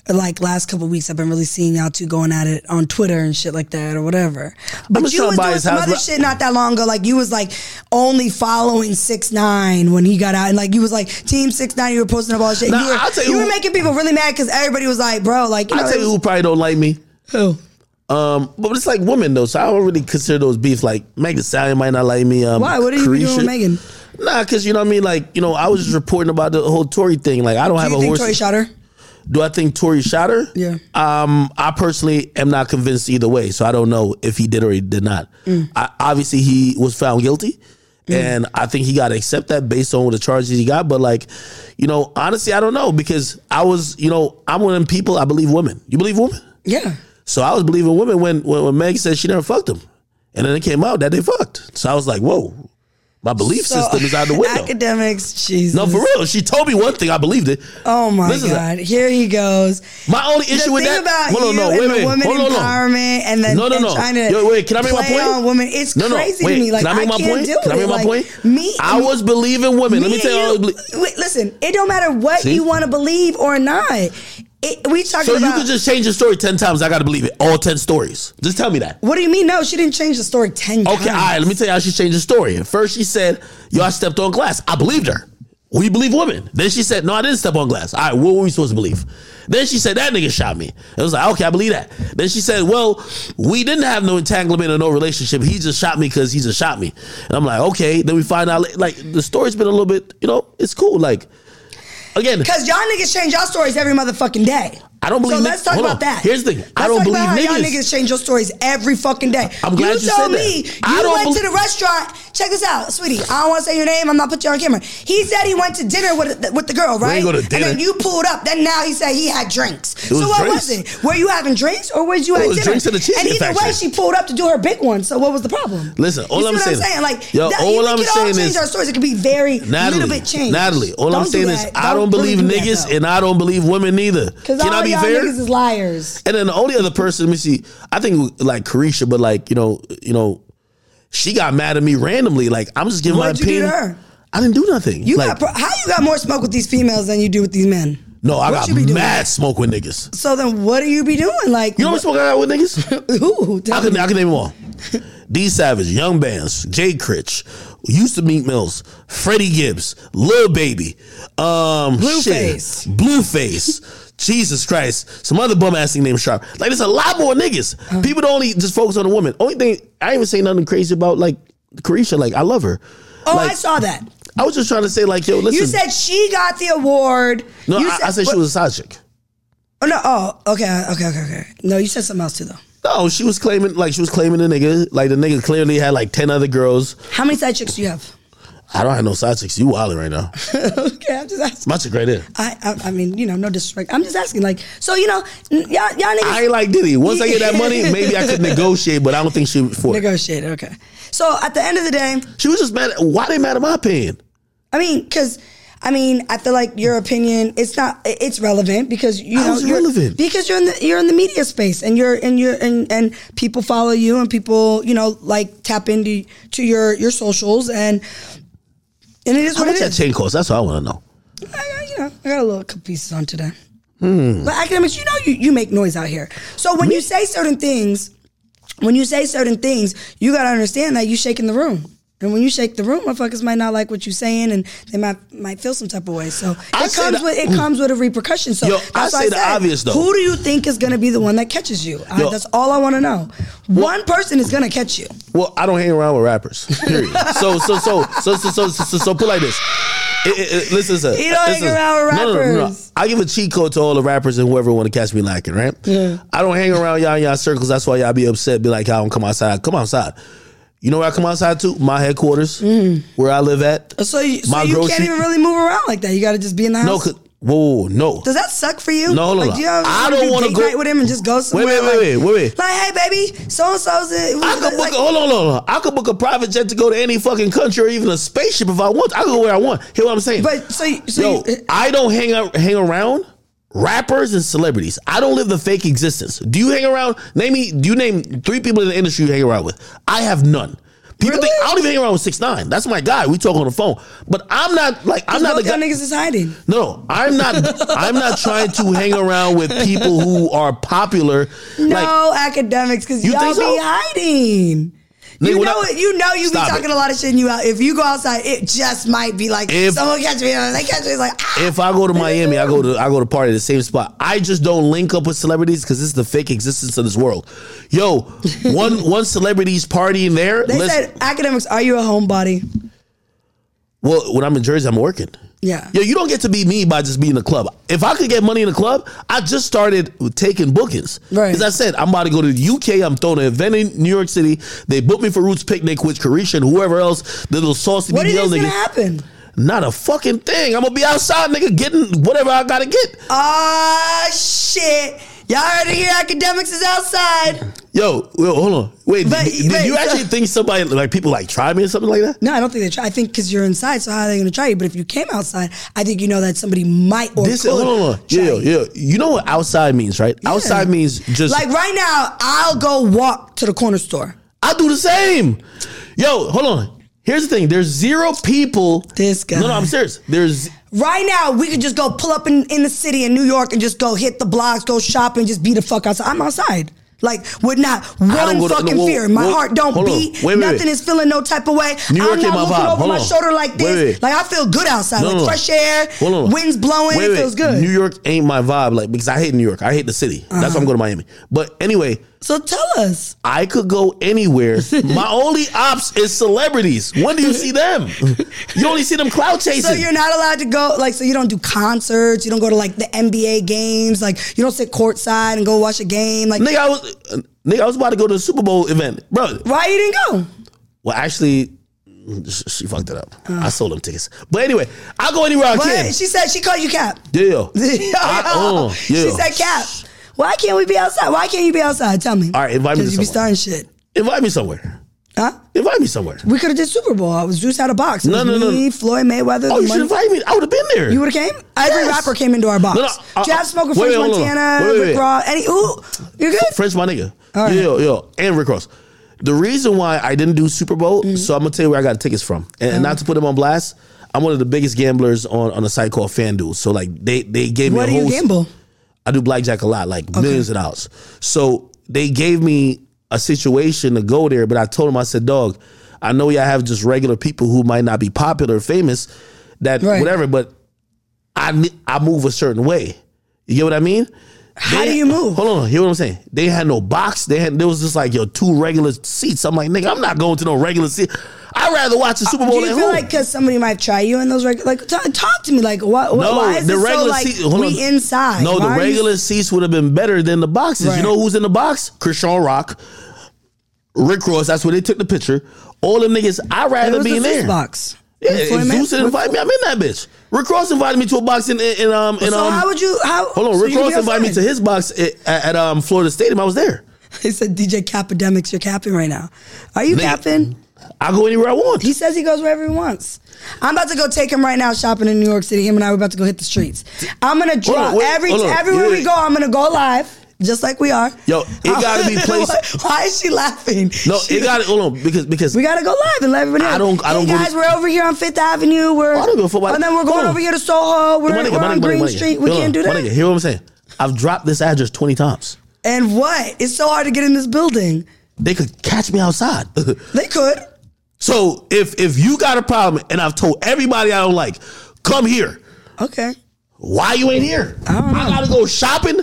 Speaker 2: Like last couple weeks, I've been really seeing y'all two going at it on Twitter and shit like that or whatever. But
Speaker 1: just
Speaker 2: you
Speaker 1: tryna
Speaker 2: was
Speaker 1: buy
Speaker 2: doing
Speaker 1: his
Speaker 2: some
Speaker 1: house,
Speaker 2: other
Speaker 1: but-
Speaker 2: shit not that long ago. Like you was like only following six nine when he got out, and like you was like team six nine. You were posting up all this shit.
Speaker 1: Nah,
Speaker 2: you were,
Speaker 1: I'll tell you
Speaker 2: were
Speaker 1: who-
Speaker 2: making people really mad because everybody was like, bro, like you know,
Speaker 1: I tell
Speaker 2: it
Speaker 1: you
Speaker 2: was-
Speaker 1: who probably don't like me.
Speaker 2: Who?
Speaker 1: Um, but it's like women though, so I don't really consider those beef. Like Megan Thee Stallion might not like me. Um,
Speaker 2: Why? What are you
Speaker 1: Carisha.
Speaker 2: doing with Megan?
Speaker 1: Nah, cause you know what I mean. Like you know, I was just reporting about the whole Tory thing. Like I don't have
Speaker 2: Do you
Speaker 1: a
Speaker 2: think
Speaker 1: horse.
Speaker 2: Tori shot her?
Speaker 1: Do I think Tory shot her?
Speaker 2: Yeah.
Speaker 1: Um, I personally am not convinced either way, so I don't know if he did or he did not.
Speaker 2: Mm.
Speaker 1: I, obviously, he was found guilty, and I think he got to accept that based on the charges he got. But like, you know, honestly, I don't know because I was, you know, I'm one of them people. I believe women. You believe women?
Speaker 2: Yeah.
Speaker 1: So I was believing women when when, when Meg said she never fucked him, and then it came out that they fucked. So I was like, whoa, my belief
Speaker 2: So-
Speaker 1: system is out the window.
Speaker 2: Academics, Jesus.
Speaker 1: no, for real. She told me one thing, I believed it.
Speaker 2: Oh my
Speaker 1: Listen to that.
Speaker 2: God! Here he goes.
Speaker 1: My only
Speaker 2: The
Speaker 1: issue
Speaker 2: thing
Speaker 1: with that.
Speaker 2: about
Speaker 1: Hold on,
Speaker 2: you
Speaker 1: no,
Speaker 2: and
Speaker 1: wait,
Speaker 2: the
Speaker 1: wait.
Speaker 2: women
Speaker 1: Hold on, no.
Speaker 2: empowerment and then
Speaker 1: No, no,
Speaker 2: and
Speaker 1: no.
Speaker 2: trying to
Speaker 1: Yo, wait, can I make my
Speaker 2: play
Speaker 1: point?
Speaker 2: on women. It's
Speaker 1: No, no,
Speaker 2: crazy
Speaker 1: wait,
Speaker 2: to me. Like
Speaker 1: can I make my
Speaker 2: can't
Speaker 1: point?
Speaker 2: deal
Speaker 1: Can I make
Speaker 2: with it.
Speaker 1: my
Speaker 2: Like,
Speaker 1: point?
Speaker 2: Me,
Speaker 1: I was believing women. Let me tell you, I was
Speaker 2: and
Speaker 1: belie-
Speaker 2: Wait, listen. It don't matter what
Speaker 1: See?
Speaker 2: you want to believe or not. It, we talking
Speaker 1: So you
Speaker 2: about.
Speaker 1: could just change the story ten times. I gotta believe it. All ten stories. Just tell me that.
Speaker 2: what do you mean? No, she didn't change the story ten times.
Speaker 1: Okay, all right. Let me tell you how she changed the story. At first, she said, "Yo, I stepped on glass." I believed her. We believe women. Then she said, "No, I didn't step on glass." All right, what were we supposed to believe? Then she said, "That nigga shot me." It was like, okay, I believe that. Then she said, "Well, we didn't have no entanglement or no relationship. He just shot me because he just shot me." And I'm like, okay. Then we find out like the story's been a little bit, you know, it's cool. Like again,
Speaker 2: Because y'all niggas change y'all stories every motherfucking day.
Speaker 1: I don't believe.
Speaker 2: So let's
Speaker 1: niggas-
Speaker 2: talk
Speaker 1: hold
Speaker 2: about
Speaker 1: on.
Speaker 2: that.
Speaker 1: Here's the thing.
Speaker 2: Let's
Speaker 1: I don't
Speaker 2: talk
Speaker 1: believe
Speaker 2: about how
Speaker 1: niggas.
Speaker 2: Y'all niggas change your stories every fucking day.
Speaker 1: I'm glad you said
Speaker 2: told
Speaker 1: that.
Speaker 2: me
Speaker 1: I
Speaker 2: you
Speaker 1: don't
Speaker 2: went
Speaker 1: believe-
Speaker 2: to the restaurant. Check this out, sweetie. I don't want to say your name. I'm not putting you on camera. He said he went to dinner with the, with the girl, right?
Speaker 1: go to
Speaker 2: And
Speaker 1: dinner.
Speaker 2: then you pulled up. Then now he said he had drinks.
Speaker 1: was
Speaker 2: so what
Speaker 1: drinks.
Speaker 2: was it? Were you having drinks or was you
Speaker 1: It
Speaker 2: at
Speaker 1: was
Speaker 2: dinner?
Speaker 1: drinks at the Cheesecake
Speaker 2: and either way,
Speaker 1: Factory.
Speaker 2: she pulled up to do her big one. So what was the problem?
Speaker 1: Listen, all
Speaker 2: you
Speaker 1: I'm
Speaker 2: see
Speaker 1: saying
Speaker 2: what
Speaker 1: is-
Speaker 2: I'm saying, like,
Speaker 1: Yo,
Speaker 2: that-
Speaker 1: all
Speaker 2: we
Speaker 1: I'm
Speaker 2: can
Speaker 1: saying
Speaker 2: change
Speaker 1: is-
Speaker 2: our stories. It can be very
Speaker 1: Natalie,
Speaker 2: little bit changed.
Speaker 1: Natalie, all I'm
Speaker 2: Don't
Speaker 1: saying
Speaker 2: do
Speaker 1: is
Speaker 2: that.
Speaker 1: I don't
Speaker 2: really
Speaker 1: believe
Speaker 2: do that,
Speaker 1: niggas
Speaker 2: though.
Speaker 1: and I don't believe women neither. Can
Speaker 2: Cause all
Speaker 1: I be
Speaker 2: y'all
Speaker 1: fair?
Speaker 2: niggas is liars.
Speaker 1: And then the only other person, let me see. I think like Carisha, but like you know, you know, she got mad at me randomly. Like I'm just giving
Speaker 2: What'd
Speaker 1: my
Speaker 2: you do
Speaker 1: opinion.
Speaker 2: to her?
Speaker 1: I didn't do nothing.
Speaker 2: You
Speaker 1: like,
Speaker 2: got got how you got more smoke with these females than you do with these men.
Speaker 1: no, I
Speaker 2: what
Speaker 1: got
Speaker 2: you be
Speaker 1: mad
Speaker 2: doing?
Speaker 1: smoke with niggas.
Speaker 2: So then, what do you be doing? Like
Speaker 1: You know what smoke I got with niggas?
Speaker 2: Who? Tell
Speaker 1: I can
Speaker 2: me.
Speaker 1: I can name them all. D Savage, Young Bands, Jay Critch, used to meet Mills, Freddie Gibbs, Lil Baby, um,
Speaker 2: Blueface.
Speaker 1: shit, Blueface, Jesus Christ, some other bum ass name sharp. Like there's a lot more niggas. People don't only just focus on the woman. Only thing I ain't even say nothing crazy about like Carisha. Like I love her.
Speaker 2: oh,
Speaker 1: like,
Speaker 2: I saw that.
Speaker 1: I was just trying to say like yo, listen.
Speaker 2: You said she got the award.
Speaker 1: no,
Speaker 2: you
Speaker 1: I, I said she
Speaker 2: what-
Speaker 1: was a side chick.
Speaker 2: Oh, no, oh, okay, okay, okay, okay. No, you said something else too, though.
Speaker 1: No, she was claiming like she was claiming the nigga. Like the nigga clearly had like ten other girls.
Speaker 2: How many side chicks do you have?
Speaker 1: I don't have no side chicks. You wildin' right now.
Speaker 2: okay, I'm just asking.
Speaker 1: My chick right there.
Speaker 2: I, I, I mean, you know, no disrespect. I'm just asking, like, so you know, n- y'all, y'all niggas.
Speaker 1: I ain't like Diddy. Once I get that money, maybe I could negotiate, but I don't think she was for it.
Speaker 2: negotiate. Okay. So at the end of the day,
Speaker 1: She was just mad. At, why they mad at my opinion?
Speaker 2: I mean, because I mean, I feel like your opinion it's not it- it's relevant because you
Speaker 1: How
Speaker 2: know
Speaker 1: is it
Speaker 2: you're-
Speaker 1: relevant?
Speaker 2: because you're in the you're in the media space and you're and you're and and people follow you and people you know like tap into to your your socials and and it is
Speaker 1: How
Speaker 2: what
Speaker 1: much
Speaker 2: it
Speaker 1: that
Speaker 2: is.
Speaker 1: chain cost? That's what I want to know.
Speaker 2: I got, you know, I got a little couple pieces on today.
Speaker 1: Hmm.
Speaker 2: But academics, you know, you, you make noise out here. So when you say certain things, when you say certain things, you got to understand that you shaking the room. And when you shake the room, motherfuckers might not like what you're saying, and they might might feel some type of way. So
Speaker 1: I
Speaker 2: it
Speaker 1: say
Speaker 2: comes
Speaker 1: the- Mm.
Speaker 2: with it comes with a repercussion. So
Speaker 1: Yo, I
Speaker 2: that's why
Speaker 1: say the
Speaker 2: said,
Speaker 1: obvious, though.
Speaker 2: Who do you think is going to be the one that catches you? I-
Speaker 1: Yo.
Speaker 2: that's all I want to know. One person is going to catch you.
Speaker 1: Well, I don't hang around with rappers. Period. so, so, so, so, so, so, so, so, so put like this. It, it, it, listen, sir.
Speaker 2: He don't hang
Speaker 1: Listen.
Speaker 2: around with rappers.
Speaker 1: I give a cheat code to all the rappers and whoever want to catch me lacking, right? Yeah. I don't hang around y'all in y'all circles. That's why y'all be upset. Be like, I don't come outside. Come outside. You know where I come outside to? My headquarters,
Speaker 2: Mm.
Speaker 1: where I live at.
Speaker 2: So you, so
Speaker 1: My
Speaker 2: you
Speaker 1: grocery-
Speaker 2: can't even really move around like that. You got to just be in the house.
Speaker 1: No, 'cause- whoa, whoa, whoa, no.
Speaker 2: Does that suck for you?
Speaker 1: No, hold on.
Speaker 2: Like, do you ever
Speaker 1: I
Speaker 2: wanna
Speaker 1: don't
Speaker 2: do
Speaker 1: wanna
Speaker 2: date
Speaker 1: go-
Speaker 2: night with him and just go somewhere.
Speaker 1: wait,
Speaker 2: like,
Speaker 1: wait, wait, wait.
Speaker 2: Like, hey, baby, so and so's.
Speaker 1: I could book. a, hold on, hold on, hold on. I could book a private jet to go to any fucking country or even a spaceship if I want. I can go where I want. Hear what I'm saying?
Speaker 2: But so, you- so
Speaker 1: yo,
Speaker 2: you,
Speaker 1: I don't hang out, hang around rappers and celebrities. I don't live the fake existence. Do you hang around? Name me. Do you name three people in the industry you hang around with? I have none. People think I don't even hang around with six nine. That's my guy. We talk on the phone. But I'm not like I'm not the
Speaker 2: both
Speaker 1: guy.
Speaker 2: y'all niggas is hiding.
Speaker 1: No, I'm not. I'm not trying to hang around with people who are popular.
Speaker 2: no academics, because
Speaker 1: You
Speaker 2: y'all be
Speaker 1: think so?
Speaker 2: hiding.
Speaker 1: Nigga,
Speaker 2: You
Speaker 1: when
Speaker 2: know,
Speaker 1: I-
Speaker 2: it. you know, you be
Speaker 1: Stop it.
Speaker 2: talking a lot of shit. And you out. If you go outside, it just might be like
Speaker 1: If-
Speaker 2: someone catch me. And they catch me. It's like ah.
Speaker 1: If I go to Miami, I go to I go to party at the same spot. I just don't link up with celebrities because this is the fake existence of this world. Yo, one one celebrity's partying there.
Speaker 2: they
Speaker 1: let's-
Speaker 2: said academics. Are you a homebody?
Speaker 1: well, when I'm in Jersey, I'm working.
Speaker 2: Yeah.
Speaker 1: Yo, you don't get to be me by just being in the club. If I could get money in the club, I just started taking bookings.
Speaker 2: Right.
Speaker 1: Because I said, I'm about to go to the UK. I'm throwing an event in New York City. They booked me for Roots Picnic with Carisha and whoever else, the little saucy
Speaker 2: What do you
Speaker 1: BBL
Speaker 2: think's gonna
Speaker 1: nigga.
Speaker 2: happen?
Speaker 1: Not a fucking thing. I'm going to be outside, nigga, getting whatever I got to get.
Speaker 2: Ah shit! Y'all already hear academics is outside.
Speaker 1: Yo, well, hold on. Wait,
Speaker 2: But-
Speaker 1: did, did
Speaker 2: but-
Speaker 1: you actually think somebody like people like try me or something like that?
Speaker 2: No, I don't think they try. I think because you're inside, so how are they going to try you? But if you came outside, I think you know that somebody might or
Speaker 1: This
Speaker 2: could.
Speaker 1: hold on, hold on.
Speaker 2: try
Speaker 1: Yeah,
Speaker 2: you.
Speaker 1: yeah. You know what outside means, right? Outside means just
Speaker 2: Like right now, I'll go walk to the corner store.
Speaker 1: I do the same. Yo, hold on. Here's the thing. There's zero people.
Speaker 2: This guy.
Speaker 1: No, no, I'm serious. There's
Speaker 2: Right now, we could just go pull up in, in the city in New York and just go hit the blocks, go shopping, just be the fuck outside. I'm outside. Like with not one
Speaker 1: go to-
Speaker 2: fucking
Speaker 1: no, whoa,
Speaker 2: fear. My
Speaker 1: whoa,
Speaker 2: heart don't
Speaker 1: hold on.
Speaker 2: beat.
Speaker 1: Wait, wait, wait.
Speaker 2: Nothing is feeling no type of way.
Speaker 1: New York
Speaker 2: I'm
Speaker 1: ain't
Speaker 2: not
Speaker 1: my
Speaker 2: looking
Speaker 1: vibe.
Speaker 2: over
Speaker 1: Hold
Speaker 2: my
Speaker 1: on.
Speaker 2: shoulder like
Speaker 1: Wait,
Speaker 2: this.
Speaker 1: wait.
Speaker 2: Like I feel good outside.
Speaker 1: no,
Speaker 2: like
Speaker 1: no, no.
Speaker 2: fresh air,
Speaker 1: Hold on.
Speaker 2: winds blowing,
Speaker 1: Wait,
Speaker 2: it
Speaker 1: wait.
Speaker 2: feels good. Uh-huh.
Speaker 1: New York ain't my vibe, like because I hate New York. I hate the city. That's why I'm going to Miami. But anyway,
Speaker 2: So tell us.
Speaker 1: I could go anywhere. My only ops is celebrities. When do you see them? You only see them cloud chasing.
Speaker 2: So you're not allowed to go, like, so you don't do concerts, you don't go to like the NBA games, like you don't sit courtside and go watch a game, like.
Speaker 1: nigga, I was uh, nigga, I was about to go to the Super Bowl event, bro.
Speaker 2: Why you didn't go?
Speaker 1: Well, actually, sh- she fucked it up. I sold them tickets, but anyway, I'll go anywhere I
Speaker 2: But
Speaker 1: can.
Speaker 2: she said she called you cap.
Speaker 1: Deal. uh,
Speaker 2: She
Speaker 1: yeah.
Speaker 2: said cap. Why can't we be outside? Why can't you be outside? Tell me.
Speaker 1: All right, invite me
Speaker 2: Because
Speaker 1: to
Speaker 2: you be
Speaker 1: somewhere.
Speaker 2: starting shit.
Speaker 1: Invite me somewhere.
Speaker 2: Huh?
Speaker 1: Invite me somewhere.
Speaker 2: We could have did Super Bowl. I was Juice out of box. It
Speaker 1: No,
Speaker 2: was
Speaker 1: no, no.
Speaker 2: me, Floyd Mayweather.
Speaker 1: Oh,
Speaker 2: the
Speaker 1: you should
Speaker 2: money-
Speaker 1: invite me. I would have been there.
Speaker 2: You would have came. Every
Speaker 1: Yes.
Speaker 2: rapper came into our box.
Speaker 1: No, no, I-
Speaker 2: Jeff
Speaker 1: I-
Speaker 2: smoking
Speaker 1: wait,
Speaker 2: French
Speaker 1: wait, hold on.
Speaker 2: Montana,
Speaker 1: Wait, wait,
Speaker 2: Rick
Speaker 1: wait.
Speaker 2: Ross. Any ooh, you good?
Speaker 1: French, my nigga.
Speaker 2: right.
Speaker 1: Yo, yo, and Rick Ross. The reason why I didn't do Super Bowl,
Speaker 2: Mm-hmm.
Speaker 1: so I'm gonna tell you where I got tickets from, and, and
Speaker 2: Uh-huh.
Speaker 1: not to put them on blast. I'm one of the biggest gamblers on, on a site called FanDuel. So like they they gave
Speaker 2: What do
Speaker 1: me a
Speaker 2: you
Speaker 1: whole
Speaker 2: gamble?
Speaker 1: I do blackjack a lot, like millions of dollars. So they gave me a situation to go there, but I told them, I said, dog, I know y'all have just regular people who might not be popular or famous, that
Speaker 2: Right.
Speaker 1: whatever, but I ne- I move a certain way. You get what I mean?
Speaker 2: How do you move?
Speaker 1: Hold on, hear what I'm saying. They had no box. They had there was just like yo two regular seats. I'm like nigga, I'm not going to no regular seat. I'd rather watch the Super
Speaker 2: Uh, Do
Speaker 1: Bowl.
Speaker 2: you
Speaker 1: at
Speaker 2: feel
Speaker 1: home.
Speaker 2: like because somebody might try you in those regular like t- talk to me like what? what why is it so like
Speaker 1: seat- hold
Speaker 2: we
Speaker 1: on.
Speaker 2: inside?
Speaker 1: No,
Speaker 2: Why
Speaker 1: the
Speaker 2: are you-
Speaker 1: regular seats would have been better than the boxes.
Speaker 2: Right.
Speaker 1: You know who's in the box? Krishan Rock, Rick Ross. That's where they took the picture. All them niggas. I'd
Speaker 2: It
Speaker 1: rather
Speaker 2: was
Speaker 1: be
Speaker 2: the
Speaker 1: in
Speaker 2: fist
Speaker 1: there.
Speaker 2: box.
Speaker 1: Yeah,
Speaker 2: With
Speaker 1: if
Speaker 2: Floyd May-
Speaker 1: Zeus didn't
Speaker 2: with-
Speaker 1: invite me, I'm in that bitch. Rick Ross invited me to a box in, in, in, um in
Speaker 2: So
Speaker 1: um.
Speaker 2: how would you? How
Speaker 1: hold on,
Speaker 2: so
Speaker 1: Rick
Speaker 2: you could be
Speaker 1: Ross invited me to
Speaker 2: outside.
Speaker 1: his box at, at, at, um Florida Stadium. I was there.
Speaker 2: He said, "DJ Capodemics, you're capping right now. Are you
Speaker 1: Nigga.
Speaker 2: capping?"
Speaker 1: I go anywhere I want.
Speaker 2: He says he goes wherever he wants. I'm about to go take him right now shopping in New York City. Him and I were about to go hit the streets. I'm gonna
Speaker 1: on,
Speaker 2: drop
Speaker 1: wait,
Speaker 2: every
Speaker 1: hold on.
Speaker 2: everywhere
Speaker 1: Wait,
Speaker 2: we
Speaker 1: wait.
Speaker 2: go. I'm gonna go live, just like we are.
Speaker 1: Yo, it gotta be placed-
Speaker 2: Why is she laughing?
Speaker 1: no,
Speaker 2: She-
Speaker 1: it got hold on because because
Speaker 2: We gotta go live and let everybody know.
Speaker 1: I don't- I
Speaker 2: Hey
Speaker 1: don't go to- Oh,
Speaker 2: guys, we're over here on Fifth Avenue. We're
Speaker 1: I don't give a fuck about-
Speaker 2: and then we're going
Speaker 1: Hold on.
Speaker 2: over here to Soho. We're,
Speaker 1: My nigga, my nigga,
Speaker 2: we're on
Speaker 1: my nigga,
Speaker 2: Green
Speaker 1: my nigga.
Speaker 2: Street. We
Speaker 1: Hold
Speaker 2: can't
Speaker 1: on,
Speaker 2: do
Speaker 1: my
Speaker 2: that.
Speaker 1: nigga, hear what I'm saying? I've dropped this address twenty times.
Speaker 2: And what? It's so hard to get in this building.
Speaker 1: They could catch me outside.
Speaker 2: They could.
Speaker 1: So if if you got a problem and I've told everybody I don't like, come here.
Speaker 2: Okay.
Speaker 1: Why you ain't here? I,
Speaker 2: don't know.
Speaker 1: gotta go shopping.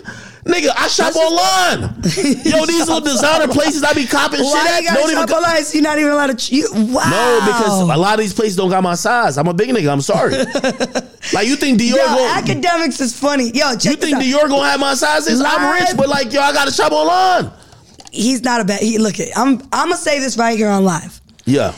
Speaker 1: Nigga, I shop
Speaker 2: That's just-
Speaker 1: online. Yo, these little designer places I be copping shit
Speaker 2: Why
Speaker 1: at.
Speaker 2: you gotta
Speaker 1: Don't
Speaker 2: shop
Speaker 1: even.
Speaker 2: online? So You're not even allowed to. ch- You, wow.
Speaker 1: No, because a lot of these places don't got my size. I'm a big nigga. I'm sorry. like you think Dior?
Speaker 2: Yo,
Speaker 1: Gonna,
Speaker 2: academics is funny. Yo, check
Speaker 1: you
Speaker 2: this
Speaker 1: think
Speaker 2: out.
Speaker 1: Dior gonna have my sizes? I'm
Speaker 2: Live-
Speaker 1: rich, but like yo, I gotta shop online.
Speaker 2: he's not a bad. He, look, it, I'm I'm gonna say this right here on live.
Speaker 1: Yeah.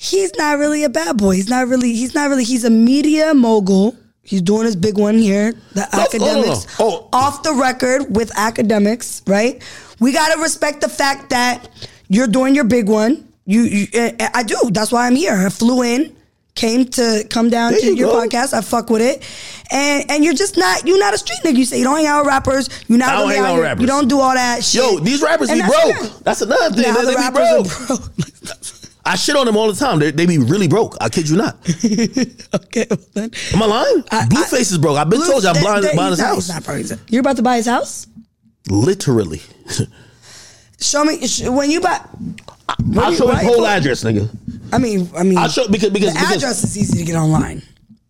Speaker 2: He's not really a bad boy. He's not really. He's not really. He's a media mogul. He's doing his big one here. The
Speaker 1: No,
Speaker 2: academics
Speaker 1: no, no, no. Oh.
Speaker 2: off the record with academics, right? We gotta respect the fact that you're doing your big one. You, you eh, I I do. That's why I'm here. I flew in, came to come down
Speaker 1: There
Speaker 2: to
Speaker 1: you
Speaker 2: your
Speaker 1: go.
Speaker 2: podcast. I fuck with it, and and you're just not. You're not a street nigga. You say you don't hang out with rappers. You're not.
Speaker 1: I don't
Speaker 2: really
Speaker 1: hang
Speaker 2: out
Speaker 1: out with
Speaker 2: here.
Speaker 1: rappers.
Speaker 2: You don't do all that shit.
Speaker 1: Yo, these rappers
Speaker 2: And
Speaker 1: be
Speaker 2: that's
Speaker 1: broke.
Speaker 2: fair.
Speaker 1: That's another thing. they
Speaker 2: Now the
Speaker 1: they be
Speaker 2: rappers
Speaker 1: broke.
Speaker 2: are broke.
Speaker 1: I shit on them all the time. They, they be really broke. I kid you not.
Speaker 2: okay, well then.
Speaker 1: Am I lying?
Speaker 2: I-
Speaker 1: Blueface is broke. I've been told you I'm
Speaker 2: There-
Speaker 1: blind,
Speaker 2: there-
Speaker 1: blind
Speaker 2: he's
Speaker 1: his
Speaker 2: not- he's
Speaker 1: house.
Speaker 2: not broke. He's not- You're about to buy his house?
Speaker 1: Literally.
Speaker 2: Show me sh- when you buy.
Speaker 1: I'll
Speaker 2: you-
Speaker 1: show
Speaker 2: why
Speaker 1: his
Speaker 2: you
Speaker 1: whole
Speaker 2: pull-
Speaker 1: address, nigga.
Speaker 2: I mean, I mean,
Speaker 1: I'll show because because,
Speaker 2: the
Speaker 1: because
Speaker 2: address is easy to get online.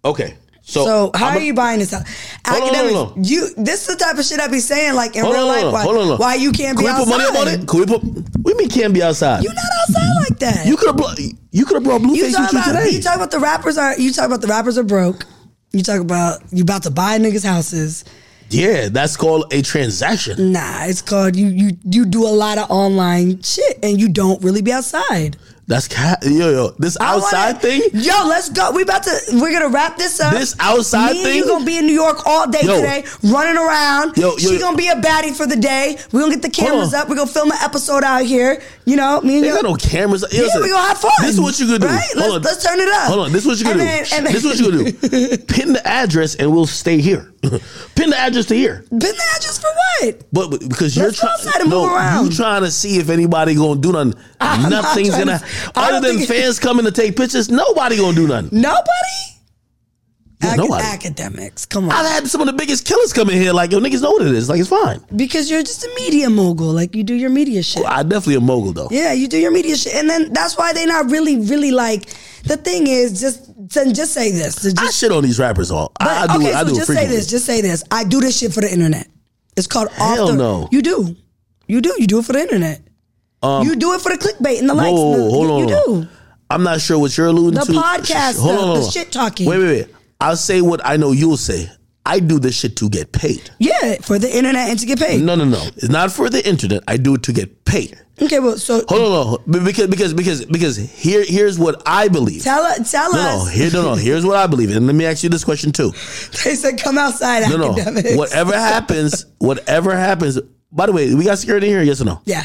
Speaker 1: okay. So,
Speaker 2: So, how
Speaker 1: I'm
Speaker 2: are
Speaker 1: a-
Speaker 2: you buying this house?
Speaker 1: Hold on,
Speaker 2: Academics,
Speaker 1: hold on.
Speaker 2: you. This is the type of shit I be saying, like in
Speaker 1: Hold on,
Speaker 2: real life.
Speaker 1: hold
Speaker 2: why,
Speaker 1: on, hold on.
Speaker 2: why you can't
Speaker 1: Can
Speaker 2: be
Speaker 1: we put
Speaker 2: outside?
Speaker 1: money up on it? Can we put? We mean can't be outside.
Speaker 2: You're not outside like that.
Speaker 1: You could have you could have brought
Speaker 2: you
Speaker 1: Blueface
Speaker 2: talk
Speaker 1: with you
Speaker 2: about
Speaker 1: today.
Speaker 2: you talk about the rappers are you talk about the rappers are broke. You talk about you about to buy niggas houses.
Speaker 1: yeah, that's called a transaction.
Speaker 2: Nah, it's called you you you do a lot of online shit and you don't really be outside.
Speaker 1: That's ca- yo yo. This
Speaker 2: I wanna-
Speaker 1: outside thing.
Speaker 2: Yo, let's go. We about to. We're gonna wrap this up.
Speaker 1: This outside
Speaker 2: Me and
Speaker 1: thing?
Speaker 2: You gonna be in New York all day
Speaker 1: Yo.
Speaker 2: today, running around.
Speaker 1: Yo, yo,
Speaker 2: she
Speaker 1: yo.
Speaker 2: gonna be a baddie for the day. We are gonna get the
Speaker 1: Hold
Speaker 2: cameras
Speaker 1: on.
Speaker 2: up. We are gonna film an episode out here. You know, me and
Speaker 1: They
Speaker 2: you.
Speaker 1: got no cameras.
Speaker 2: yeah,
Speaker 1: Listen,
Speaker 2: we gonna have fun.
Speaker 1: This is what you could do.
Speaker 2: Right?
Speaker 1: Hold
Speaker 2: Let's,
Speaker 1: on.
Speaker 2: let's turn it up.
Speaker 1: Hold on. This is what you
Speaker 2: And
Speaker 1: gonna
Speaker 2: then-
Speaker 1: do.
Speaker 2: and
Speaker 1: this is what you gonna do. Pin the address and we'll stay here. Pin the address to here.
Speaker 2: Been there just for what?
Speaker 1: But but- because you're
Speaker 2: Let's go outside
Speaker 1: trying,
Speaker 2: and
Speaker 1: no,
Speaker 2: move around.
Speaker 1: you trying to see if anybody gonna do nothing.
Speaker 2: I'm not
Speaker 1: Nothing's
Speaker 2: trying
Speaker 1: gonna.
Speaker 2: to- I don't
Speaker 1: other than
Speaker 2: think-
Speaker 1: fans coming to take pictures, nobody gonna do nothing.
Speaker 2: Nobody.
Speaker 1: Yeah,
Speaker 2: Ac-
Speaker 1: nobody.
Speaker 2: Academics, come on.
Speaker 1: I've had some of the biggest killers come in here. Like yo, niggas know what it is. Like it's fine.
Speaker 2: because you're just a media mogul. Like you do your media shit.
Speaker 1: I definitely a mogul though.
Speaker 2: Yeah, you do your media shit, and then that's why they not really, really like. The thing is, just to just say this. to
Speaker 1: I
Speaker 2: just,
Speaker 1: shit on these rappers all. I,
Speaker 2: but-
Speaker 1: I do.
Speaker 2: okay,
Speaker 1: it. I
Speaker 2: so
Speaker 1: do. it
Speaker 2: just say
Speaker 1: frequently.
Speaker 2: this. Just say this. I do this shit for the internet. It's called off
Speaker 1: Hell
Speaker 2: the.
Speaker 1: no. Um,
Speaker 2: You do. You do. You do it for the internet. you do it for the clickbait and the likes.
Speaker 1: whoa,
Speaker 2: and the-
Speaker 1: hold
Speaker 2: you,
Speaker 1: on.
Speaker 2: you do.
Speaker 1: I'm not sure what you're alluding
Speaker 2: The
Speaker 1: to.
Speaker 2: podcast,
Speaker 1: Sh- hold
Speaker 2: the-
Speaker 1: on, hold
Speaker 2: the
Speaker 1: on.
Speaker 2: shit talking.
Speaker 1: Wait, wait, wait. I'll say what I know you'll say. I do this shit to get paid.
Speaker 2: Yeah, for the internet and to get paid.
Speaker 1: No, no, no. It's not for the internet. I do it to get paid.
Speaker 2: Okay, well, so
Speaker 1: Hold on, hold on. Be- because because because because here here's what I believe.
Speaker 2: tell us. Tell
Speaker 1: No, no,
Speaker 2: us.
Speaker 1: here, no, no. Here's what I believe, and let me ask you this question too.
Speaker 2: They said come outside
Speaker 1: No, no.
Speaker 2: academics.
Speaker 1: Whatever happens, whatever happens. By the way, we got security here? Yes or no?
Speaker 2: Yeah.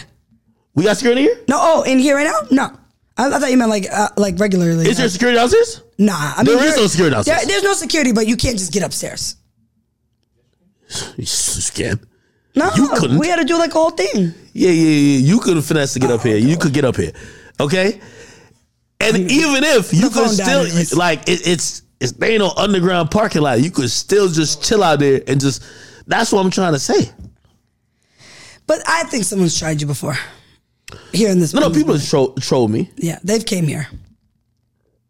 Speaker 1: We got security here?
Speaker 2: No. Oh, in here right now? No. I, I thought you meant like uh, like regularly.
Speaker 1: Is there security downstairs?
Speaker 2: Nah. I
Speaker 1: There
Speaker 2: mean,
Speaker 1: is
Speaker 2: you're-
Speaker 1: no security downstairs.
Speaker 2: there- there's no security, but you can't just get upstairs.
Speaker 1: You scared?
Speaker 2: No,
Speaker 1: You couldn't.
Speaker 2: we had to do like a whole thing.
Speaker 1: Yeah, yeah, yeah. You could have finesse to get
Speaker 2: Oh,
Speaker 1: up here. You could get up here. Okay? And even if you
Speaker 2: The
Speaker 1: could
Speaker 2: phone
Speaker 1: still
Speaker 2: diaries.
Speaker 1: like it, it's it's there ain't no underground parking lot. You could still just chill out there and just that's what I'm trying to say.
Speaker 2: But I think someone's tried you before. Here in this.
Speaker 1: No, no, people just troll, troll me.
Speaker 2: Yeah, they've came here.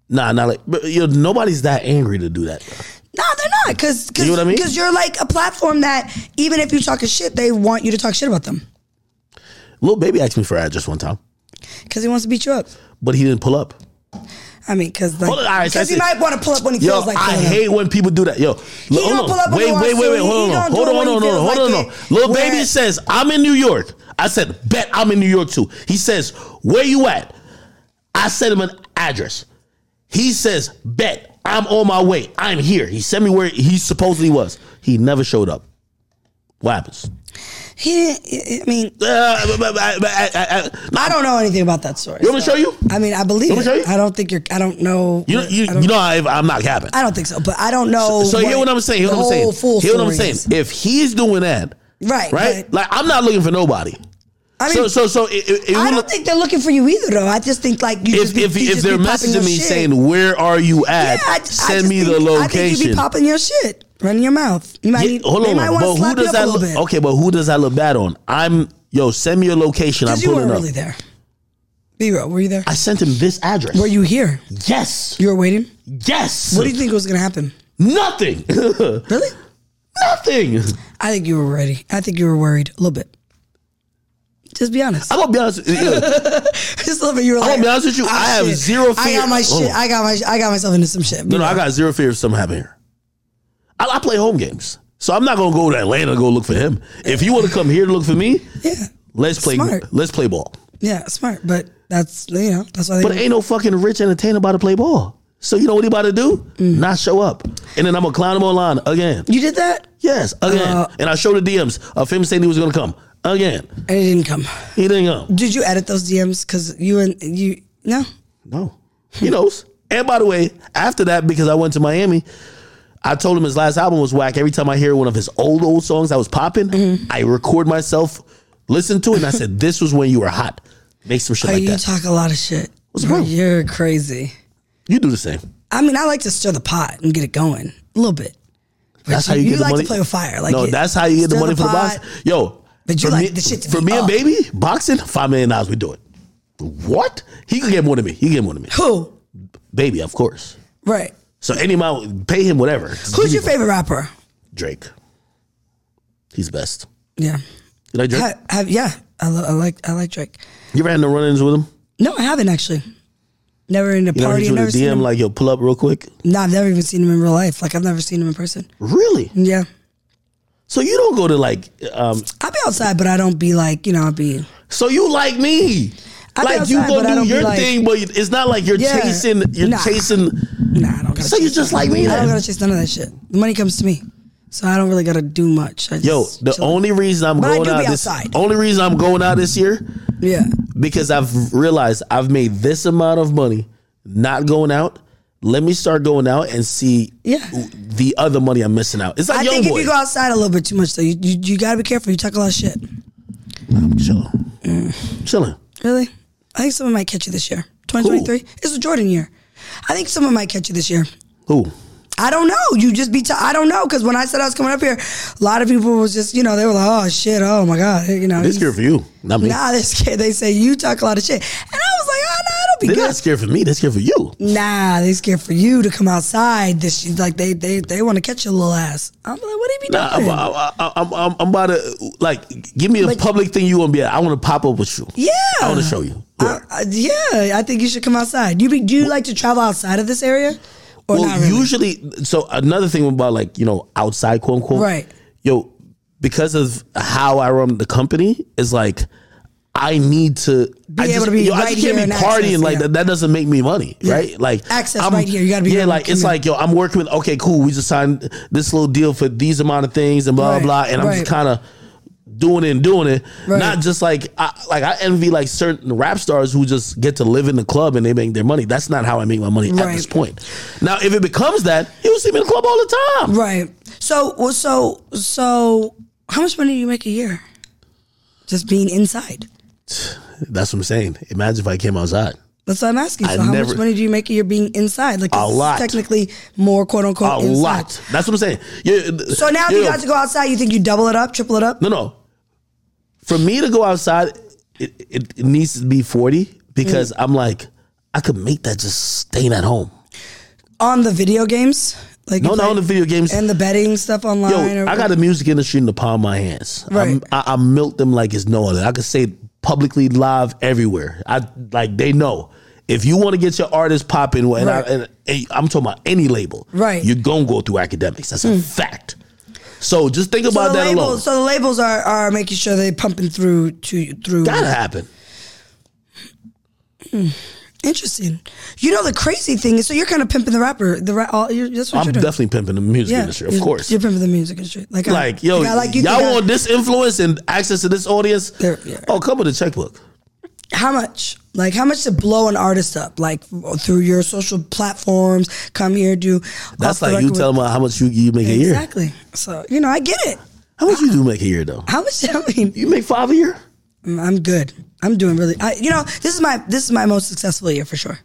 Speaker 1: Nah, not like but, you know, nobody's that angry to do that.
Speaker 2: No, they're not. Because
Speaker 1: You know what I mean?
Speaker 2: Because you're like a platform that even if you talking shit, they want you to talk shit about them
Speaker 1: Little baby asked me for an address one time,
Speaker 2: because he wants to beat you up.
Speaker 1: but he didn't pull up.
Speaker 2: I mean, because like
Speaker 1: Hold on, all right, so
Speaker 2: because he
Speaker 1: that's it.
Speaker 2: might want to pull up when he
Speaker 1: Yo,
Speaker 2: feels like
Speaker 1: I
Speaker 2: pulling up.
Speaker 1: hate when people do that. Yo, he
Speaker 2: don't pull up when he
Speaker 1: wait,
Speaker 2: wants
Speaker 1: wait,
Speaker 2: to.
Speaker 1: wait, wait,
Speaker 2: He
Speaker 1: hold on,
Speaker 2: don't do
Speaker 1: hold
Speaker 2: it
Speaker 1: on,
Speaker 2: when
Speaker 1: hold
Speaker 2: he
Speaker 1: on, hold on,
Speaker 2: feels
Speaker 1: hold
Speaker 2: like
Speaker 1: on.
Speaker 2: it.
Speaker 1: Little
Speaker 2: Where-
Speaker 1: baby says, "I'm in New York." I said, "Bet I'm in New York too." He says, "Where you at?" I sent him an address. He says, "Bet I'm on my way. I'm here." He sent me where he supposedly was. He never showed up. What happens?
Speaker 2: He didn't. I- I mean,
Speaker 1: Uh, but- but- but- but- I, I, I,
Speaker 2: I don't know anything about that story.
Speaker 1: You want me to
Speaker 2: so-
Speaker 1: show you?
Speaker 2: I mean, I believe
Speaker 1: You want me to
Speaker 2: it.
Speaker 1: show you?
Speaker 2: I don't think you're. I don't know.
Speaker 1: You,
Speaker 2: what-
Speaker 1: you,
Speaker 2: I, don't,
Speaker 1: you know, I, I'm not capping.
Speaker 2: I don't think so. But I don't know.
Speaker 1: So hear what I'm saying. Hear
Speaker 2: the
Speaker 1: what I'm saying.
Speaker 2: whole full
Speaker 1: Hear what I'm
Speaker 2: story
Speaker 1: saying.
Speaker 2: is.
Speaker 1: If he's doing that,
Speaker 2: Right.
Speaker 1: right?
Speaker 2: but-
Speaker 1: Like I'm not looking for nobody.
Speaker 2: I mean,
Speaker 1: so so so. It, it, it
Speaker 2: I
Speaker 1: would
Speaker 2: don't
Speaker 1: look-
Speaker 2: think they're looking for you either, though. I just think like you
Speaker 1: if
Speaker 2: just be,
Speaker 1: if,
Speaker 2: you
Speaker 1: if
Speaker 2: just
Speaker 1: they're
Speaker 2: be popping
Speaker 1: messaging
Speaker 2: your
Speaker 1: me
Speaker 2: shit.
Speaker 1: saying where are you at,
Speaker 2: I- I
Speaker 1: send
Speaker 2: just
Speaker 1: me
Speaker 2: think-
Speaker 1: the
Speaker 2: I think you be
Speaker 1: location.
Speaker 2: popping your shit, running your mouth. You might
Speaker 1: Yeah,
Speaker 2: need,
Speaker 1: hold
Speaker 2: they
Speaker 1: on,
Speaker 2: might want
Speaker 1: but
Speaker 2: to
Speaker 1: who
Speaker 2: slap you
Speaker 1: does
Speaker 2: up
Speaker 1: that
Speaker 2: a little
Speaker 1: look?
Speaker 2: bit.
Speaker 1: Okay, but who does that look bad on? I'm yo. Send me your location. I'm
Speaker 2: because you
Speaker 1: pulling
Speaker 2: weren't
Speaker 1: up.
Speaker 2: really there. Be real. Were you there?
Speaker 1: I sent him this address.
Speaker 2: Were you here?
Speaker 1: Yes,
Speaker 2: You were waiting.
Speaker 1: yes.
Speaker 2: What do you think was going to happen?
Speaker 1: Nothing.
Speaker 2: Really?
Speaker 1: Nothing.
Speaker 2: I think you were ready. I think you were worried a little bit. Just be honest.
Speaker 1: I'm gonna be honest. with you.
Speaker 2: Just a little bit. You were
Speaker 1: I'm
Speaker 2: like,
Speaker 1: gonna be honest with you,
Speaker 2: "Ah,
Speaker 1: I have
Speaker 2: shit.
Speaker 1: zero
Speaker 2: I
Speaker 1: fear."
Speaker 2: got my
Speaker 1: Hold
Speaker 2: shit.
Speaker 1: on.
Speaker 2: I got my. I got myself into some shit.
Speaker 1: No, no, I got zero fear of something happening here. I, I play home games, so I'm not gonna go to Atlanta to go look for him. If you want to come here to look for me,
Speaker 2: Yeah,
Speaker 1: let's play.
Speaker 2: Smart.
Speaker 1: Let's play ball.
Speaker 2: yeah, smart. But that's you know that's why they.
Speaker 1: But ain't no fucking rich entertainer about to play ball. So you know what he about to do?
Speaker 2: Mm.
Speaker 1: Not show up, and then I'm gonna clown him online again.
Speaker 2: you did that,
Speaker 1: Yes, again.
Speaker 2: Uh,
Speaker 1: and I show the DMs of him saying he was gonna come again.
Speaker 2: and it didn't come.
Speaker 1: He didn't come.
Speaker 2: Did you edit those DMs? Because you and you no.
Speaker 1: No, he knows. And by the way, after that, because I went to Miami. I told him his last album was whack. Every time I hear one of his old old songs that was popping, I record myself, listen to it, and I said, "This was when you were hot." Make some shit
Speaker 2: Oh,
Speaker 1: like
Speaker 2: you
Speaker 1: that.
Speaker 2: talk a lot of shit.
Speaker 1: What's
Speaker 2: Bro,
Speaker 1: wrong?
Speaker 2: You're crazy.
Speaker 1: you do the same.
Speaker 2: I mean, I like to stir the pot and get it going a little bit. But
Speaker 1: That's how you,
Speaker 2: you
Speaker 1: get the
Speaker 2: like to
Speaker 1: money.
Speaker 2: play with fire, like
Speaker 1: no,
Speaker 2: it-
Speaker 1: that's how you get the
Speaker 2: stir
Speaker 1: money
Speaker 2: the
Speaker 1: for the box.
Speaker 2: pot.
Speaker 1: Yo,
Speaker 2: But you
Speaker 1: for
Speaker 2: like
Speaker 1: me,
Speaker 2: the shit to
Speaker 1: for
Speaker 2: be
Speaker 1: me and
Speaker 2: up.
Speaker 1: baby boxing five million dollars. We do it. What? He could get more than me. He could get more than me.
Speaker 2: Who?
Speaker 1: Baby, of course.
Speaker 2: Right.
Speaker 1: So any amount, pay him whatever. Give
Speaker 2: Who's
Speaker 1: me
Speaker 2: your favorite rapper?
Speaker 1: Drake. He's best.
Speaker 2: Yeah.
Speaker 1: You like Drake?
Speaker 2: Ha- have, yeah. I, lo- I like I like Drake.
Speaker 1: You ever had no run-ins with him?
Speaker 2: No, I haven't actually. Never in
Speaker 1: You
Speaker 2: a
Speaker 1: never
Speaker 2: party.
Speaker 1: hit
Speaker 2: I've
Speaker 1: you
Speaker 2: never
Speaker 1: with a
Speaker 2: seen
Speaker 1: DM
Speaker 2: him.
Speaker 1: like, yo, pull up real quick.
Speaker 2: no, I've never even seen him in real life. Like I've never seen him in person.
Speaker 1: Really?
Speaker 2: Yeah.
Speaker 1: So you don't go to like, um,
Speaker 2: I'll be outside, but I don't be like, you know, I'll be
Speaker 1: so you like me.
Speaker 2: I be
Speaker 1: like you
Speaker 2: outside,
Speaker 1: go
Speaker 2: but I
Speaker 1: do
Speaker 2: don't be
Speaker 1: your
Speaker 2: like-
Speaker 1: thing, but it's not like you're
Speaker 2: Yeah.
Speaker 1: chasing. You're
Speaker 2: Nah.
Speaker 1: chasing.
Speaker 2: nah, I don't gotta
Speaker 1: So you
Speaker 2: chase
Speaker 1: just
Speaker 2: none.
Speaker 1: like me
Speaker 2: I don't
Speaker 1: then.
Speaker 2: gotta chase none of that shit. The money comes to me. So I don't really gotta do much. I
Speaker 1: Yo,
Speaker 2: just
Speaker 1: the
Speaker 2: chill.
Speaker 1: only reason I'm
Speaker 2: But I
Speaker 1: going
Speaker 2: do
Speaker 1: out
Speaker 2: be
Speaker 1: this
Speaker 2: outside.
Speaker 1: only reason I'm going out this year
Speaker 2: Yeah.
Speaker 1: because I've realized I've made this amount of money not going out. Let me start going out and see
Speaker 2: Yeah.
Speaker 1: the other money I'm missing out. It's like
Speaker 2: I
Speaker 1: young
Speaker 2: think
Speaker 1: boy.
Speaker 2: if you go outside a little bit too much though, you, you, you gotta be careful. You talk a lot of shit.
Speaker 1: I'm chilling, chilling.
Speaker 2: Really? I think someone might catch you this year. 2023. It's a Jordan year. I think someone might catch you this year.
Speaker 1: Who?
Speaker 2: I don't know. You just be. I I don't know because when I said I was coming up here, a lot of people was just you know they were like, oh shit, oh my god, you know.
Speaker 1: This
Speaker 2: he's-
Speaker 1: year for you, not me.
Speaker 2: Nah, this kid. They say you talk a lot of shit, and I was like, oh no, I don't
Speaker 1: They're not scared for me. They're scared for you.
Speaker 2: Nah, they scared for you to come outside. This she's like they they they want to catch your little ass. I'm like, what do you be
Speaker 1: Nah, I'm,
Speaker 2: doing?
Speaker 1: I'm, I'm, I'm, I'm about to like give me a
Speaker 2: But-
Speaker 1: public thing you want to be at. I want to pop up with you.
Speaker 2: yeah,
Speaker 1: I want to show you.
Speaker 2: I- I- yeah, I think you should come outside. You be, do you like to travel outside of this area, or
Speaker 1: well,
Speaker 2: not really?
Speaker 1: usually, so another thing about like you know outside quote unquote,
Speaker 2: Right.
Speaker 1: Yo, because of how I run the company, is like I need to be I
Speaker 2: able to be
Speaker 1: yo, I
Speaker 2: right
Speaker 1: just
Speaker 2: here
Speaker 1: can't
Speaker 2: and
Speaker 1: be
Speaker 2: access,
Speaker 1: partying like
Speaker 2: yeah.
Speaker 1: that. That doesn't make me money, right? Like
Speaker 2: Access right here, you gotta be
Speaker 1: yeah.
Speaker 2: able to
Speaker 1: Like it's
Speaker 2: come in.
Speaker 1: like yo, I'm working with okay, cool. We just signed this little deal for these amount of things and blah
Speaker 2: Right,
Speaker 1: blah, blah, and I'm
Speaker 2: right.
Speaker 1: just kind of doing it and doing it.
Speaker 2: Right.
Speaker 1: Not just like I, like I envy like certain rap stars who just get to live in the club and they make their money. That's not how I make my money at
Speaker 2: Right.
Speaker 1: this point. Now, if it becomes that, you'll see me in the club all the time.
Speaker 2: Right. So well, so so how much money do you make a year? Just being inside.
Speaker 1: That's what I'm saying. Imagine if I came outside.
Speaker 2: That's what I'm asking. So
Speaker 1: I
Speaker 2: how
Speaker 1: never-
Speaker 2: much money do you make a year being inside? Like
Speaker 1: A
Speaker 2: it's
Speaker 1: lot.
Speaker 2: technically more quote unquote
Speaker 1: A
Speaker 2: inside.
Speaker 1: lot. That's what I'm saying. You-
Speaker 2: So now if you
Speaker 1: know,
Speaker 2: got to go outside, you think you double it up, triple it up?
Speaker 1: No, no. For me to go outside, it, it, it needs to be 40 because
Speaker 2: Mm.
Speaker 1: I'm like, I could make that just staying at home.
Speaker 2: On the video games? Like
Speaker 1: No,
Speaker 2: you
Speaker 1: not
Speaker 2: play-
Speaker 1: on the video games.
Speaker 2: and the betting stuff online.
Speaker 1: Yo,
Speaker 2: or,
Speaker 1: I got the music industry in the palm of my hands.
Speaker 2: Right.
Speaker 1: I'm- I, I milk them like it's no other. I could say it publicly live everywhere. I like they know. If you want to get your artist popping, and, I,
Speaker 2: Right.
Speaker 1: and, and I'm talking about any label,
Speaker 2: Right. Hmm.
Speaker 1: You're gonna go through academics. That's a fact. So just think
Speaker 2: so
Speaker 1: about
Speaker 2: the
Speaker 1: that
Speaker 2: labels,
Speaker 1: alone.
Speaker 2: so the labels are, are making sure they're pumping through to through.
Speaker 1: Gotta happen.
Speaker 2: Interesting. You know the crazy thing is, so you're kind of pimping the rapper. The ra- all, you're, that's what
Speaker 1: I'm
Speaker 2: you're doing.
Speaker 1: definitely pimping the music industry, of
Speaker 2: you're-
Speaker 1: course.
Speaker 2: You're pimping the music industry. Like,
Speaker 1: like yo,
Speaker 2: I, like you
Speaker 1: y'all
Speaker 2: think uh, I-
Speaker 1: want this influence and access to this audience?
Speaker 2: There- yeah.
Speaker 1: Oh, come with a checkbook.
Speaker 2: how much? Like how much to blow an artist up? Like through your social platforms, come here, do. off
Speaker 1: That's
Speaker 2: the
Speaker 1: like you
Speaker 2: record
Speaker 1: telling me how much you, you make
Speaker 2: with-
Speaker 1: a year.
Speaker 2: Exactly. So you know, I get it.
Speaker 1: How much you do make a year though?
Speaker 2: How much? I mean,
Speaker 1: You make five a year?
Speaker 2: Mm, I'm good. I'm doing really. I, you know, this is my this is my most successful year for sure.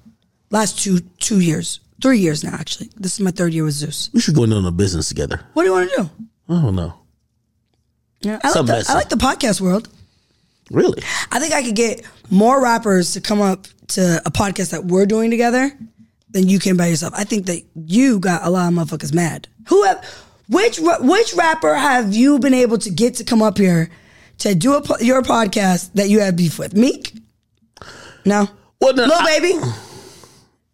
Speaker 2: Last two two years, three years now actually. This is my third year with Zeus.
Speaker 1: We should go into a business together.
Speaker 2: What do you want to do?
Speaker 1: I don't know.
Speaker 2: Yeah, I, like
Speaker 1: Some
Speaker 2: the,
Speaker 1: messy.
Speaker 2: I like the podcast world.
Speaker 1: Really?
Speaker 2: I think I could get more rappers to come up to a podcast that we're doing together than you can by yourself. I think that you got a lot of motherfuckers mad. Who have which ra- which rapper have you been able to get to come up here to do a, po- your podcast that you have beef with? Meek? No.
Speaker 1: Well, no,
Speaker 2: Lil
Speaker 1: I-
Speaker 2: baby.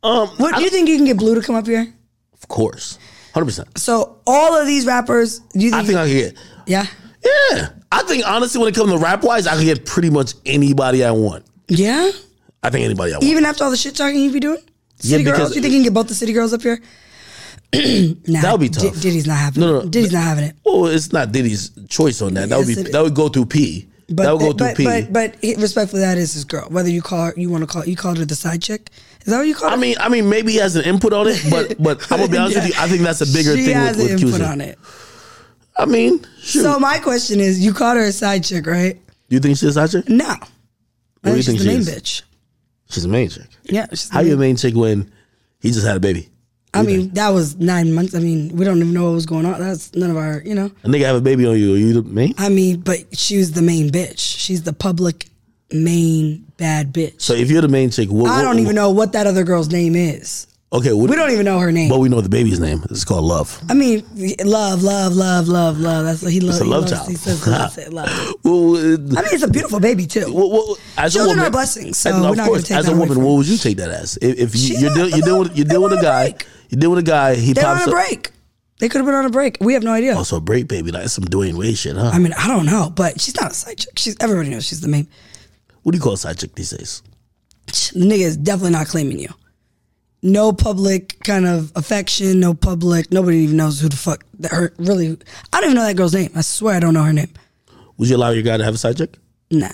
Speaker 1: Um,
Speaker 2: What do you think you can get Blue to come up here?
Speaker 1: of course, hundred percent.
Speaker 2: So all of these rappers, do you think?
Speaker 1: I think I can get.
Speaker 2: yeah.
Speaker 1: Yeah, I think honestly, when it comes to rap wise, I can get pretty much anybody I want.
Speaker 2: Yeah.
Speaker 1: I think anybody I want.
Speaker 2: Even after all the shit talking you be doing?
Speaker 1: Yeah,
Speaker 2: City
Speaker 1: because-
Speaker 2: girls, you think you can get both the city girls up here? nah,
Speaker 1: That would be
Speaker 2: Di-
Speaker 1: tough.
Speaker 2: Diddy's not having
Speaker 1: No,
Speaker 2: it.
Speaker 1: no,
Speaker 2: Diddy's not having it.
Speaker 1: well, it's not Diddy's choice on that. that would be
Speaker 2: Yes, it is.
Speaker 1: that would go through P.
Speaker 2: But
Speaker 1: that would go through
Speaker 2: but,
Speaker 1: P.
Speaker 2: but but he- respectfully, that is his girl. Whether you call her, you want to call you called her the side chick. Is that what you call her?
Speaker 1: I mean, I mean, maybe he has an input on it, but but I'm gonna be honest
Speaker 2: Yeah.
Speaker 1: with you. I think that's a bigger
Speaker 2: she
Speaker 1: thing
Speaker 2: has
Speaker 1: with,
Speaker 2: an
Speaker 1: with
Speaker 2: input
Speaker 1: Cusin.
Speaker 2: on it.
Speaker 1: I mean, shoot.
Speaker 2: So my question is, you called her a side chick, right?
Speaker 1: you think she's out here?
Speaker 2: No,
Speaker 1: What do you
Speaker 2: she's
Speaker 1: think
Speaker 2: the
Speaker 1: she
Speaker 2: main
Speaker 1: is?
Speaker 2: bitch.
Speaker 1: She's a main chick.
Speaker 2: Yeah, she's the
Speaker 1: How
Speaker 2: main-
Speaker 1: you a main chick when he just had a baby?
Speaker 2: I mean, that was nine months. I mean, we don't even know what was going on. That's none of our, you know.
Speaker 1: A nigga have a baby on you? Are you the main?
Speaker 2: I mean, but she was the main bitch. She's the public main bad bitch.
Speaker 1: So if you're the main chick, what,
Speaker 2: I
Speaker 1: what-
Speaker 2: don't even know what that other girl's name is.
Speaker 1: Okay, what,
Speaker 2: We don't even know her name.
Speaker 1: But we know the baby's name. It's called Love.
Speaker 2: I mean, love, love, love, love, love. That's what he loves.
Speaker 1: a love
Speaker 2: he loves,
Speaker 1: child.
Speaker 2: He says, he says love.
Speaker 1: Well, uh,
Speaker 2: I mean, it's a beautiful baby too.
Speaker 1: well, well, as
Speaker 2: Children
Speaker 1: a woman,
Speaker 2: are blessings, so
Speaker 1: as-
Speaker 2: we're
Speaker 1: of
Speaker 2: not
Speaker 1: course,
Speaker 2: gonna take
Speaker 1: as
Speaker 2: that
Speaker 1: a
Speaker 2: away
Speaker 1: woman,
Speaker 2: from
Speaker 1: what
Speaker 2: her.
Speaker 1: would you take that as? If, if you,
Speaker 2: She's
Speaker 1: you're
Speaker 2: not-
Speaker 1: dealing, you're
Speaker 2: they're
Speaker 1: dealing,
Speaker 2: on-
Speaker 1: with, you're
Speaker 2: they're
Speaker 1: dealing with a
Speaker 2: on a
Speaker 1: guy,
Speaker 2: break.
Speaker 1: you're dealing with a guy. He
Speaker 2: They're
Speaker 1: pops
Speaker 2: on a
Speaker 1: up.
Speaker 2: break. They could have been on a break. We have no idea.
Speaker 1: Also, a break baby, like some Dwayne Wade shit, huh?
Speaker 2: I mean, I don't know, but she's not a side chick. She's everybody knows she's the main.
Speaker 1: what do you call a side chick these days?
Speaker 2: The nigga is definitely not claiming you. No public kind of affection. No public. Nobody even knows who the fuck that her really. I don't even know that girl's name. I swear I don't know her name.
Speaker 1: Would you allow your guy to have a side chick?
Speaker 2: Nah,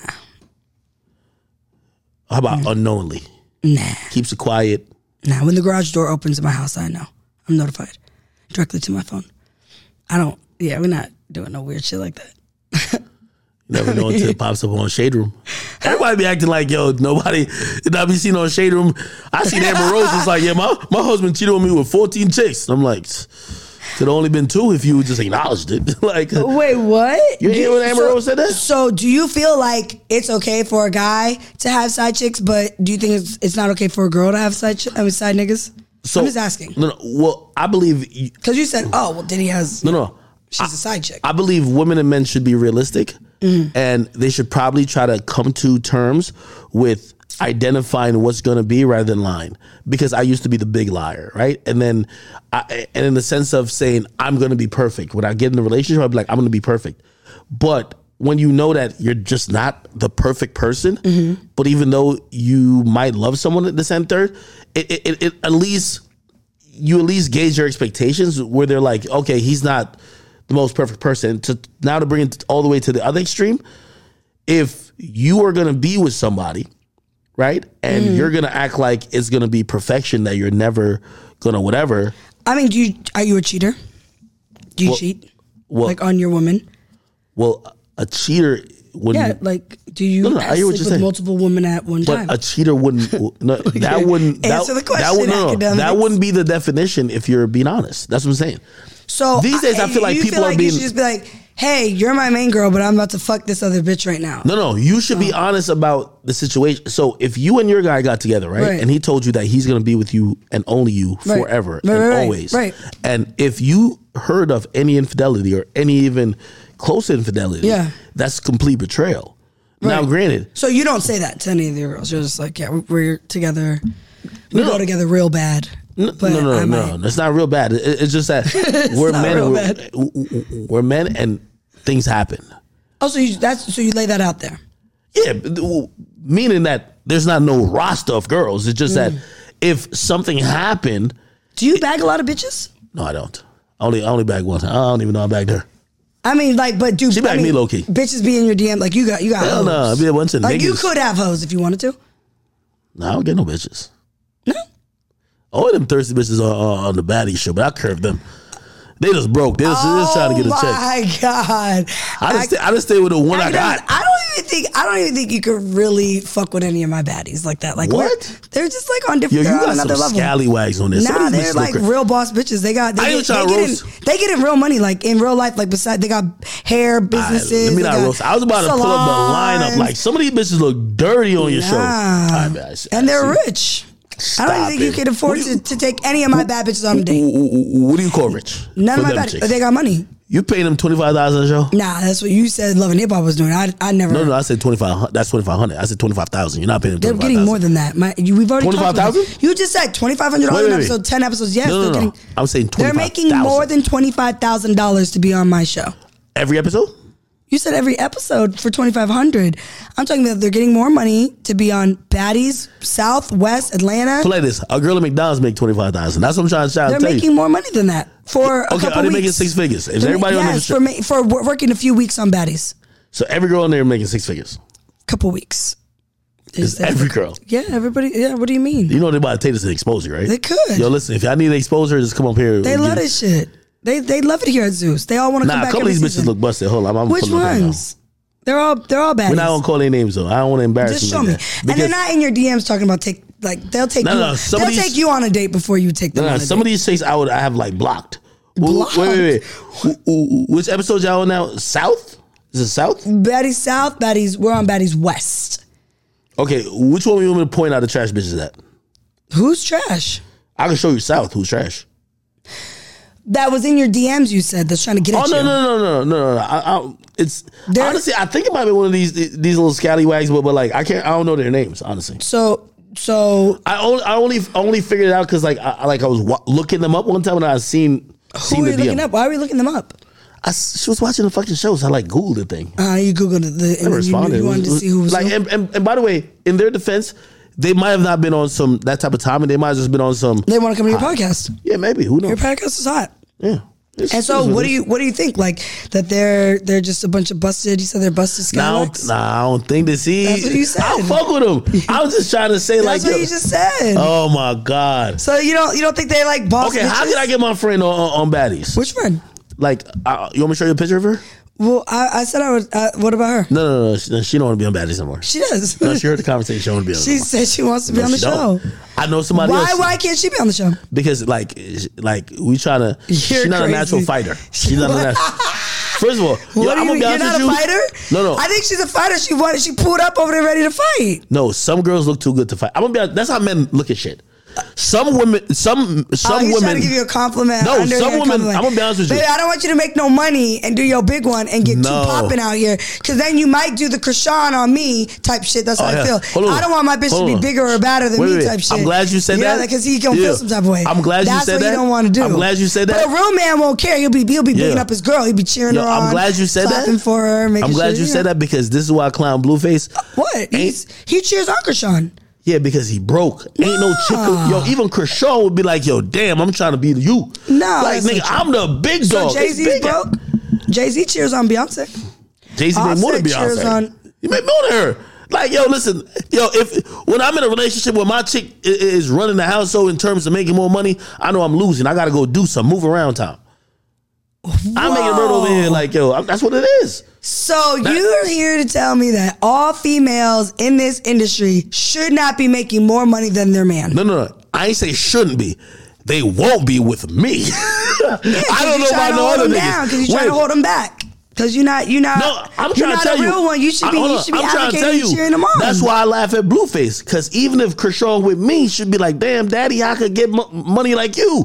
Speaker 1: How about unknowingly?
Speaker 2: Mm. nah.
Speaker 1: Keeps it quiet.
Speaker 2: Now, when the garage door opens in my house, I know. I'm notified directly to my phone. I don't, yeah, we're not doing no weird shit like that.
Speaker 1: You never know until it pops up on Shade Room. Everybody be acting like, yo, nobody, not be seen on Shade Room. I seen Amber Rose, it's like, yeah, my, my husband cheated on me with 14 chicks. And I'm like, Could only been two if you just acknowledged it. like
Speaker 2: Wait, what?
Speaker 1: You hear what Amber
Speaker 2: so,
Speaker 1: Rose said that?
Speaker 2: So, do you feel like it's okay for a guy to have side chicks, but do you think it's, it's not okay for a girl to have side chi- I mean, side niggas?
Speaker 1: so
Speaker 2: I'm just asking
Speaker 1: No, no. Well, I believe you-
Speaker 2: because you said, oh, well, Diddy has
Speaker 1: no, no.
Speaker 2: she's a side chick.
Speaker 1: I believe women and men should be realistic, and they should probably try to come to terms with identifying what's going to be rather than lying. Because I used to be the big liar, right? And then, I, and in the sense of saying I'm going to be perfect when I get in the relationship, I'd be like I'm going to be perfect. But when you know that you're just not the perfect person, but even though you might love someone at this and third, it, it, it, it at least you at least gauge your expectations where they're like, okay, he's not the most perfect person. To now to bring it all the way to the other extreme, if you are gonna be with somebody, right, and
Speaker 2: Mm.
Speaker 1: you're gonna act like it's gonna be perfection that you're never gonna whatever.
Speaker 2: I mean, do you are you a cheater? Do you cheat
Speaker 1: Well, mm.
Speaker 2: like on your woman?
Speaker 1: well, a cheater wouldn't.
Speaker 2: Yeah, like do you
Speaker 1: No, no, I
Speaker 2: sleep
Speaker 1: hear what
Speaker 2: with
Speaker 1: you're saying.
Speaker 2: multiple women at one
Speaker 1: But uh,
Speaker 2: time?
Speaker 1: a cheater wouldn't. No, that wouldn't. That,
Speaker 2: Answer the
Speaker 1: that, would,
Speaker 2: question,
Speaker 1: no, no, that
Speaker 2: academics.
Speaker 1: wouldn't be the definition if you're being honest. That's what I'm saying.
Speaker 2: so
Speaker 1: these days I feel like
Speaker 2: you
Speaker 1: people are
Speaker 2: like
Speaker 1: being-
Speaker 2: You should just be like, hey, you're my main girl, but I'm about to fuck this other bitch right now.
Speaker 1: No, no, you should
Speaker 2: Oh.
Speaker 1: be honest about the situation. So if you and your guy got together, right,
Speaker 2: Right.
Speaker 1: and he told you that he's going to be with you and only you
Speaker 2: Right.
Speaker 1: forever
Speaker 2: Right,
Speaker 1: and
Speaker 2: right, right,
Speaker 1: always,
Speaker 2: right.
Speaker 1: and if you heard of any infidelity or any even close infidelity,
Speaker 2: Yeah.
Speaker 1: that's complete betrayal. Now,
Speaker 2: Right.
Speaker 1: granted,
Speaker 2: So you don't say that to any of your girls. You're just like, yeah, we're, we're together. We
Speaker 1: No.
Speaker 2: go together real bad. but
Speaker 1: no, no,
Speaker 2: I
Speaker 1: no,
Speaker 2: might-
Speaker 1: no, it's not real bad. It- it- it's just that we're
Speaker 2: not
Speaker 1: men.
Speaker 2: real
Speaker 1: and we're,
Speaker 2: bad.
Speaker 1: w- w- w- we're men, and things happen.
Speaker 2: Oh, so you that's so you lay that out there.
Speaker 1: Yeah, but the- well, meaning that there's not no roster of girls. It's just
Speaker 2: Mm.
Speaker 1: that if something happened.
Speaker 2: Do you bag a lot of bitches?
Speaker 1: No, I don't. I only I only bag one. I don't even know I bagged her.
Speaker 2: I mean, like, but do
Speaker 1: She
Speaker 2: I
Speaker 1: bagged me
Speaker 2: mean,
Speaker 1: low key.
Speaker 2: Bitches be in your DM like you got you got
Speaker 1: Hell
Speaker 2: hoes.
Speaker 1: no, I be a bunch of
Speaker 2: like Oh, you
Speaker 1: niggas.
Speaker 2: could have hoes if you wanted to.
Speaker 1: No, I don't get no bitches. No. All them thirsty bitches are, are on the baddie show, but I curved them. They just broke. They just, they just trying to get a check.
Speaker 2: my god!
Speaker 1: I just, stay, I just stay with the one I,
Speaker 2: Oh, I
Speaker 1: got.
Speaker 2: don't, I don't even think I don't even think you could really fuck with any of my baddies like that. Like we're-
Speaker 1: What?
Speaker 2: They're just like on different.
Speaker 1: Yo, you
Speaker 2: they're
Speaker 1: got
Speaker 2: on
Speaker 1: some
Speaker 2: another level.
Speaker 1: scallywags on this. Some
Speaker 2: Nah,
Speaker 1: of these bitches
Speaker 2: they're like
Speaker 1: look cra-
Speaker 2: real boss bitches. They got
Speaker 1: I
Speaker 2: they
Speaker 1: ain't
Speaker 2: get,
Speaker 1: tryna
Speaker 2: they get
Speaker 1: roast.
Speaker 2: in they get in real money, like in real life, like beside they got hair businesses.
Speaker 1: Let me
Speaker 2: they
Speaker 1: not
Speaker 2: got
Speaker 1: roast. I was about to pull up the lineup.
Speaker 2: salons.
Speaker 1: Like some of these bitches look dirty on your show.
Speaker 2: Nah.
Speaker 1: I bet, I see-
Speaker 2: and
Speaker 1: I
Speaker 2: they're
Speaker 1: see.
Speaker 2: rich. I
Speaker 1: Stop
Speaker 2: don't think
Speaker 1: it.
Speaker 2: you could afford
Speaker 1: What do you-
Speaker 2: to, to take any of my bad bitches on a date.
Speaker 1: Wh- wh- wh- What do you call rich?
Speaker 2: None
Speaker 1: For
Speaker 2: of my
Speaker 1: them
Speaker 2: bad.
Speaker 1: chicks?
Speaker 2: They got money.
Speaker 1: You paying them twenty five dollars a show?
Speaker 2: Nah, that's what you said. Love and hip hop was doing. I I never.
Speaker 1: No, no, I said twenty five. That's twenty five hundred. I said twenty five thousand. You're not paying. them
Speaker 2: They're
Speaker 1: 25,000.
Speaker 2: getting more than that. My, you, we've already talked about
Speaker 1: 25,000?
Speaker 2: it. You just said twenty five hundred
Speaker 1: Wait,
Speaker 2: dollars
Speaker 1: wait,
Speaker 2: an
Speaker 1: wait.
Speaker 2: episode, ten episodes. Yes,
Speaker 1: No, no,
Speaker 2: they're
Speaker 1: no.
Speaker 2: getting.
Speaker 1: I'm saying
Speaker 2: they're
Speaker 1: 25,000.
Speaker 2: making more than twenty five thousand dollars to be on my show.
Speaker 1: every episode.
Speaker 2: You said every episode for twenty five hundred. I'm talking about they're getting more money to be on Baddies, Southwest, Atlanta.
Speaker 1: Play this. A girl at McDonald's make twenty five thousand. That's what I'm trying to tell
Speaker 2: They're
Speaker 1: you.
Speaker 2: making more money than that for a
Speaker 1: okay,
Speaker 2: couple
Speaker 1: are they
Speaker 2: weeks.
Speaker 1: making six figures? Is
Speaker 2: They're ma-
Speaker 1: everybody on the
Speaker 2: yes,
Speaker 1: show?
Speaker 2: for ma- for wor- working a few weeks on Baddies,
Speaker 1: so every girl in there making six figures.
Speaker 2: couple weeks.
Speaker 1: Is
Speaker 2: that-
Speaker 1: every girl?
Speaker 2: Yeah, everybody. Yeah, what do you mean?
Speaker 1: You know they about to take this and expose you, right?
Speaker 2: They could.
Speaker 1: Yo, listen. If y'all need exposure, just come up here.
Speaker 2: They
Speaker 1: and
Speaker 2: love
Speaker 1: get-
Speaker 2: this shit. They they love it here at Zeus. They all want to come
Speaker 1: Nah, a
Speaker 2: back.
Speaker 1: couple of
Speaker 2: every
Speaker 1: these bitches
Speaker 2: season.
Speaker 1: look busted. Hold on, I'm
Speaker 2: Which
Speaker 1: pulling up right now.
Speaker 2: ones? They're all they're all baddies.
Speaker 1: We're not gonna call their names though. I don't want to embarrass
Speaker 2: Just show
Speaker 1: them.
Speaker 2: me.
Speaker 1: like that.
Speaker 2: and they're
Speaker 1: Because-
Speaker 2: not in your DMs talking about take like they'll take
Speaker 1: No,
Speaker 2: you.
Speaker 1: no, some of
Speaker 2: they'll
Speaker 1: these-
Speaker 2: take you on a date before you take them
Speaker 1: Nah,
Speaker 2: on a
Speaker 1: some
Speaker 2: date.
Speaker 1: of these things I would I have like blocked. Wait,
Speaker 2: Blocked?
Speaker 1: Wait, wait, wait. Wh- wh- Which episode y'all on now? South? Is it South?
Speaker 2: baddies South, baddies. We're on baddies West.
Speaker 1: Okay, which one you want me to point out the trash bitches at?
Speaker 2: Who's trash?
Speaker 1: I can show you South who's trash.
Speaker 2: That was in your DMs. You said that's trying to get
Speaker 1: Oh
Speaker 2: at
Speaker 1: no
Speaker 2: you.
Speaker 1: no no no no no! no. I, I, it's
Speaker 2: There-
Speaker 1: honestly, I think it might be one of these these little scallywags, but but like I can't, I don't know their names honestly.
Speaker 2: So so
Speaker 1: I only I only only figured it out because like I I- like I was wa- looking them up one time and I seen
Speaker 2: who
Speaker 1: seen
Speaker 2: are
Speaker 1: the
Speaker 2: you looking
Speaker 1: DM.
Speaker 2: up? Why are we looking them up?
Speaker 1: I s she was watching the fucking shows. I like googled the thing.
Speaker 2: Uh, you googled it, the,
Speaker 1: I
Speaker 2: and then you, knew
Speaker 1: responded.
Speaker 2: you wanted to see who was
Speaker 1: like,
Speaker 2: who.
Speaker 1: and, and, and by the way, in their defense, they might have not been on some that type of time, and they might have just been on some.
Speaker 2: They want to come to your podcast.
Speaker 1: Yeah, maybe who
Speaker 2: Your
Speaker 1: knows?
Speaker 2: podcast is hot.
Speaker 1: Yeah. It's-
Speaker 2: And so,
Speaker 1: it's-
Speaker 2: what do you what do you think? Like that they're they're just a bunch of busted. You said they're busted
Speaker 1: Nah, I
Speaker 2: scallywags.
Speaker 1: don't, nah, I don't think they see.
Speaker 2: That's what you said.
Speaker 1: I fuck with them. I was just trying to say like,
Speaker 2: That's what
Speaker 1: yo-
Speaker 2: you just said.
Speaker 1: oh my god.
Speaker 2: so you don't you don't think they like boss?
Speaker 1: Okay, how
Speaker 2: bitches?
Speaker 1: can I get my friend on, on baddies?
Speaker 2: Which one?
Speaker 1: Like, uh, you want me to show you a picture of her?
Speaker 2: Well, I, I said I would. Uh, what about her?
Speaker 1: No, no, no, no. She, no, she don't want to be on Baddies anymore.
Speaker 2: She does.
Speaker 1: No, she heard the conversation. She don't want to be on.
Speaker 2: she
Speaker 1: no more.
Speaker 2: said she wants to be
Speaker 1: No,
Speaker 2: on the
Speaker 1: she don't.
Speaker 2: show.
Speaker 1: I know somebody
Speaker 2: Why?
Speaker 1: else
Speaker 2: Why can't she be on the show?
Speaker 1: because like sh- like we trying to.
Speaker 2: You're
Speaker 1: She's not a
Speaker 2: crazy.
Speaker 1: natural fighter. She's not a natural. First of all, yo,
Speaker 2: What
Speaker 1: I'm gonna
Speaker 2: do you,
Speaker 1: be
Speaker 2: you're
Speaker 1: honest
Speaker 2: not
Speaker 1: with
Speaker 2: a
Speaker 1: you.
Speaker 2: fighter.
Speaker 1: No, no.
Speaker 2: I think she's a fighter. She wanted. She pulled up over there ready to fight.
Speaker 1: No, some girls look too good to fight. I'm gonna be honest, that's how men look at shit. Some women, some
Speaker 2: Oh,
Speaker 1: some
Speaker 2: he's trying
Speaker 1: women.
Speaker 2: to give you a compliment.
Speaker 1: No,
Speaker 2: underhand
Speaker 1: some women-
Speaker 2: compliment.
Speaker 1: I'm gonna be honest with you.
Speaker 2: Baby, I don't want you to make no money and do your big one and get
Speaker 1: No.
Speaker 2: too popping out here, because then you might do the Krishan on me type shit. That's
Speaker 1: Oh,
Speaker 2: how
Speaker 1: yeah.
Speaker 2: I feel.
Speaker 1: Hold on.
Speaker 2: I don't want my bitch
Speaker 1: Hold
Speaker 2: to
Speaker 1: on.
Speaker 2: be bigger or badder than
Speaker 1: Wait,
Speaker 2: me
Speaker 1: wait, wait.
Speaker 2: type shit.
Speaker 1: I'm glad you said
Speaker 2: yeah,
Speaker 1: that.
Speaker 2: because he gonna
Speaker 1: Yeah.
Speaker 2: feel some type of way.
Speaker 1: I'm glad you
Speaker 2: That's
Speaker 1: said
Speaker 2: what
Speaker 1: that.
Speaker 2: You don't want to do.
Speaker 1: I'm glad you said that.
Speaker 2: But a real man won't care. He'll be he'll be picking
Speaker 1: Yeah.
Speaker 2: up his girl. He'll be cheering
Speaker 1: Yo,
Speaker 2: her on.
Speaker 1: I'm glad you said
Speaker 2: clapping
Speaker 1: that.
Speaker 2: for her. Making
Speaker 1: I'm glad
Speaker 2: sure,
Speaker 1: you
Speaker 2: yeah.
Speaker 1: said that because this is why I clown Blueface.
Speaker 2: What? He's, he cheers on Krishan.
Speaker 1: Yeah, because he broke. Ain't no chick. Yo, even Kershaw would be like, yo, damn, I'm trying to beat you.
Speaker 2: No,
Speaker 1: like
Speaker 2: that's
Speaker 1: nigga,
Speaker 2: not true.
Speaker 1: I'm the big dog.
Speaker 2: So Jay Z broke. Jay Z cheers on Beyonce.
Speaker 1: Jay
Speaker 2: Oh,
Speaker 1: Z made more than
Speaker 2: Offset cheers
Speaker 1: Beyonce.
Speaker 2: on-
Speaker 1: he made more than her. Like yo, listen, yo, if when I'm in a relationship where my chick i- is running the household in terms of making more money, I know I'm losing. I gotta go do some move around time. I'm making dirt over here, like yo, I'm, that's what it is.
Speaker 2: So you're here to tell me that all females in this industry should not be making more money than their man.
Speaker 1: No, no, no. I ain't say shouldn't be. They won't be with me. I don't know about no other niggas.
Speaker 2: Because you're trying to
Speaker 1: Wait.
Speaker 2: hold them back. Because you're not, you're not,
Speaker 1: No, I'm
Speaker 2: you're
Speaker 1: trying
Speaker 2: not
Speaker 1: to tell
Speaker 2: a real
Speaker 1: you.
Speaker 2: one. You should be,
Speaker 1: I- hold
Speaker 2: you
Speaker 1: on,
Speaker 2: should be
Speaker 1: I'm trying to tell
Speaker 2: advocating and
Speaker 1: you.
Speaker 2: cheering them on.
Speaker 1: That's why I laugh at Blueface because even if Kershaw with me, she'd be like, "Damn, Daddy, I could get mo- money like you."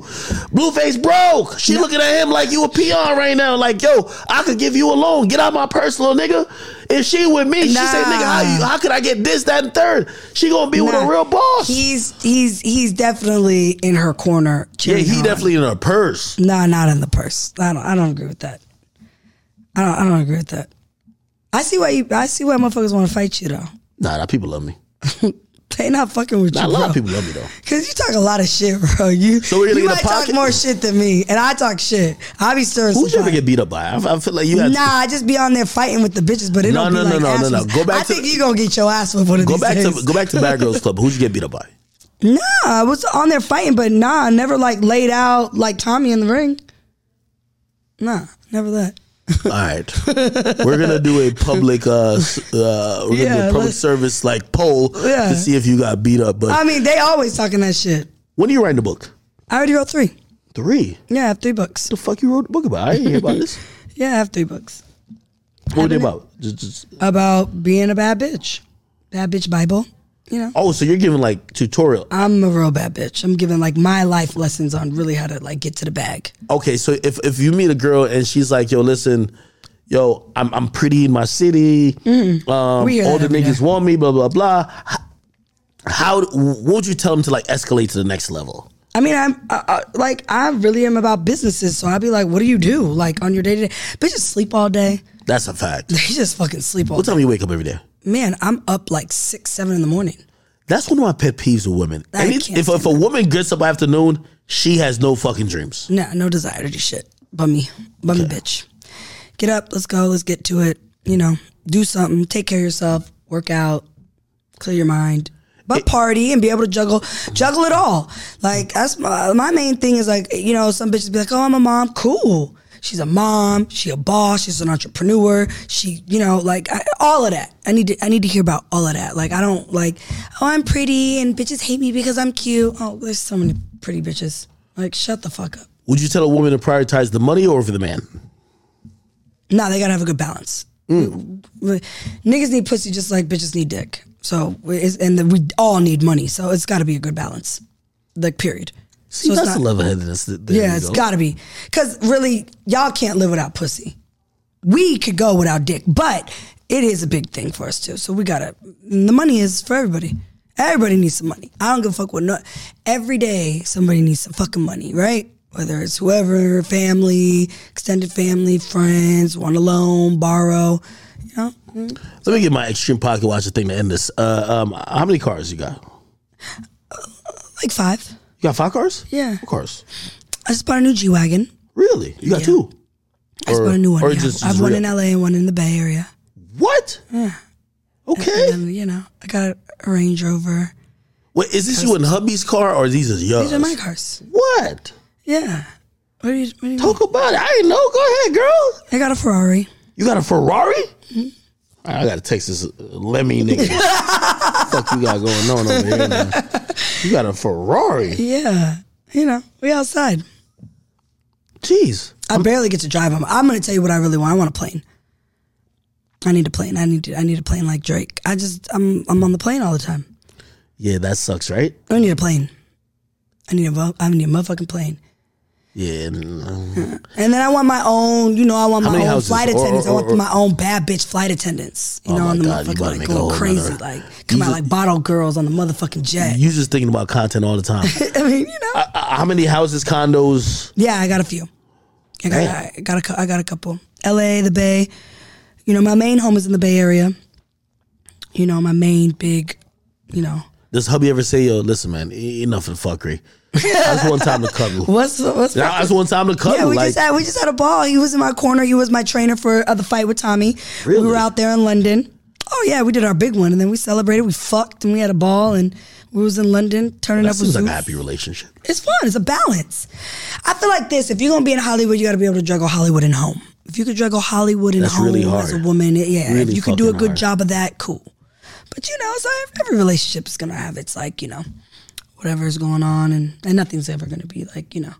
Speaker 1: Blueface broke. She looking at him like you a peon right now. Like, yo, I could give you a loan. Get out my personal nigga. If she with me, she say,
Speaker 2: Nah.
Speaker 1: "Nigga, how, you, how could I get this, that, and third? She gonna be with
Speaker 2: Nah,
Speaker 1: a real boss.
Speaker 2: He's, he's, he's definitely in her corner.
Speaker 1: yeah,
Speaker 2: cheering her
Speaker 1: he
Speaker 2: on.
Speaker 1: definitely in her purse.
Speaker 2: No, not in the purse. I don't. I don't agree with that. I don't. I don't agree with that. I see why you. I see why motherfuckers want to fight you though.
Speaker 1: Nah, nah, people love me.
Speaker 2: They not fucking with
Speaker 1: Nah, a
Speaker 2: you.
Speaker 1: lot
Speaker 2: bro.
Speaker 1: of people love me though.
Speaker 2: Cause you talk a lot of shit, bro. You
Speaker 1: So we're gonna
Speaker 2: you
Speaker 1: get a
Speaker 2: might talk
Speaker 1: pocket-
Speaker 2: more shit than me, and I talk shit. I be stirring.
Speaker 1: Who'd you
Speaker 2: some
Speaker 1: ever
Speaker 2: fire.
Speaker 1: get beat up by? I, I feel like you had.
Speaker 2: Nah, I just be on there fighting with the bitches, but it
Speaker 1: No,
Speaker 2: don't
Speaker 1: no,
Speaker 2: be
Speaker 1: no,
Speaker 2: like
Speaker 1: no,
Speaker 2: ass
Speaker 1: no, no.
Speaker 2: whoopings.
Speaker 1: Go back
Speaker 2: I
Speaker 1: to-
Speaker 2: think you gonna get your ass with one of
Speaker 1: Go
Speaker 2: these
Speaker 1: back to
Speaker 2: days.
Speaker 1: go back to Bad Girls Club. Who'd you get beat up by?
Speaker 2: Nah, I was on there fighting, but nah, I never like laid out like Tommy in the ring. Nah, never that.
Speaker 1: All right, we're gonna do a public, uh, s- uh we're gonna do
Speaker 2: Yeah,
Speaker 1: a public
Speaker 2: let's-
Speaker 1: service like poll
Speaker 2: Yeah.
Speaker 1: to see if you got beat up. But
Speaker 2: I mean, they always talking that shit.
Speaker 1: when are you writing the book?
Speaker 2: I already wrote three.
Speaker 1: Three.
Speaker 2: Yeah, I have three books.
Speaker 1: The fuck you wrote the book about? I didn't hear about this.
Speaker 2: Yeah, I have three books
Speaker 1: What were they about? Just, just,
Speaker 2: about being a bad bitch. Bad bitch Bible. You know,
Speaker 1: oh, so you're giving like tutorial?
Speaker 2: I'm a real bad bitch. I'm giving like my life lessons on really how to like get to the bag.
Speaker 1: Okay, so if if you meet a girl and she's like, yo, listen. Yo, I'm I'm pretty in my city. Um,
Speaker 2: Mm-hmm. We hear that
Speaker 1: all the
Speaker 2: every
Speaker 1: niggas
Speaker 2: day.
Speaker 1: want me. Blah blah blah. How, how what would you tell them to like escalate to the next level?
Speaker 2: I mean, I'm uh, uh, like I really am about businesses, so I'd be like, "What do you do like on your day to day?" Bitches sleep all day.
Speaker 1: That's a fact.
Speaker 2: They just fucking sleep all
Speaker 1: What
Speaker 2: day.
Speaker 1: time you wake up every day?
Speaker 2: Man, I'm up like six, seven in the morning.
Speaker 1: That's one of my pet peeves with women.
Speaker 2: I
Speaker 1: Any-
Speaker 2: can't
Speaker 1: if if a woman gets up afternoon, she has no fucking dreams.
Speaker 2: No, no desire to do shit. Bummy, bummy bitch. Get up, let's go, let's get to it. You know, do something, take care of yourself, work out, clear your mind, but party and be able to juggle, juggle it all. Like that's my, my main thing is like you know some bitches be like, oh, I'm a mom, cool. She's a mom, she a boss, she's an entrepreneur. She, you know, like I, all of that. I need to, I need to hear about all of that. Like I don't like, oh, I'm pretty and bitches hate me because I'm cute. Oh, there's so many pretty bitches. Like shut the fuck up.
Speaker 1: Would you tell a woman to prioritize the money or over the man?
Speaker 2: No, they gotta have a good balance.
Speaker 1: Mm.
Speaker 2: We- Niggas need pussy just like bitches need dick. So we- it's, and the, we all need money. So it's gotta be a good balance. Like period.
Speaker 1: See,
Speaker 2: so it's
Speaker 1: that's
Speaker 2: not-
Speaker 1: the level headedness. That, that
Speaker 2: yeah,
Speaker 1: we
Speaker 2: it's
Speaker 1: go.
Speaker 2: gotta be. Cause really, y'all can't live without pussy. We could go without dick, but it is a big thing for us too. So we gotta. and The money is for everybody. Everybody needs some money. I don't give a fuck what. No, every day somebody needs some fucking money, right? Whether it's whoever, family, extended family, friends, want to loan, borrow. You know,
Speaker 1: Let me get my extreme pocket watcher thing to end this. Uh, um, how many cars you got?
Speaker 2: like five.
Speaker 1: You got five cars?
Speaker 2: Yeah.
Speaker 1: Of course.
Speaker 2: I just bought a new G wagon.
Speaker 1: Really? You got two?
Speaker 2: I just
Speaker 1: Or-
Speaker 2: bought a new one.
Speaker 1: or
Speaker 2: yeah.
Speaker 1: just-
Speaker 2: I have
Speaker 1: just
Speaker 2: one
Speaker 1: real.
Speaker 2: in LA and one in the Bay Area.
Speaker 1: What? Okay.
Speaker 2: And you know, I got a Range Rover.
Speaker 1: Wait, is this you and hubby's car or these are yours?
Speaker 2: These are my cars.
Speaker 1: What?
Speaker 2: Yeah. What do you, what do you mean?
Speaker 1: Talk about it. I didn't know. Go ahead, girl.
Speaker 2: I got a Ferrari.
Speaker 1: You got a Ferrari? I gotta text this uh, Lemmy nigga. fuck you got going on over here, man. You got a Ferrari?
Speaker 2: Yeah. You know, we outside.
Speaker 1: Jeez.
Speaker 2: I barely get to drive them. I'm going to tell you what I really want. I want a plane. I need a plane. I need to, I need a plane like Drake. I just I'm I'm on the plane all the time.
Speaker 1: Yeah, that sucks, right?
Speaker 2: I need a plane. I need a vo- I need a motherfucking plane.
Speaker 1: Yeah. mm,
Speaker 2: And then I want my own, you know, I want
Speaker 1: How
Speaker 2: my
Speaker 1: many
Speaker 2: own
Speaker 1: houses?
Speaker 2: flight
Speaker 1: Or-
Speaker 2: attendants.
Speaker 1: or-
Speaker 2: I
Speaker 1: or-
Speaker 2: want my own bad bitch flight attendants. You
Speaker 1: Oh
Speaker 2: know,
Speaker 1: my
Speaker 2: on the
Speaker 1: God, you
Speaker 2: motherfucking
Speaker 1: about to
Speaker 2: like
Speaker 1: make a
Speaker 2: go
Speaker 1: whole
Speaker 2: crazy,
Speaker 1: nother-
Speaker 2: like come out like bottle girls on the motherfucking jet.
Speaker 1: You just thinking about content all the time.
Speaker 2: I mean, you know,
Speaker 1: Uh, uh, How many houses, condos?
Speaker 2: yeah, I got a few. I got,
Speaker 1: Damn.
Speaker 2: I got a cou- I got a couple. L.A., the Bay. You know, my main home is in the Bay Area. You know, my main big, you know,
Speaker 1: Does hubby ever say, yo, listen, man, e- enough of the fuckery. I just want time to cuddle.
Speaker 2: what's what's
Speaker 1: I just want time to cuddle.
Speaker 2: Yeah, we
Speaker 1: like,
Speaker 2: just had we just had a ball. He was in my corner. He was my trainer for uh, the fight with Tommy.
Speaker 1: Really?
Speaker 2: We were out there in London. Oh yeah, we did our big one, and then we celebrated. We fucked, and we had a ball, and we was in London turning
Speaker 1: that
Speaker 2: up. with
Speaker 1: seems like a
Speaker 2: Zeus.
Speaker 1: happy relationship.
Speaker 2: It's fun. It's a balance. I feel like this: if you're gonna be in Hollywood, you got to be able to juggle Hollywood and home. If you could juggle Hollywood and
Speaker 1: That's
Speaker 2: home
Speaker 1: really
Speaker 2: as a
Speaker 1: hard.
Speaker 2: woman, it- yeah.
Speaker 1: Really
Speaker 2: if you could do a
Speaker 1: fucking
Speaker 2: good
Speaker 1: hard.
Speaker 2: job of that, cool. But you know, it's like every relationship is gonna have its like you know, whatever's going on, and and nothing's ever gonna be like you know.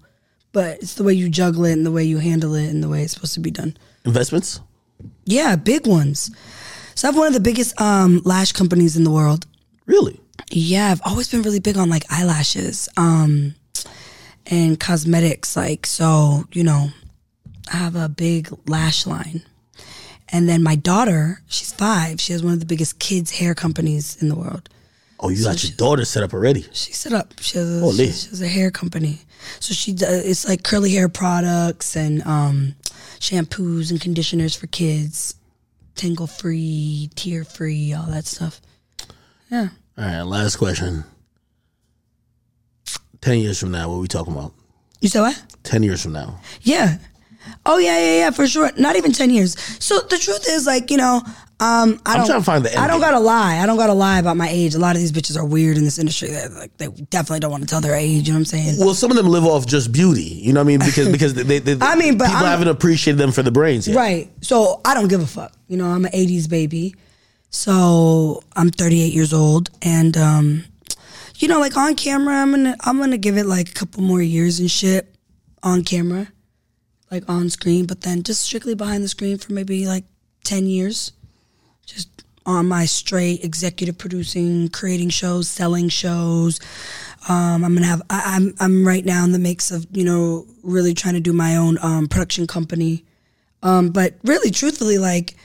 Speaker 2: But it's the way you juggle it and the way you handle it and the way it's supposed to be done.
Speaker 1: Investments?
Speaker 2: Yeah, big ones. So I have one of the biggest um, lash companies in the world.
Speaker 1: Really?
Speaker 2: Yeah, I've always been really big on like eyelashes um and cosmetics like so, you know, I have a big lash line. And then my daughter, she's 5, she has one of the biggest kids hair companies in the world.
Speaker 1: Oh, you got your daughter set up already.
Speaker 2: She set up. She has a,
Speaker 1: Holy.
Speaker 2: she, she has a hair company. So she does, it's like curly hair products and um, shampoos and conditioners for kids, tingle free, tear free, all that stuff. Yeah.
Speaker 1: All right, last question. 10 years from now, what we talking about?
Speaker 2: You said what?
Speaker 1: 10 years from now.
Speaker 2: Yeah. Oh yeah, yeah, yeah, for sure. Not even ten years. So the truth is, like you know, um, I
Speaker 1: I'm
Speaker 2: don't.
Speaker 1: trying to find the end
Speaker 2: I don't
Speaker 1: game.
Speaker 2: gotta lie. I don't gotta lie about my age. A lot of these bitches are weird in this industry. They like they definitely don't want to tell their age. You know what I'm saying?
Speaker 1: Well, some of them live off just beauty. You know what I mean? Because because they, they,
Speaker 2: I mean, but
Speaker 1: people
Speaker 2: I'm-
Speaker 1: haven't appreciated them for the brains yet.
Speaker 2: Right. So I don't give a fuck. You know, I'm an 80s baby. So I'm 38 years old and um you know like on camera I'm going to I'm going to give it like a couple more years and shit on camera. Like on screen, but then just strictly behind the screen for maybe like 10 years. Just on my straight executive producing, creating shows, selling shows, um, I'm gonna have. I, I'm I'm right now in the mix of you know really trying to do my own um, production company, um, but really truthfully, like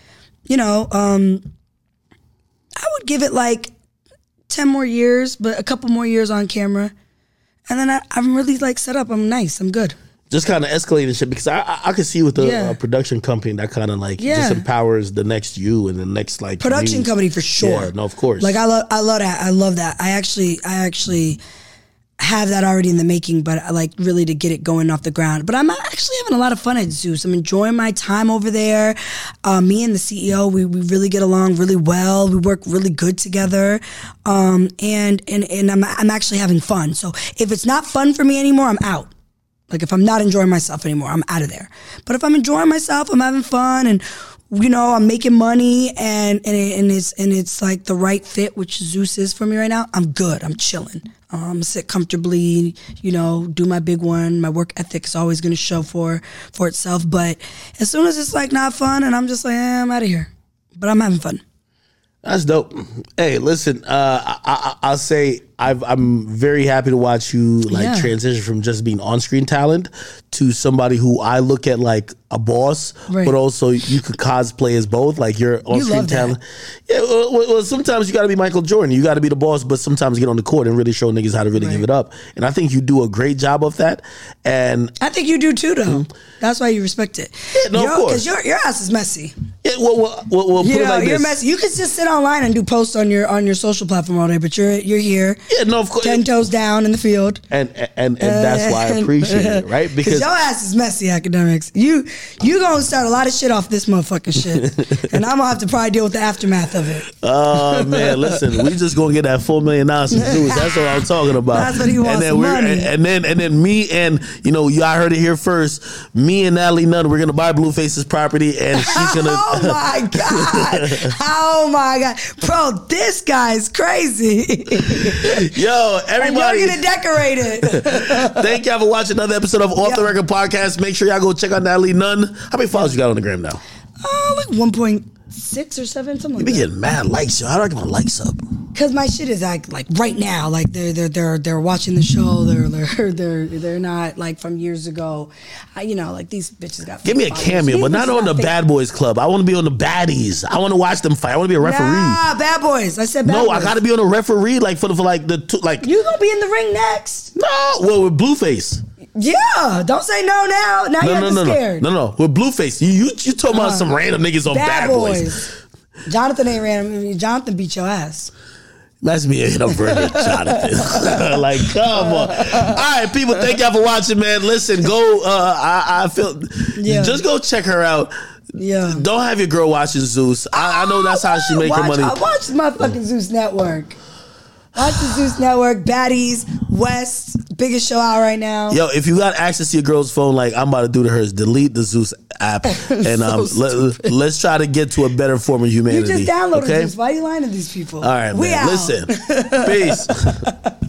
Speaker 2: you know, um, I would give it like ten more years, but a couple more years on camera, and then I, I'm really like set up. I'm nice. I'm good.
Speaker 1: Just kind of escalating shit because I I, I could see with the
Speaker 2: Yeah.
Speaker 1: uh, production company that kind of like just
Speaker 2: Yeah.
Speaker 1: empowers the next you and the next like
Speaker 2: production
Speaker 1: you.
Speaker 2: company for sure.
Speaker 1: Yeah, no, of course.
Speaker 2: Like I love, I love that. I love that. I actually, I actually have that already in the making, but I like really to get it going off the ground. But I'm actually having a lot of fun at Zeus. I'm enjoying my time over there. Uh, me and the CEO, we, we really get along really well. We work really good together, um, and and and I'm I'm actually having fun. So if it's not fun for me anymore, I'm out. Like if I'm not enjoying myself anymore, I'm out of there. But if I'm enjoying myself, I'm having fun and you know, I'm making money and and, it, and it's and it's like the right fit which Zeus is for me right now. I'm good. I'm chilling. Um sit comfortably, you know, do my big one. My work ethic is always going to show for for itself, but as soon as it's like not fun and I'm just like, eh, I'm out of here. But I'm having fun.
Speaker 1: That's dope. Hey, listen, uh, I, I, I'll say I've, I'm very happy to watch you like
Speaker 2: Yeah.
Speaker 1: transition from just being on screen talent to somebody who I look at like a boss,
Speaker 2: Right.
Speaker 1: but also you could cosplay as both. Like you're on screen
Speaker 2: love that.
Speaker 1: talent. Yeah, well, well, well, sometimes you got to be Michael Jordan. You got to be the boss, but sometimes get on the court and really show niggas how to really give it up. And I think you do a great job of that. And
Speaker 2: I think you do too, though. That's why you respect it.
Speaker 1: Mm-hmm. Yeah, no, of course.
Speaker 2: Because your, your ass is messy.
Speaker 1: yeah, well, well, well, well, put
Speaker 2: You
Speaker 1: it
Speaker 2: know,
Speaker 1: like
Speaker 2: you're
Speaker 1: this.
Speaker 2: messy. You could just sit online and do posts on your on your social platform all day, but you're you're here.
Speaker 1: Yeah, no, of course.
Speaker 2: ten
Speaker 1: And
Speaker 2: toes down in the field.
Speaker 1: and, and and that's why I appreciate it, right?
Speaker 2: Cause
Speaker 1: Because
Speaker 2: your ass is messy academics. You you gonna start a lot of shit off this motherfucking shit, and I'm gonna have to probably deal with the aftermath of it.
Speaker 1: Oh man, listen, we just gonna get that four million dollars from Zeus. That's what I'm talking about.
Speaker 2: That's what he wants,
Speaker 1: And then
Speaker 2: money.
Speaker 1: and, and then and then me and you know, y'all heard it here first. Me and Natalie Nunn, we're gonna buy Blueface's property, and she's gonna.
Speaker 2: oh my god! Oh my god, bro, this guy's crazy.
Speaker 1: Yo,
Speaker 2: I'm
Speaker 1: everybody,
Speaker 2: going to decorate it.
Speaker 1: thank y'all for watching another episode of Off the Record Podcast. Make sure y'all go check out Natalie Nunn. How many followers you got on the gram now?
Speaker 2: Oh, like one point six or seven, something
Speaker 1: You be
Speaker 2: like that.
Speaker 1: getting mad likes, yo. How do I get my likes up?
Speaker 2: Because my shit is like like right now. Like they're they're they're they're watching the show. They're they're they're they're not like from years ago. I, you know, like these bitches got.
Speaker 1: Give me a
Speaker 2: followers.
Speaker 1: cameo,
Speaker 2: These
Speaker 1: but not
Speaker 2: bitches
Speaker 1: on the
Speaker 2: got fake-
Speaker 1: Bad Boys Club. I want to be on the Baddies. I want to watch them fight. I want to be a referee.
Speaker 2: Nah, bad boys. I said bad
Speaker 1: No,
Speaker 2: boys.
Speaker 1: I gotta be on the referee, like for the for like the two, like
Speaker 2: You gonna be in the ring next?
Speaker 1: No, well with Blueface.
Speaker 2: Yeah. Don't say no now. Now
Speaker 1: No,
Speaker 2: you're
Speaker 1: no, no, no,
Speaker 2: scared. Uh-huh.
Speaker 1: no, no. With Blueface, you you, you talking about some random niggas on Bad, Boys.
Speaker 2: Jonathan ain't random. Jonathan beat your ass.
Speaker 1: Imagine being hit up for a Jonathan. like, come on. All right, people. Thank y'all for watching, man. Listen, go. Uh, I, I feel.
Speaker 2: Yeah.
Speaker 1: Just go check her out.
Speaker 2: Yeah.
Speaker 1: Don't have your girl watching Zeus. I, I know that's how she make her
Speaker 2: watch,
Speaker 1: money.
Speaker 2: I watch my fucking Zeus Network. Watch the Zeus Network. Baddies, West, biggest show out right now.
Speaker 1: Yo, if you got access to your girl's phone, like I'm about to do to hers, delete the Zeus app, and um, let, let's try to get to a better form of
Speaker 2: you
Speaker 1: humanity.
Speaker 2: just downloaded
Speaker 1: okay?
Speaker 2: Zeus. Why are you lying to these people?
Speaker 1: All right,
Speaker 2: we
Speaker 1: man.
Speaker 2: out.
Speaker 1: Listen, peace.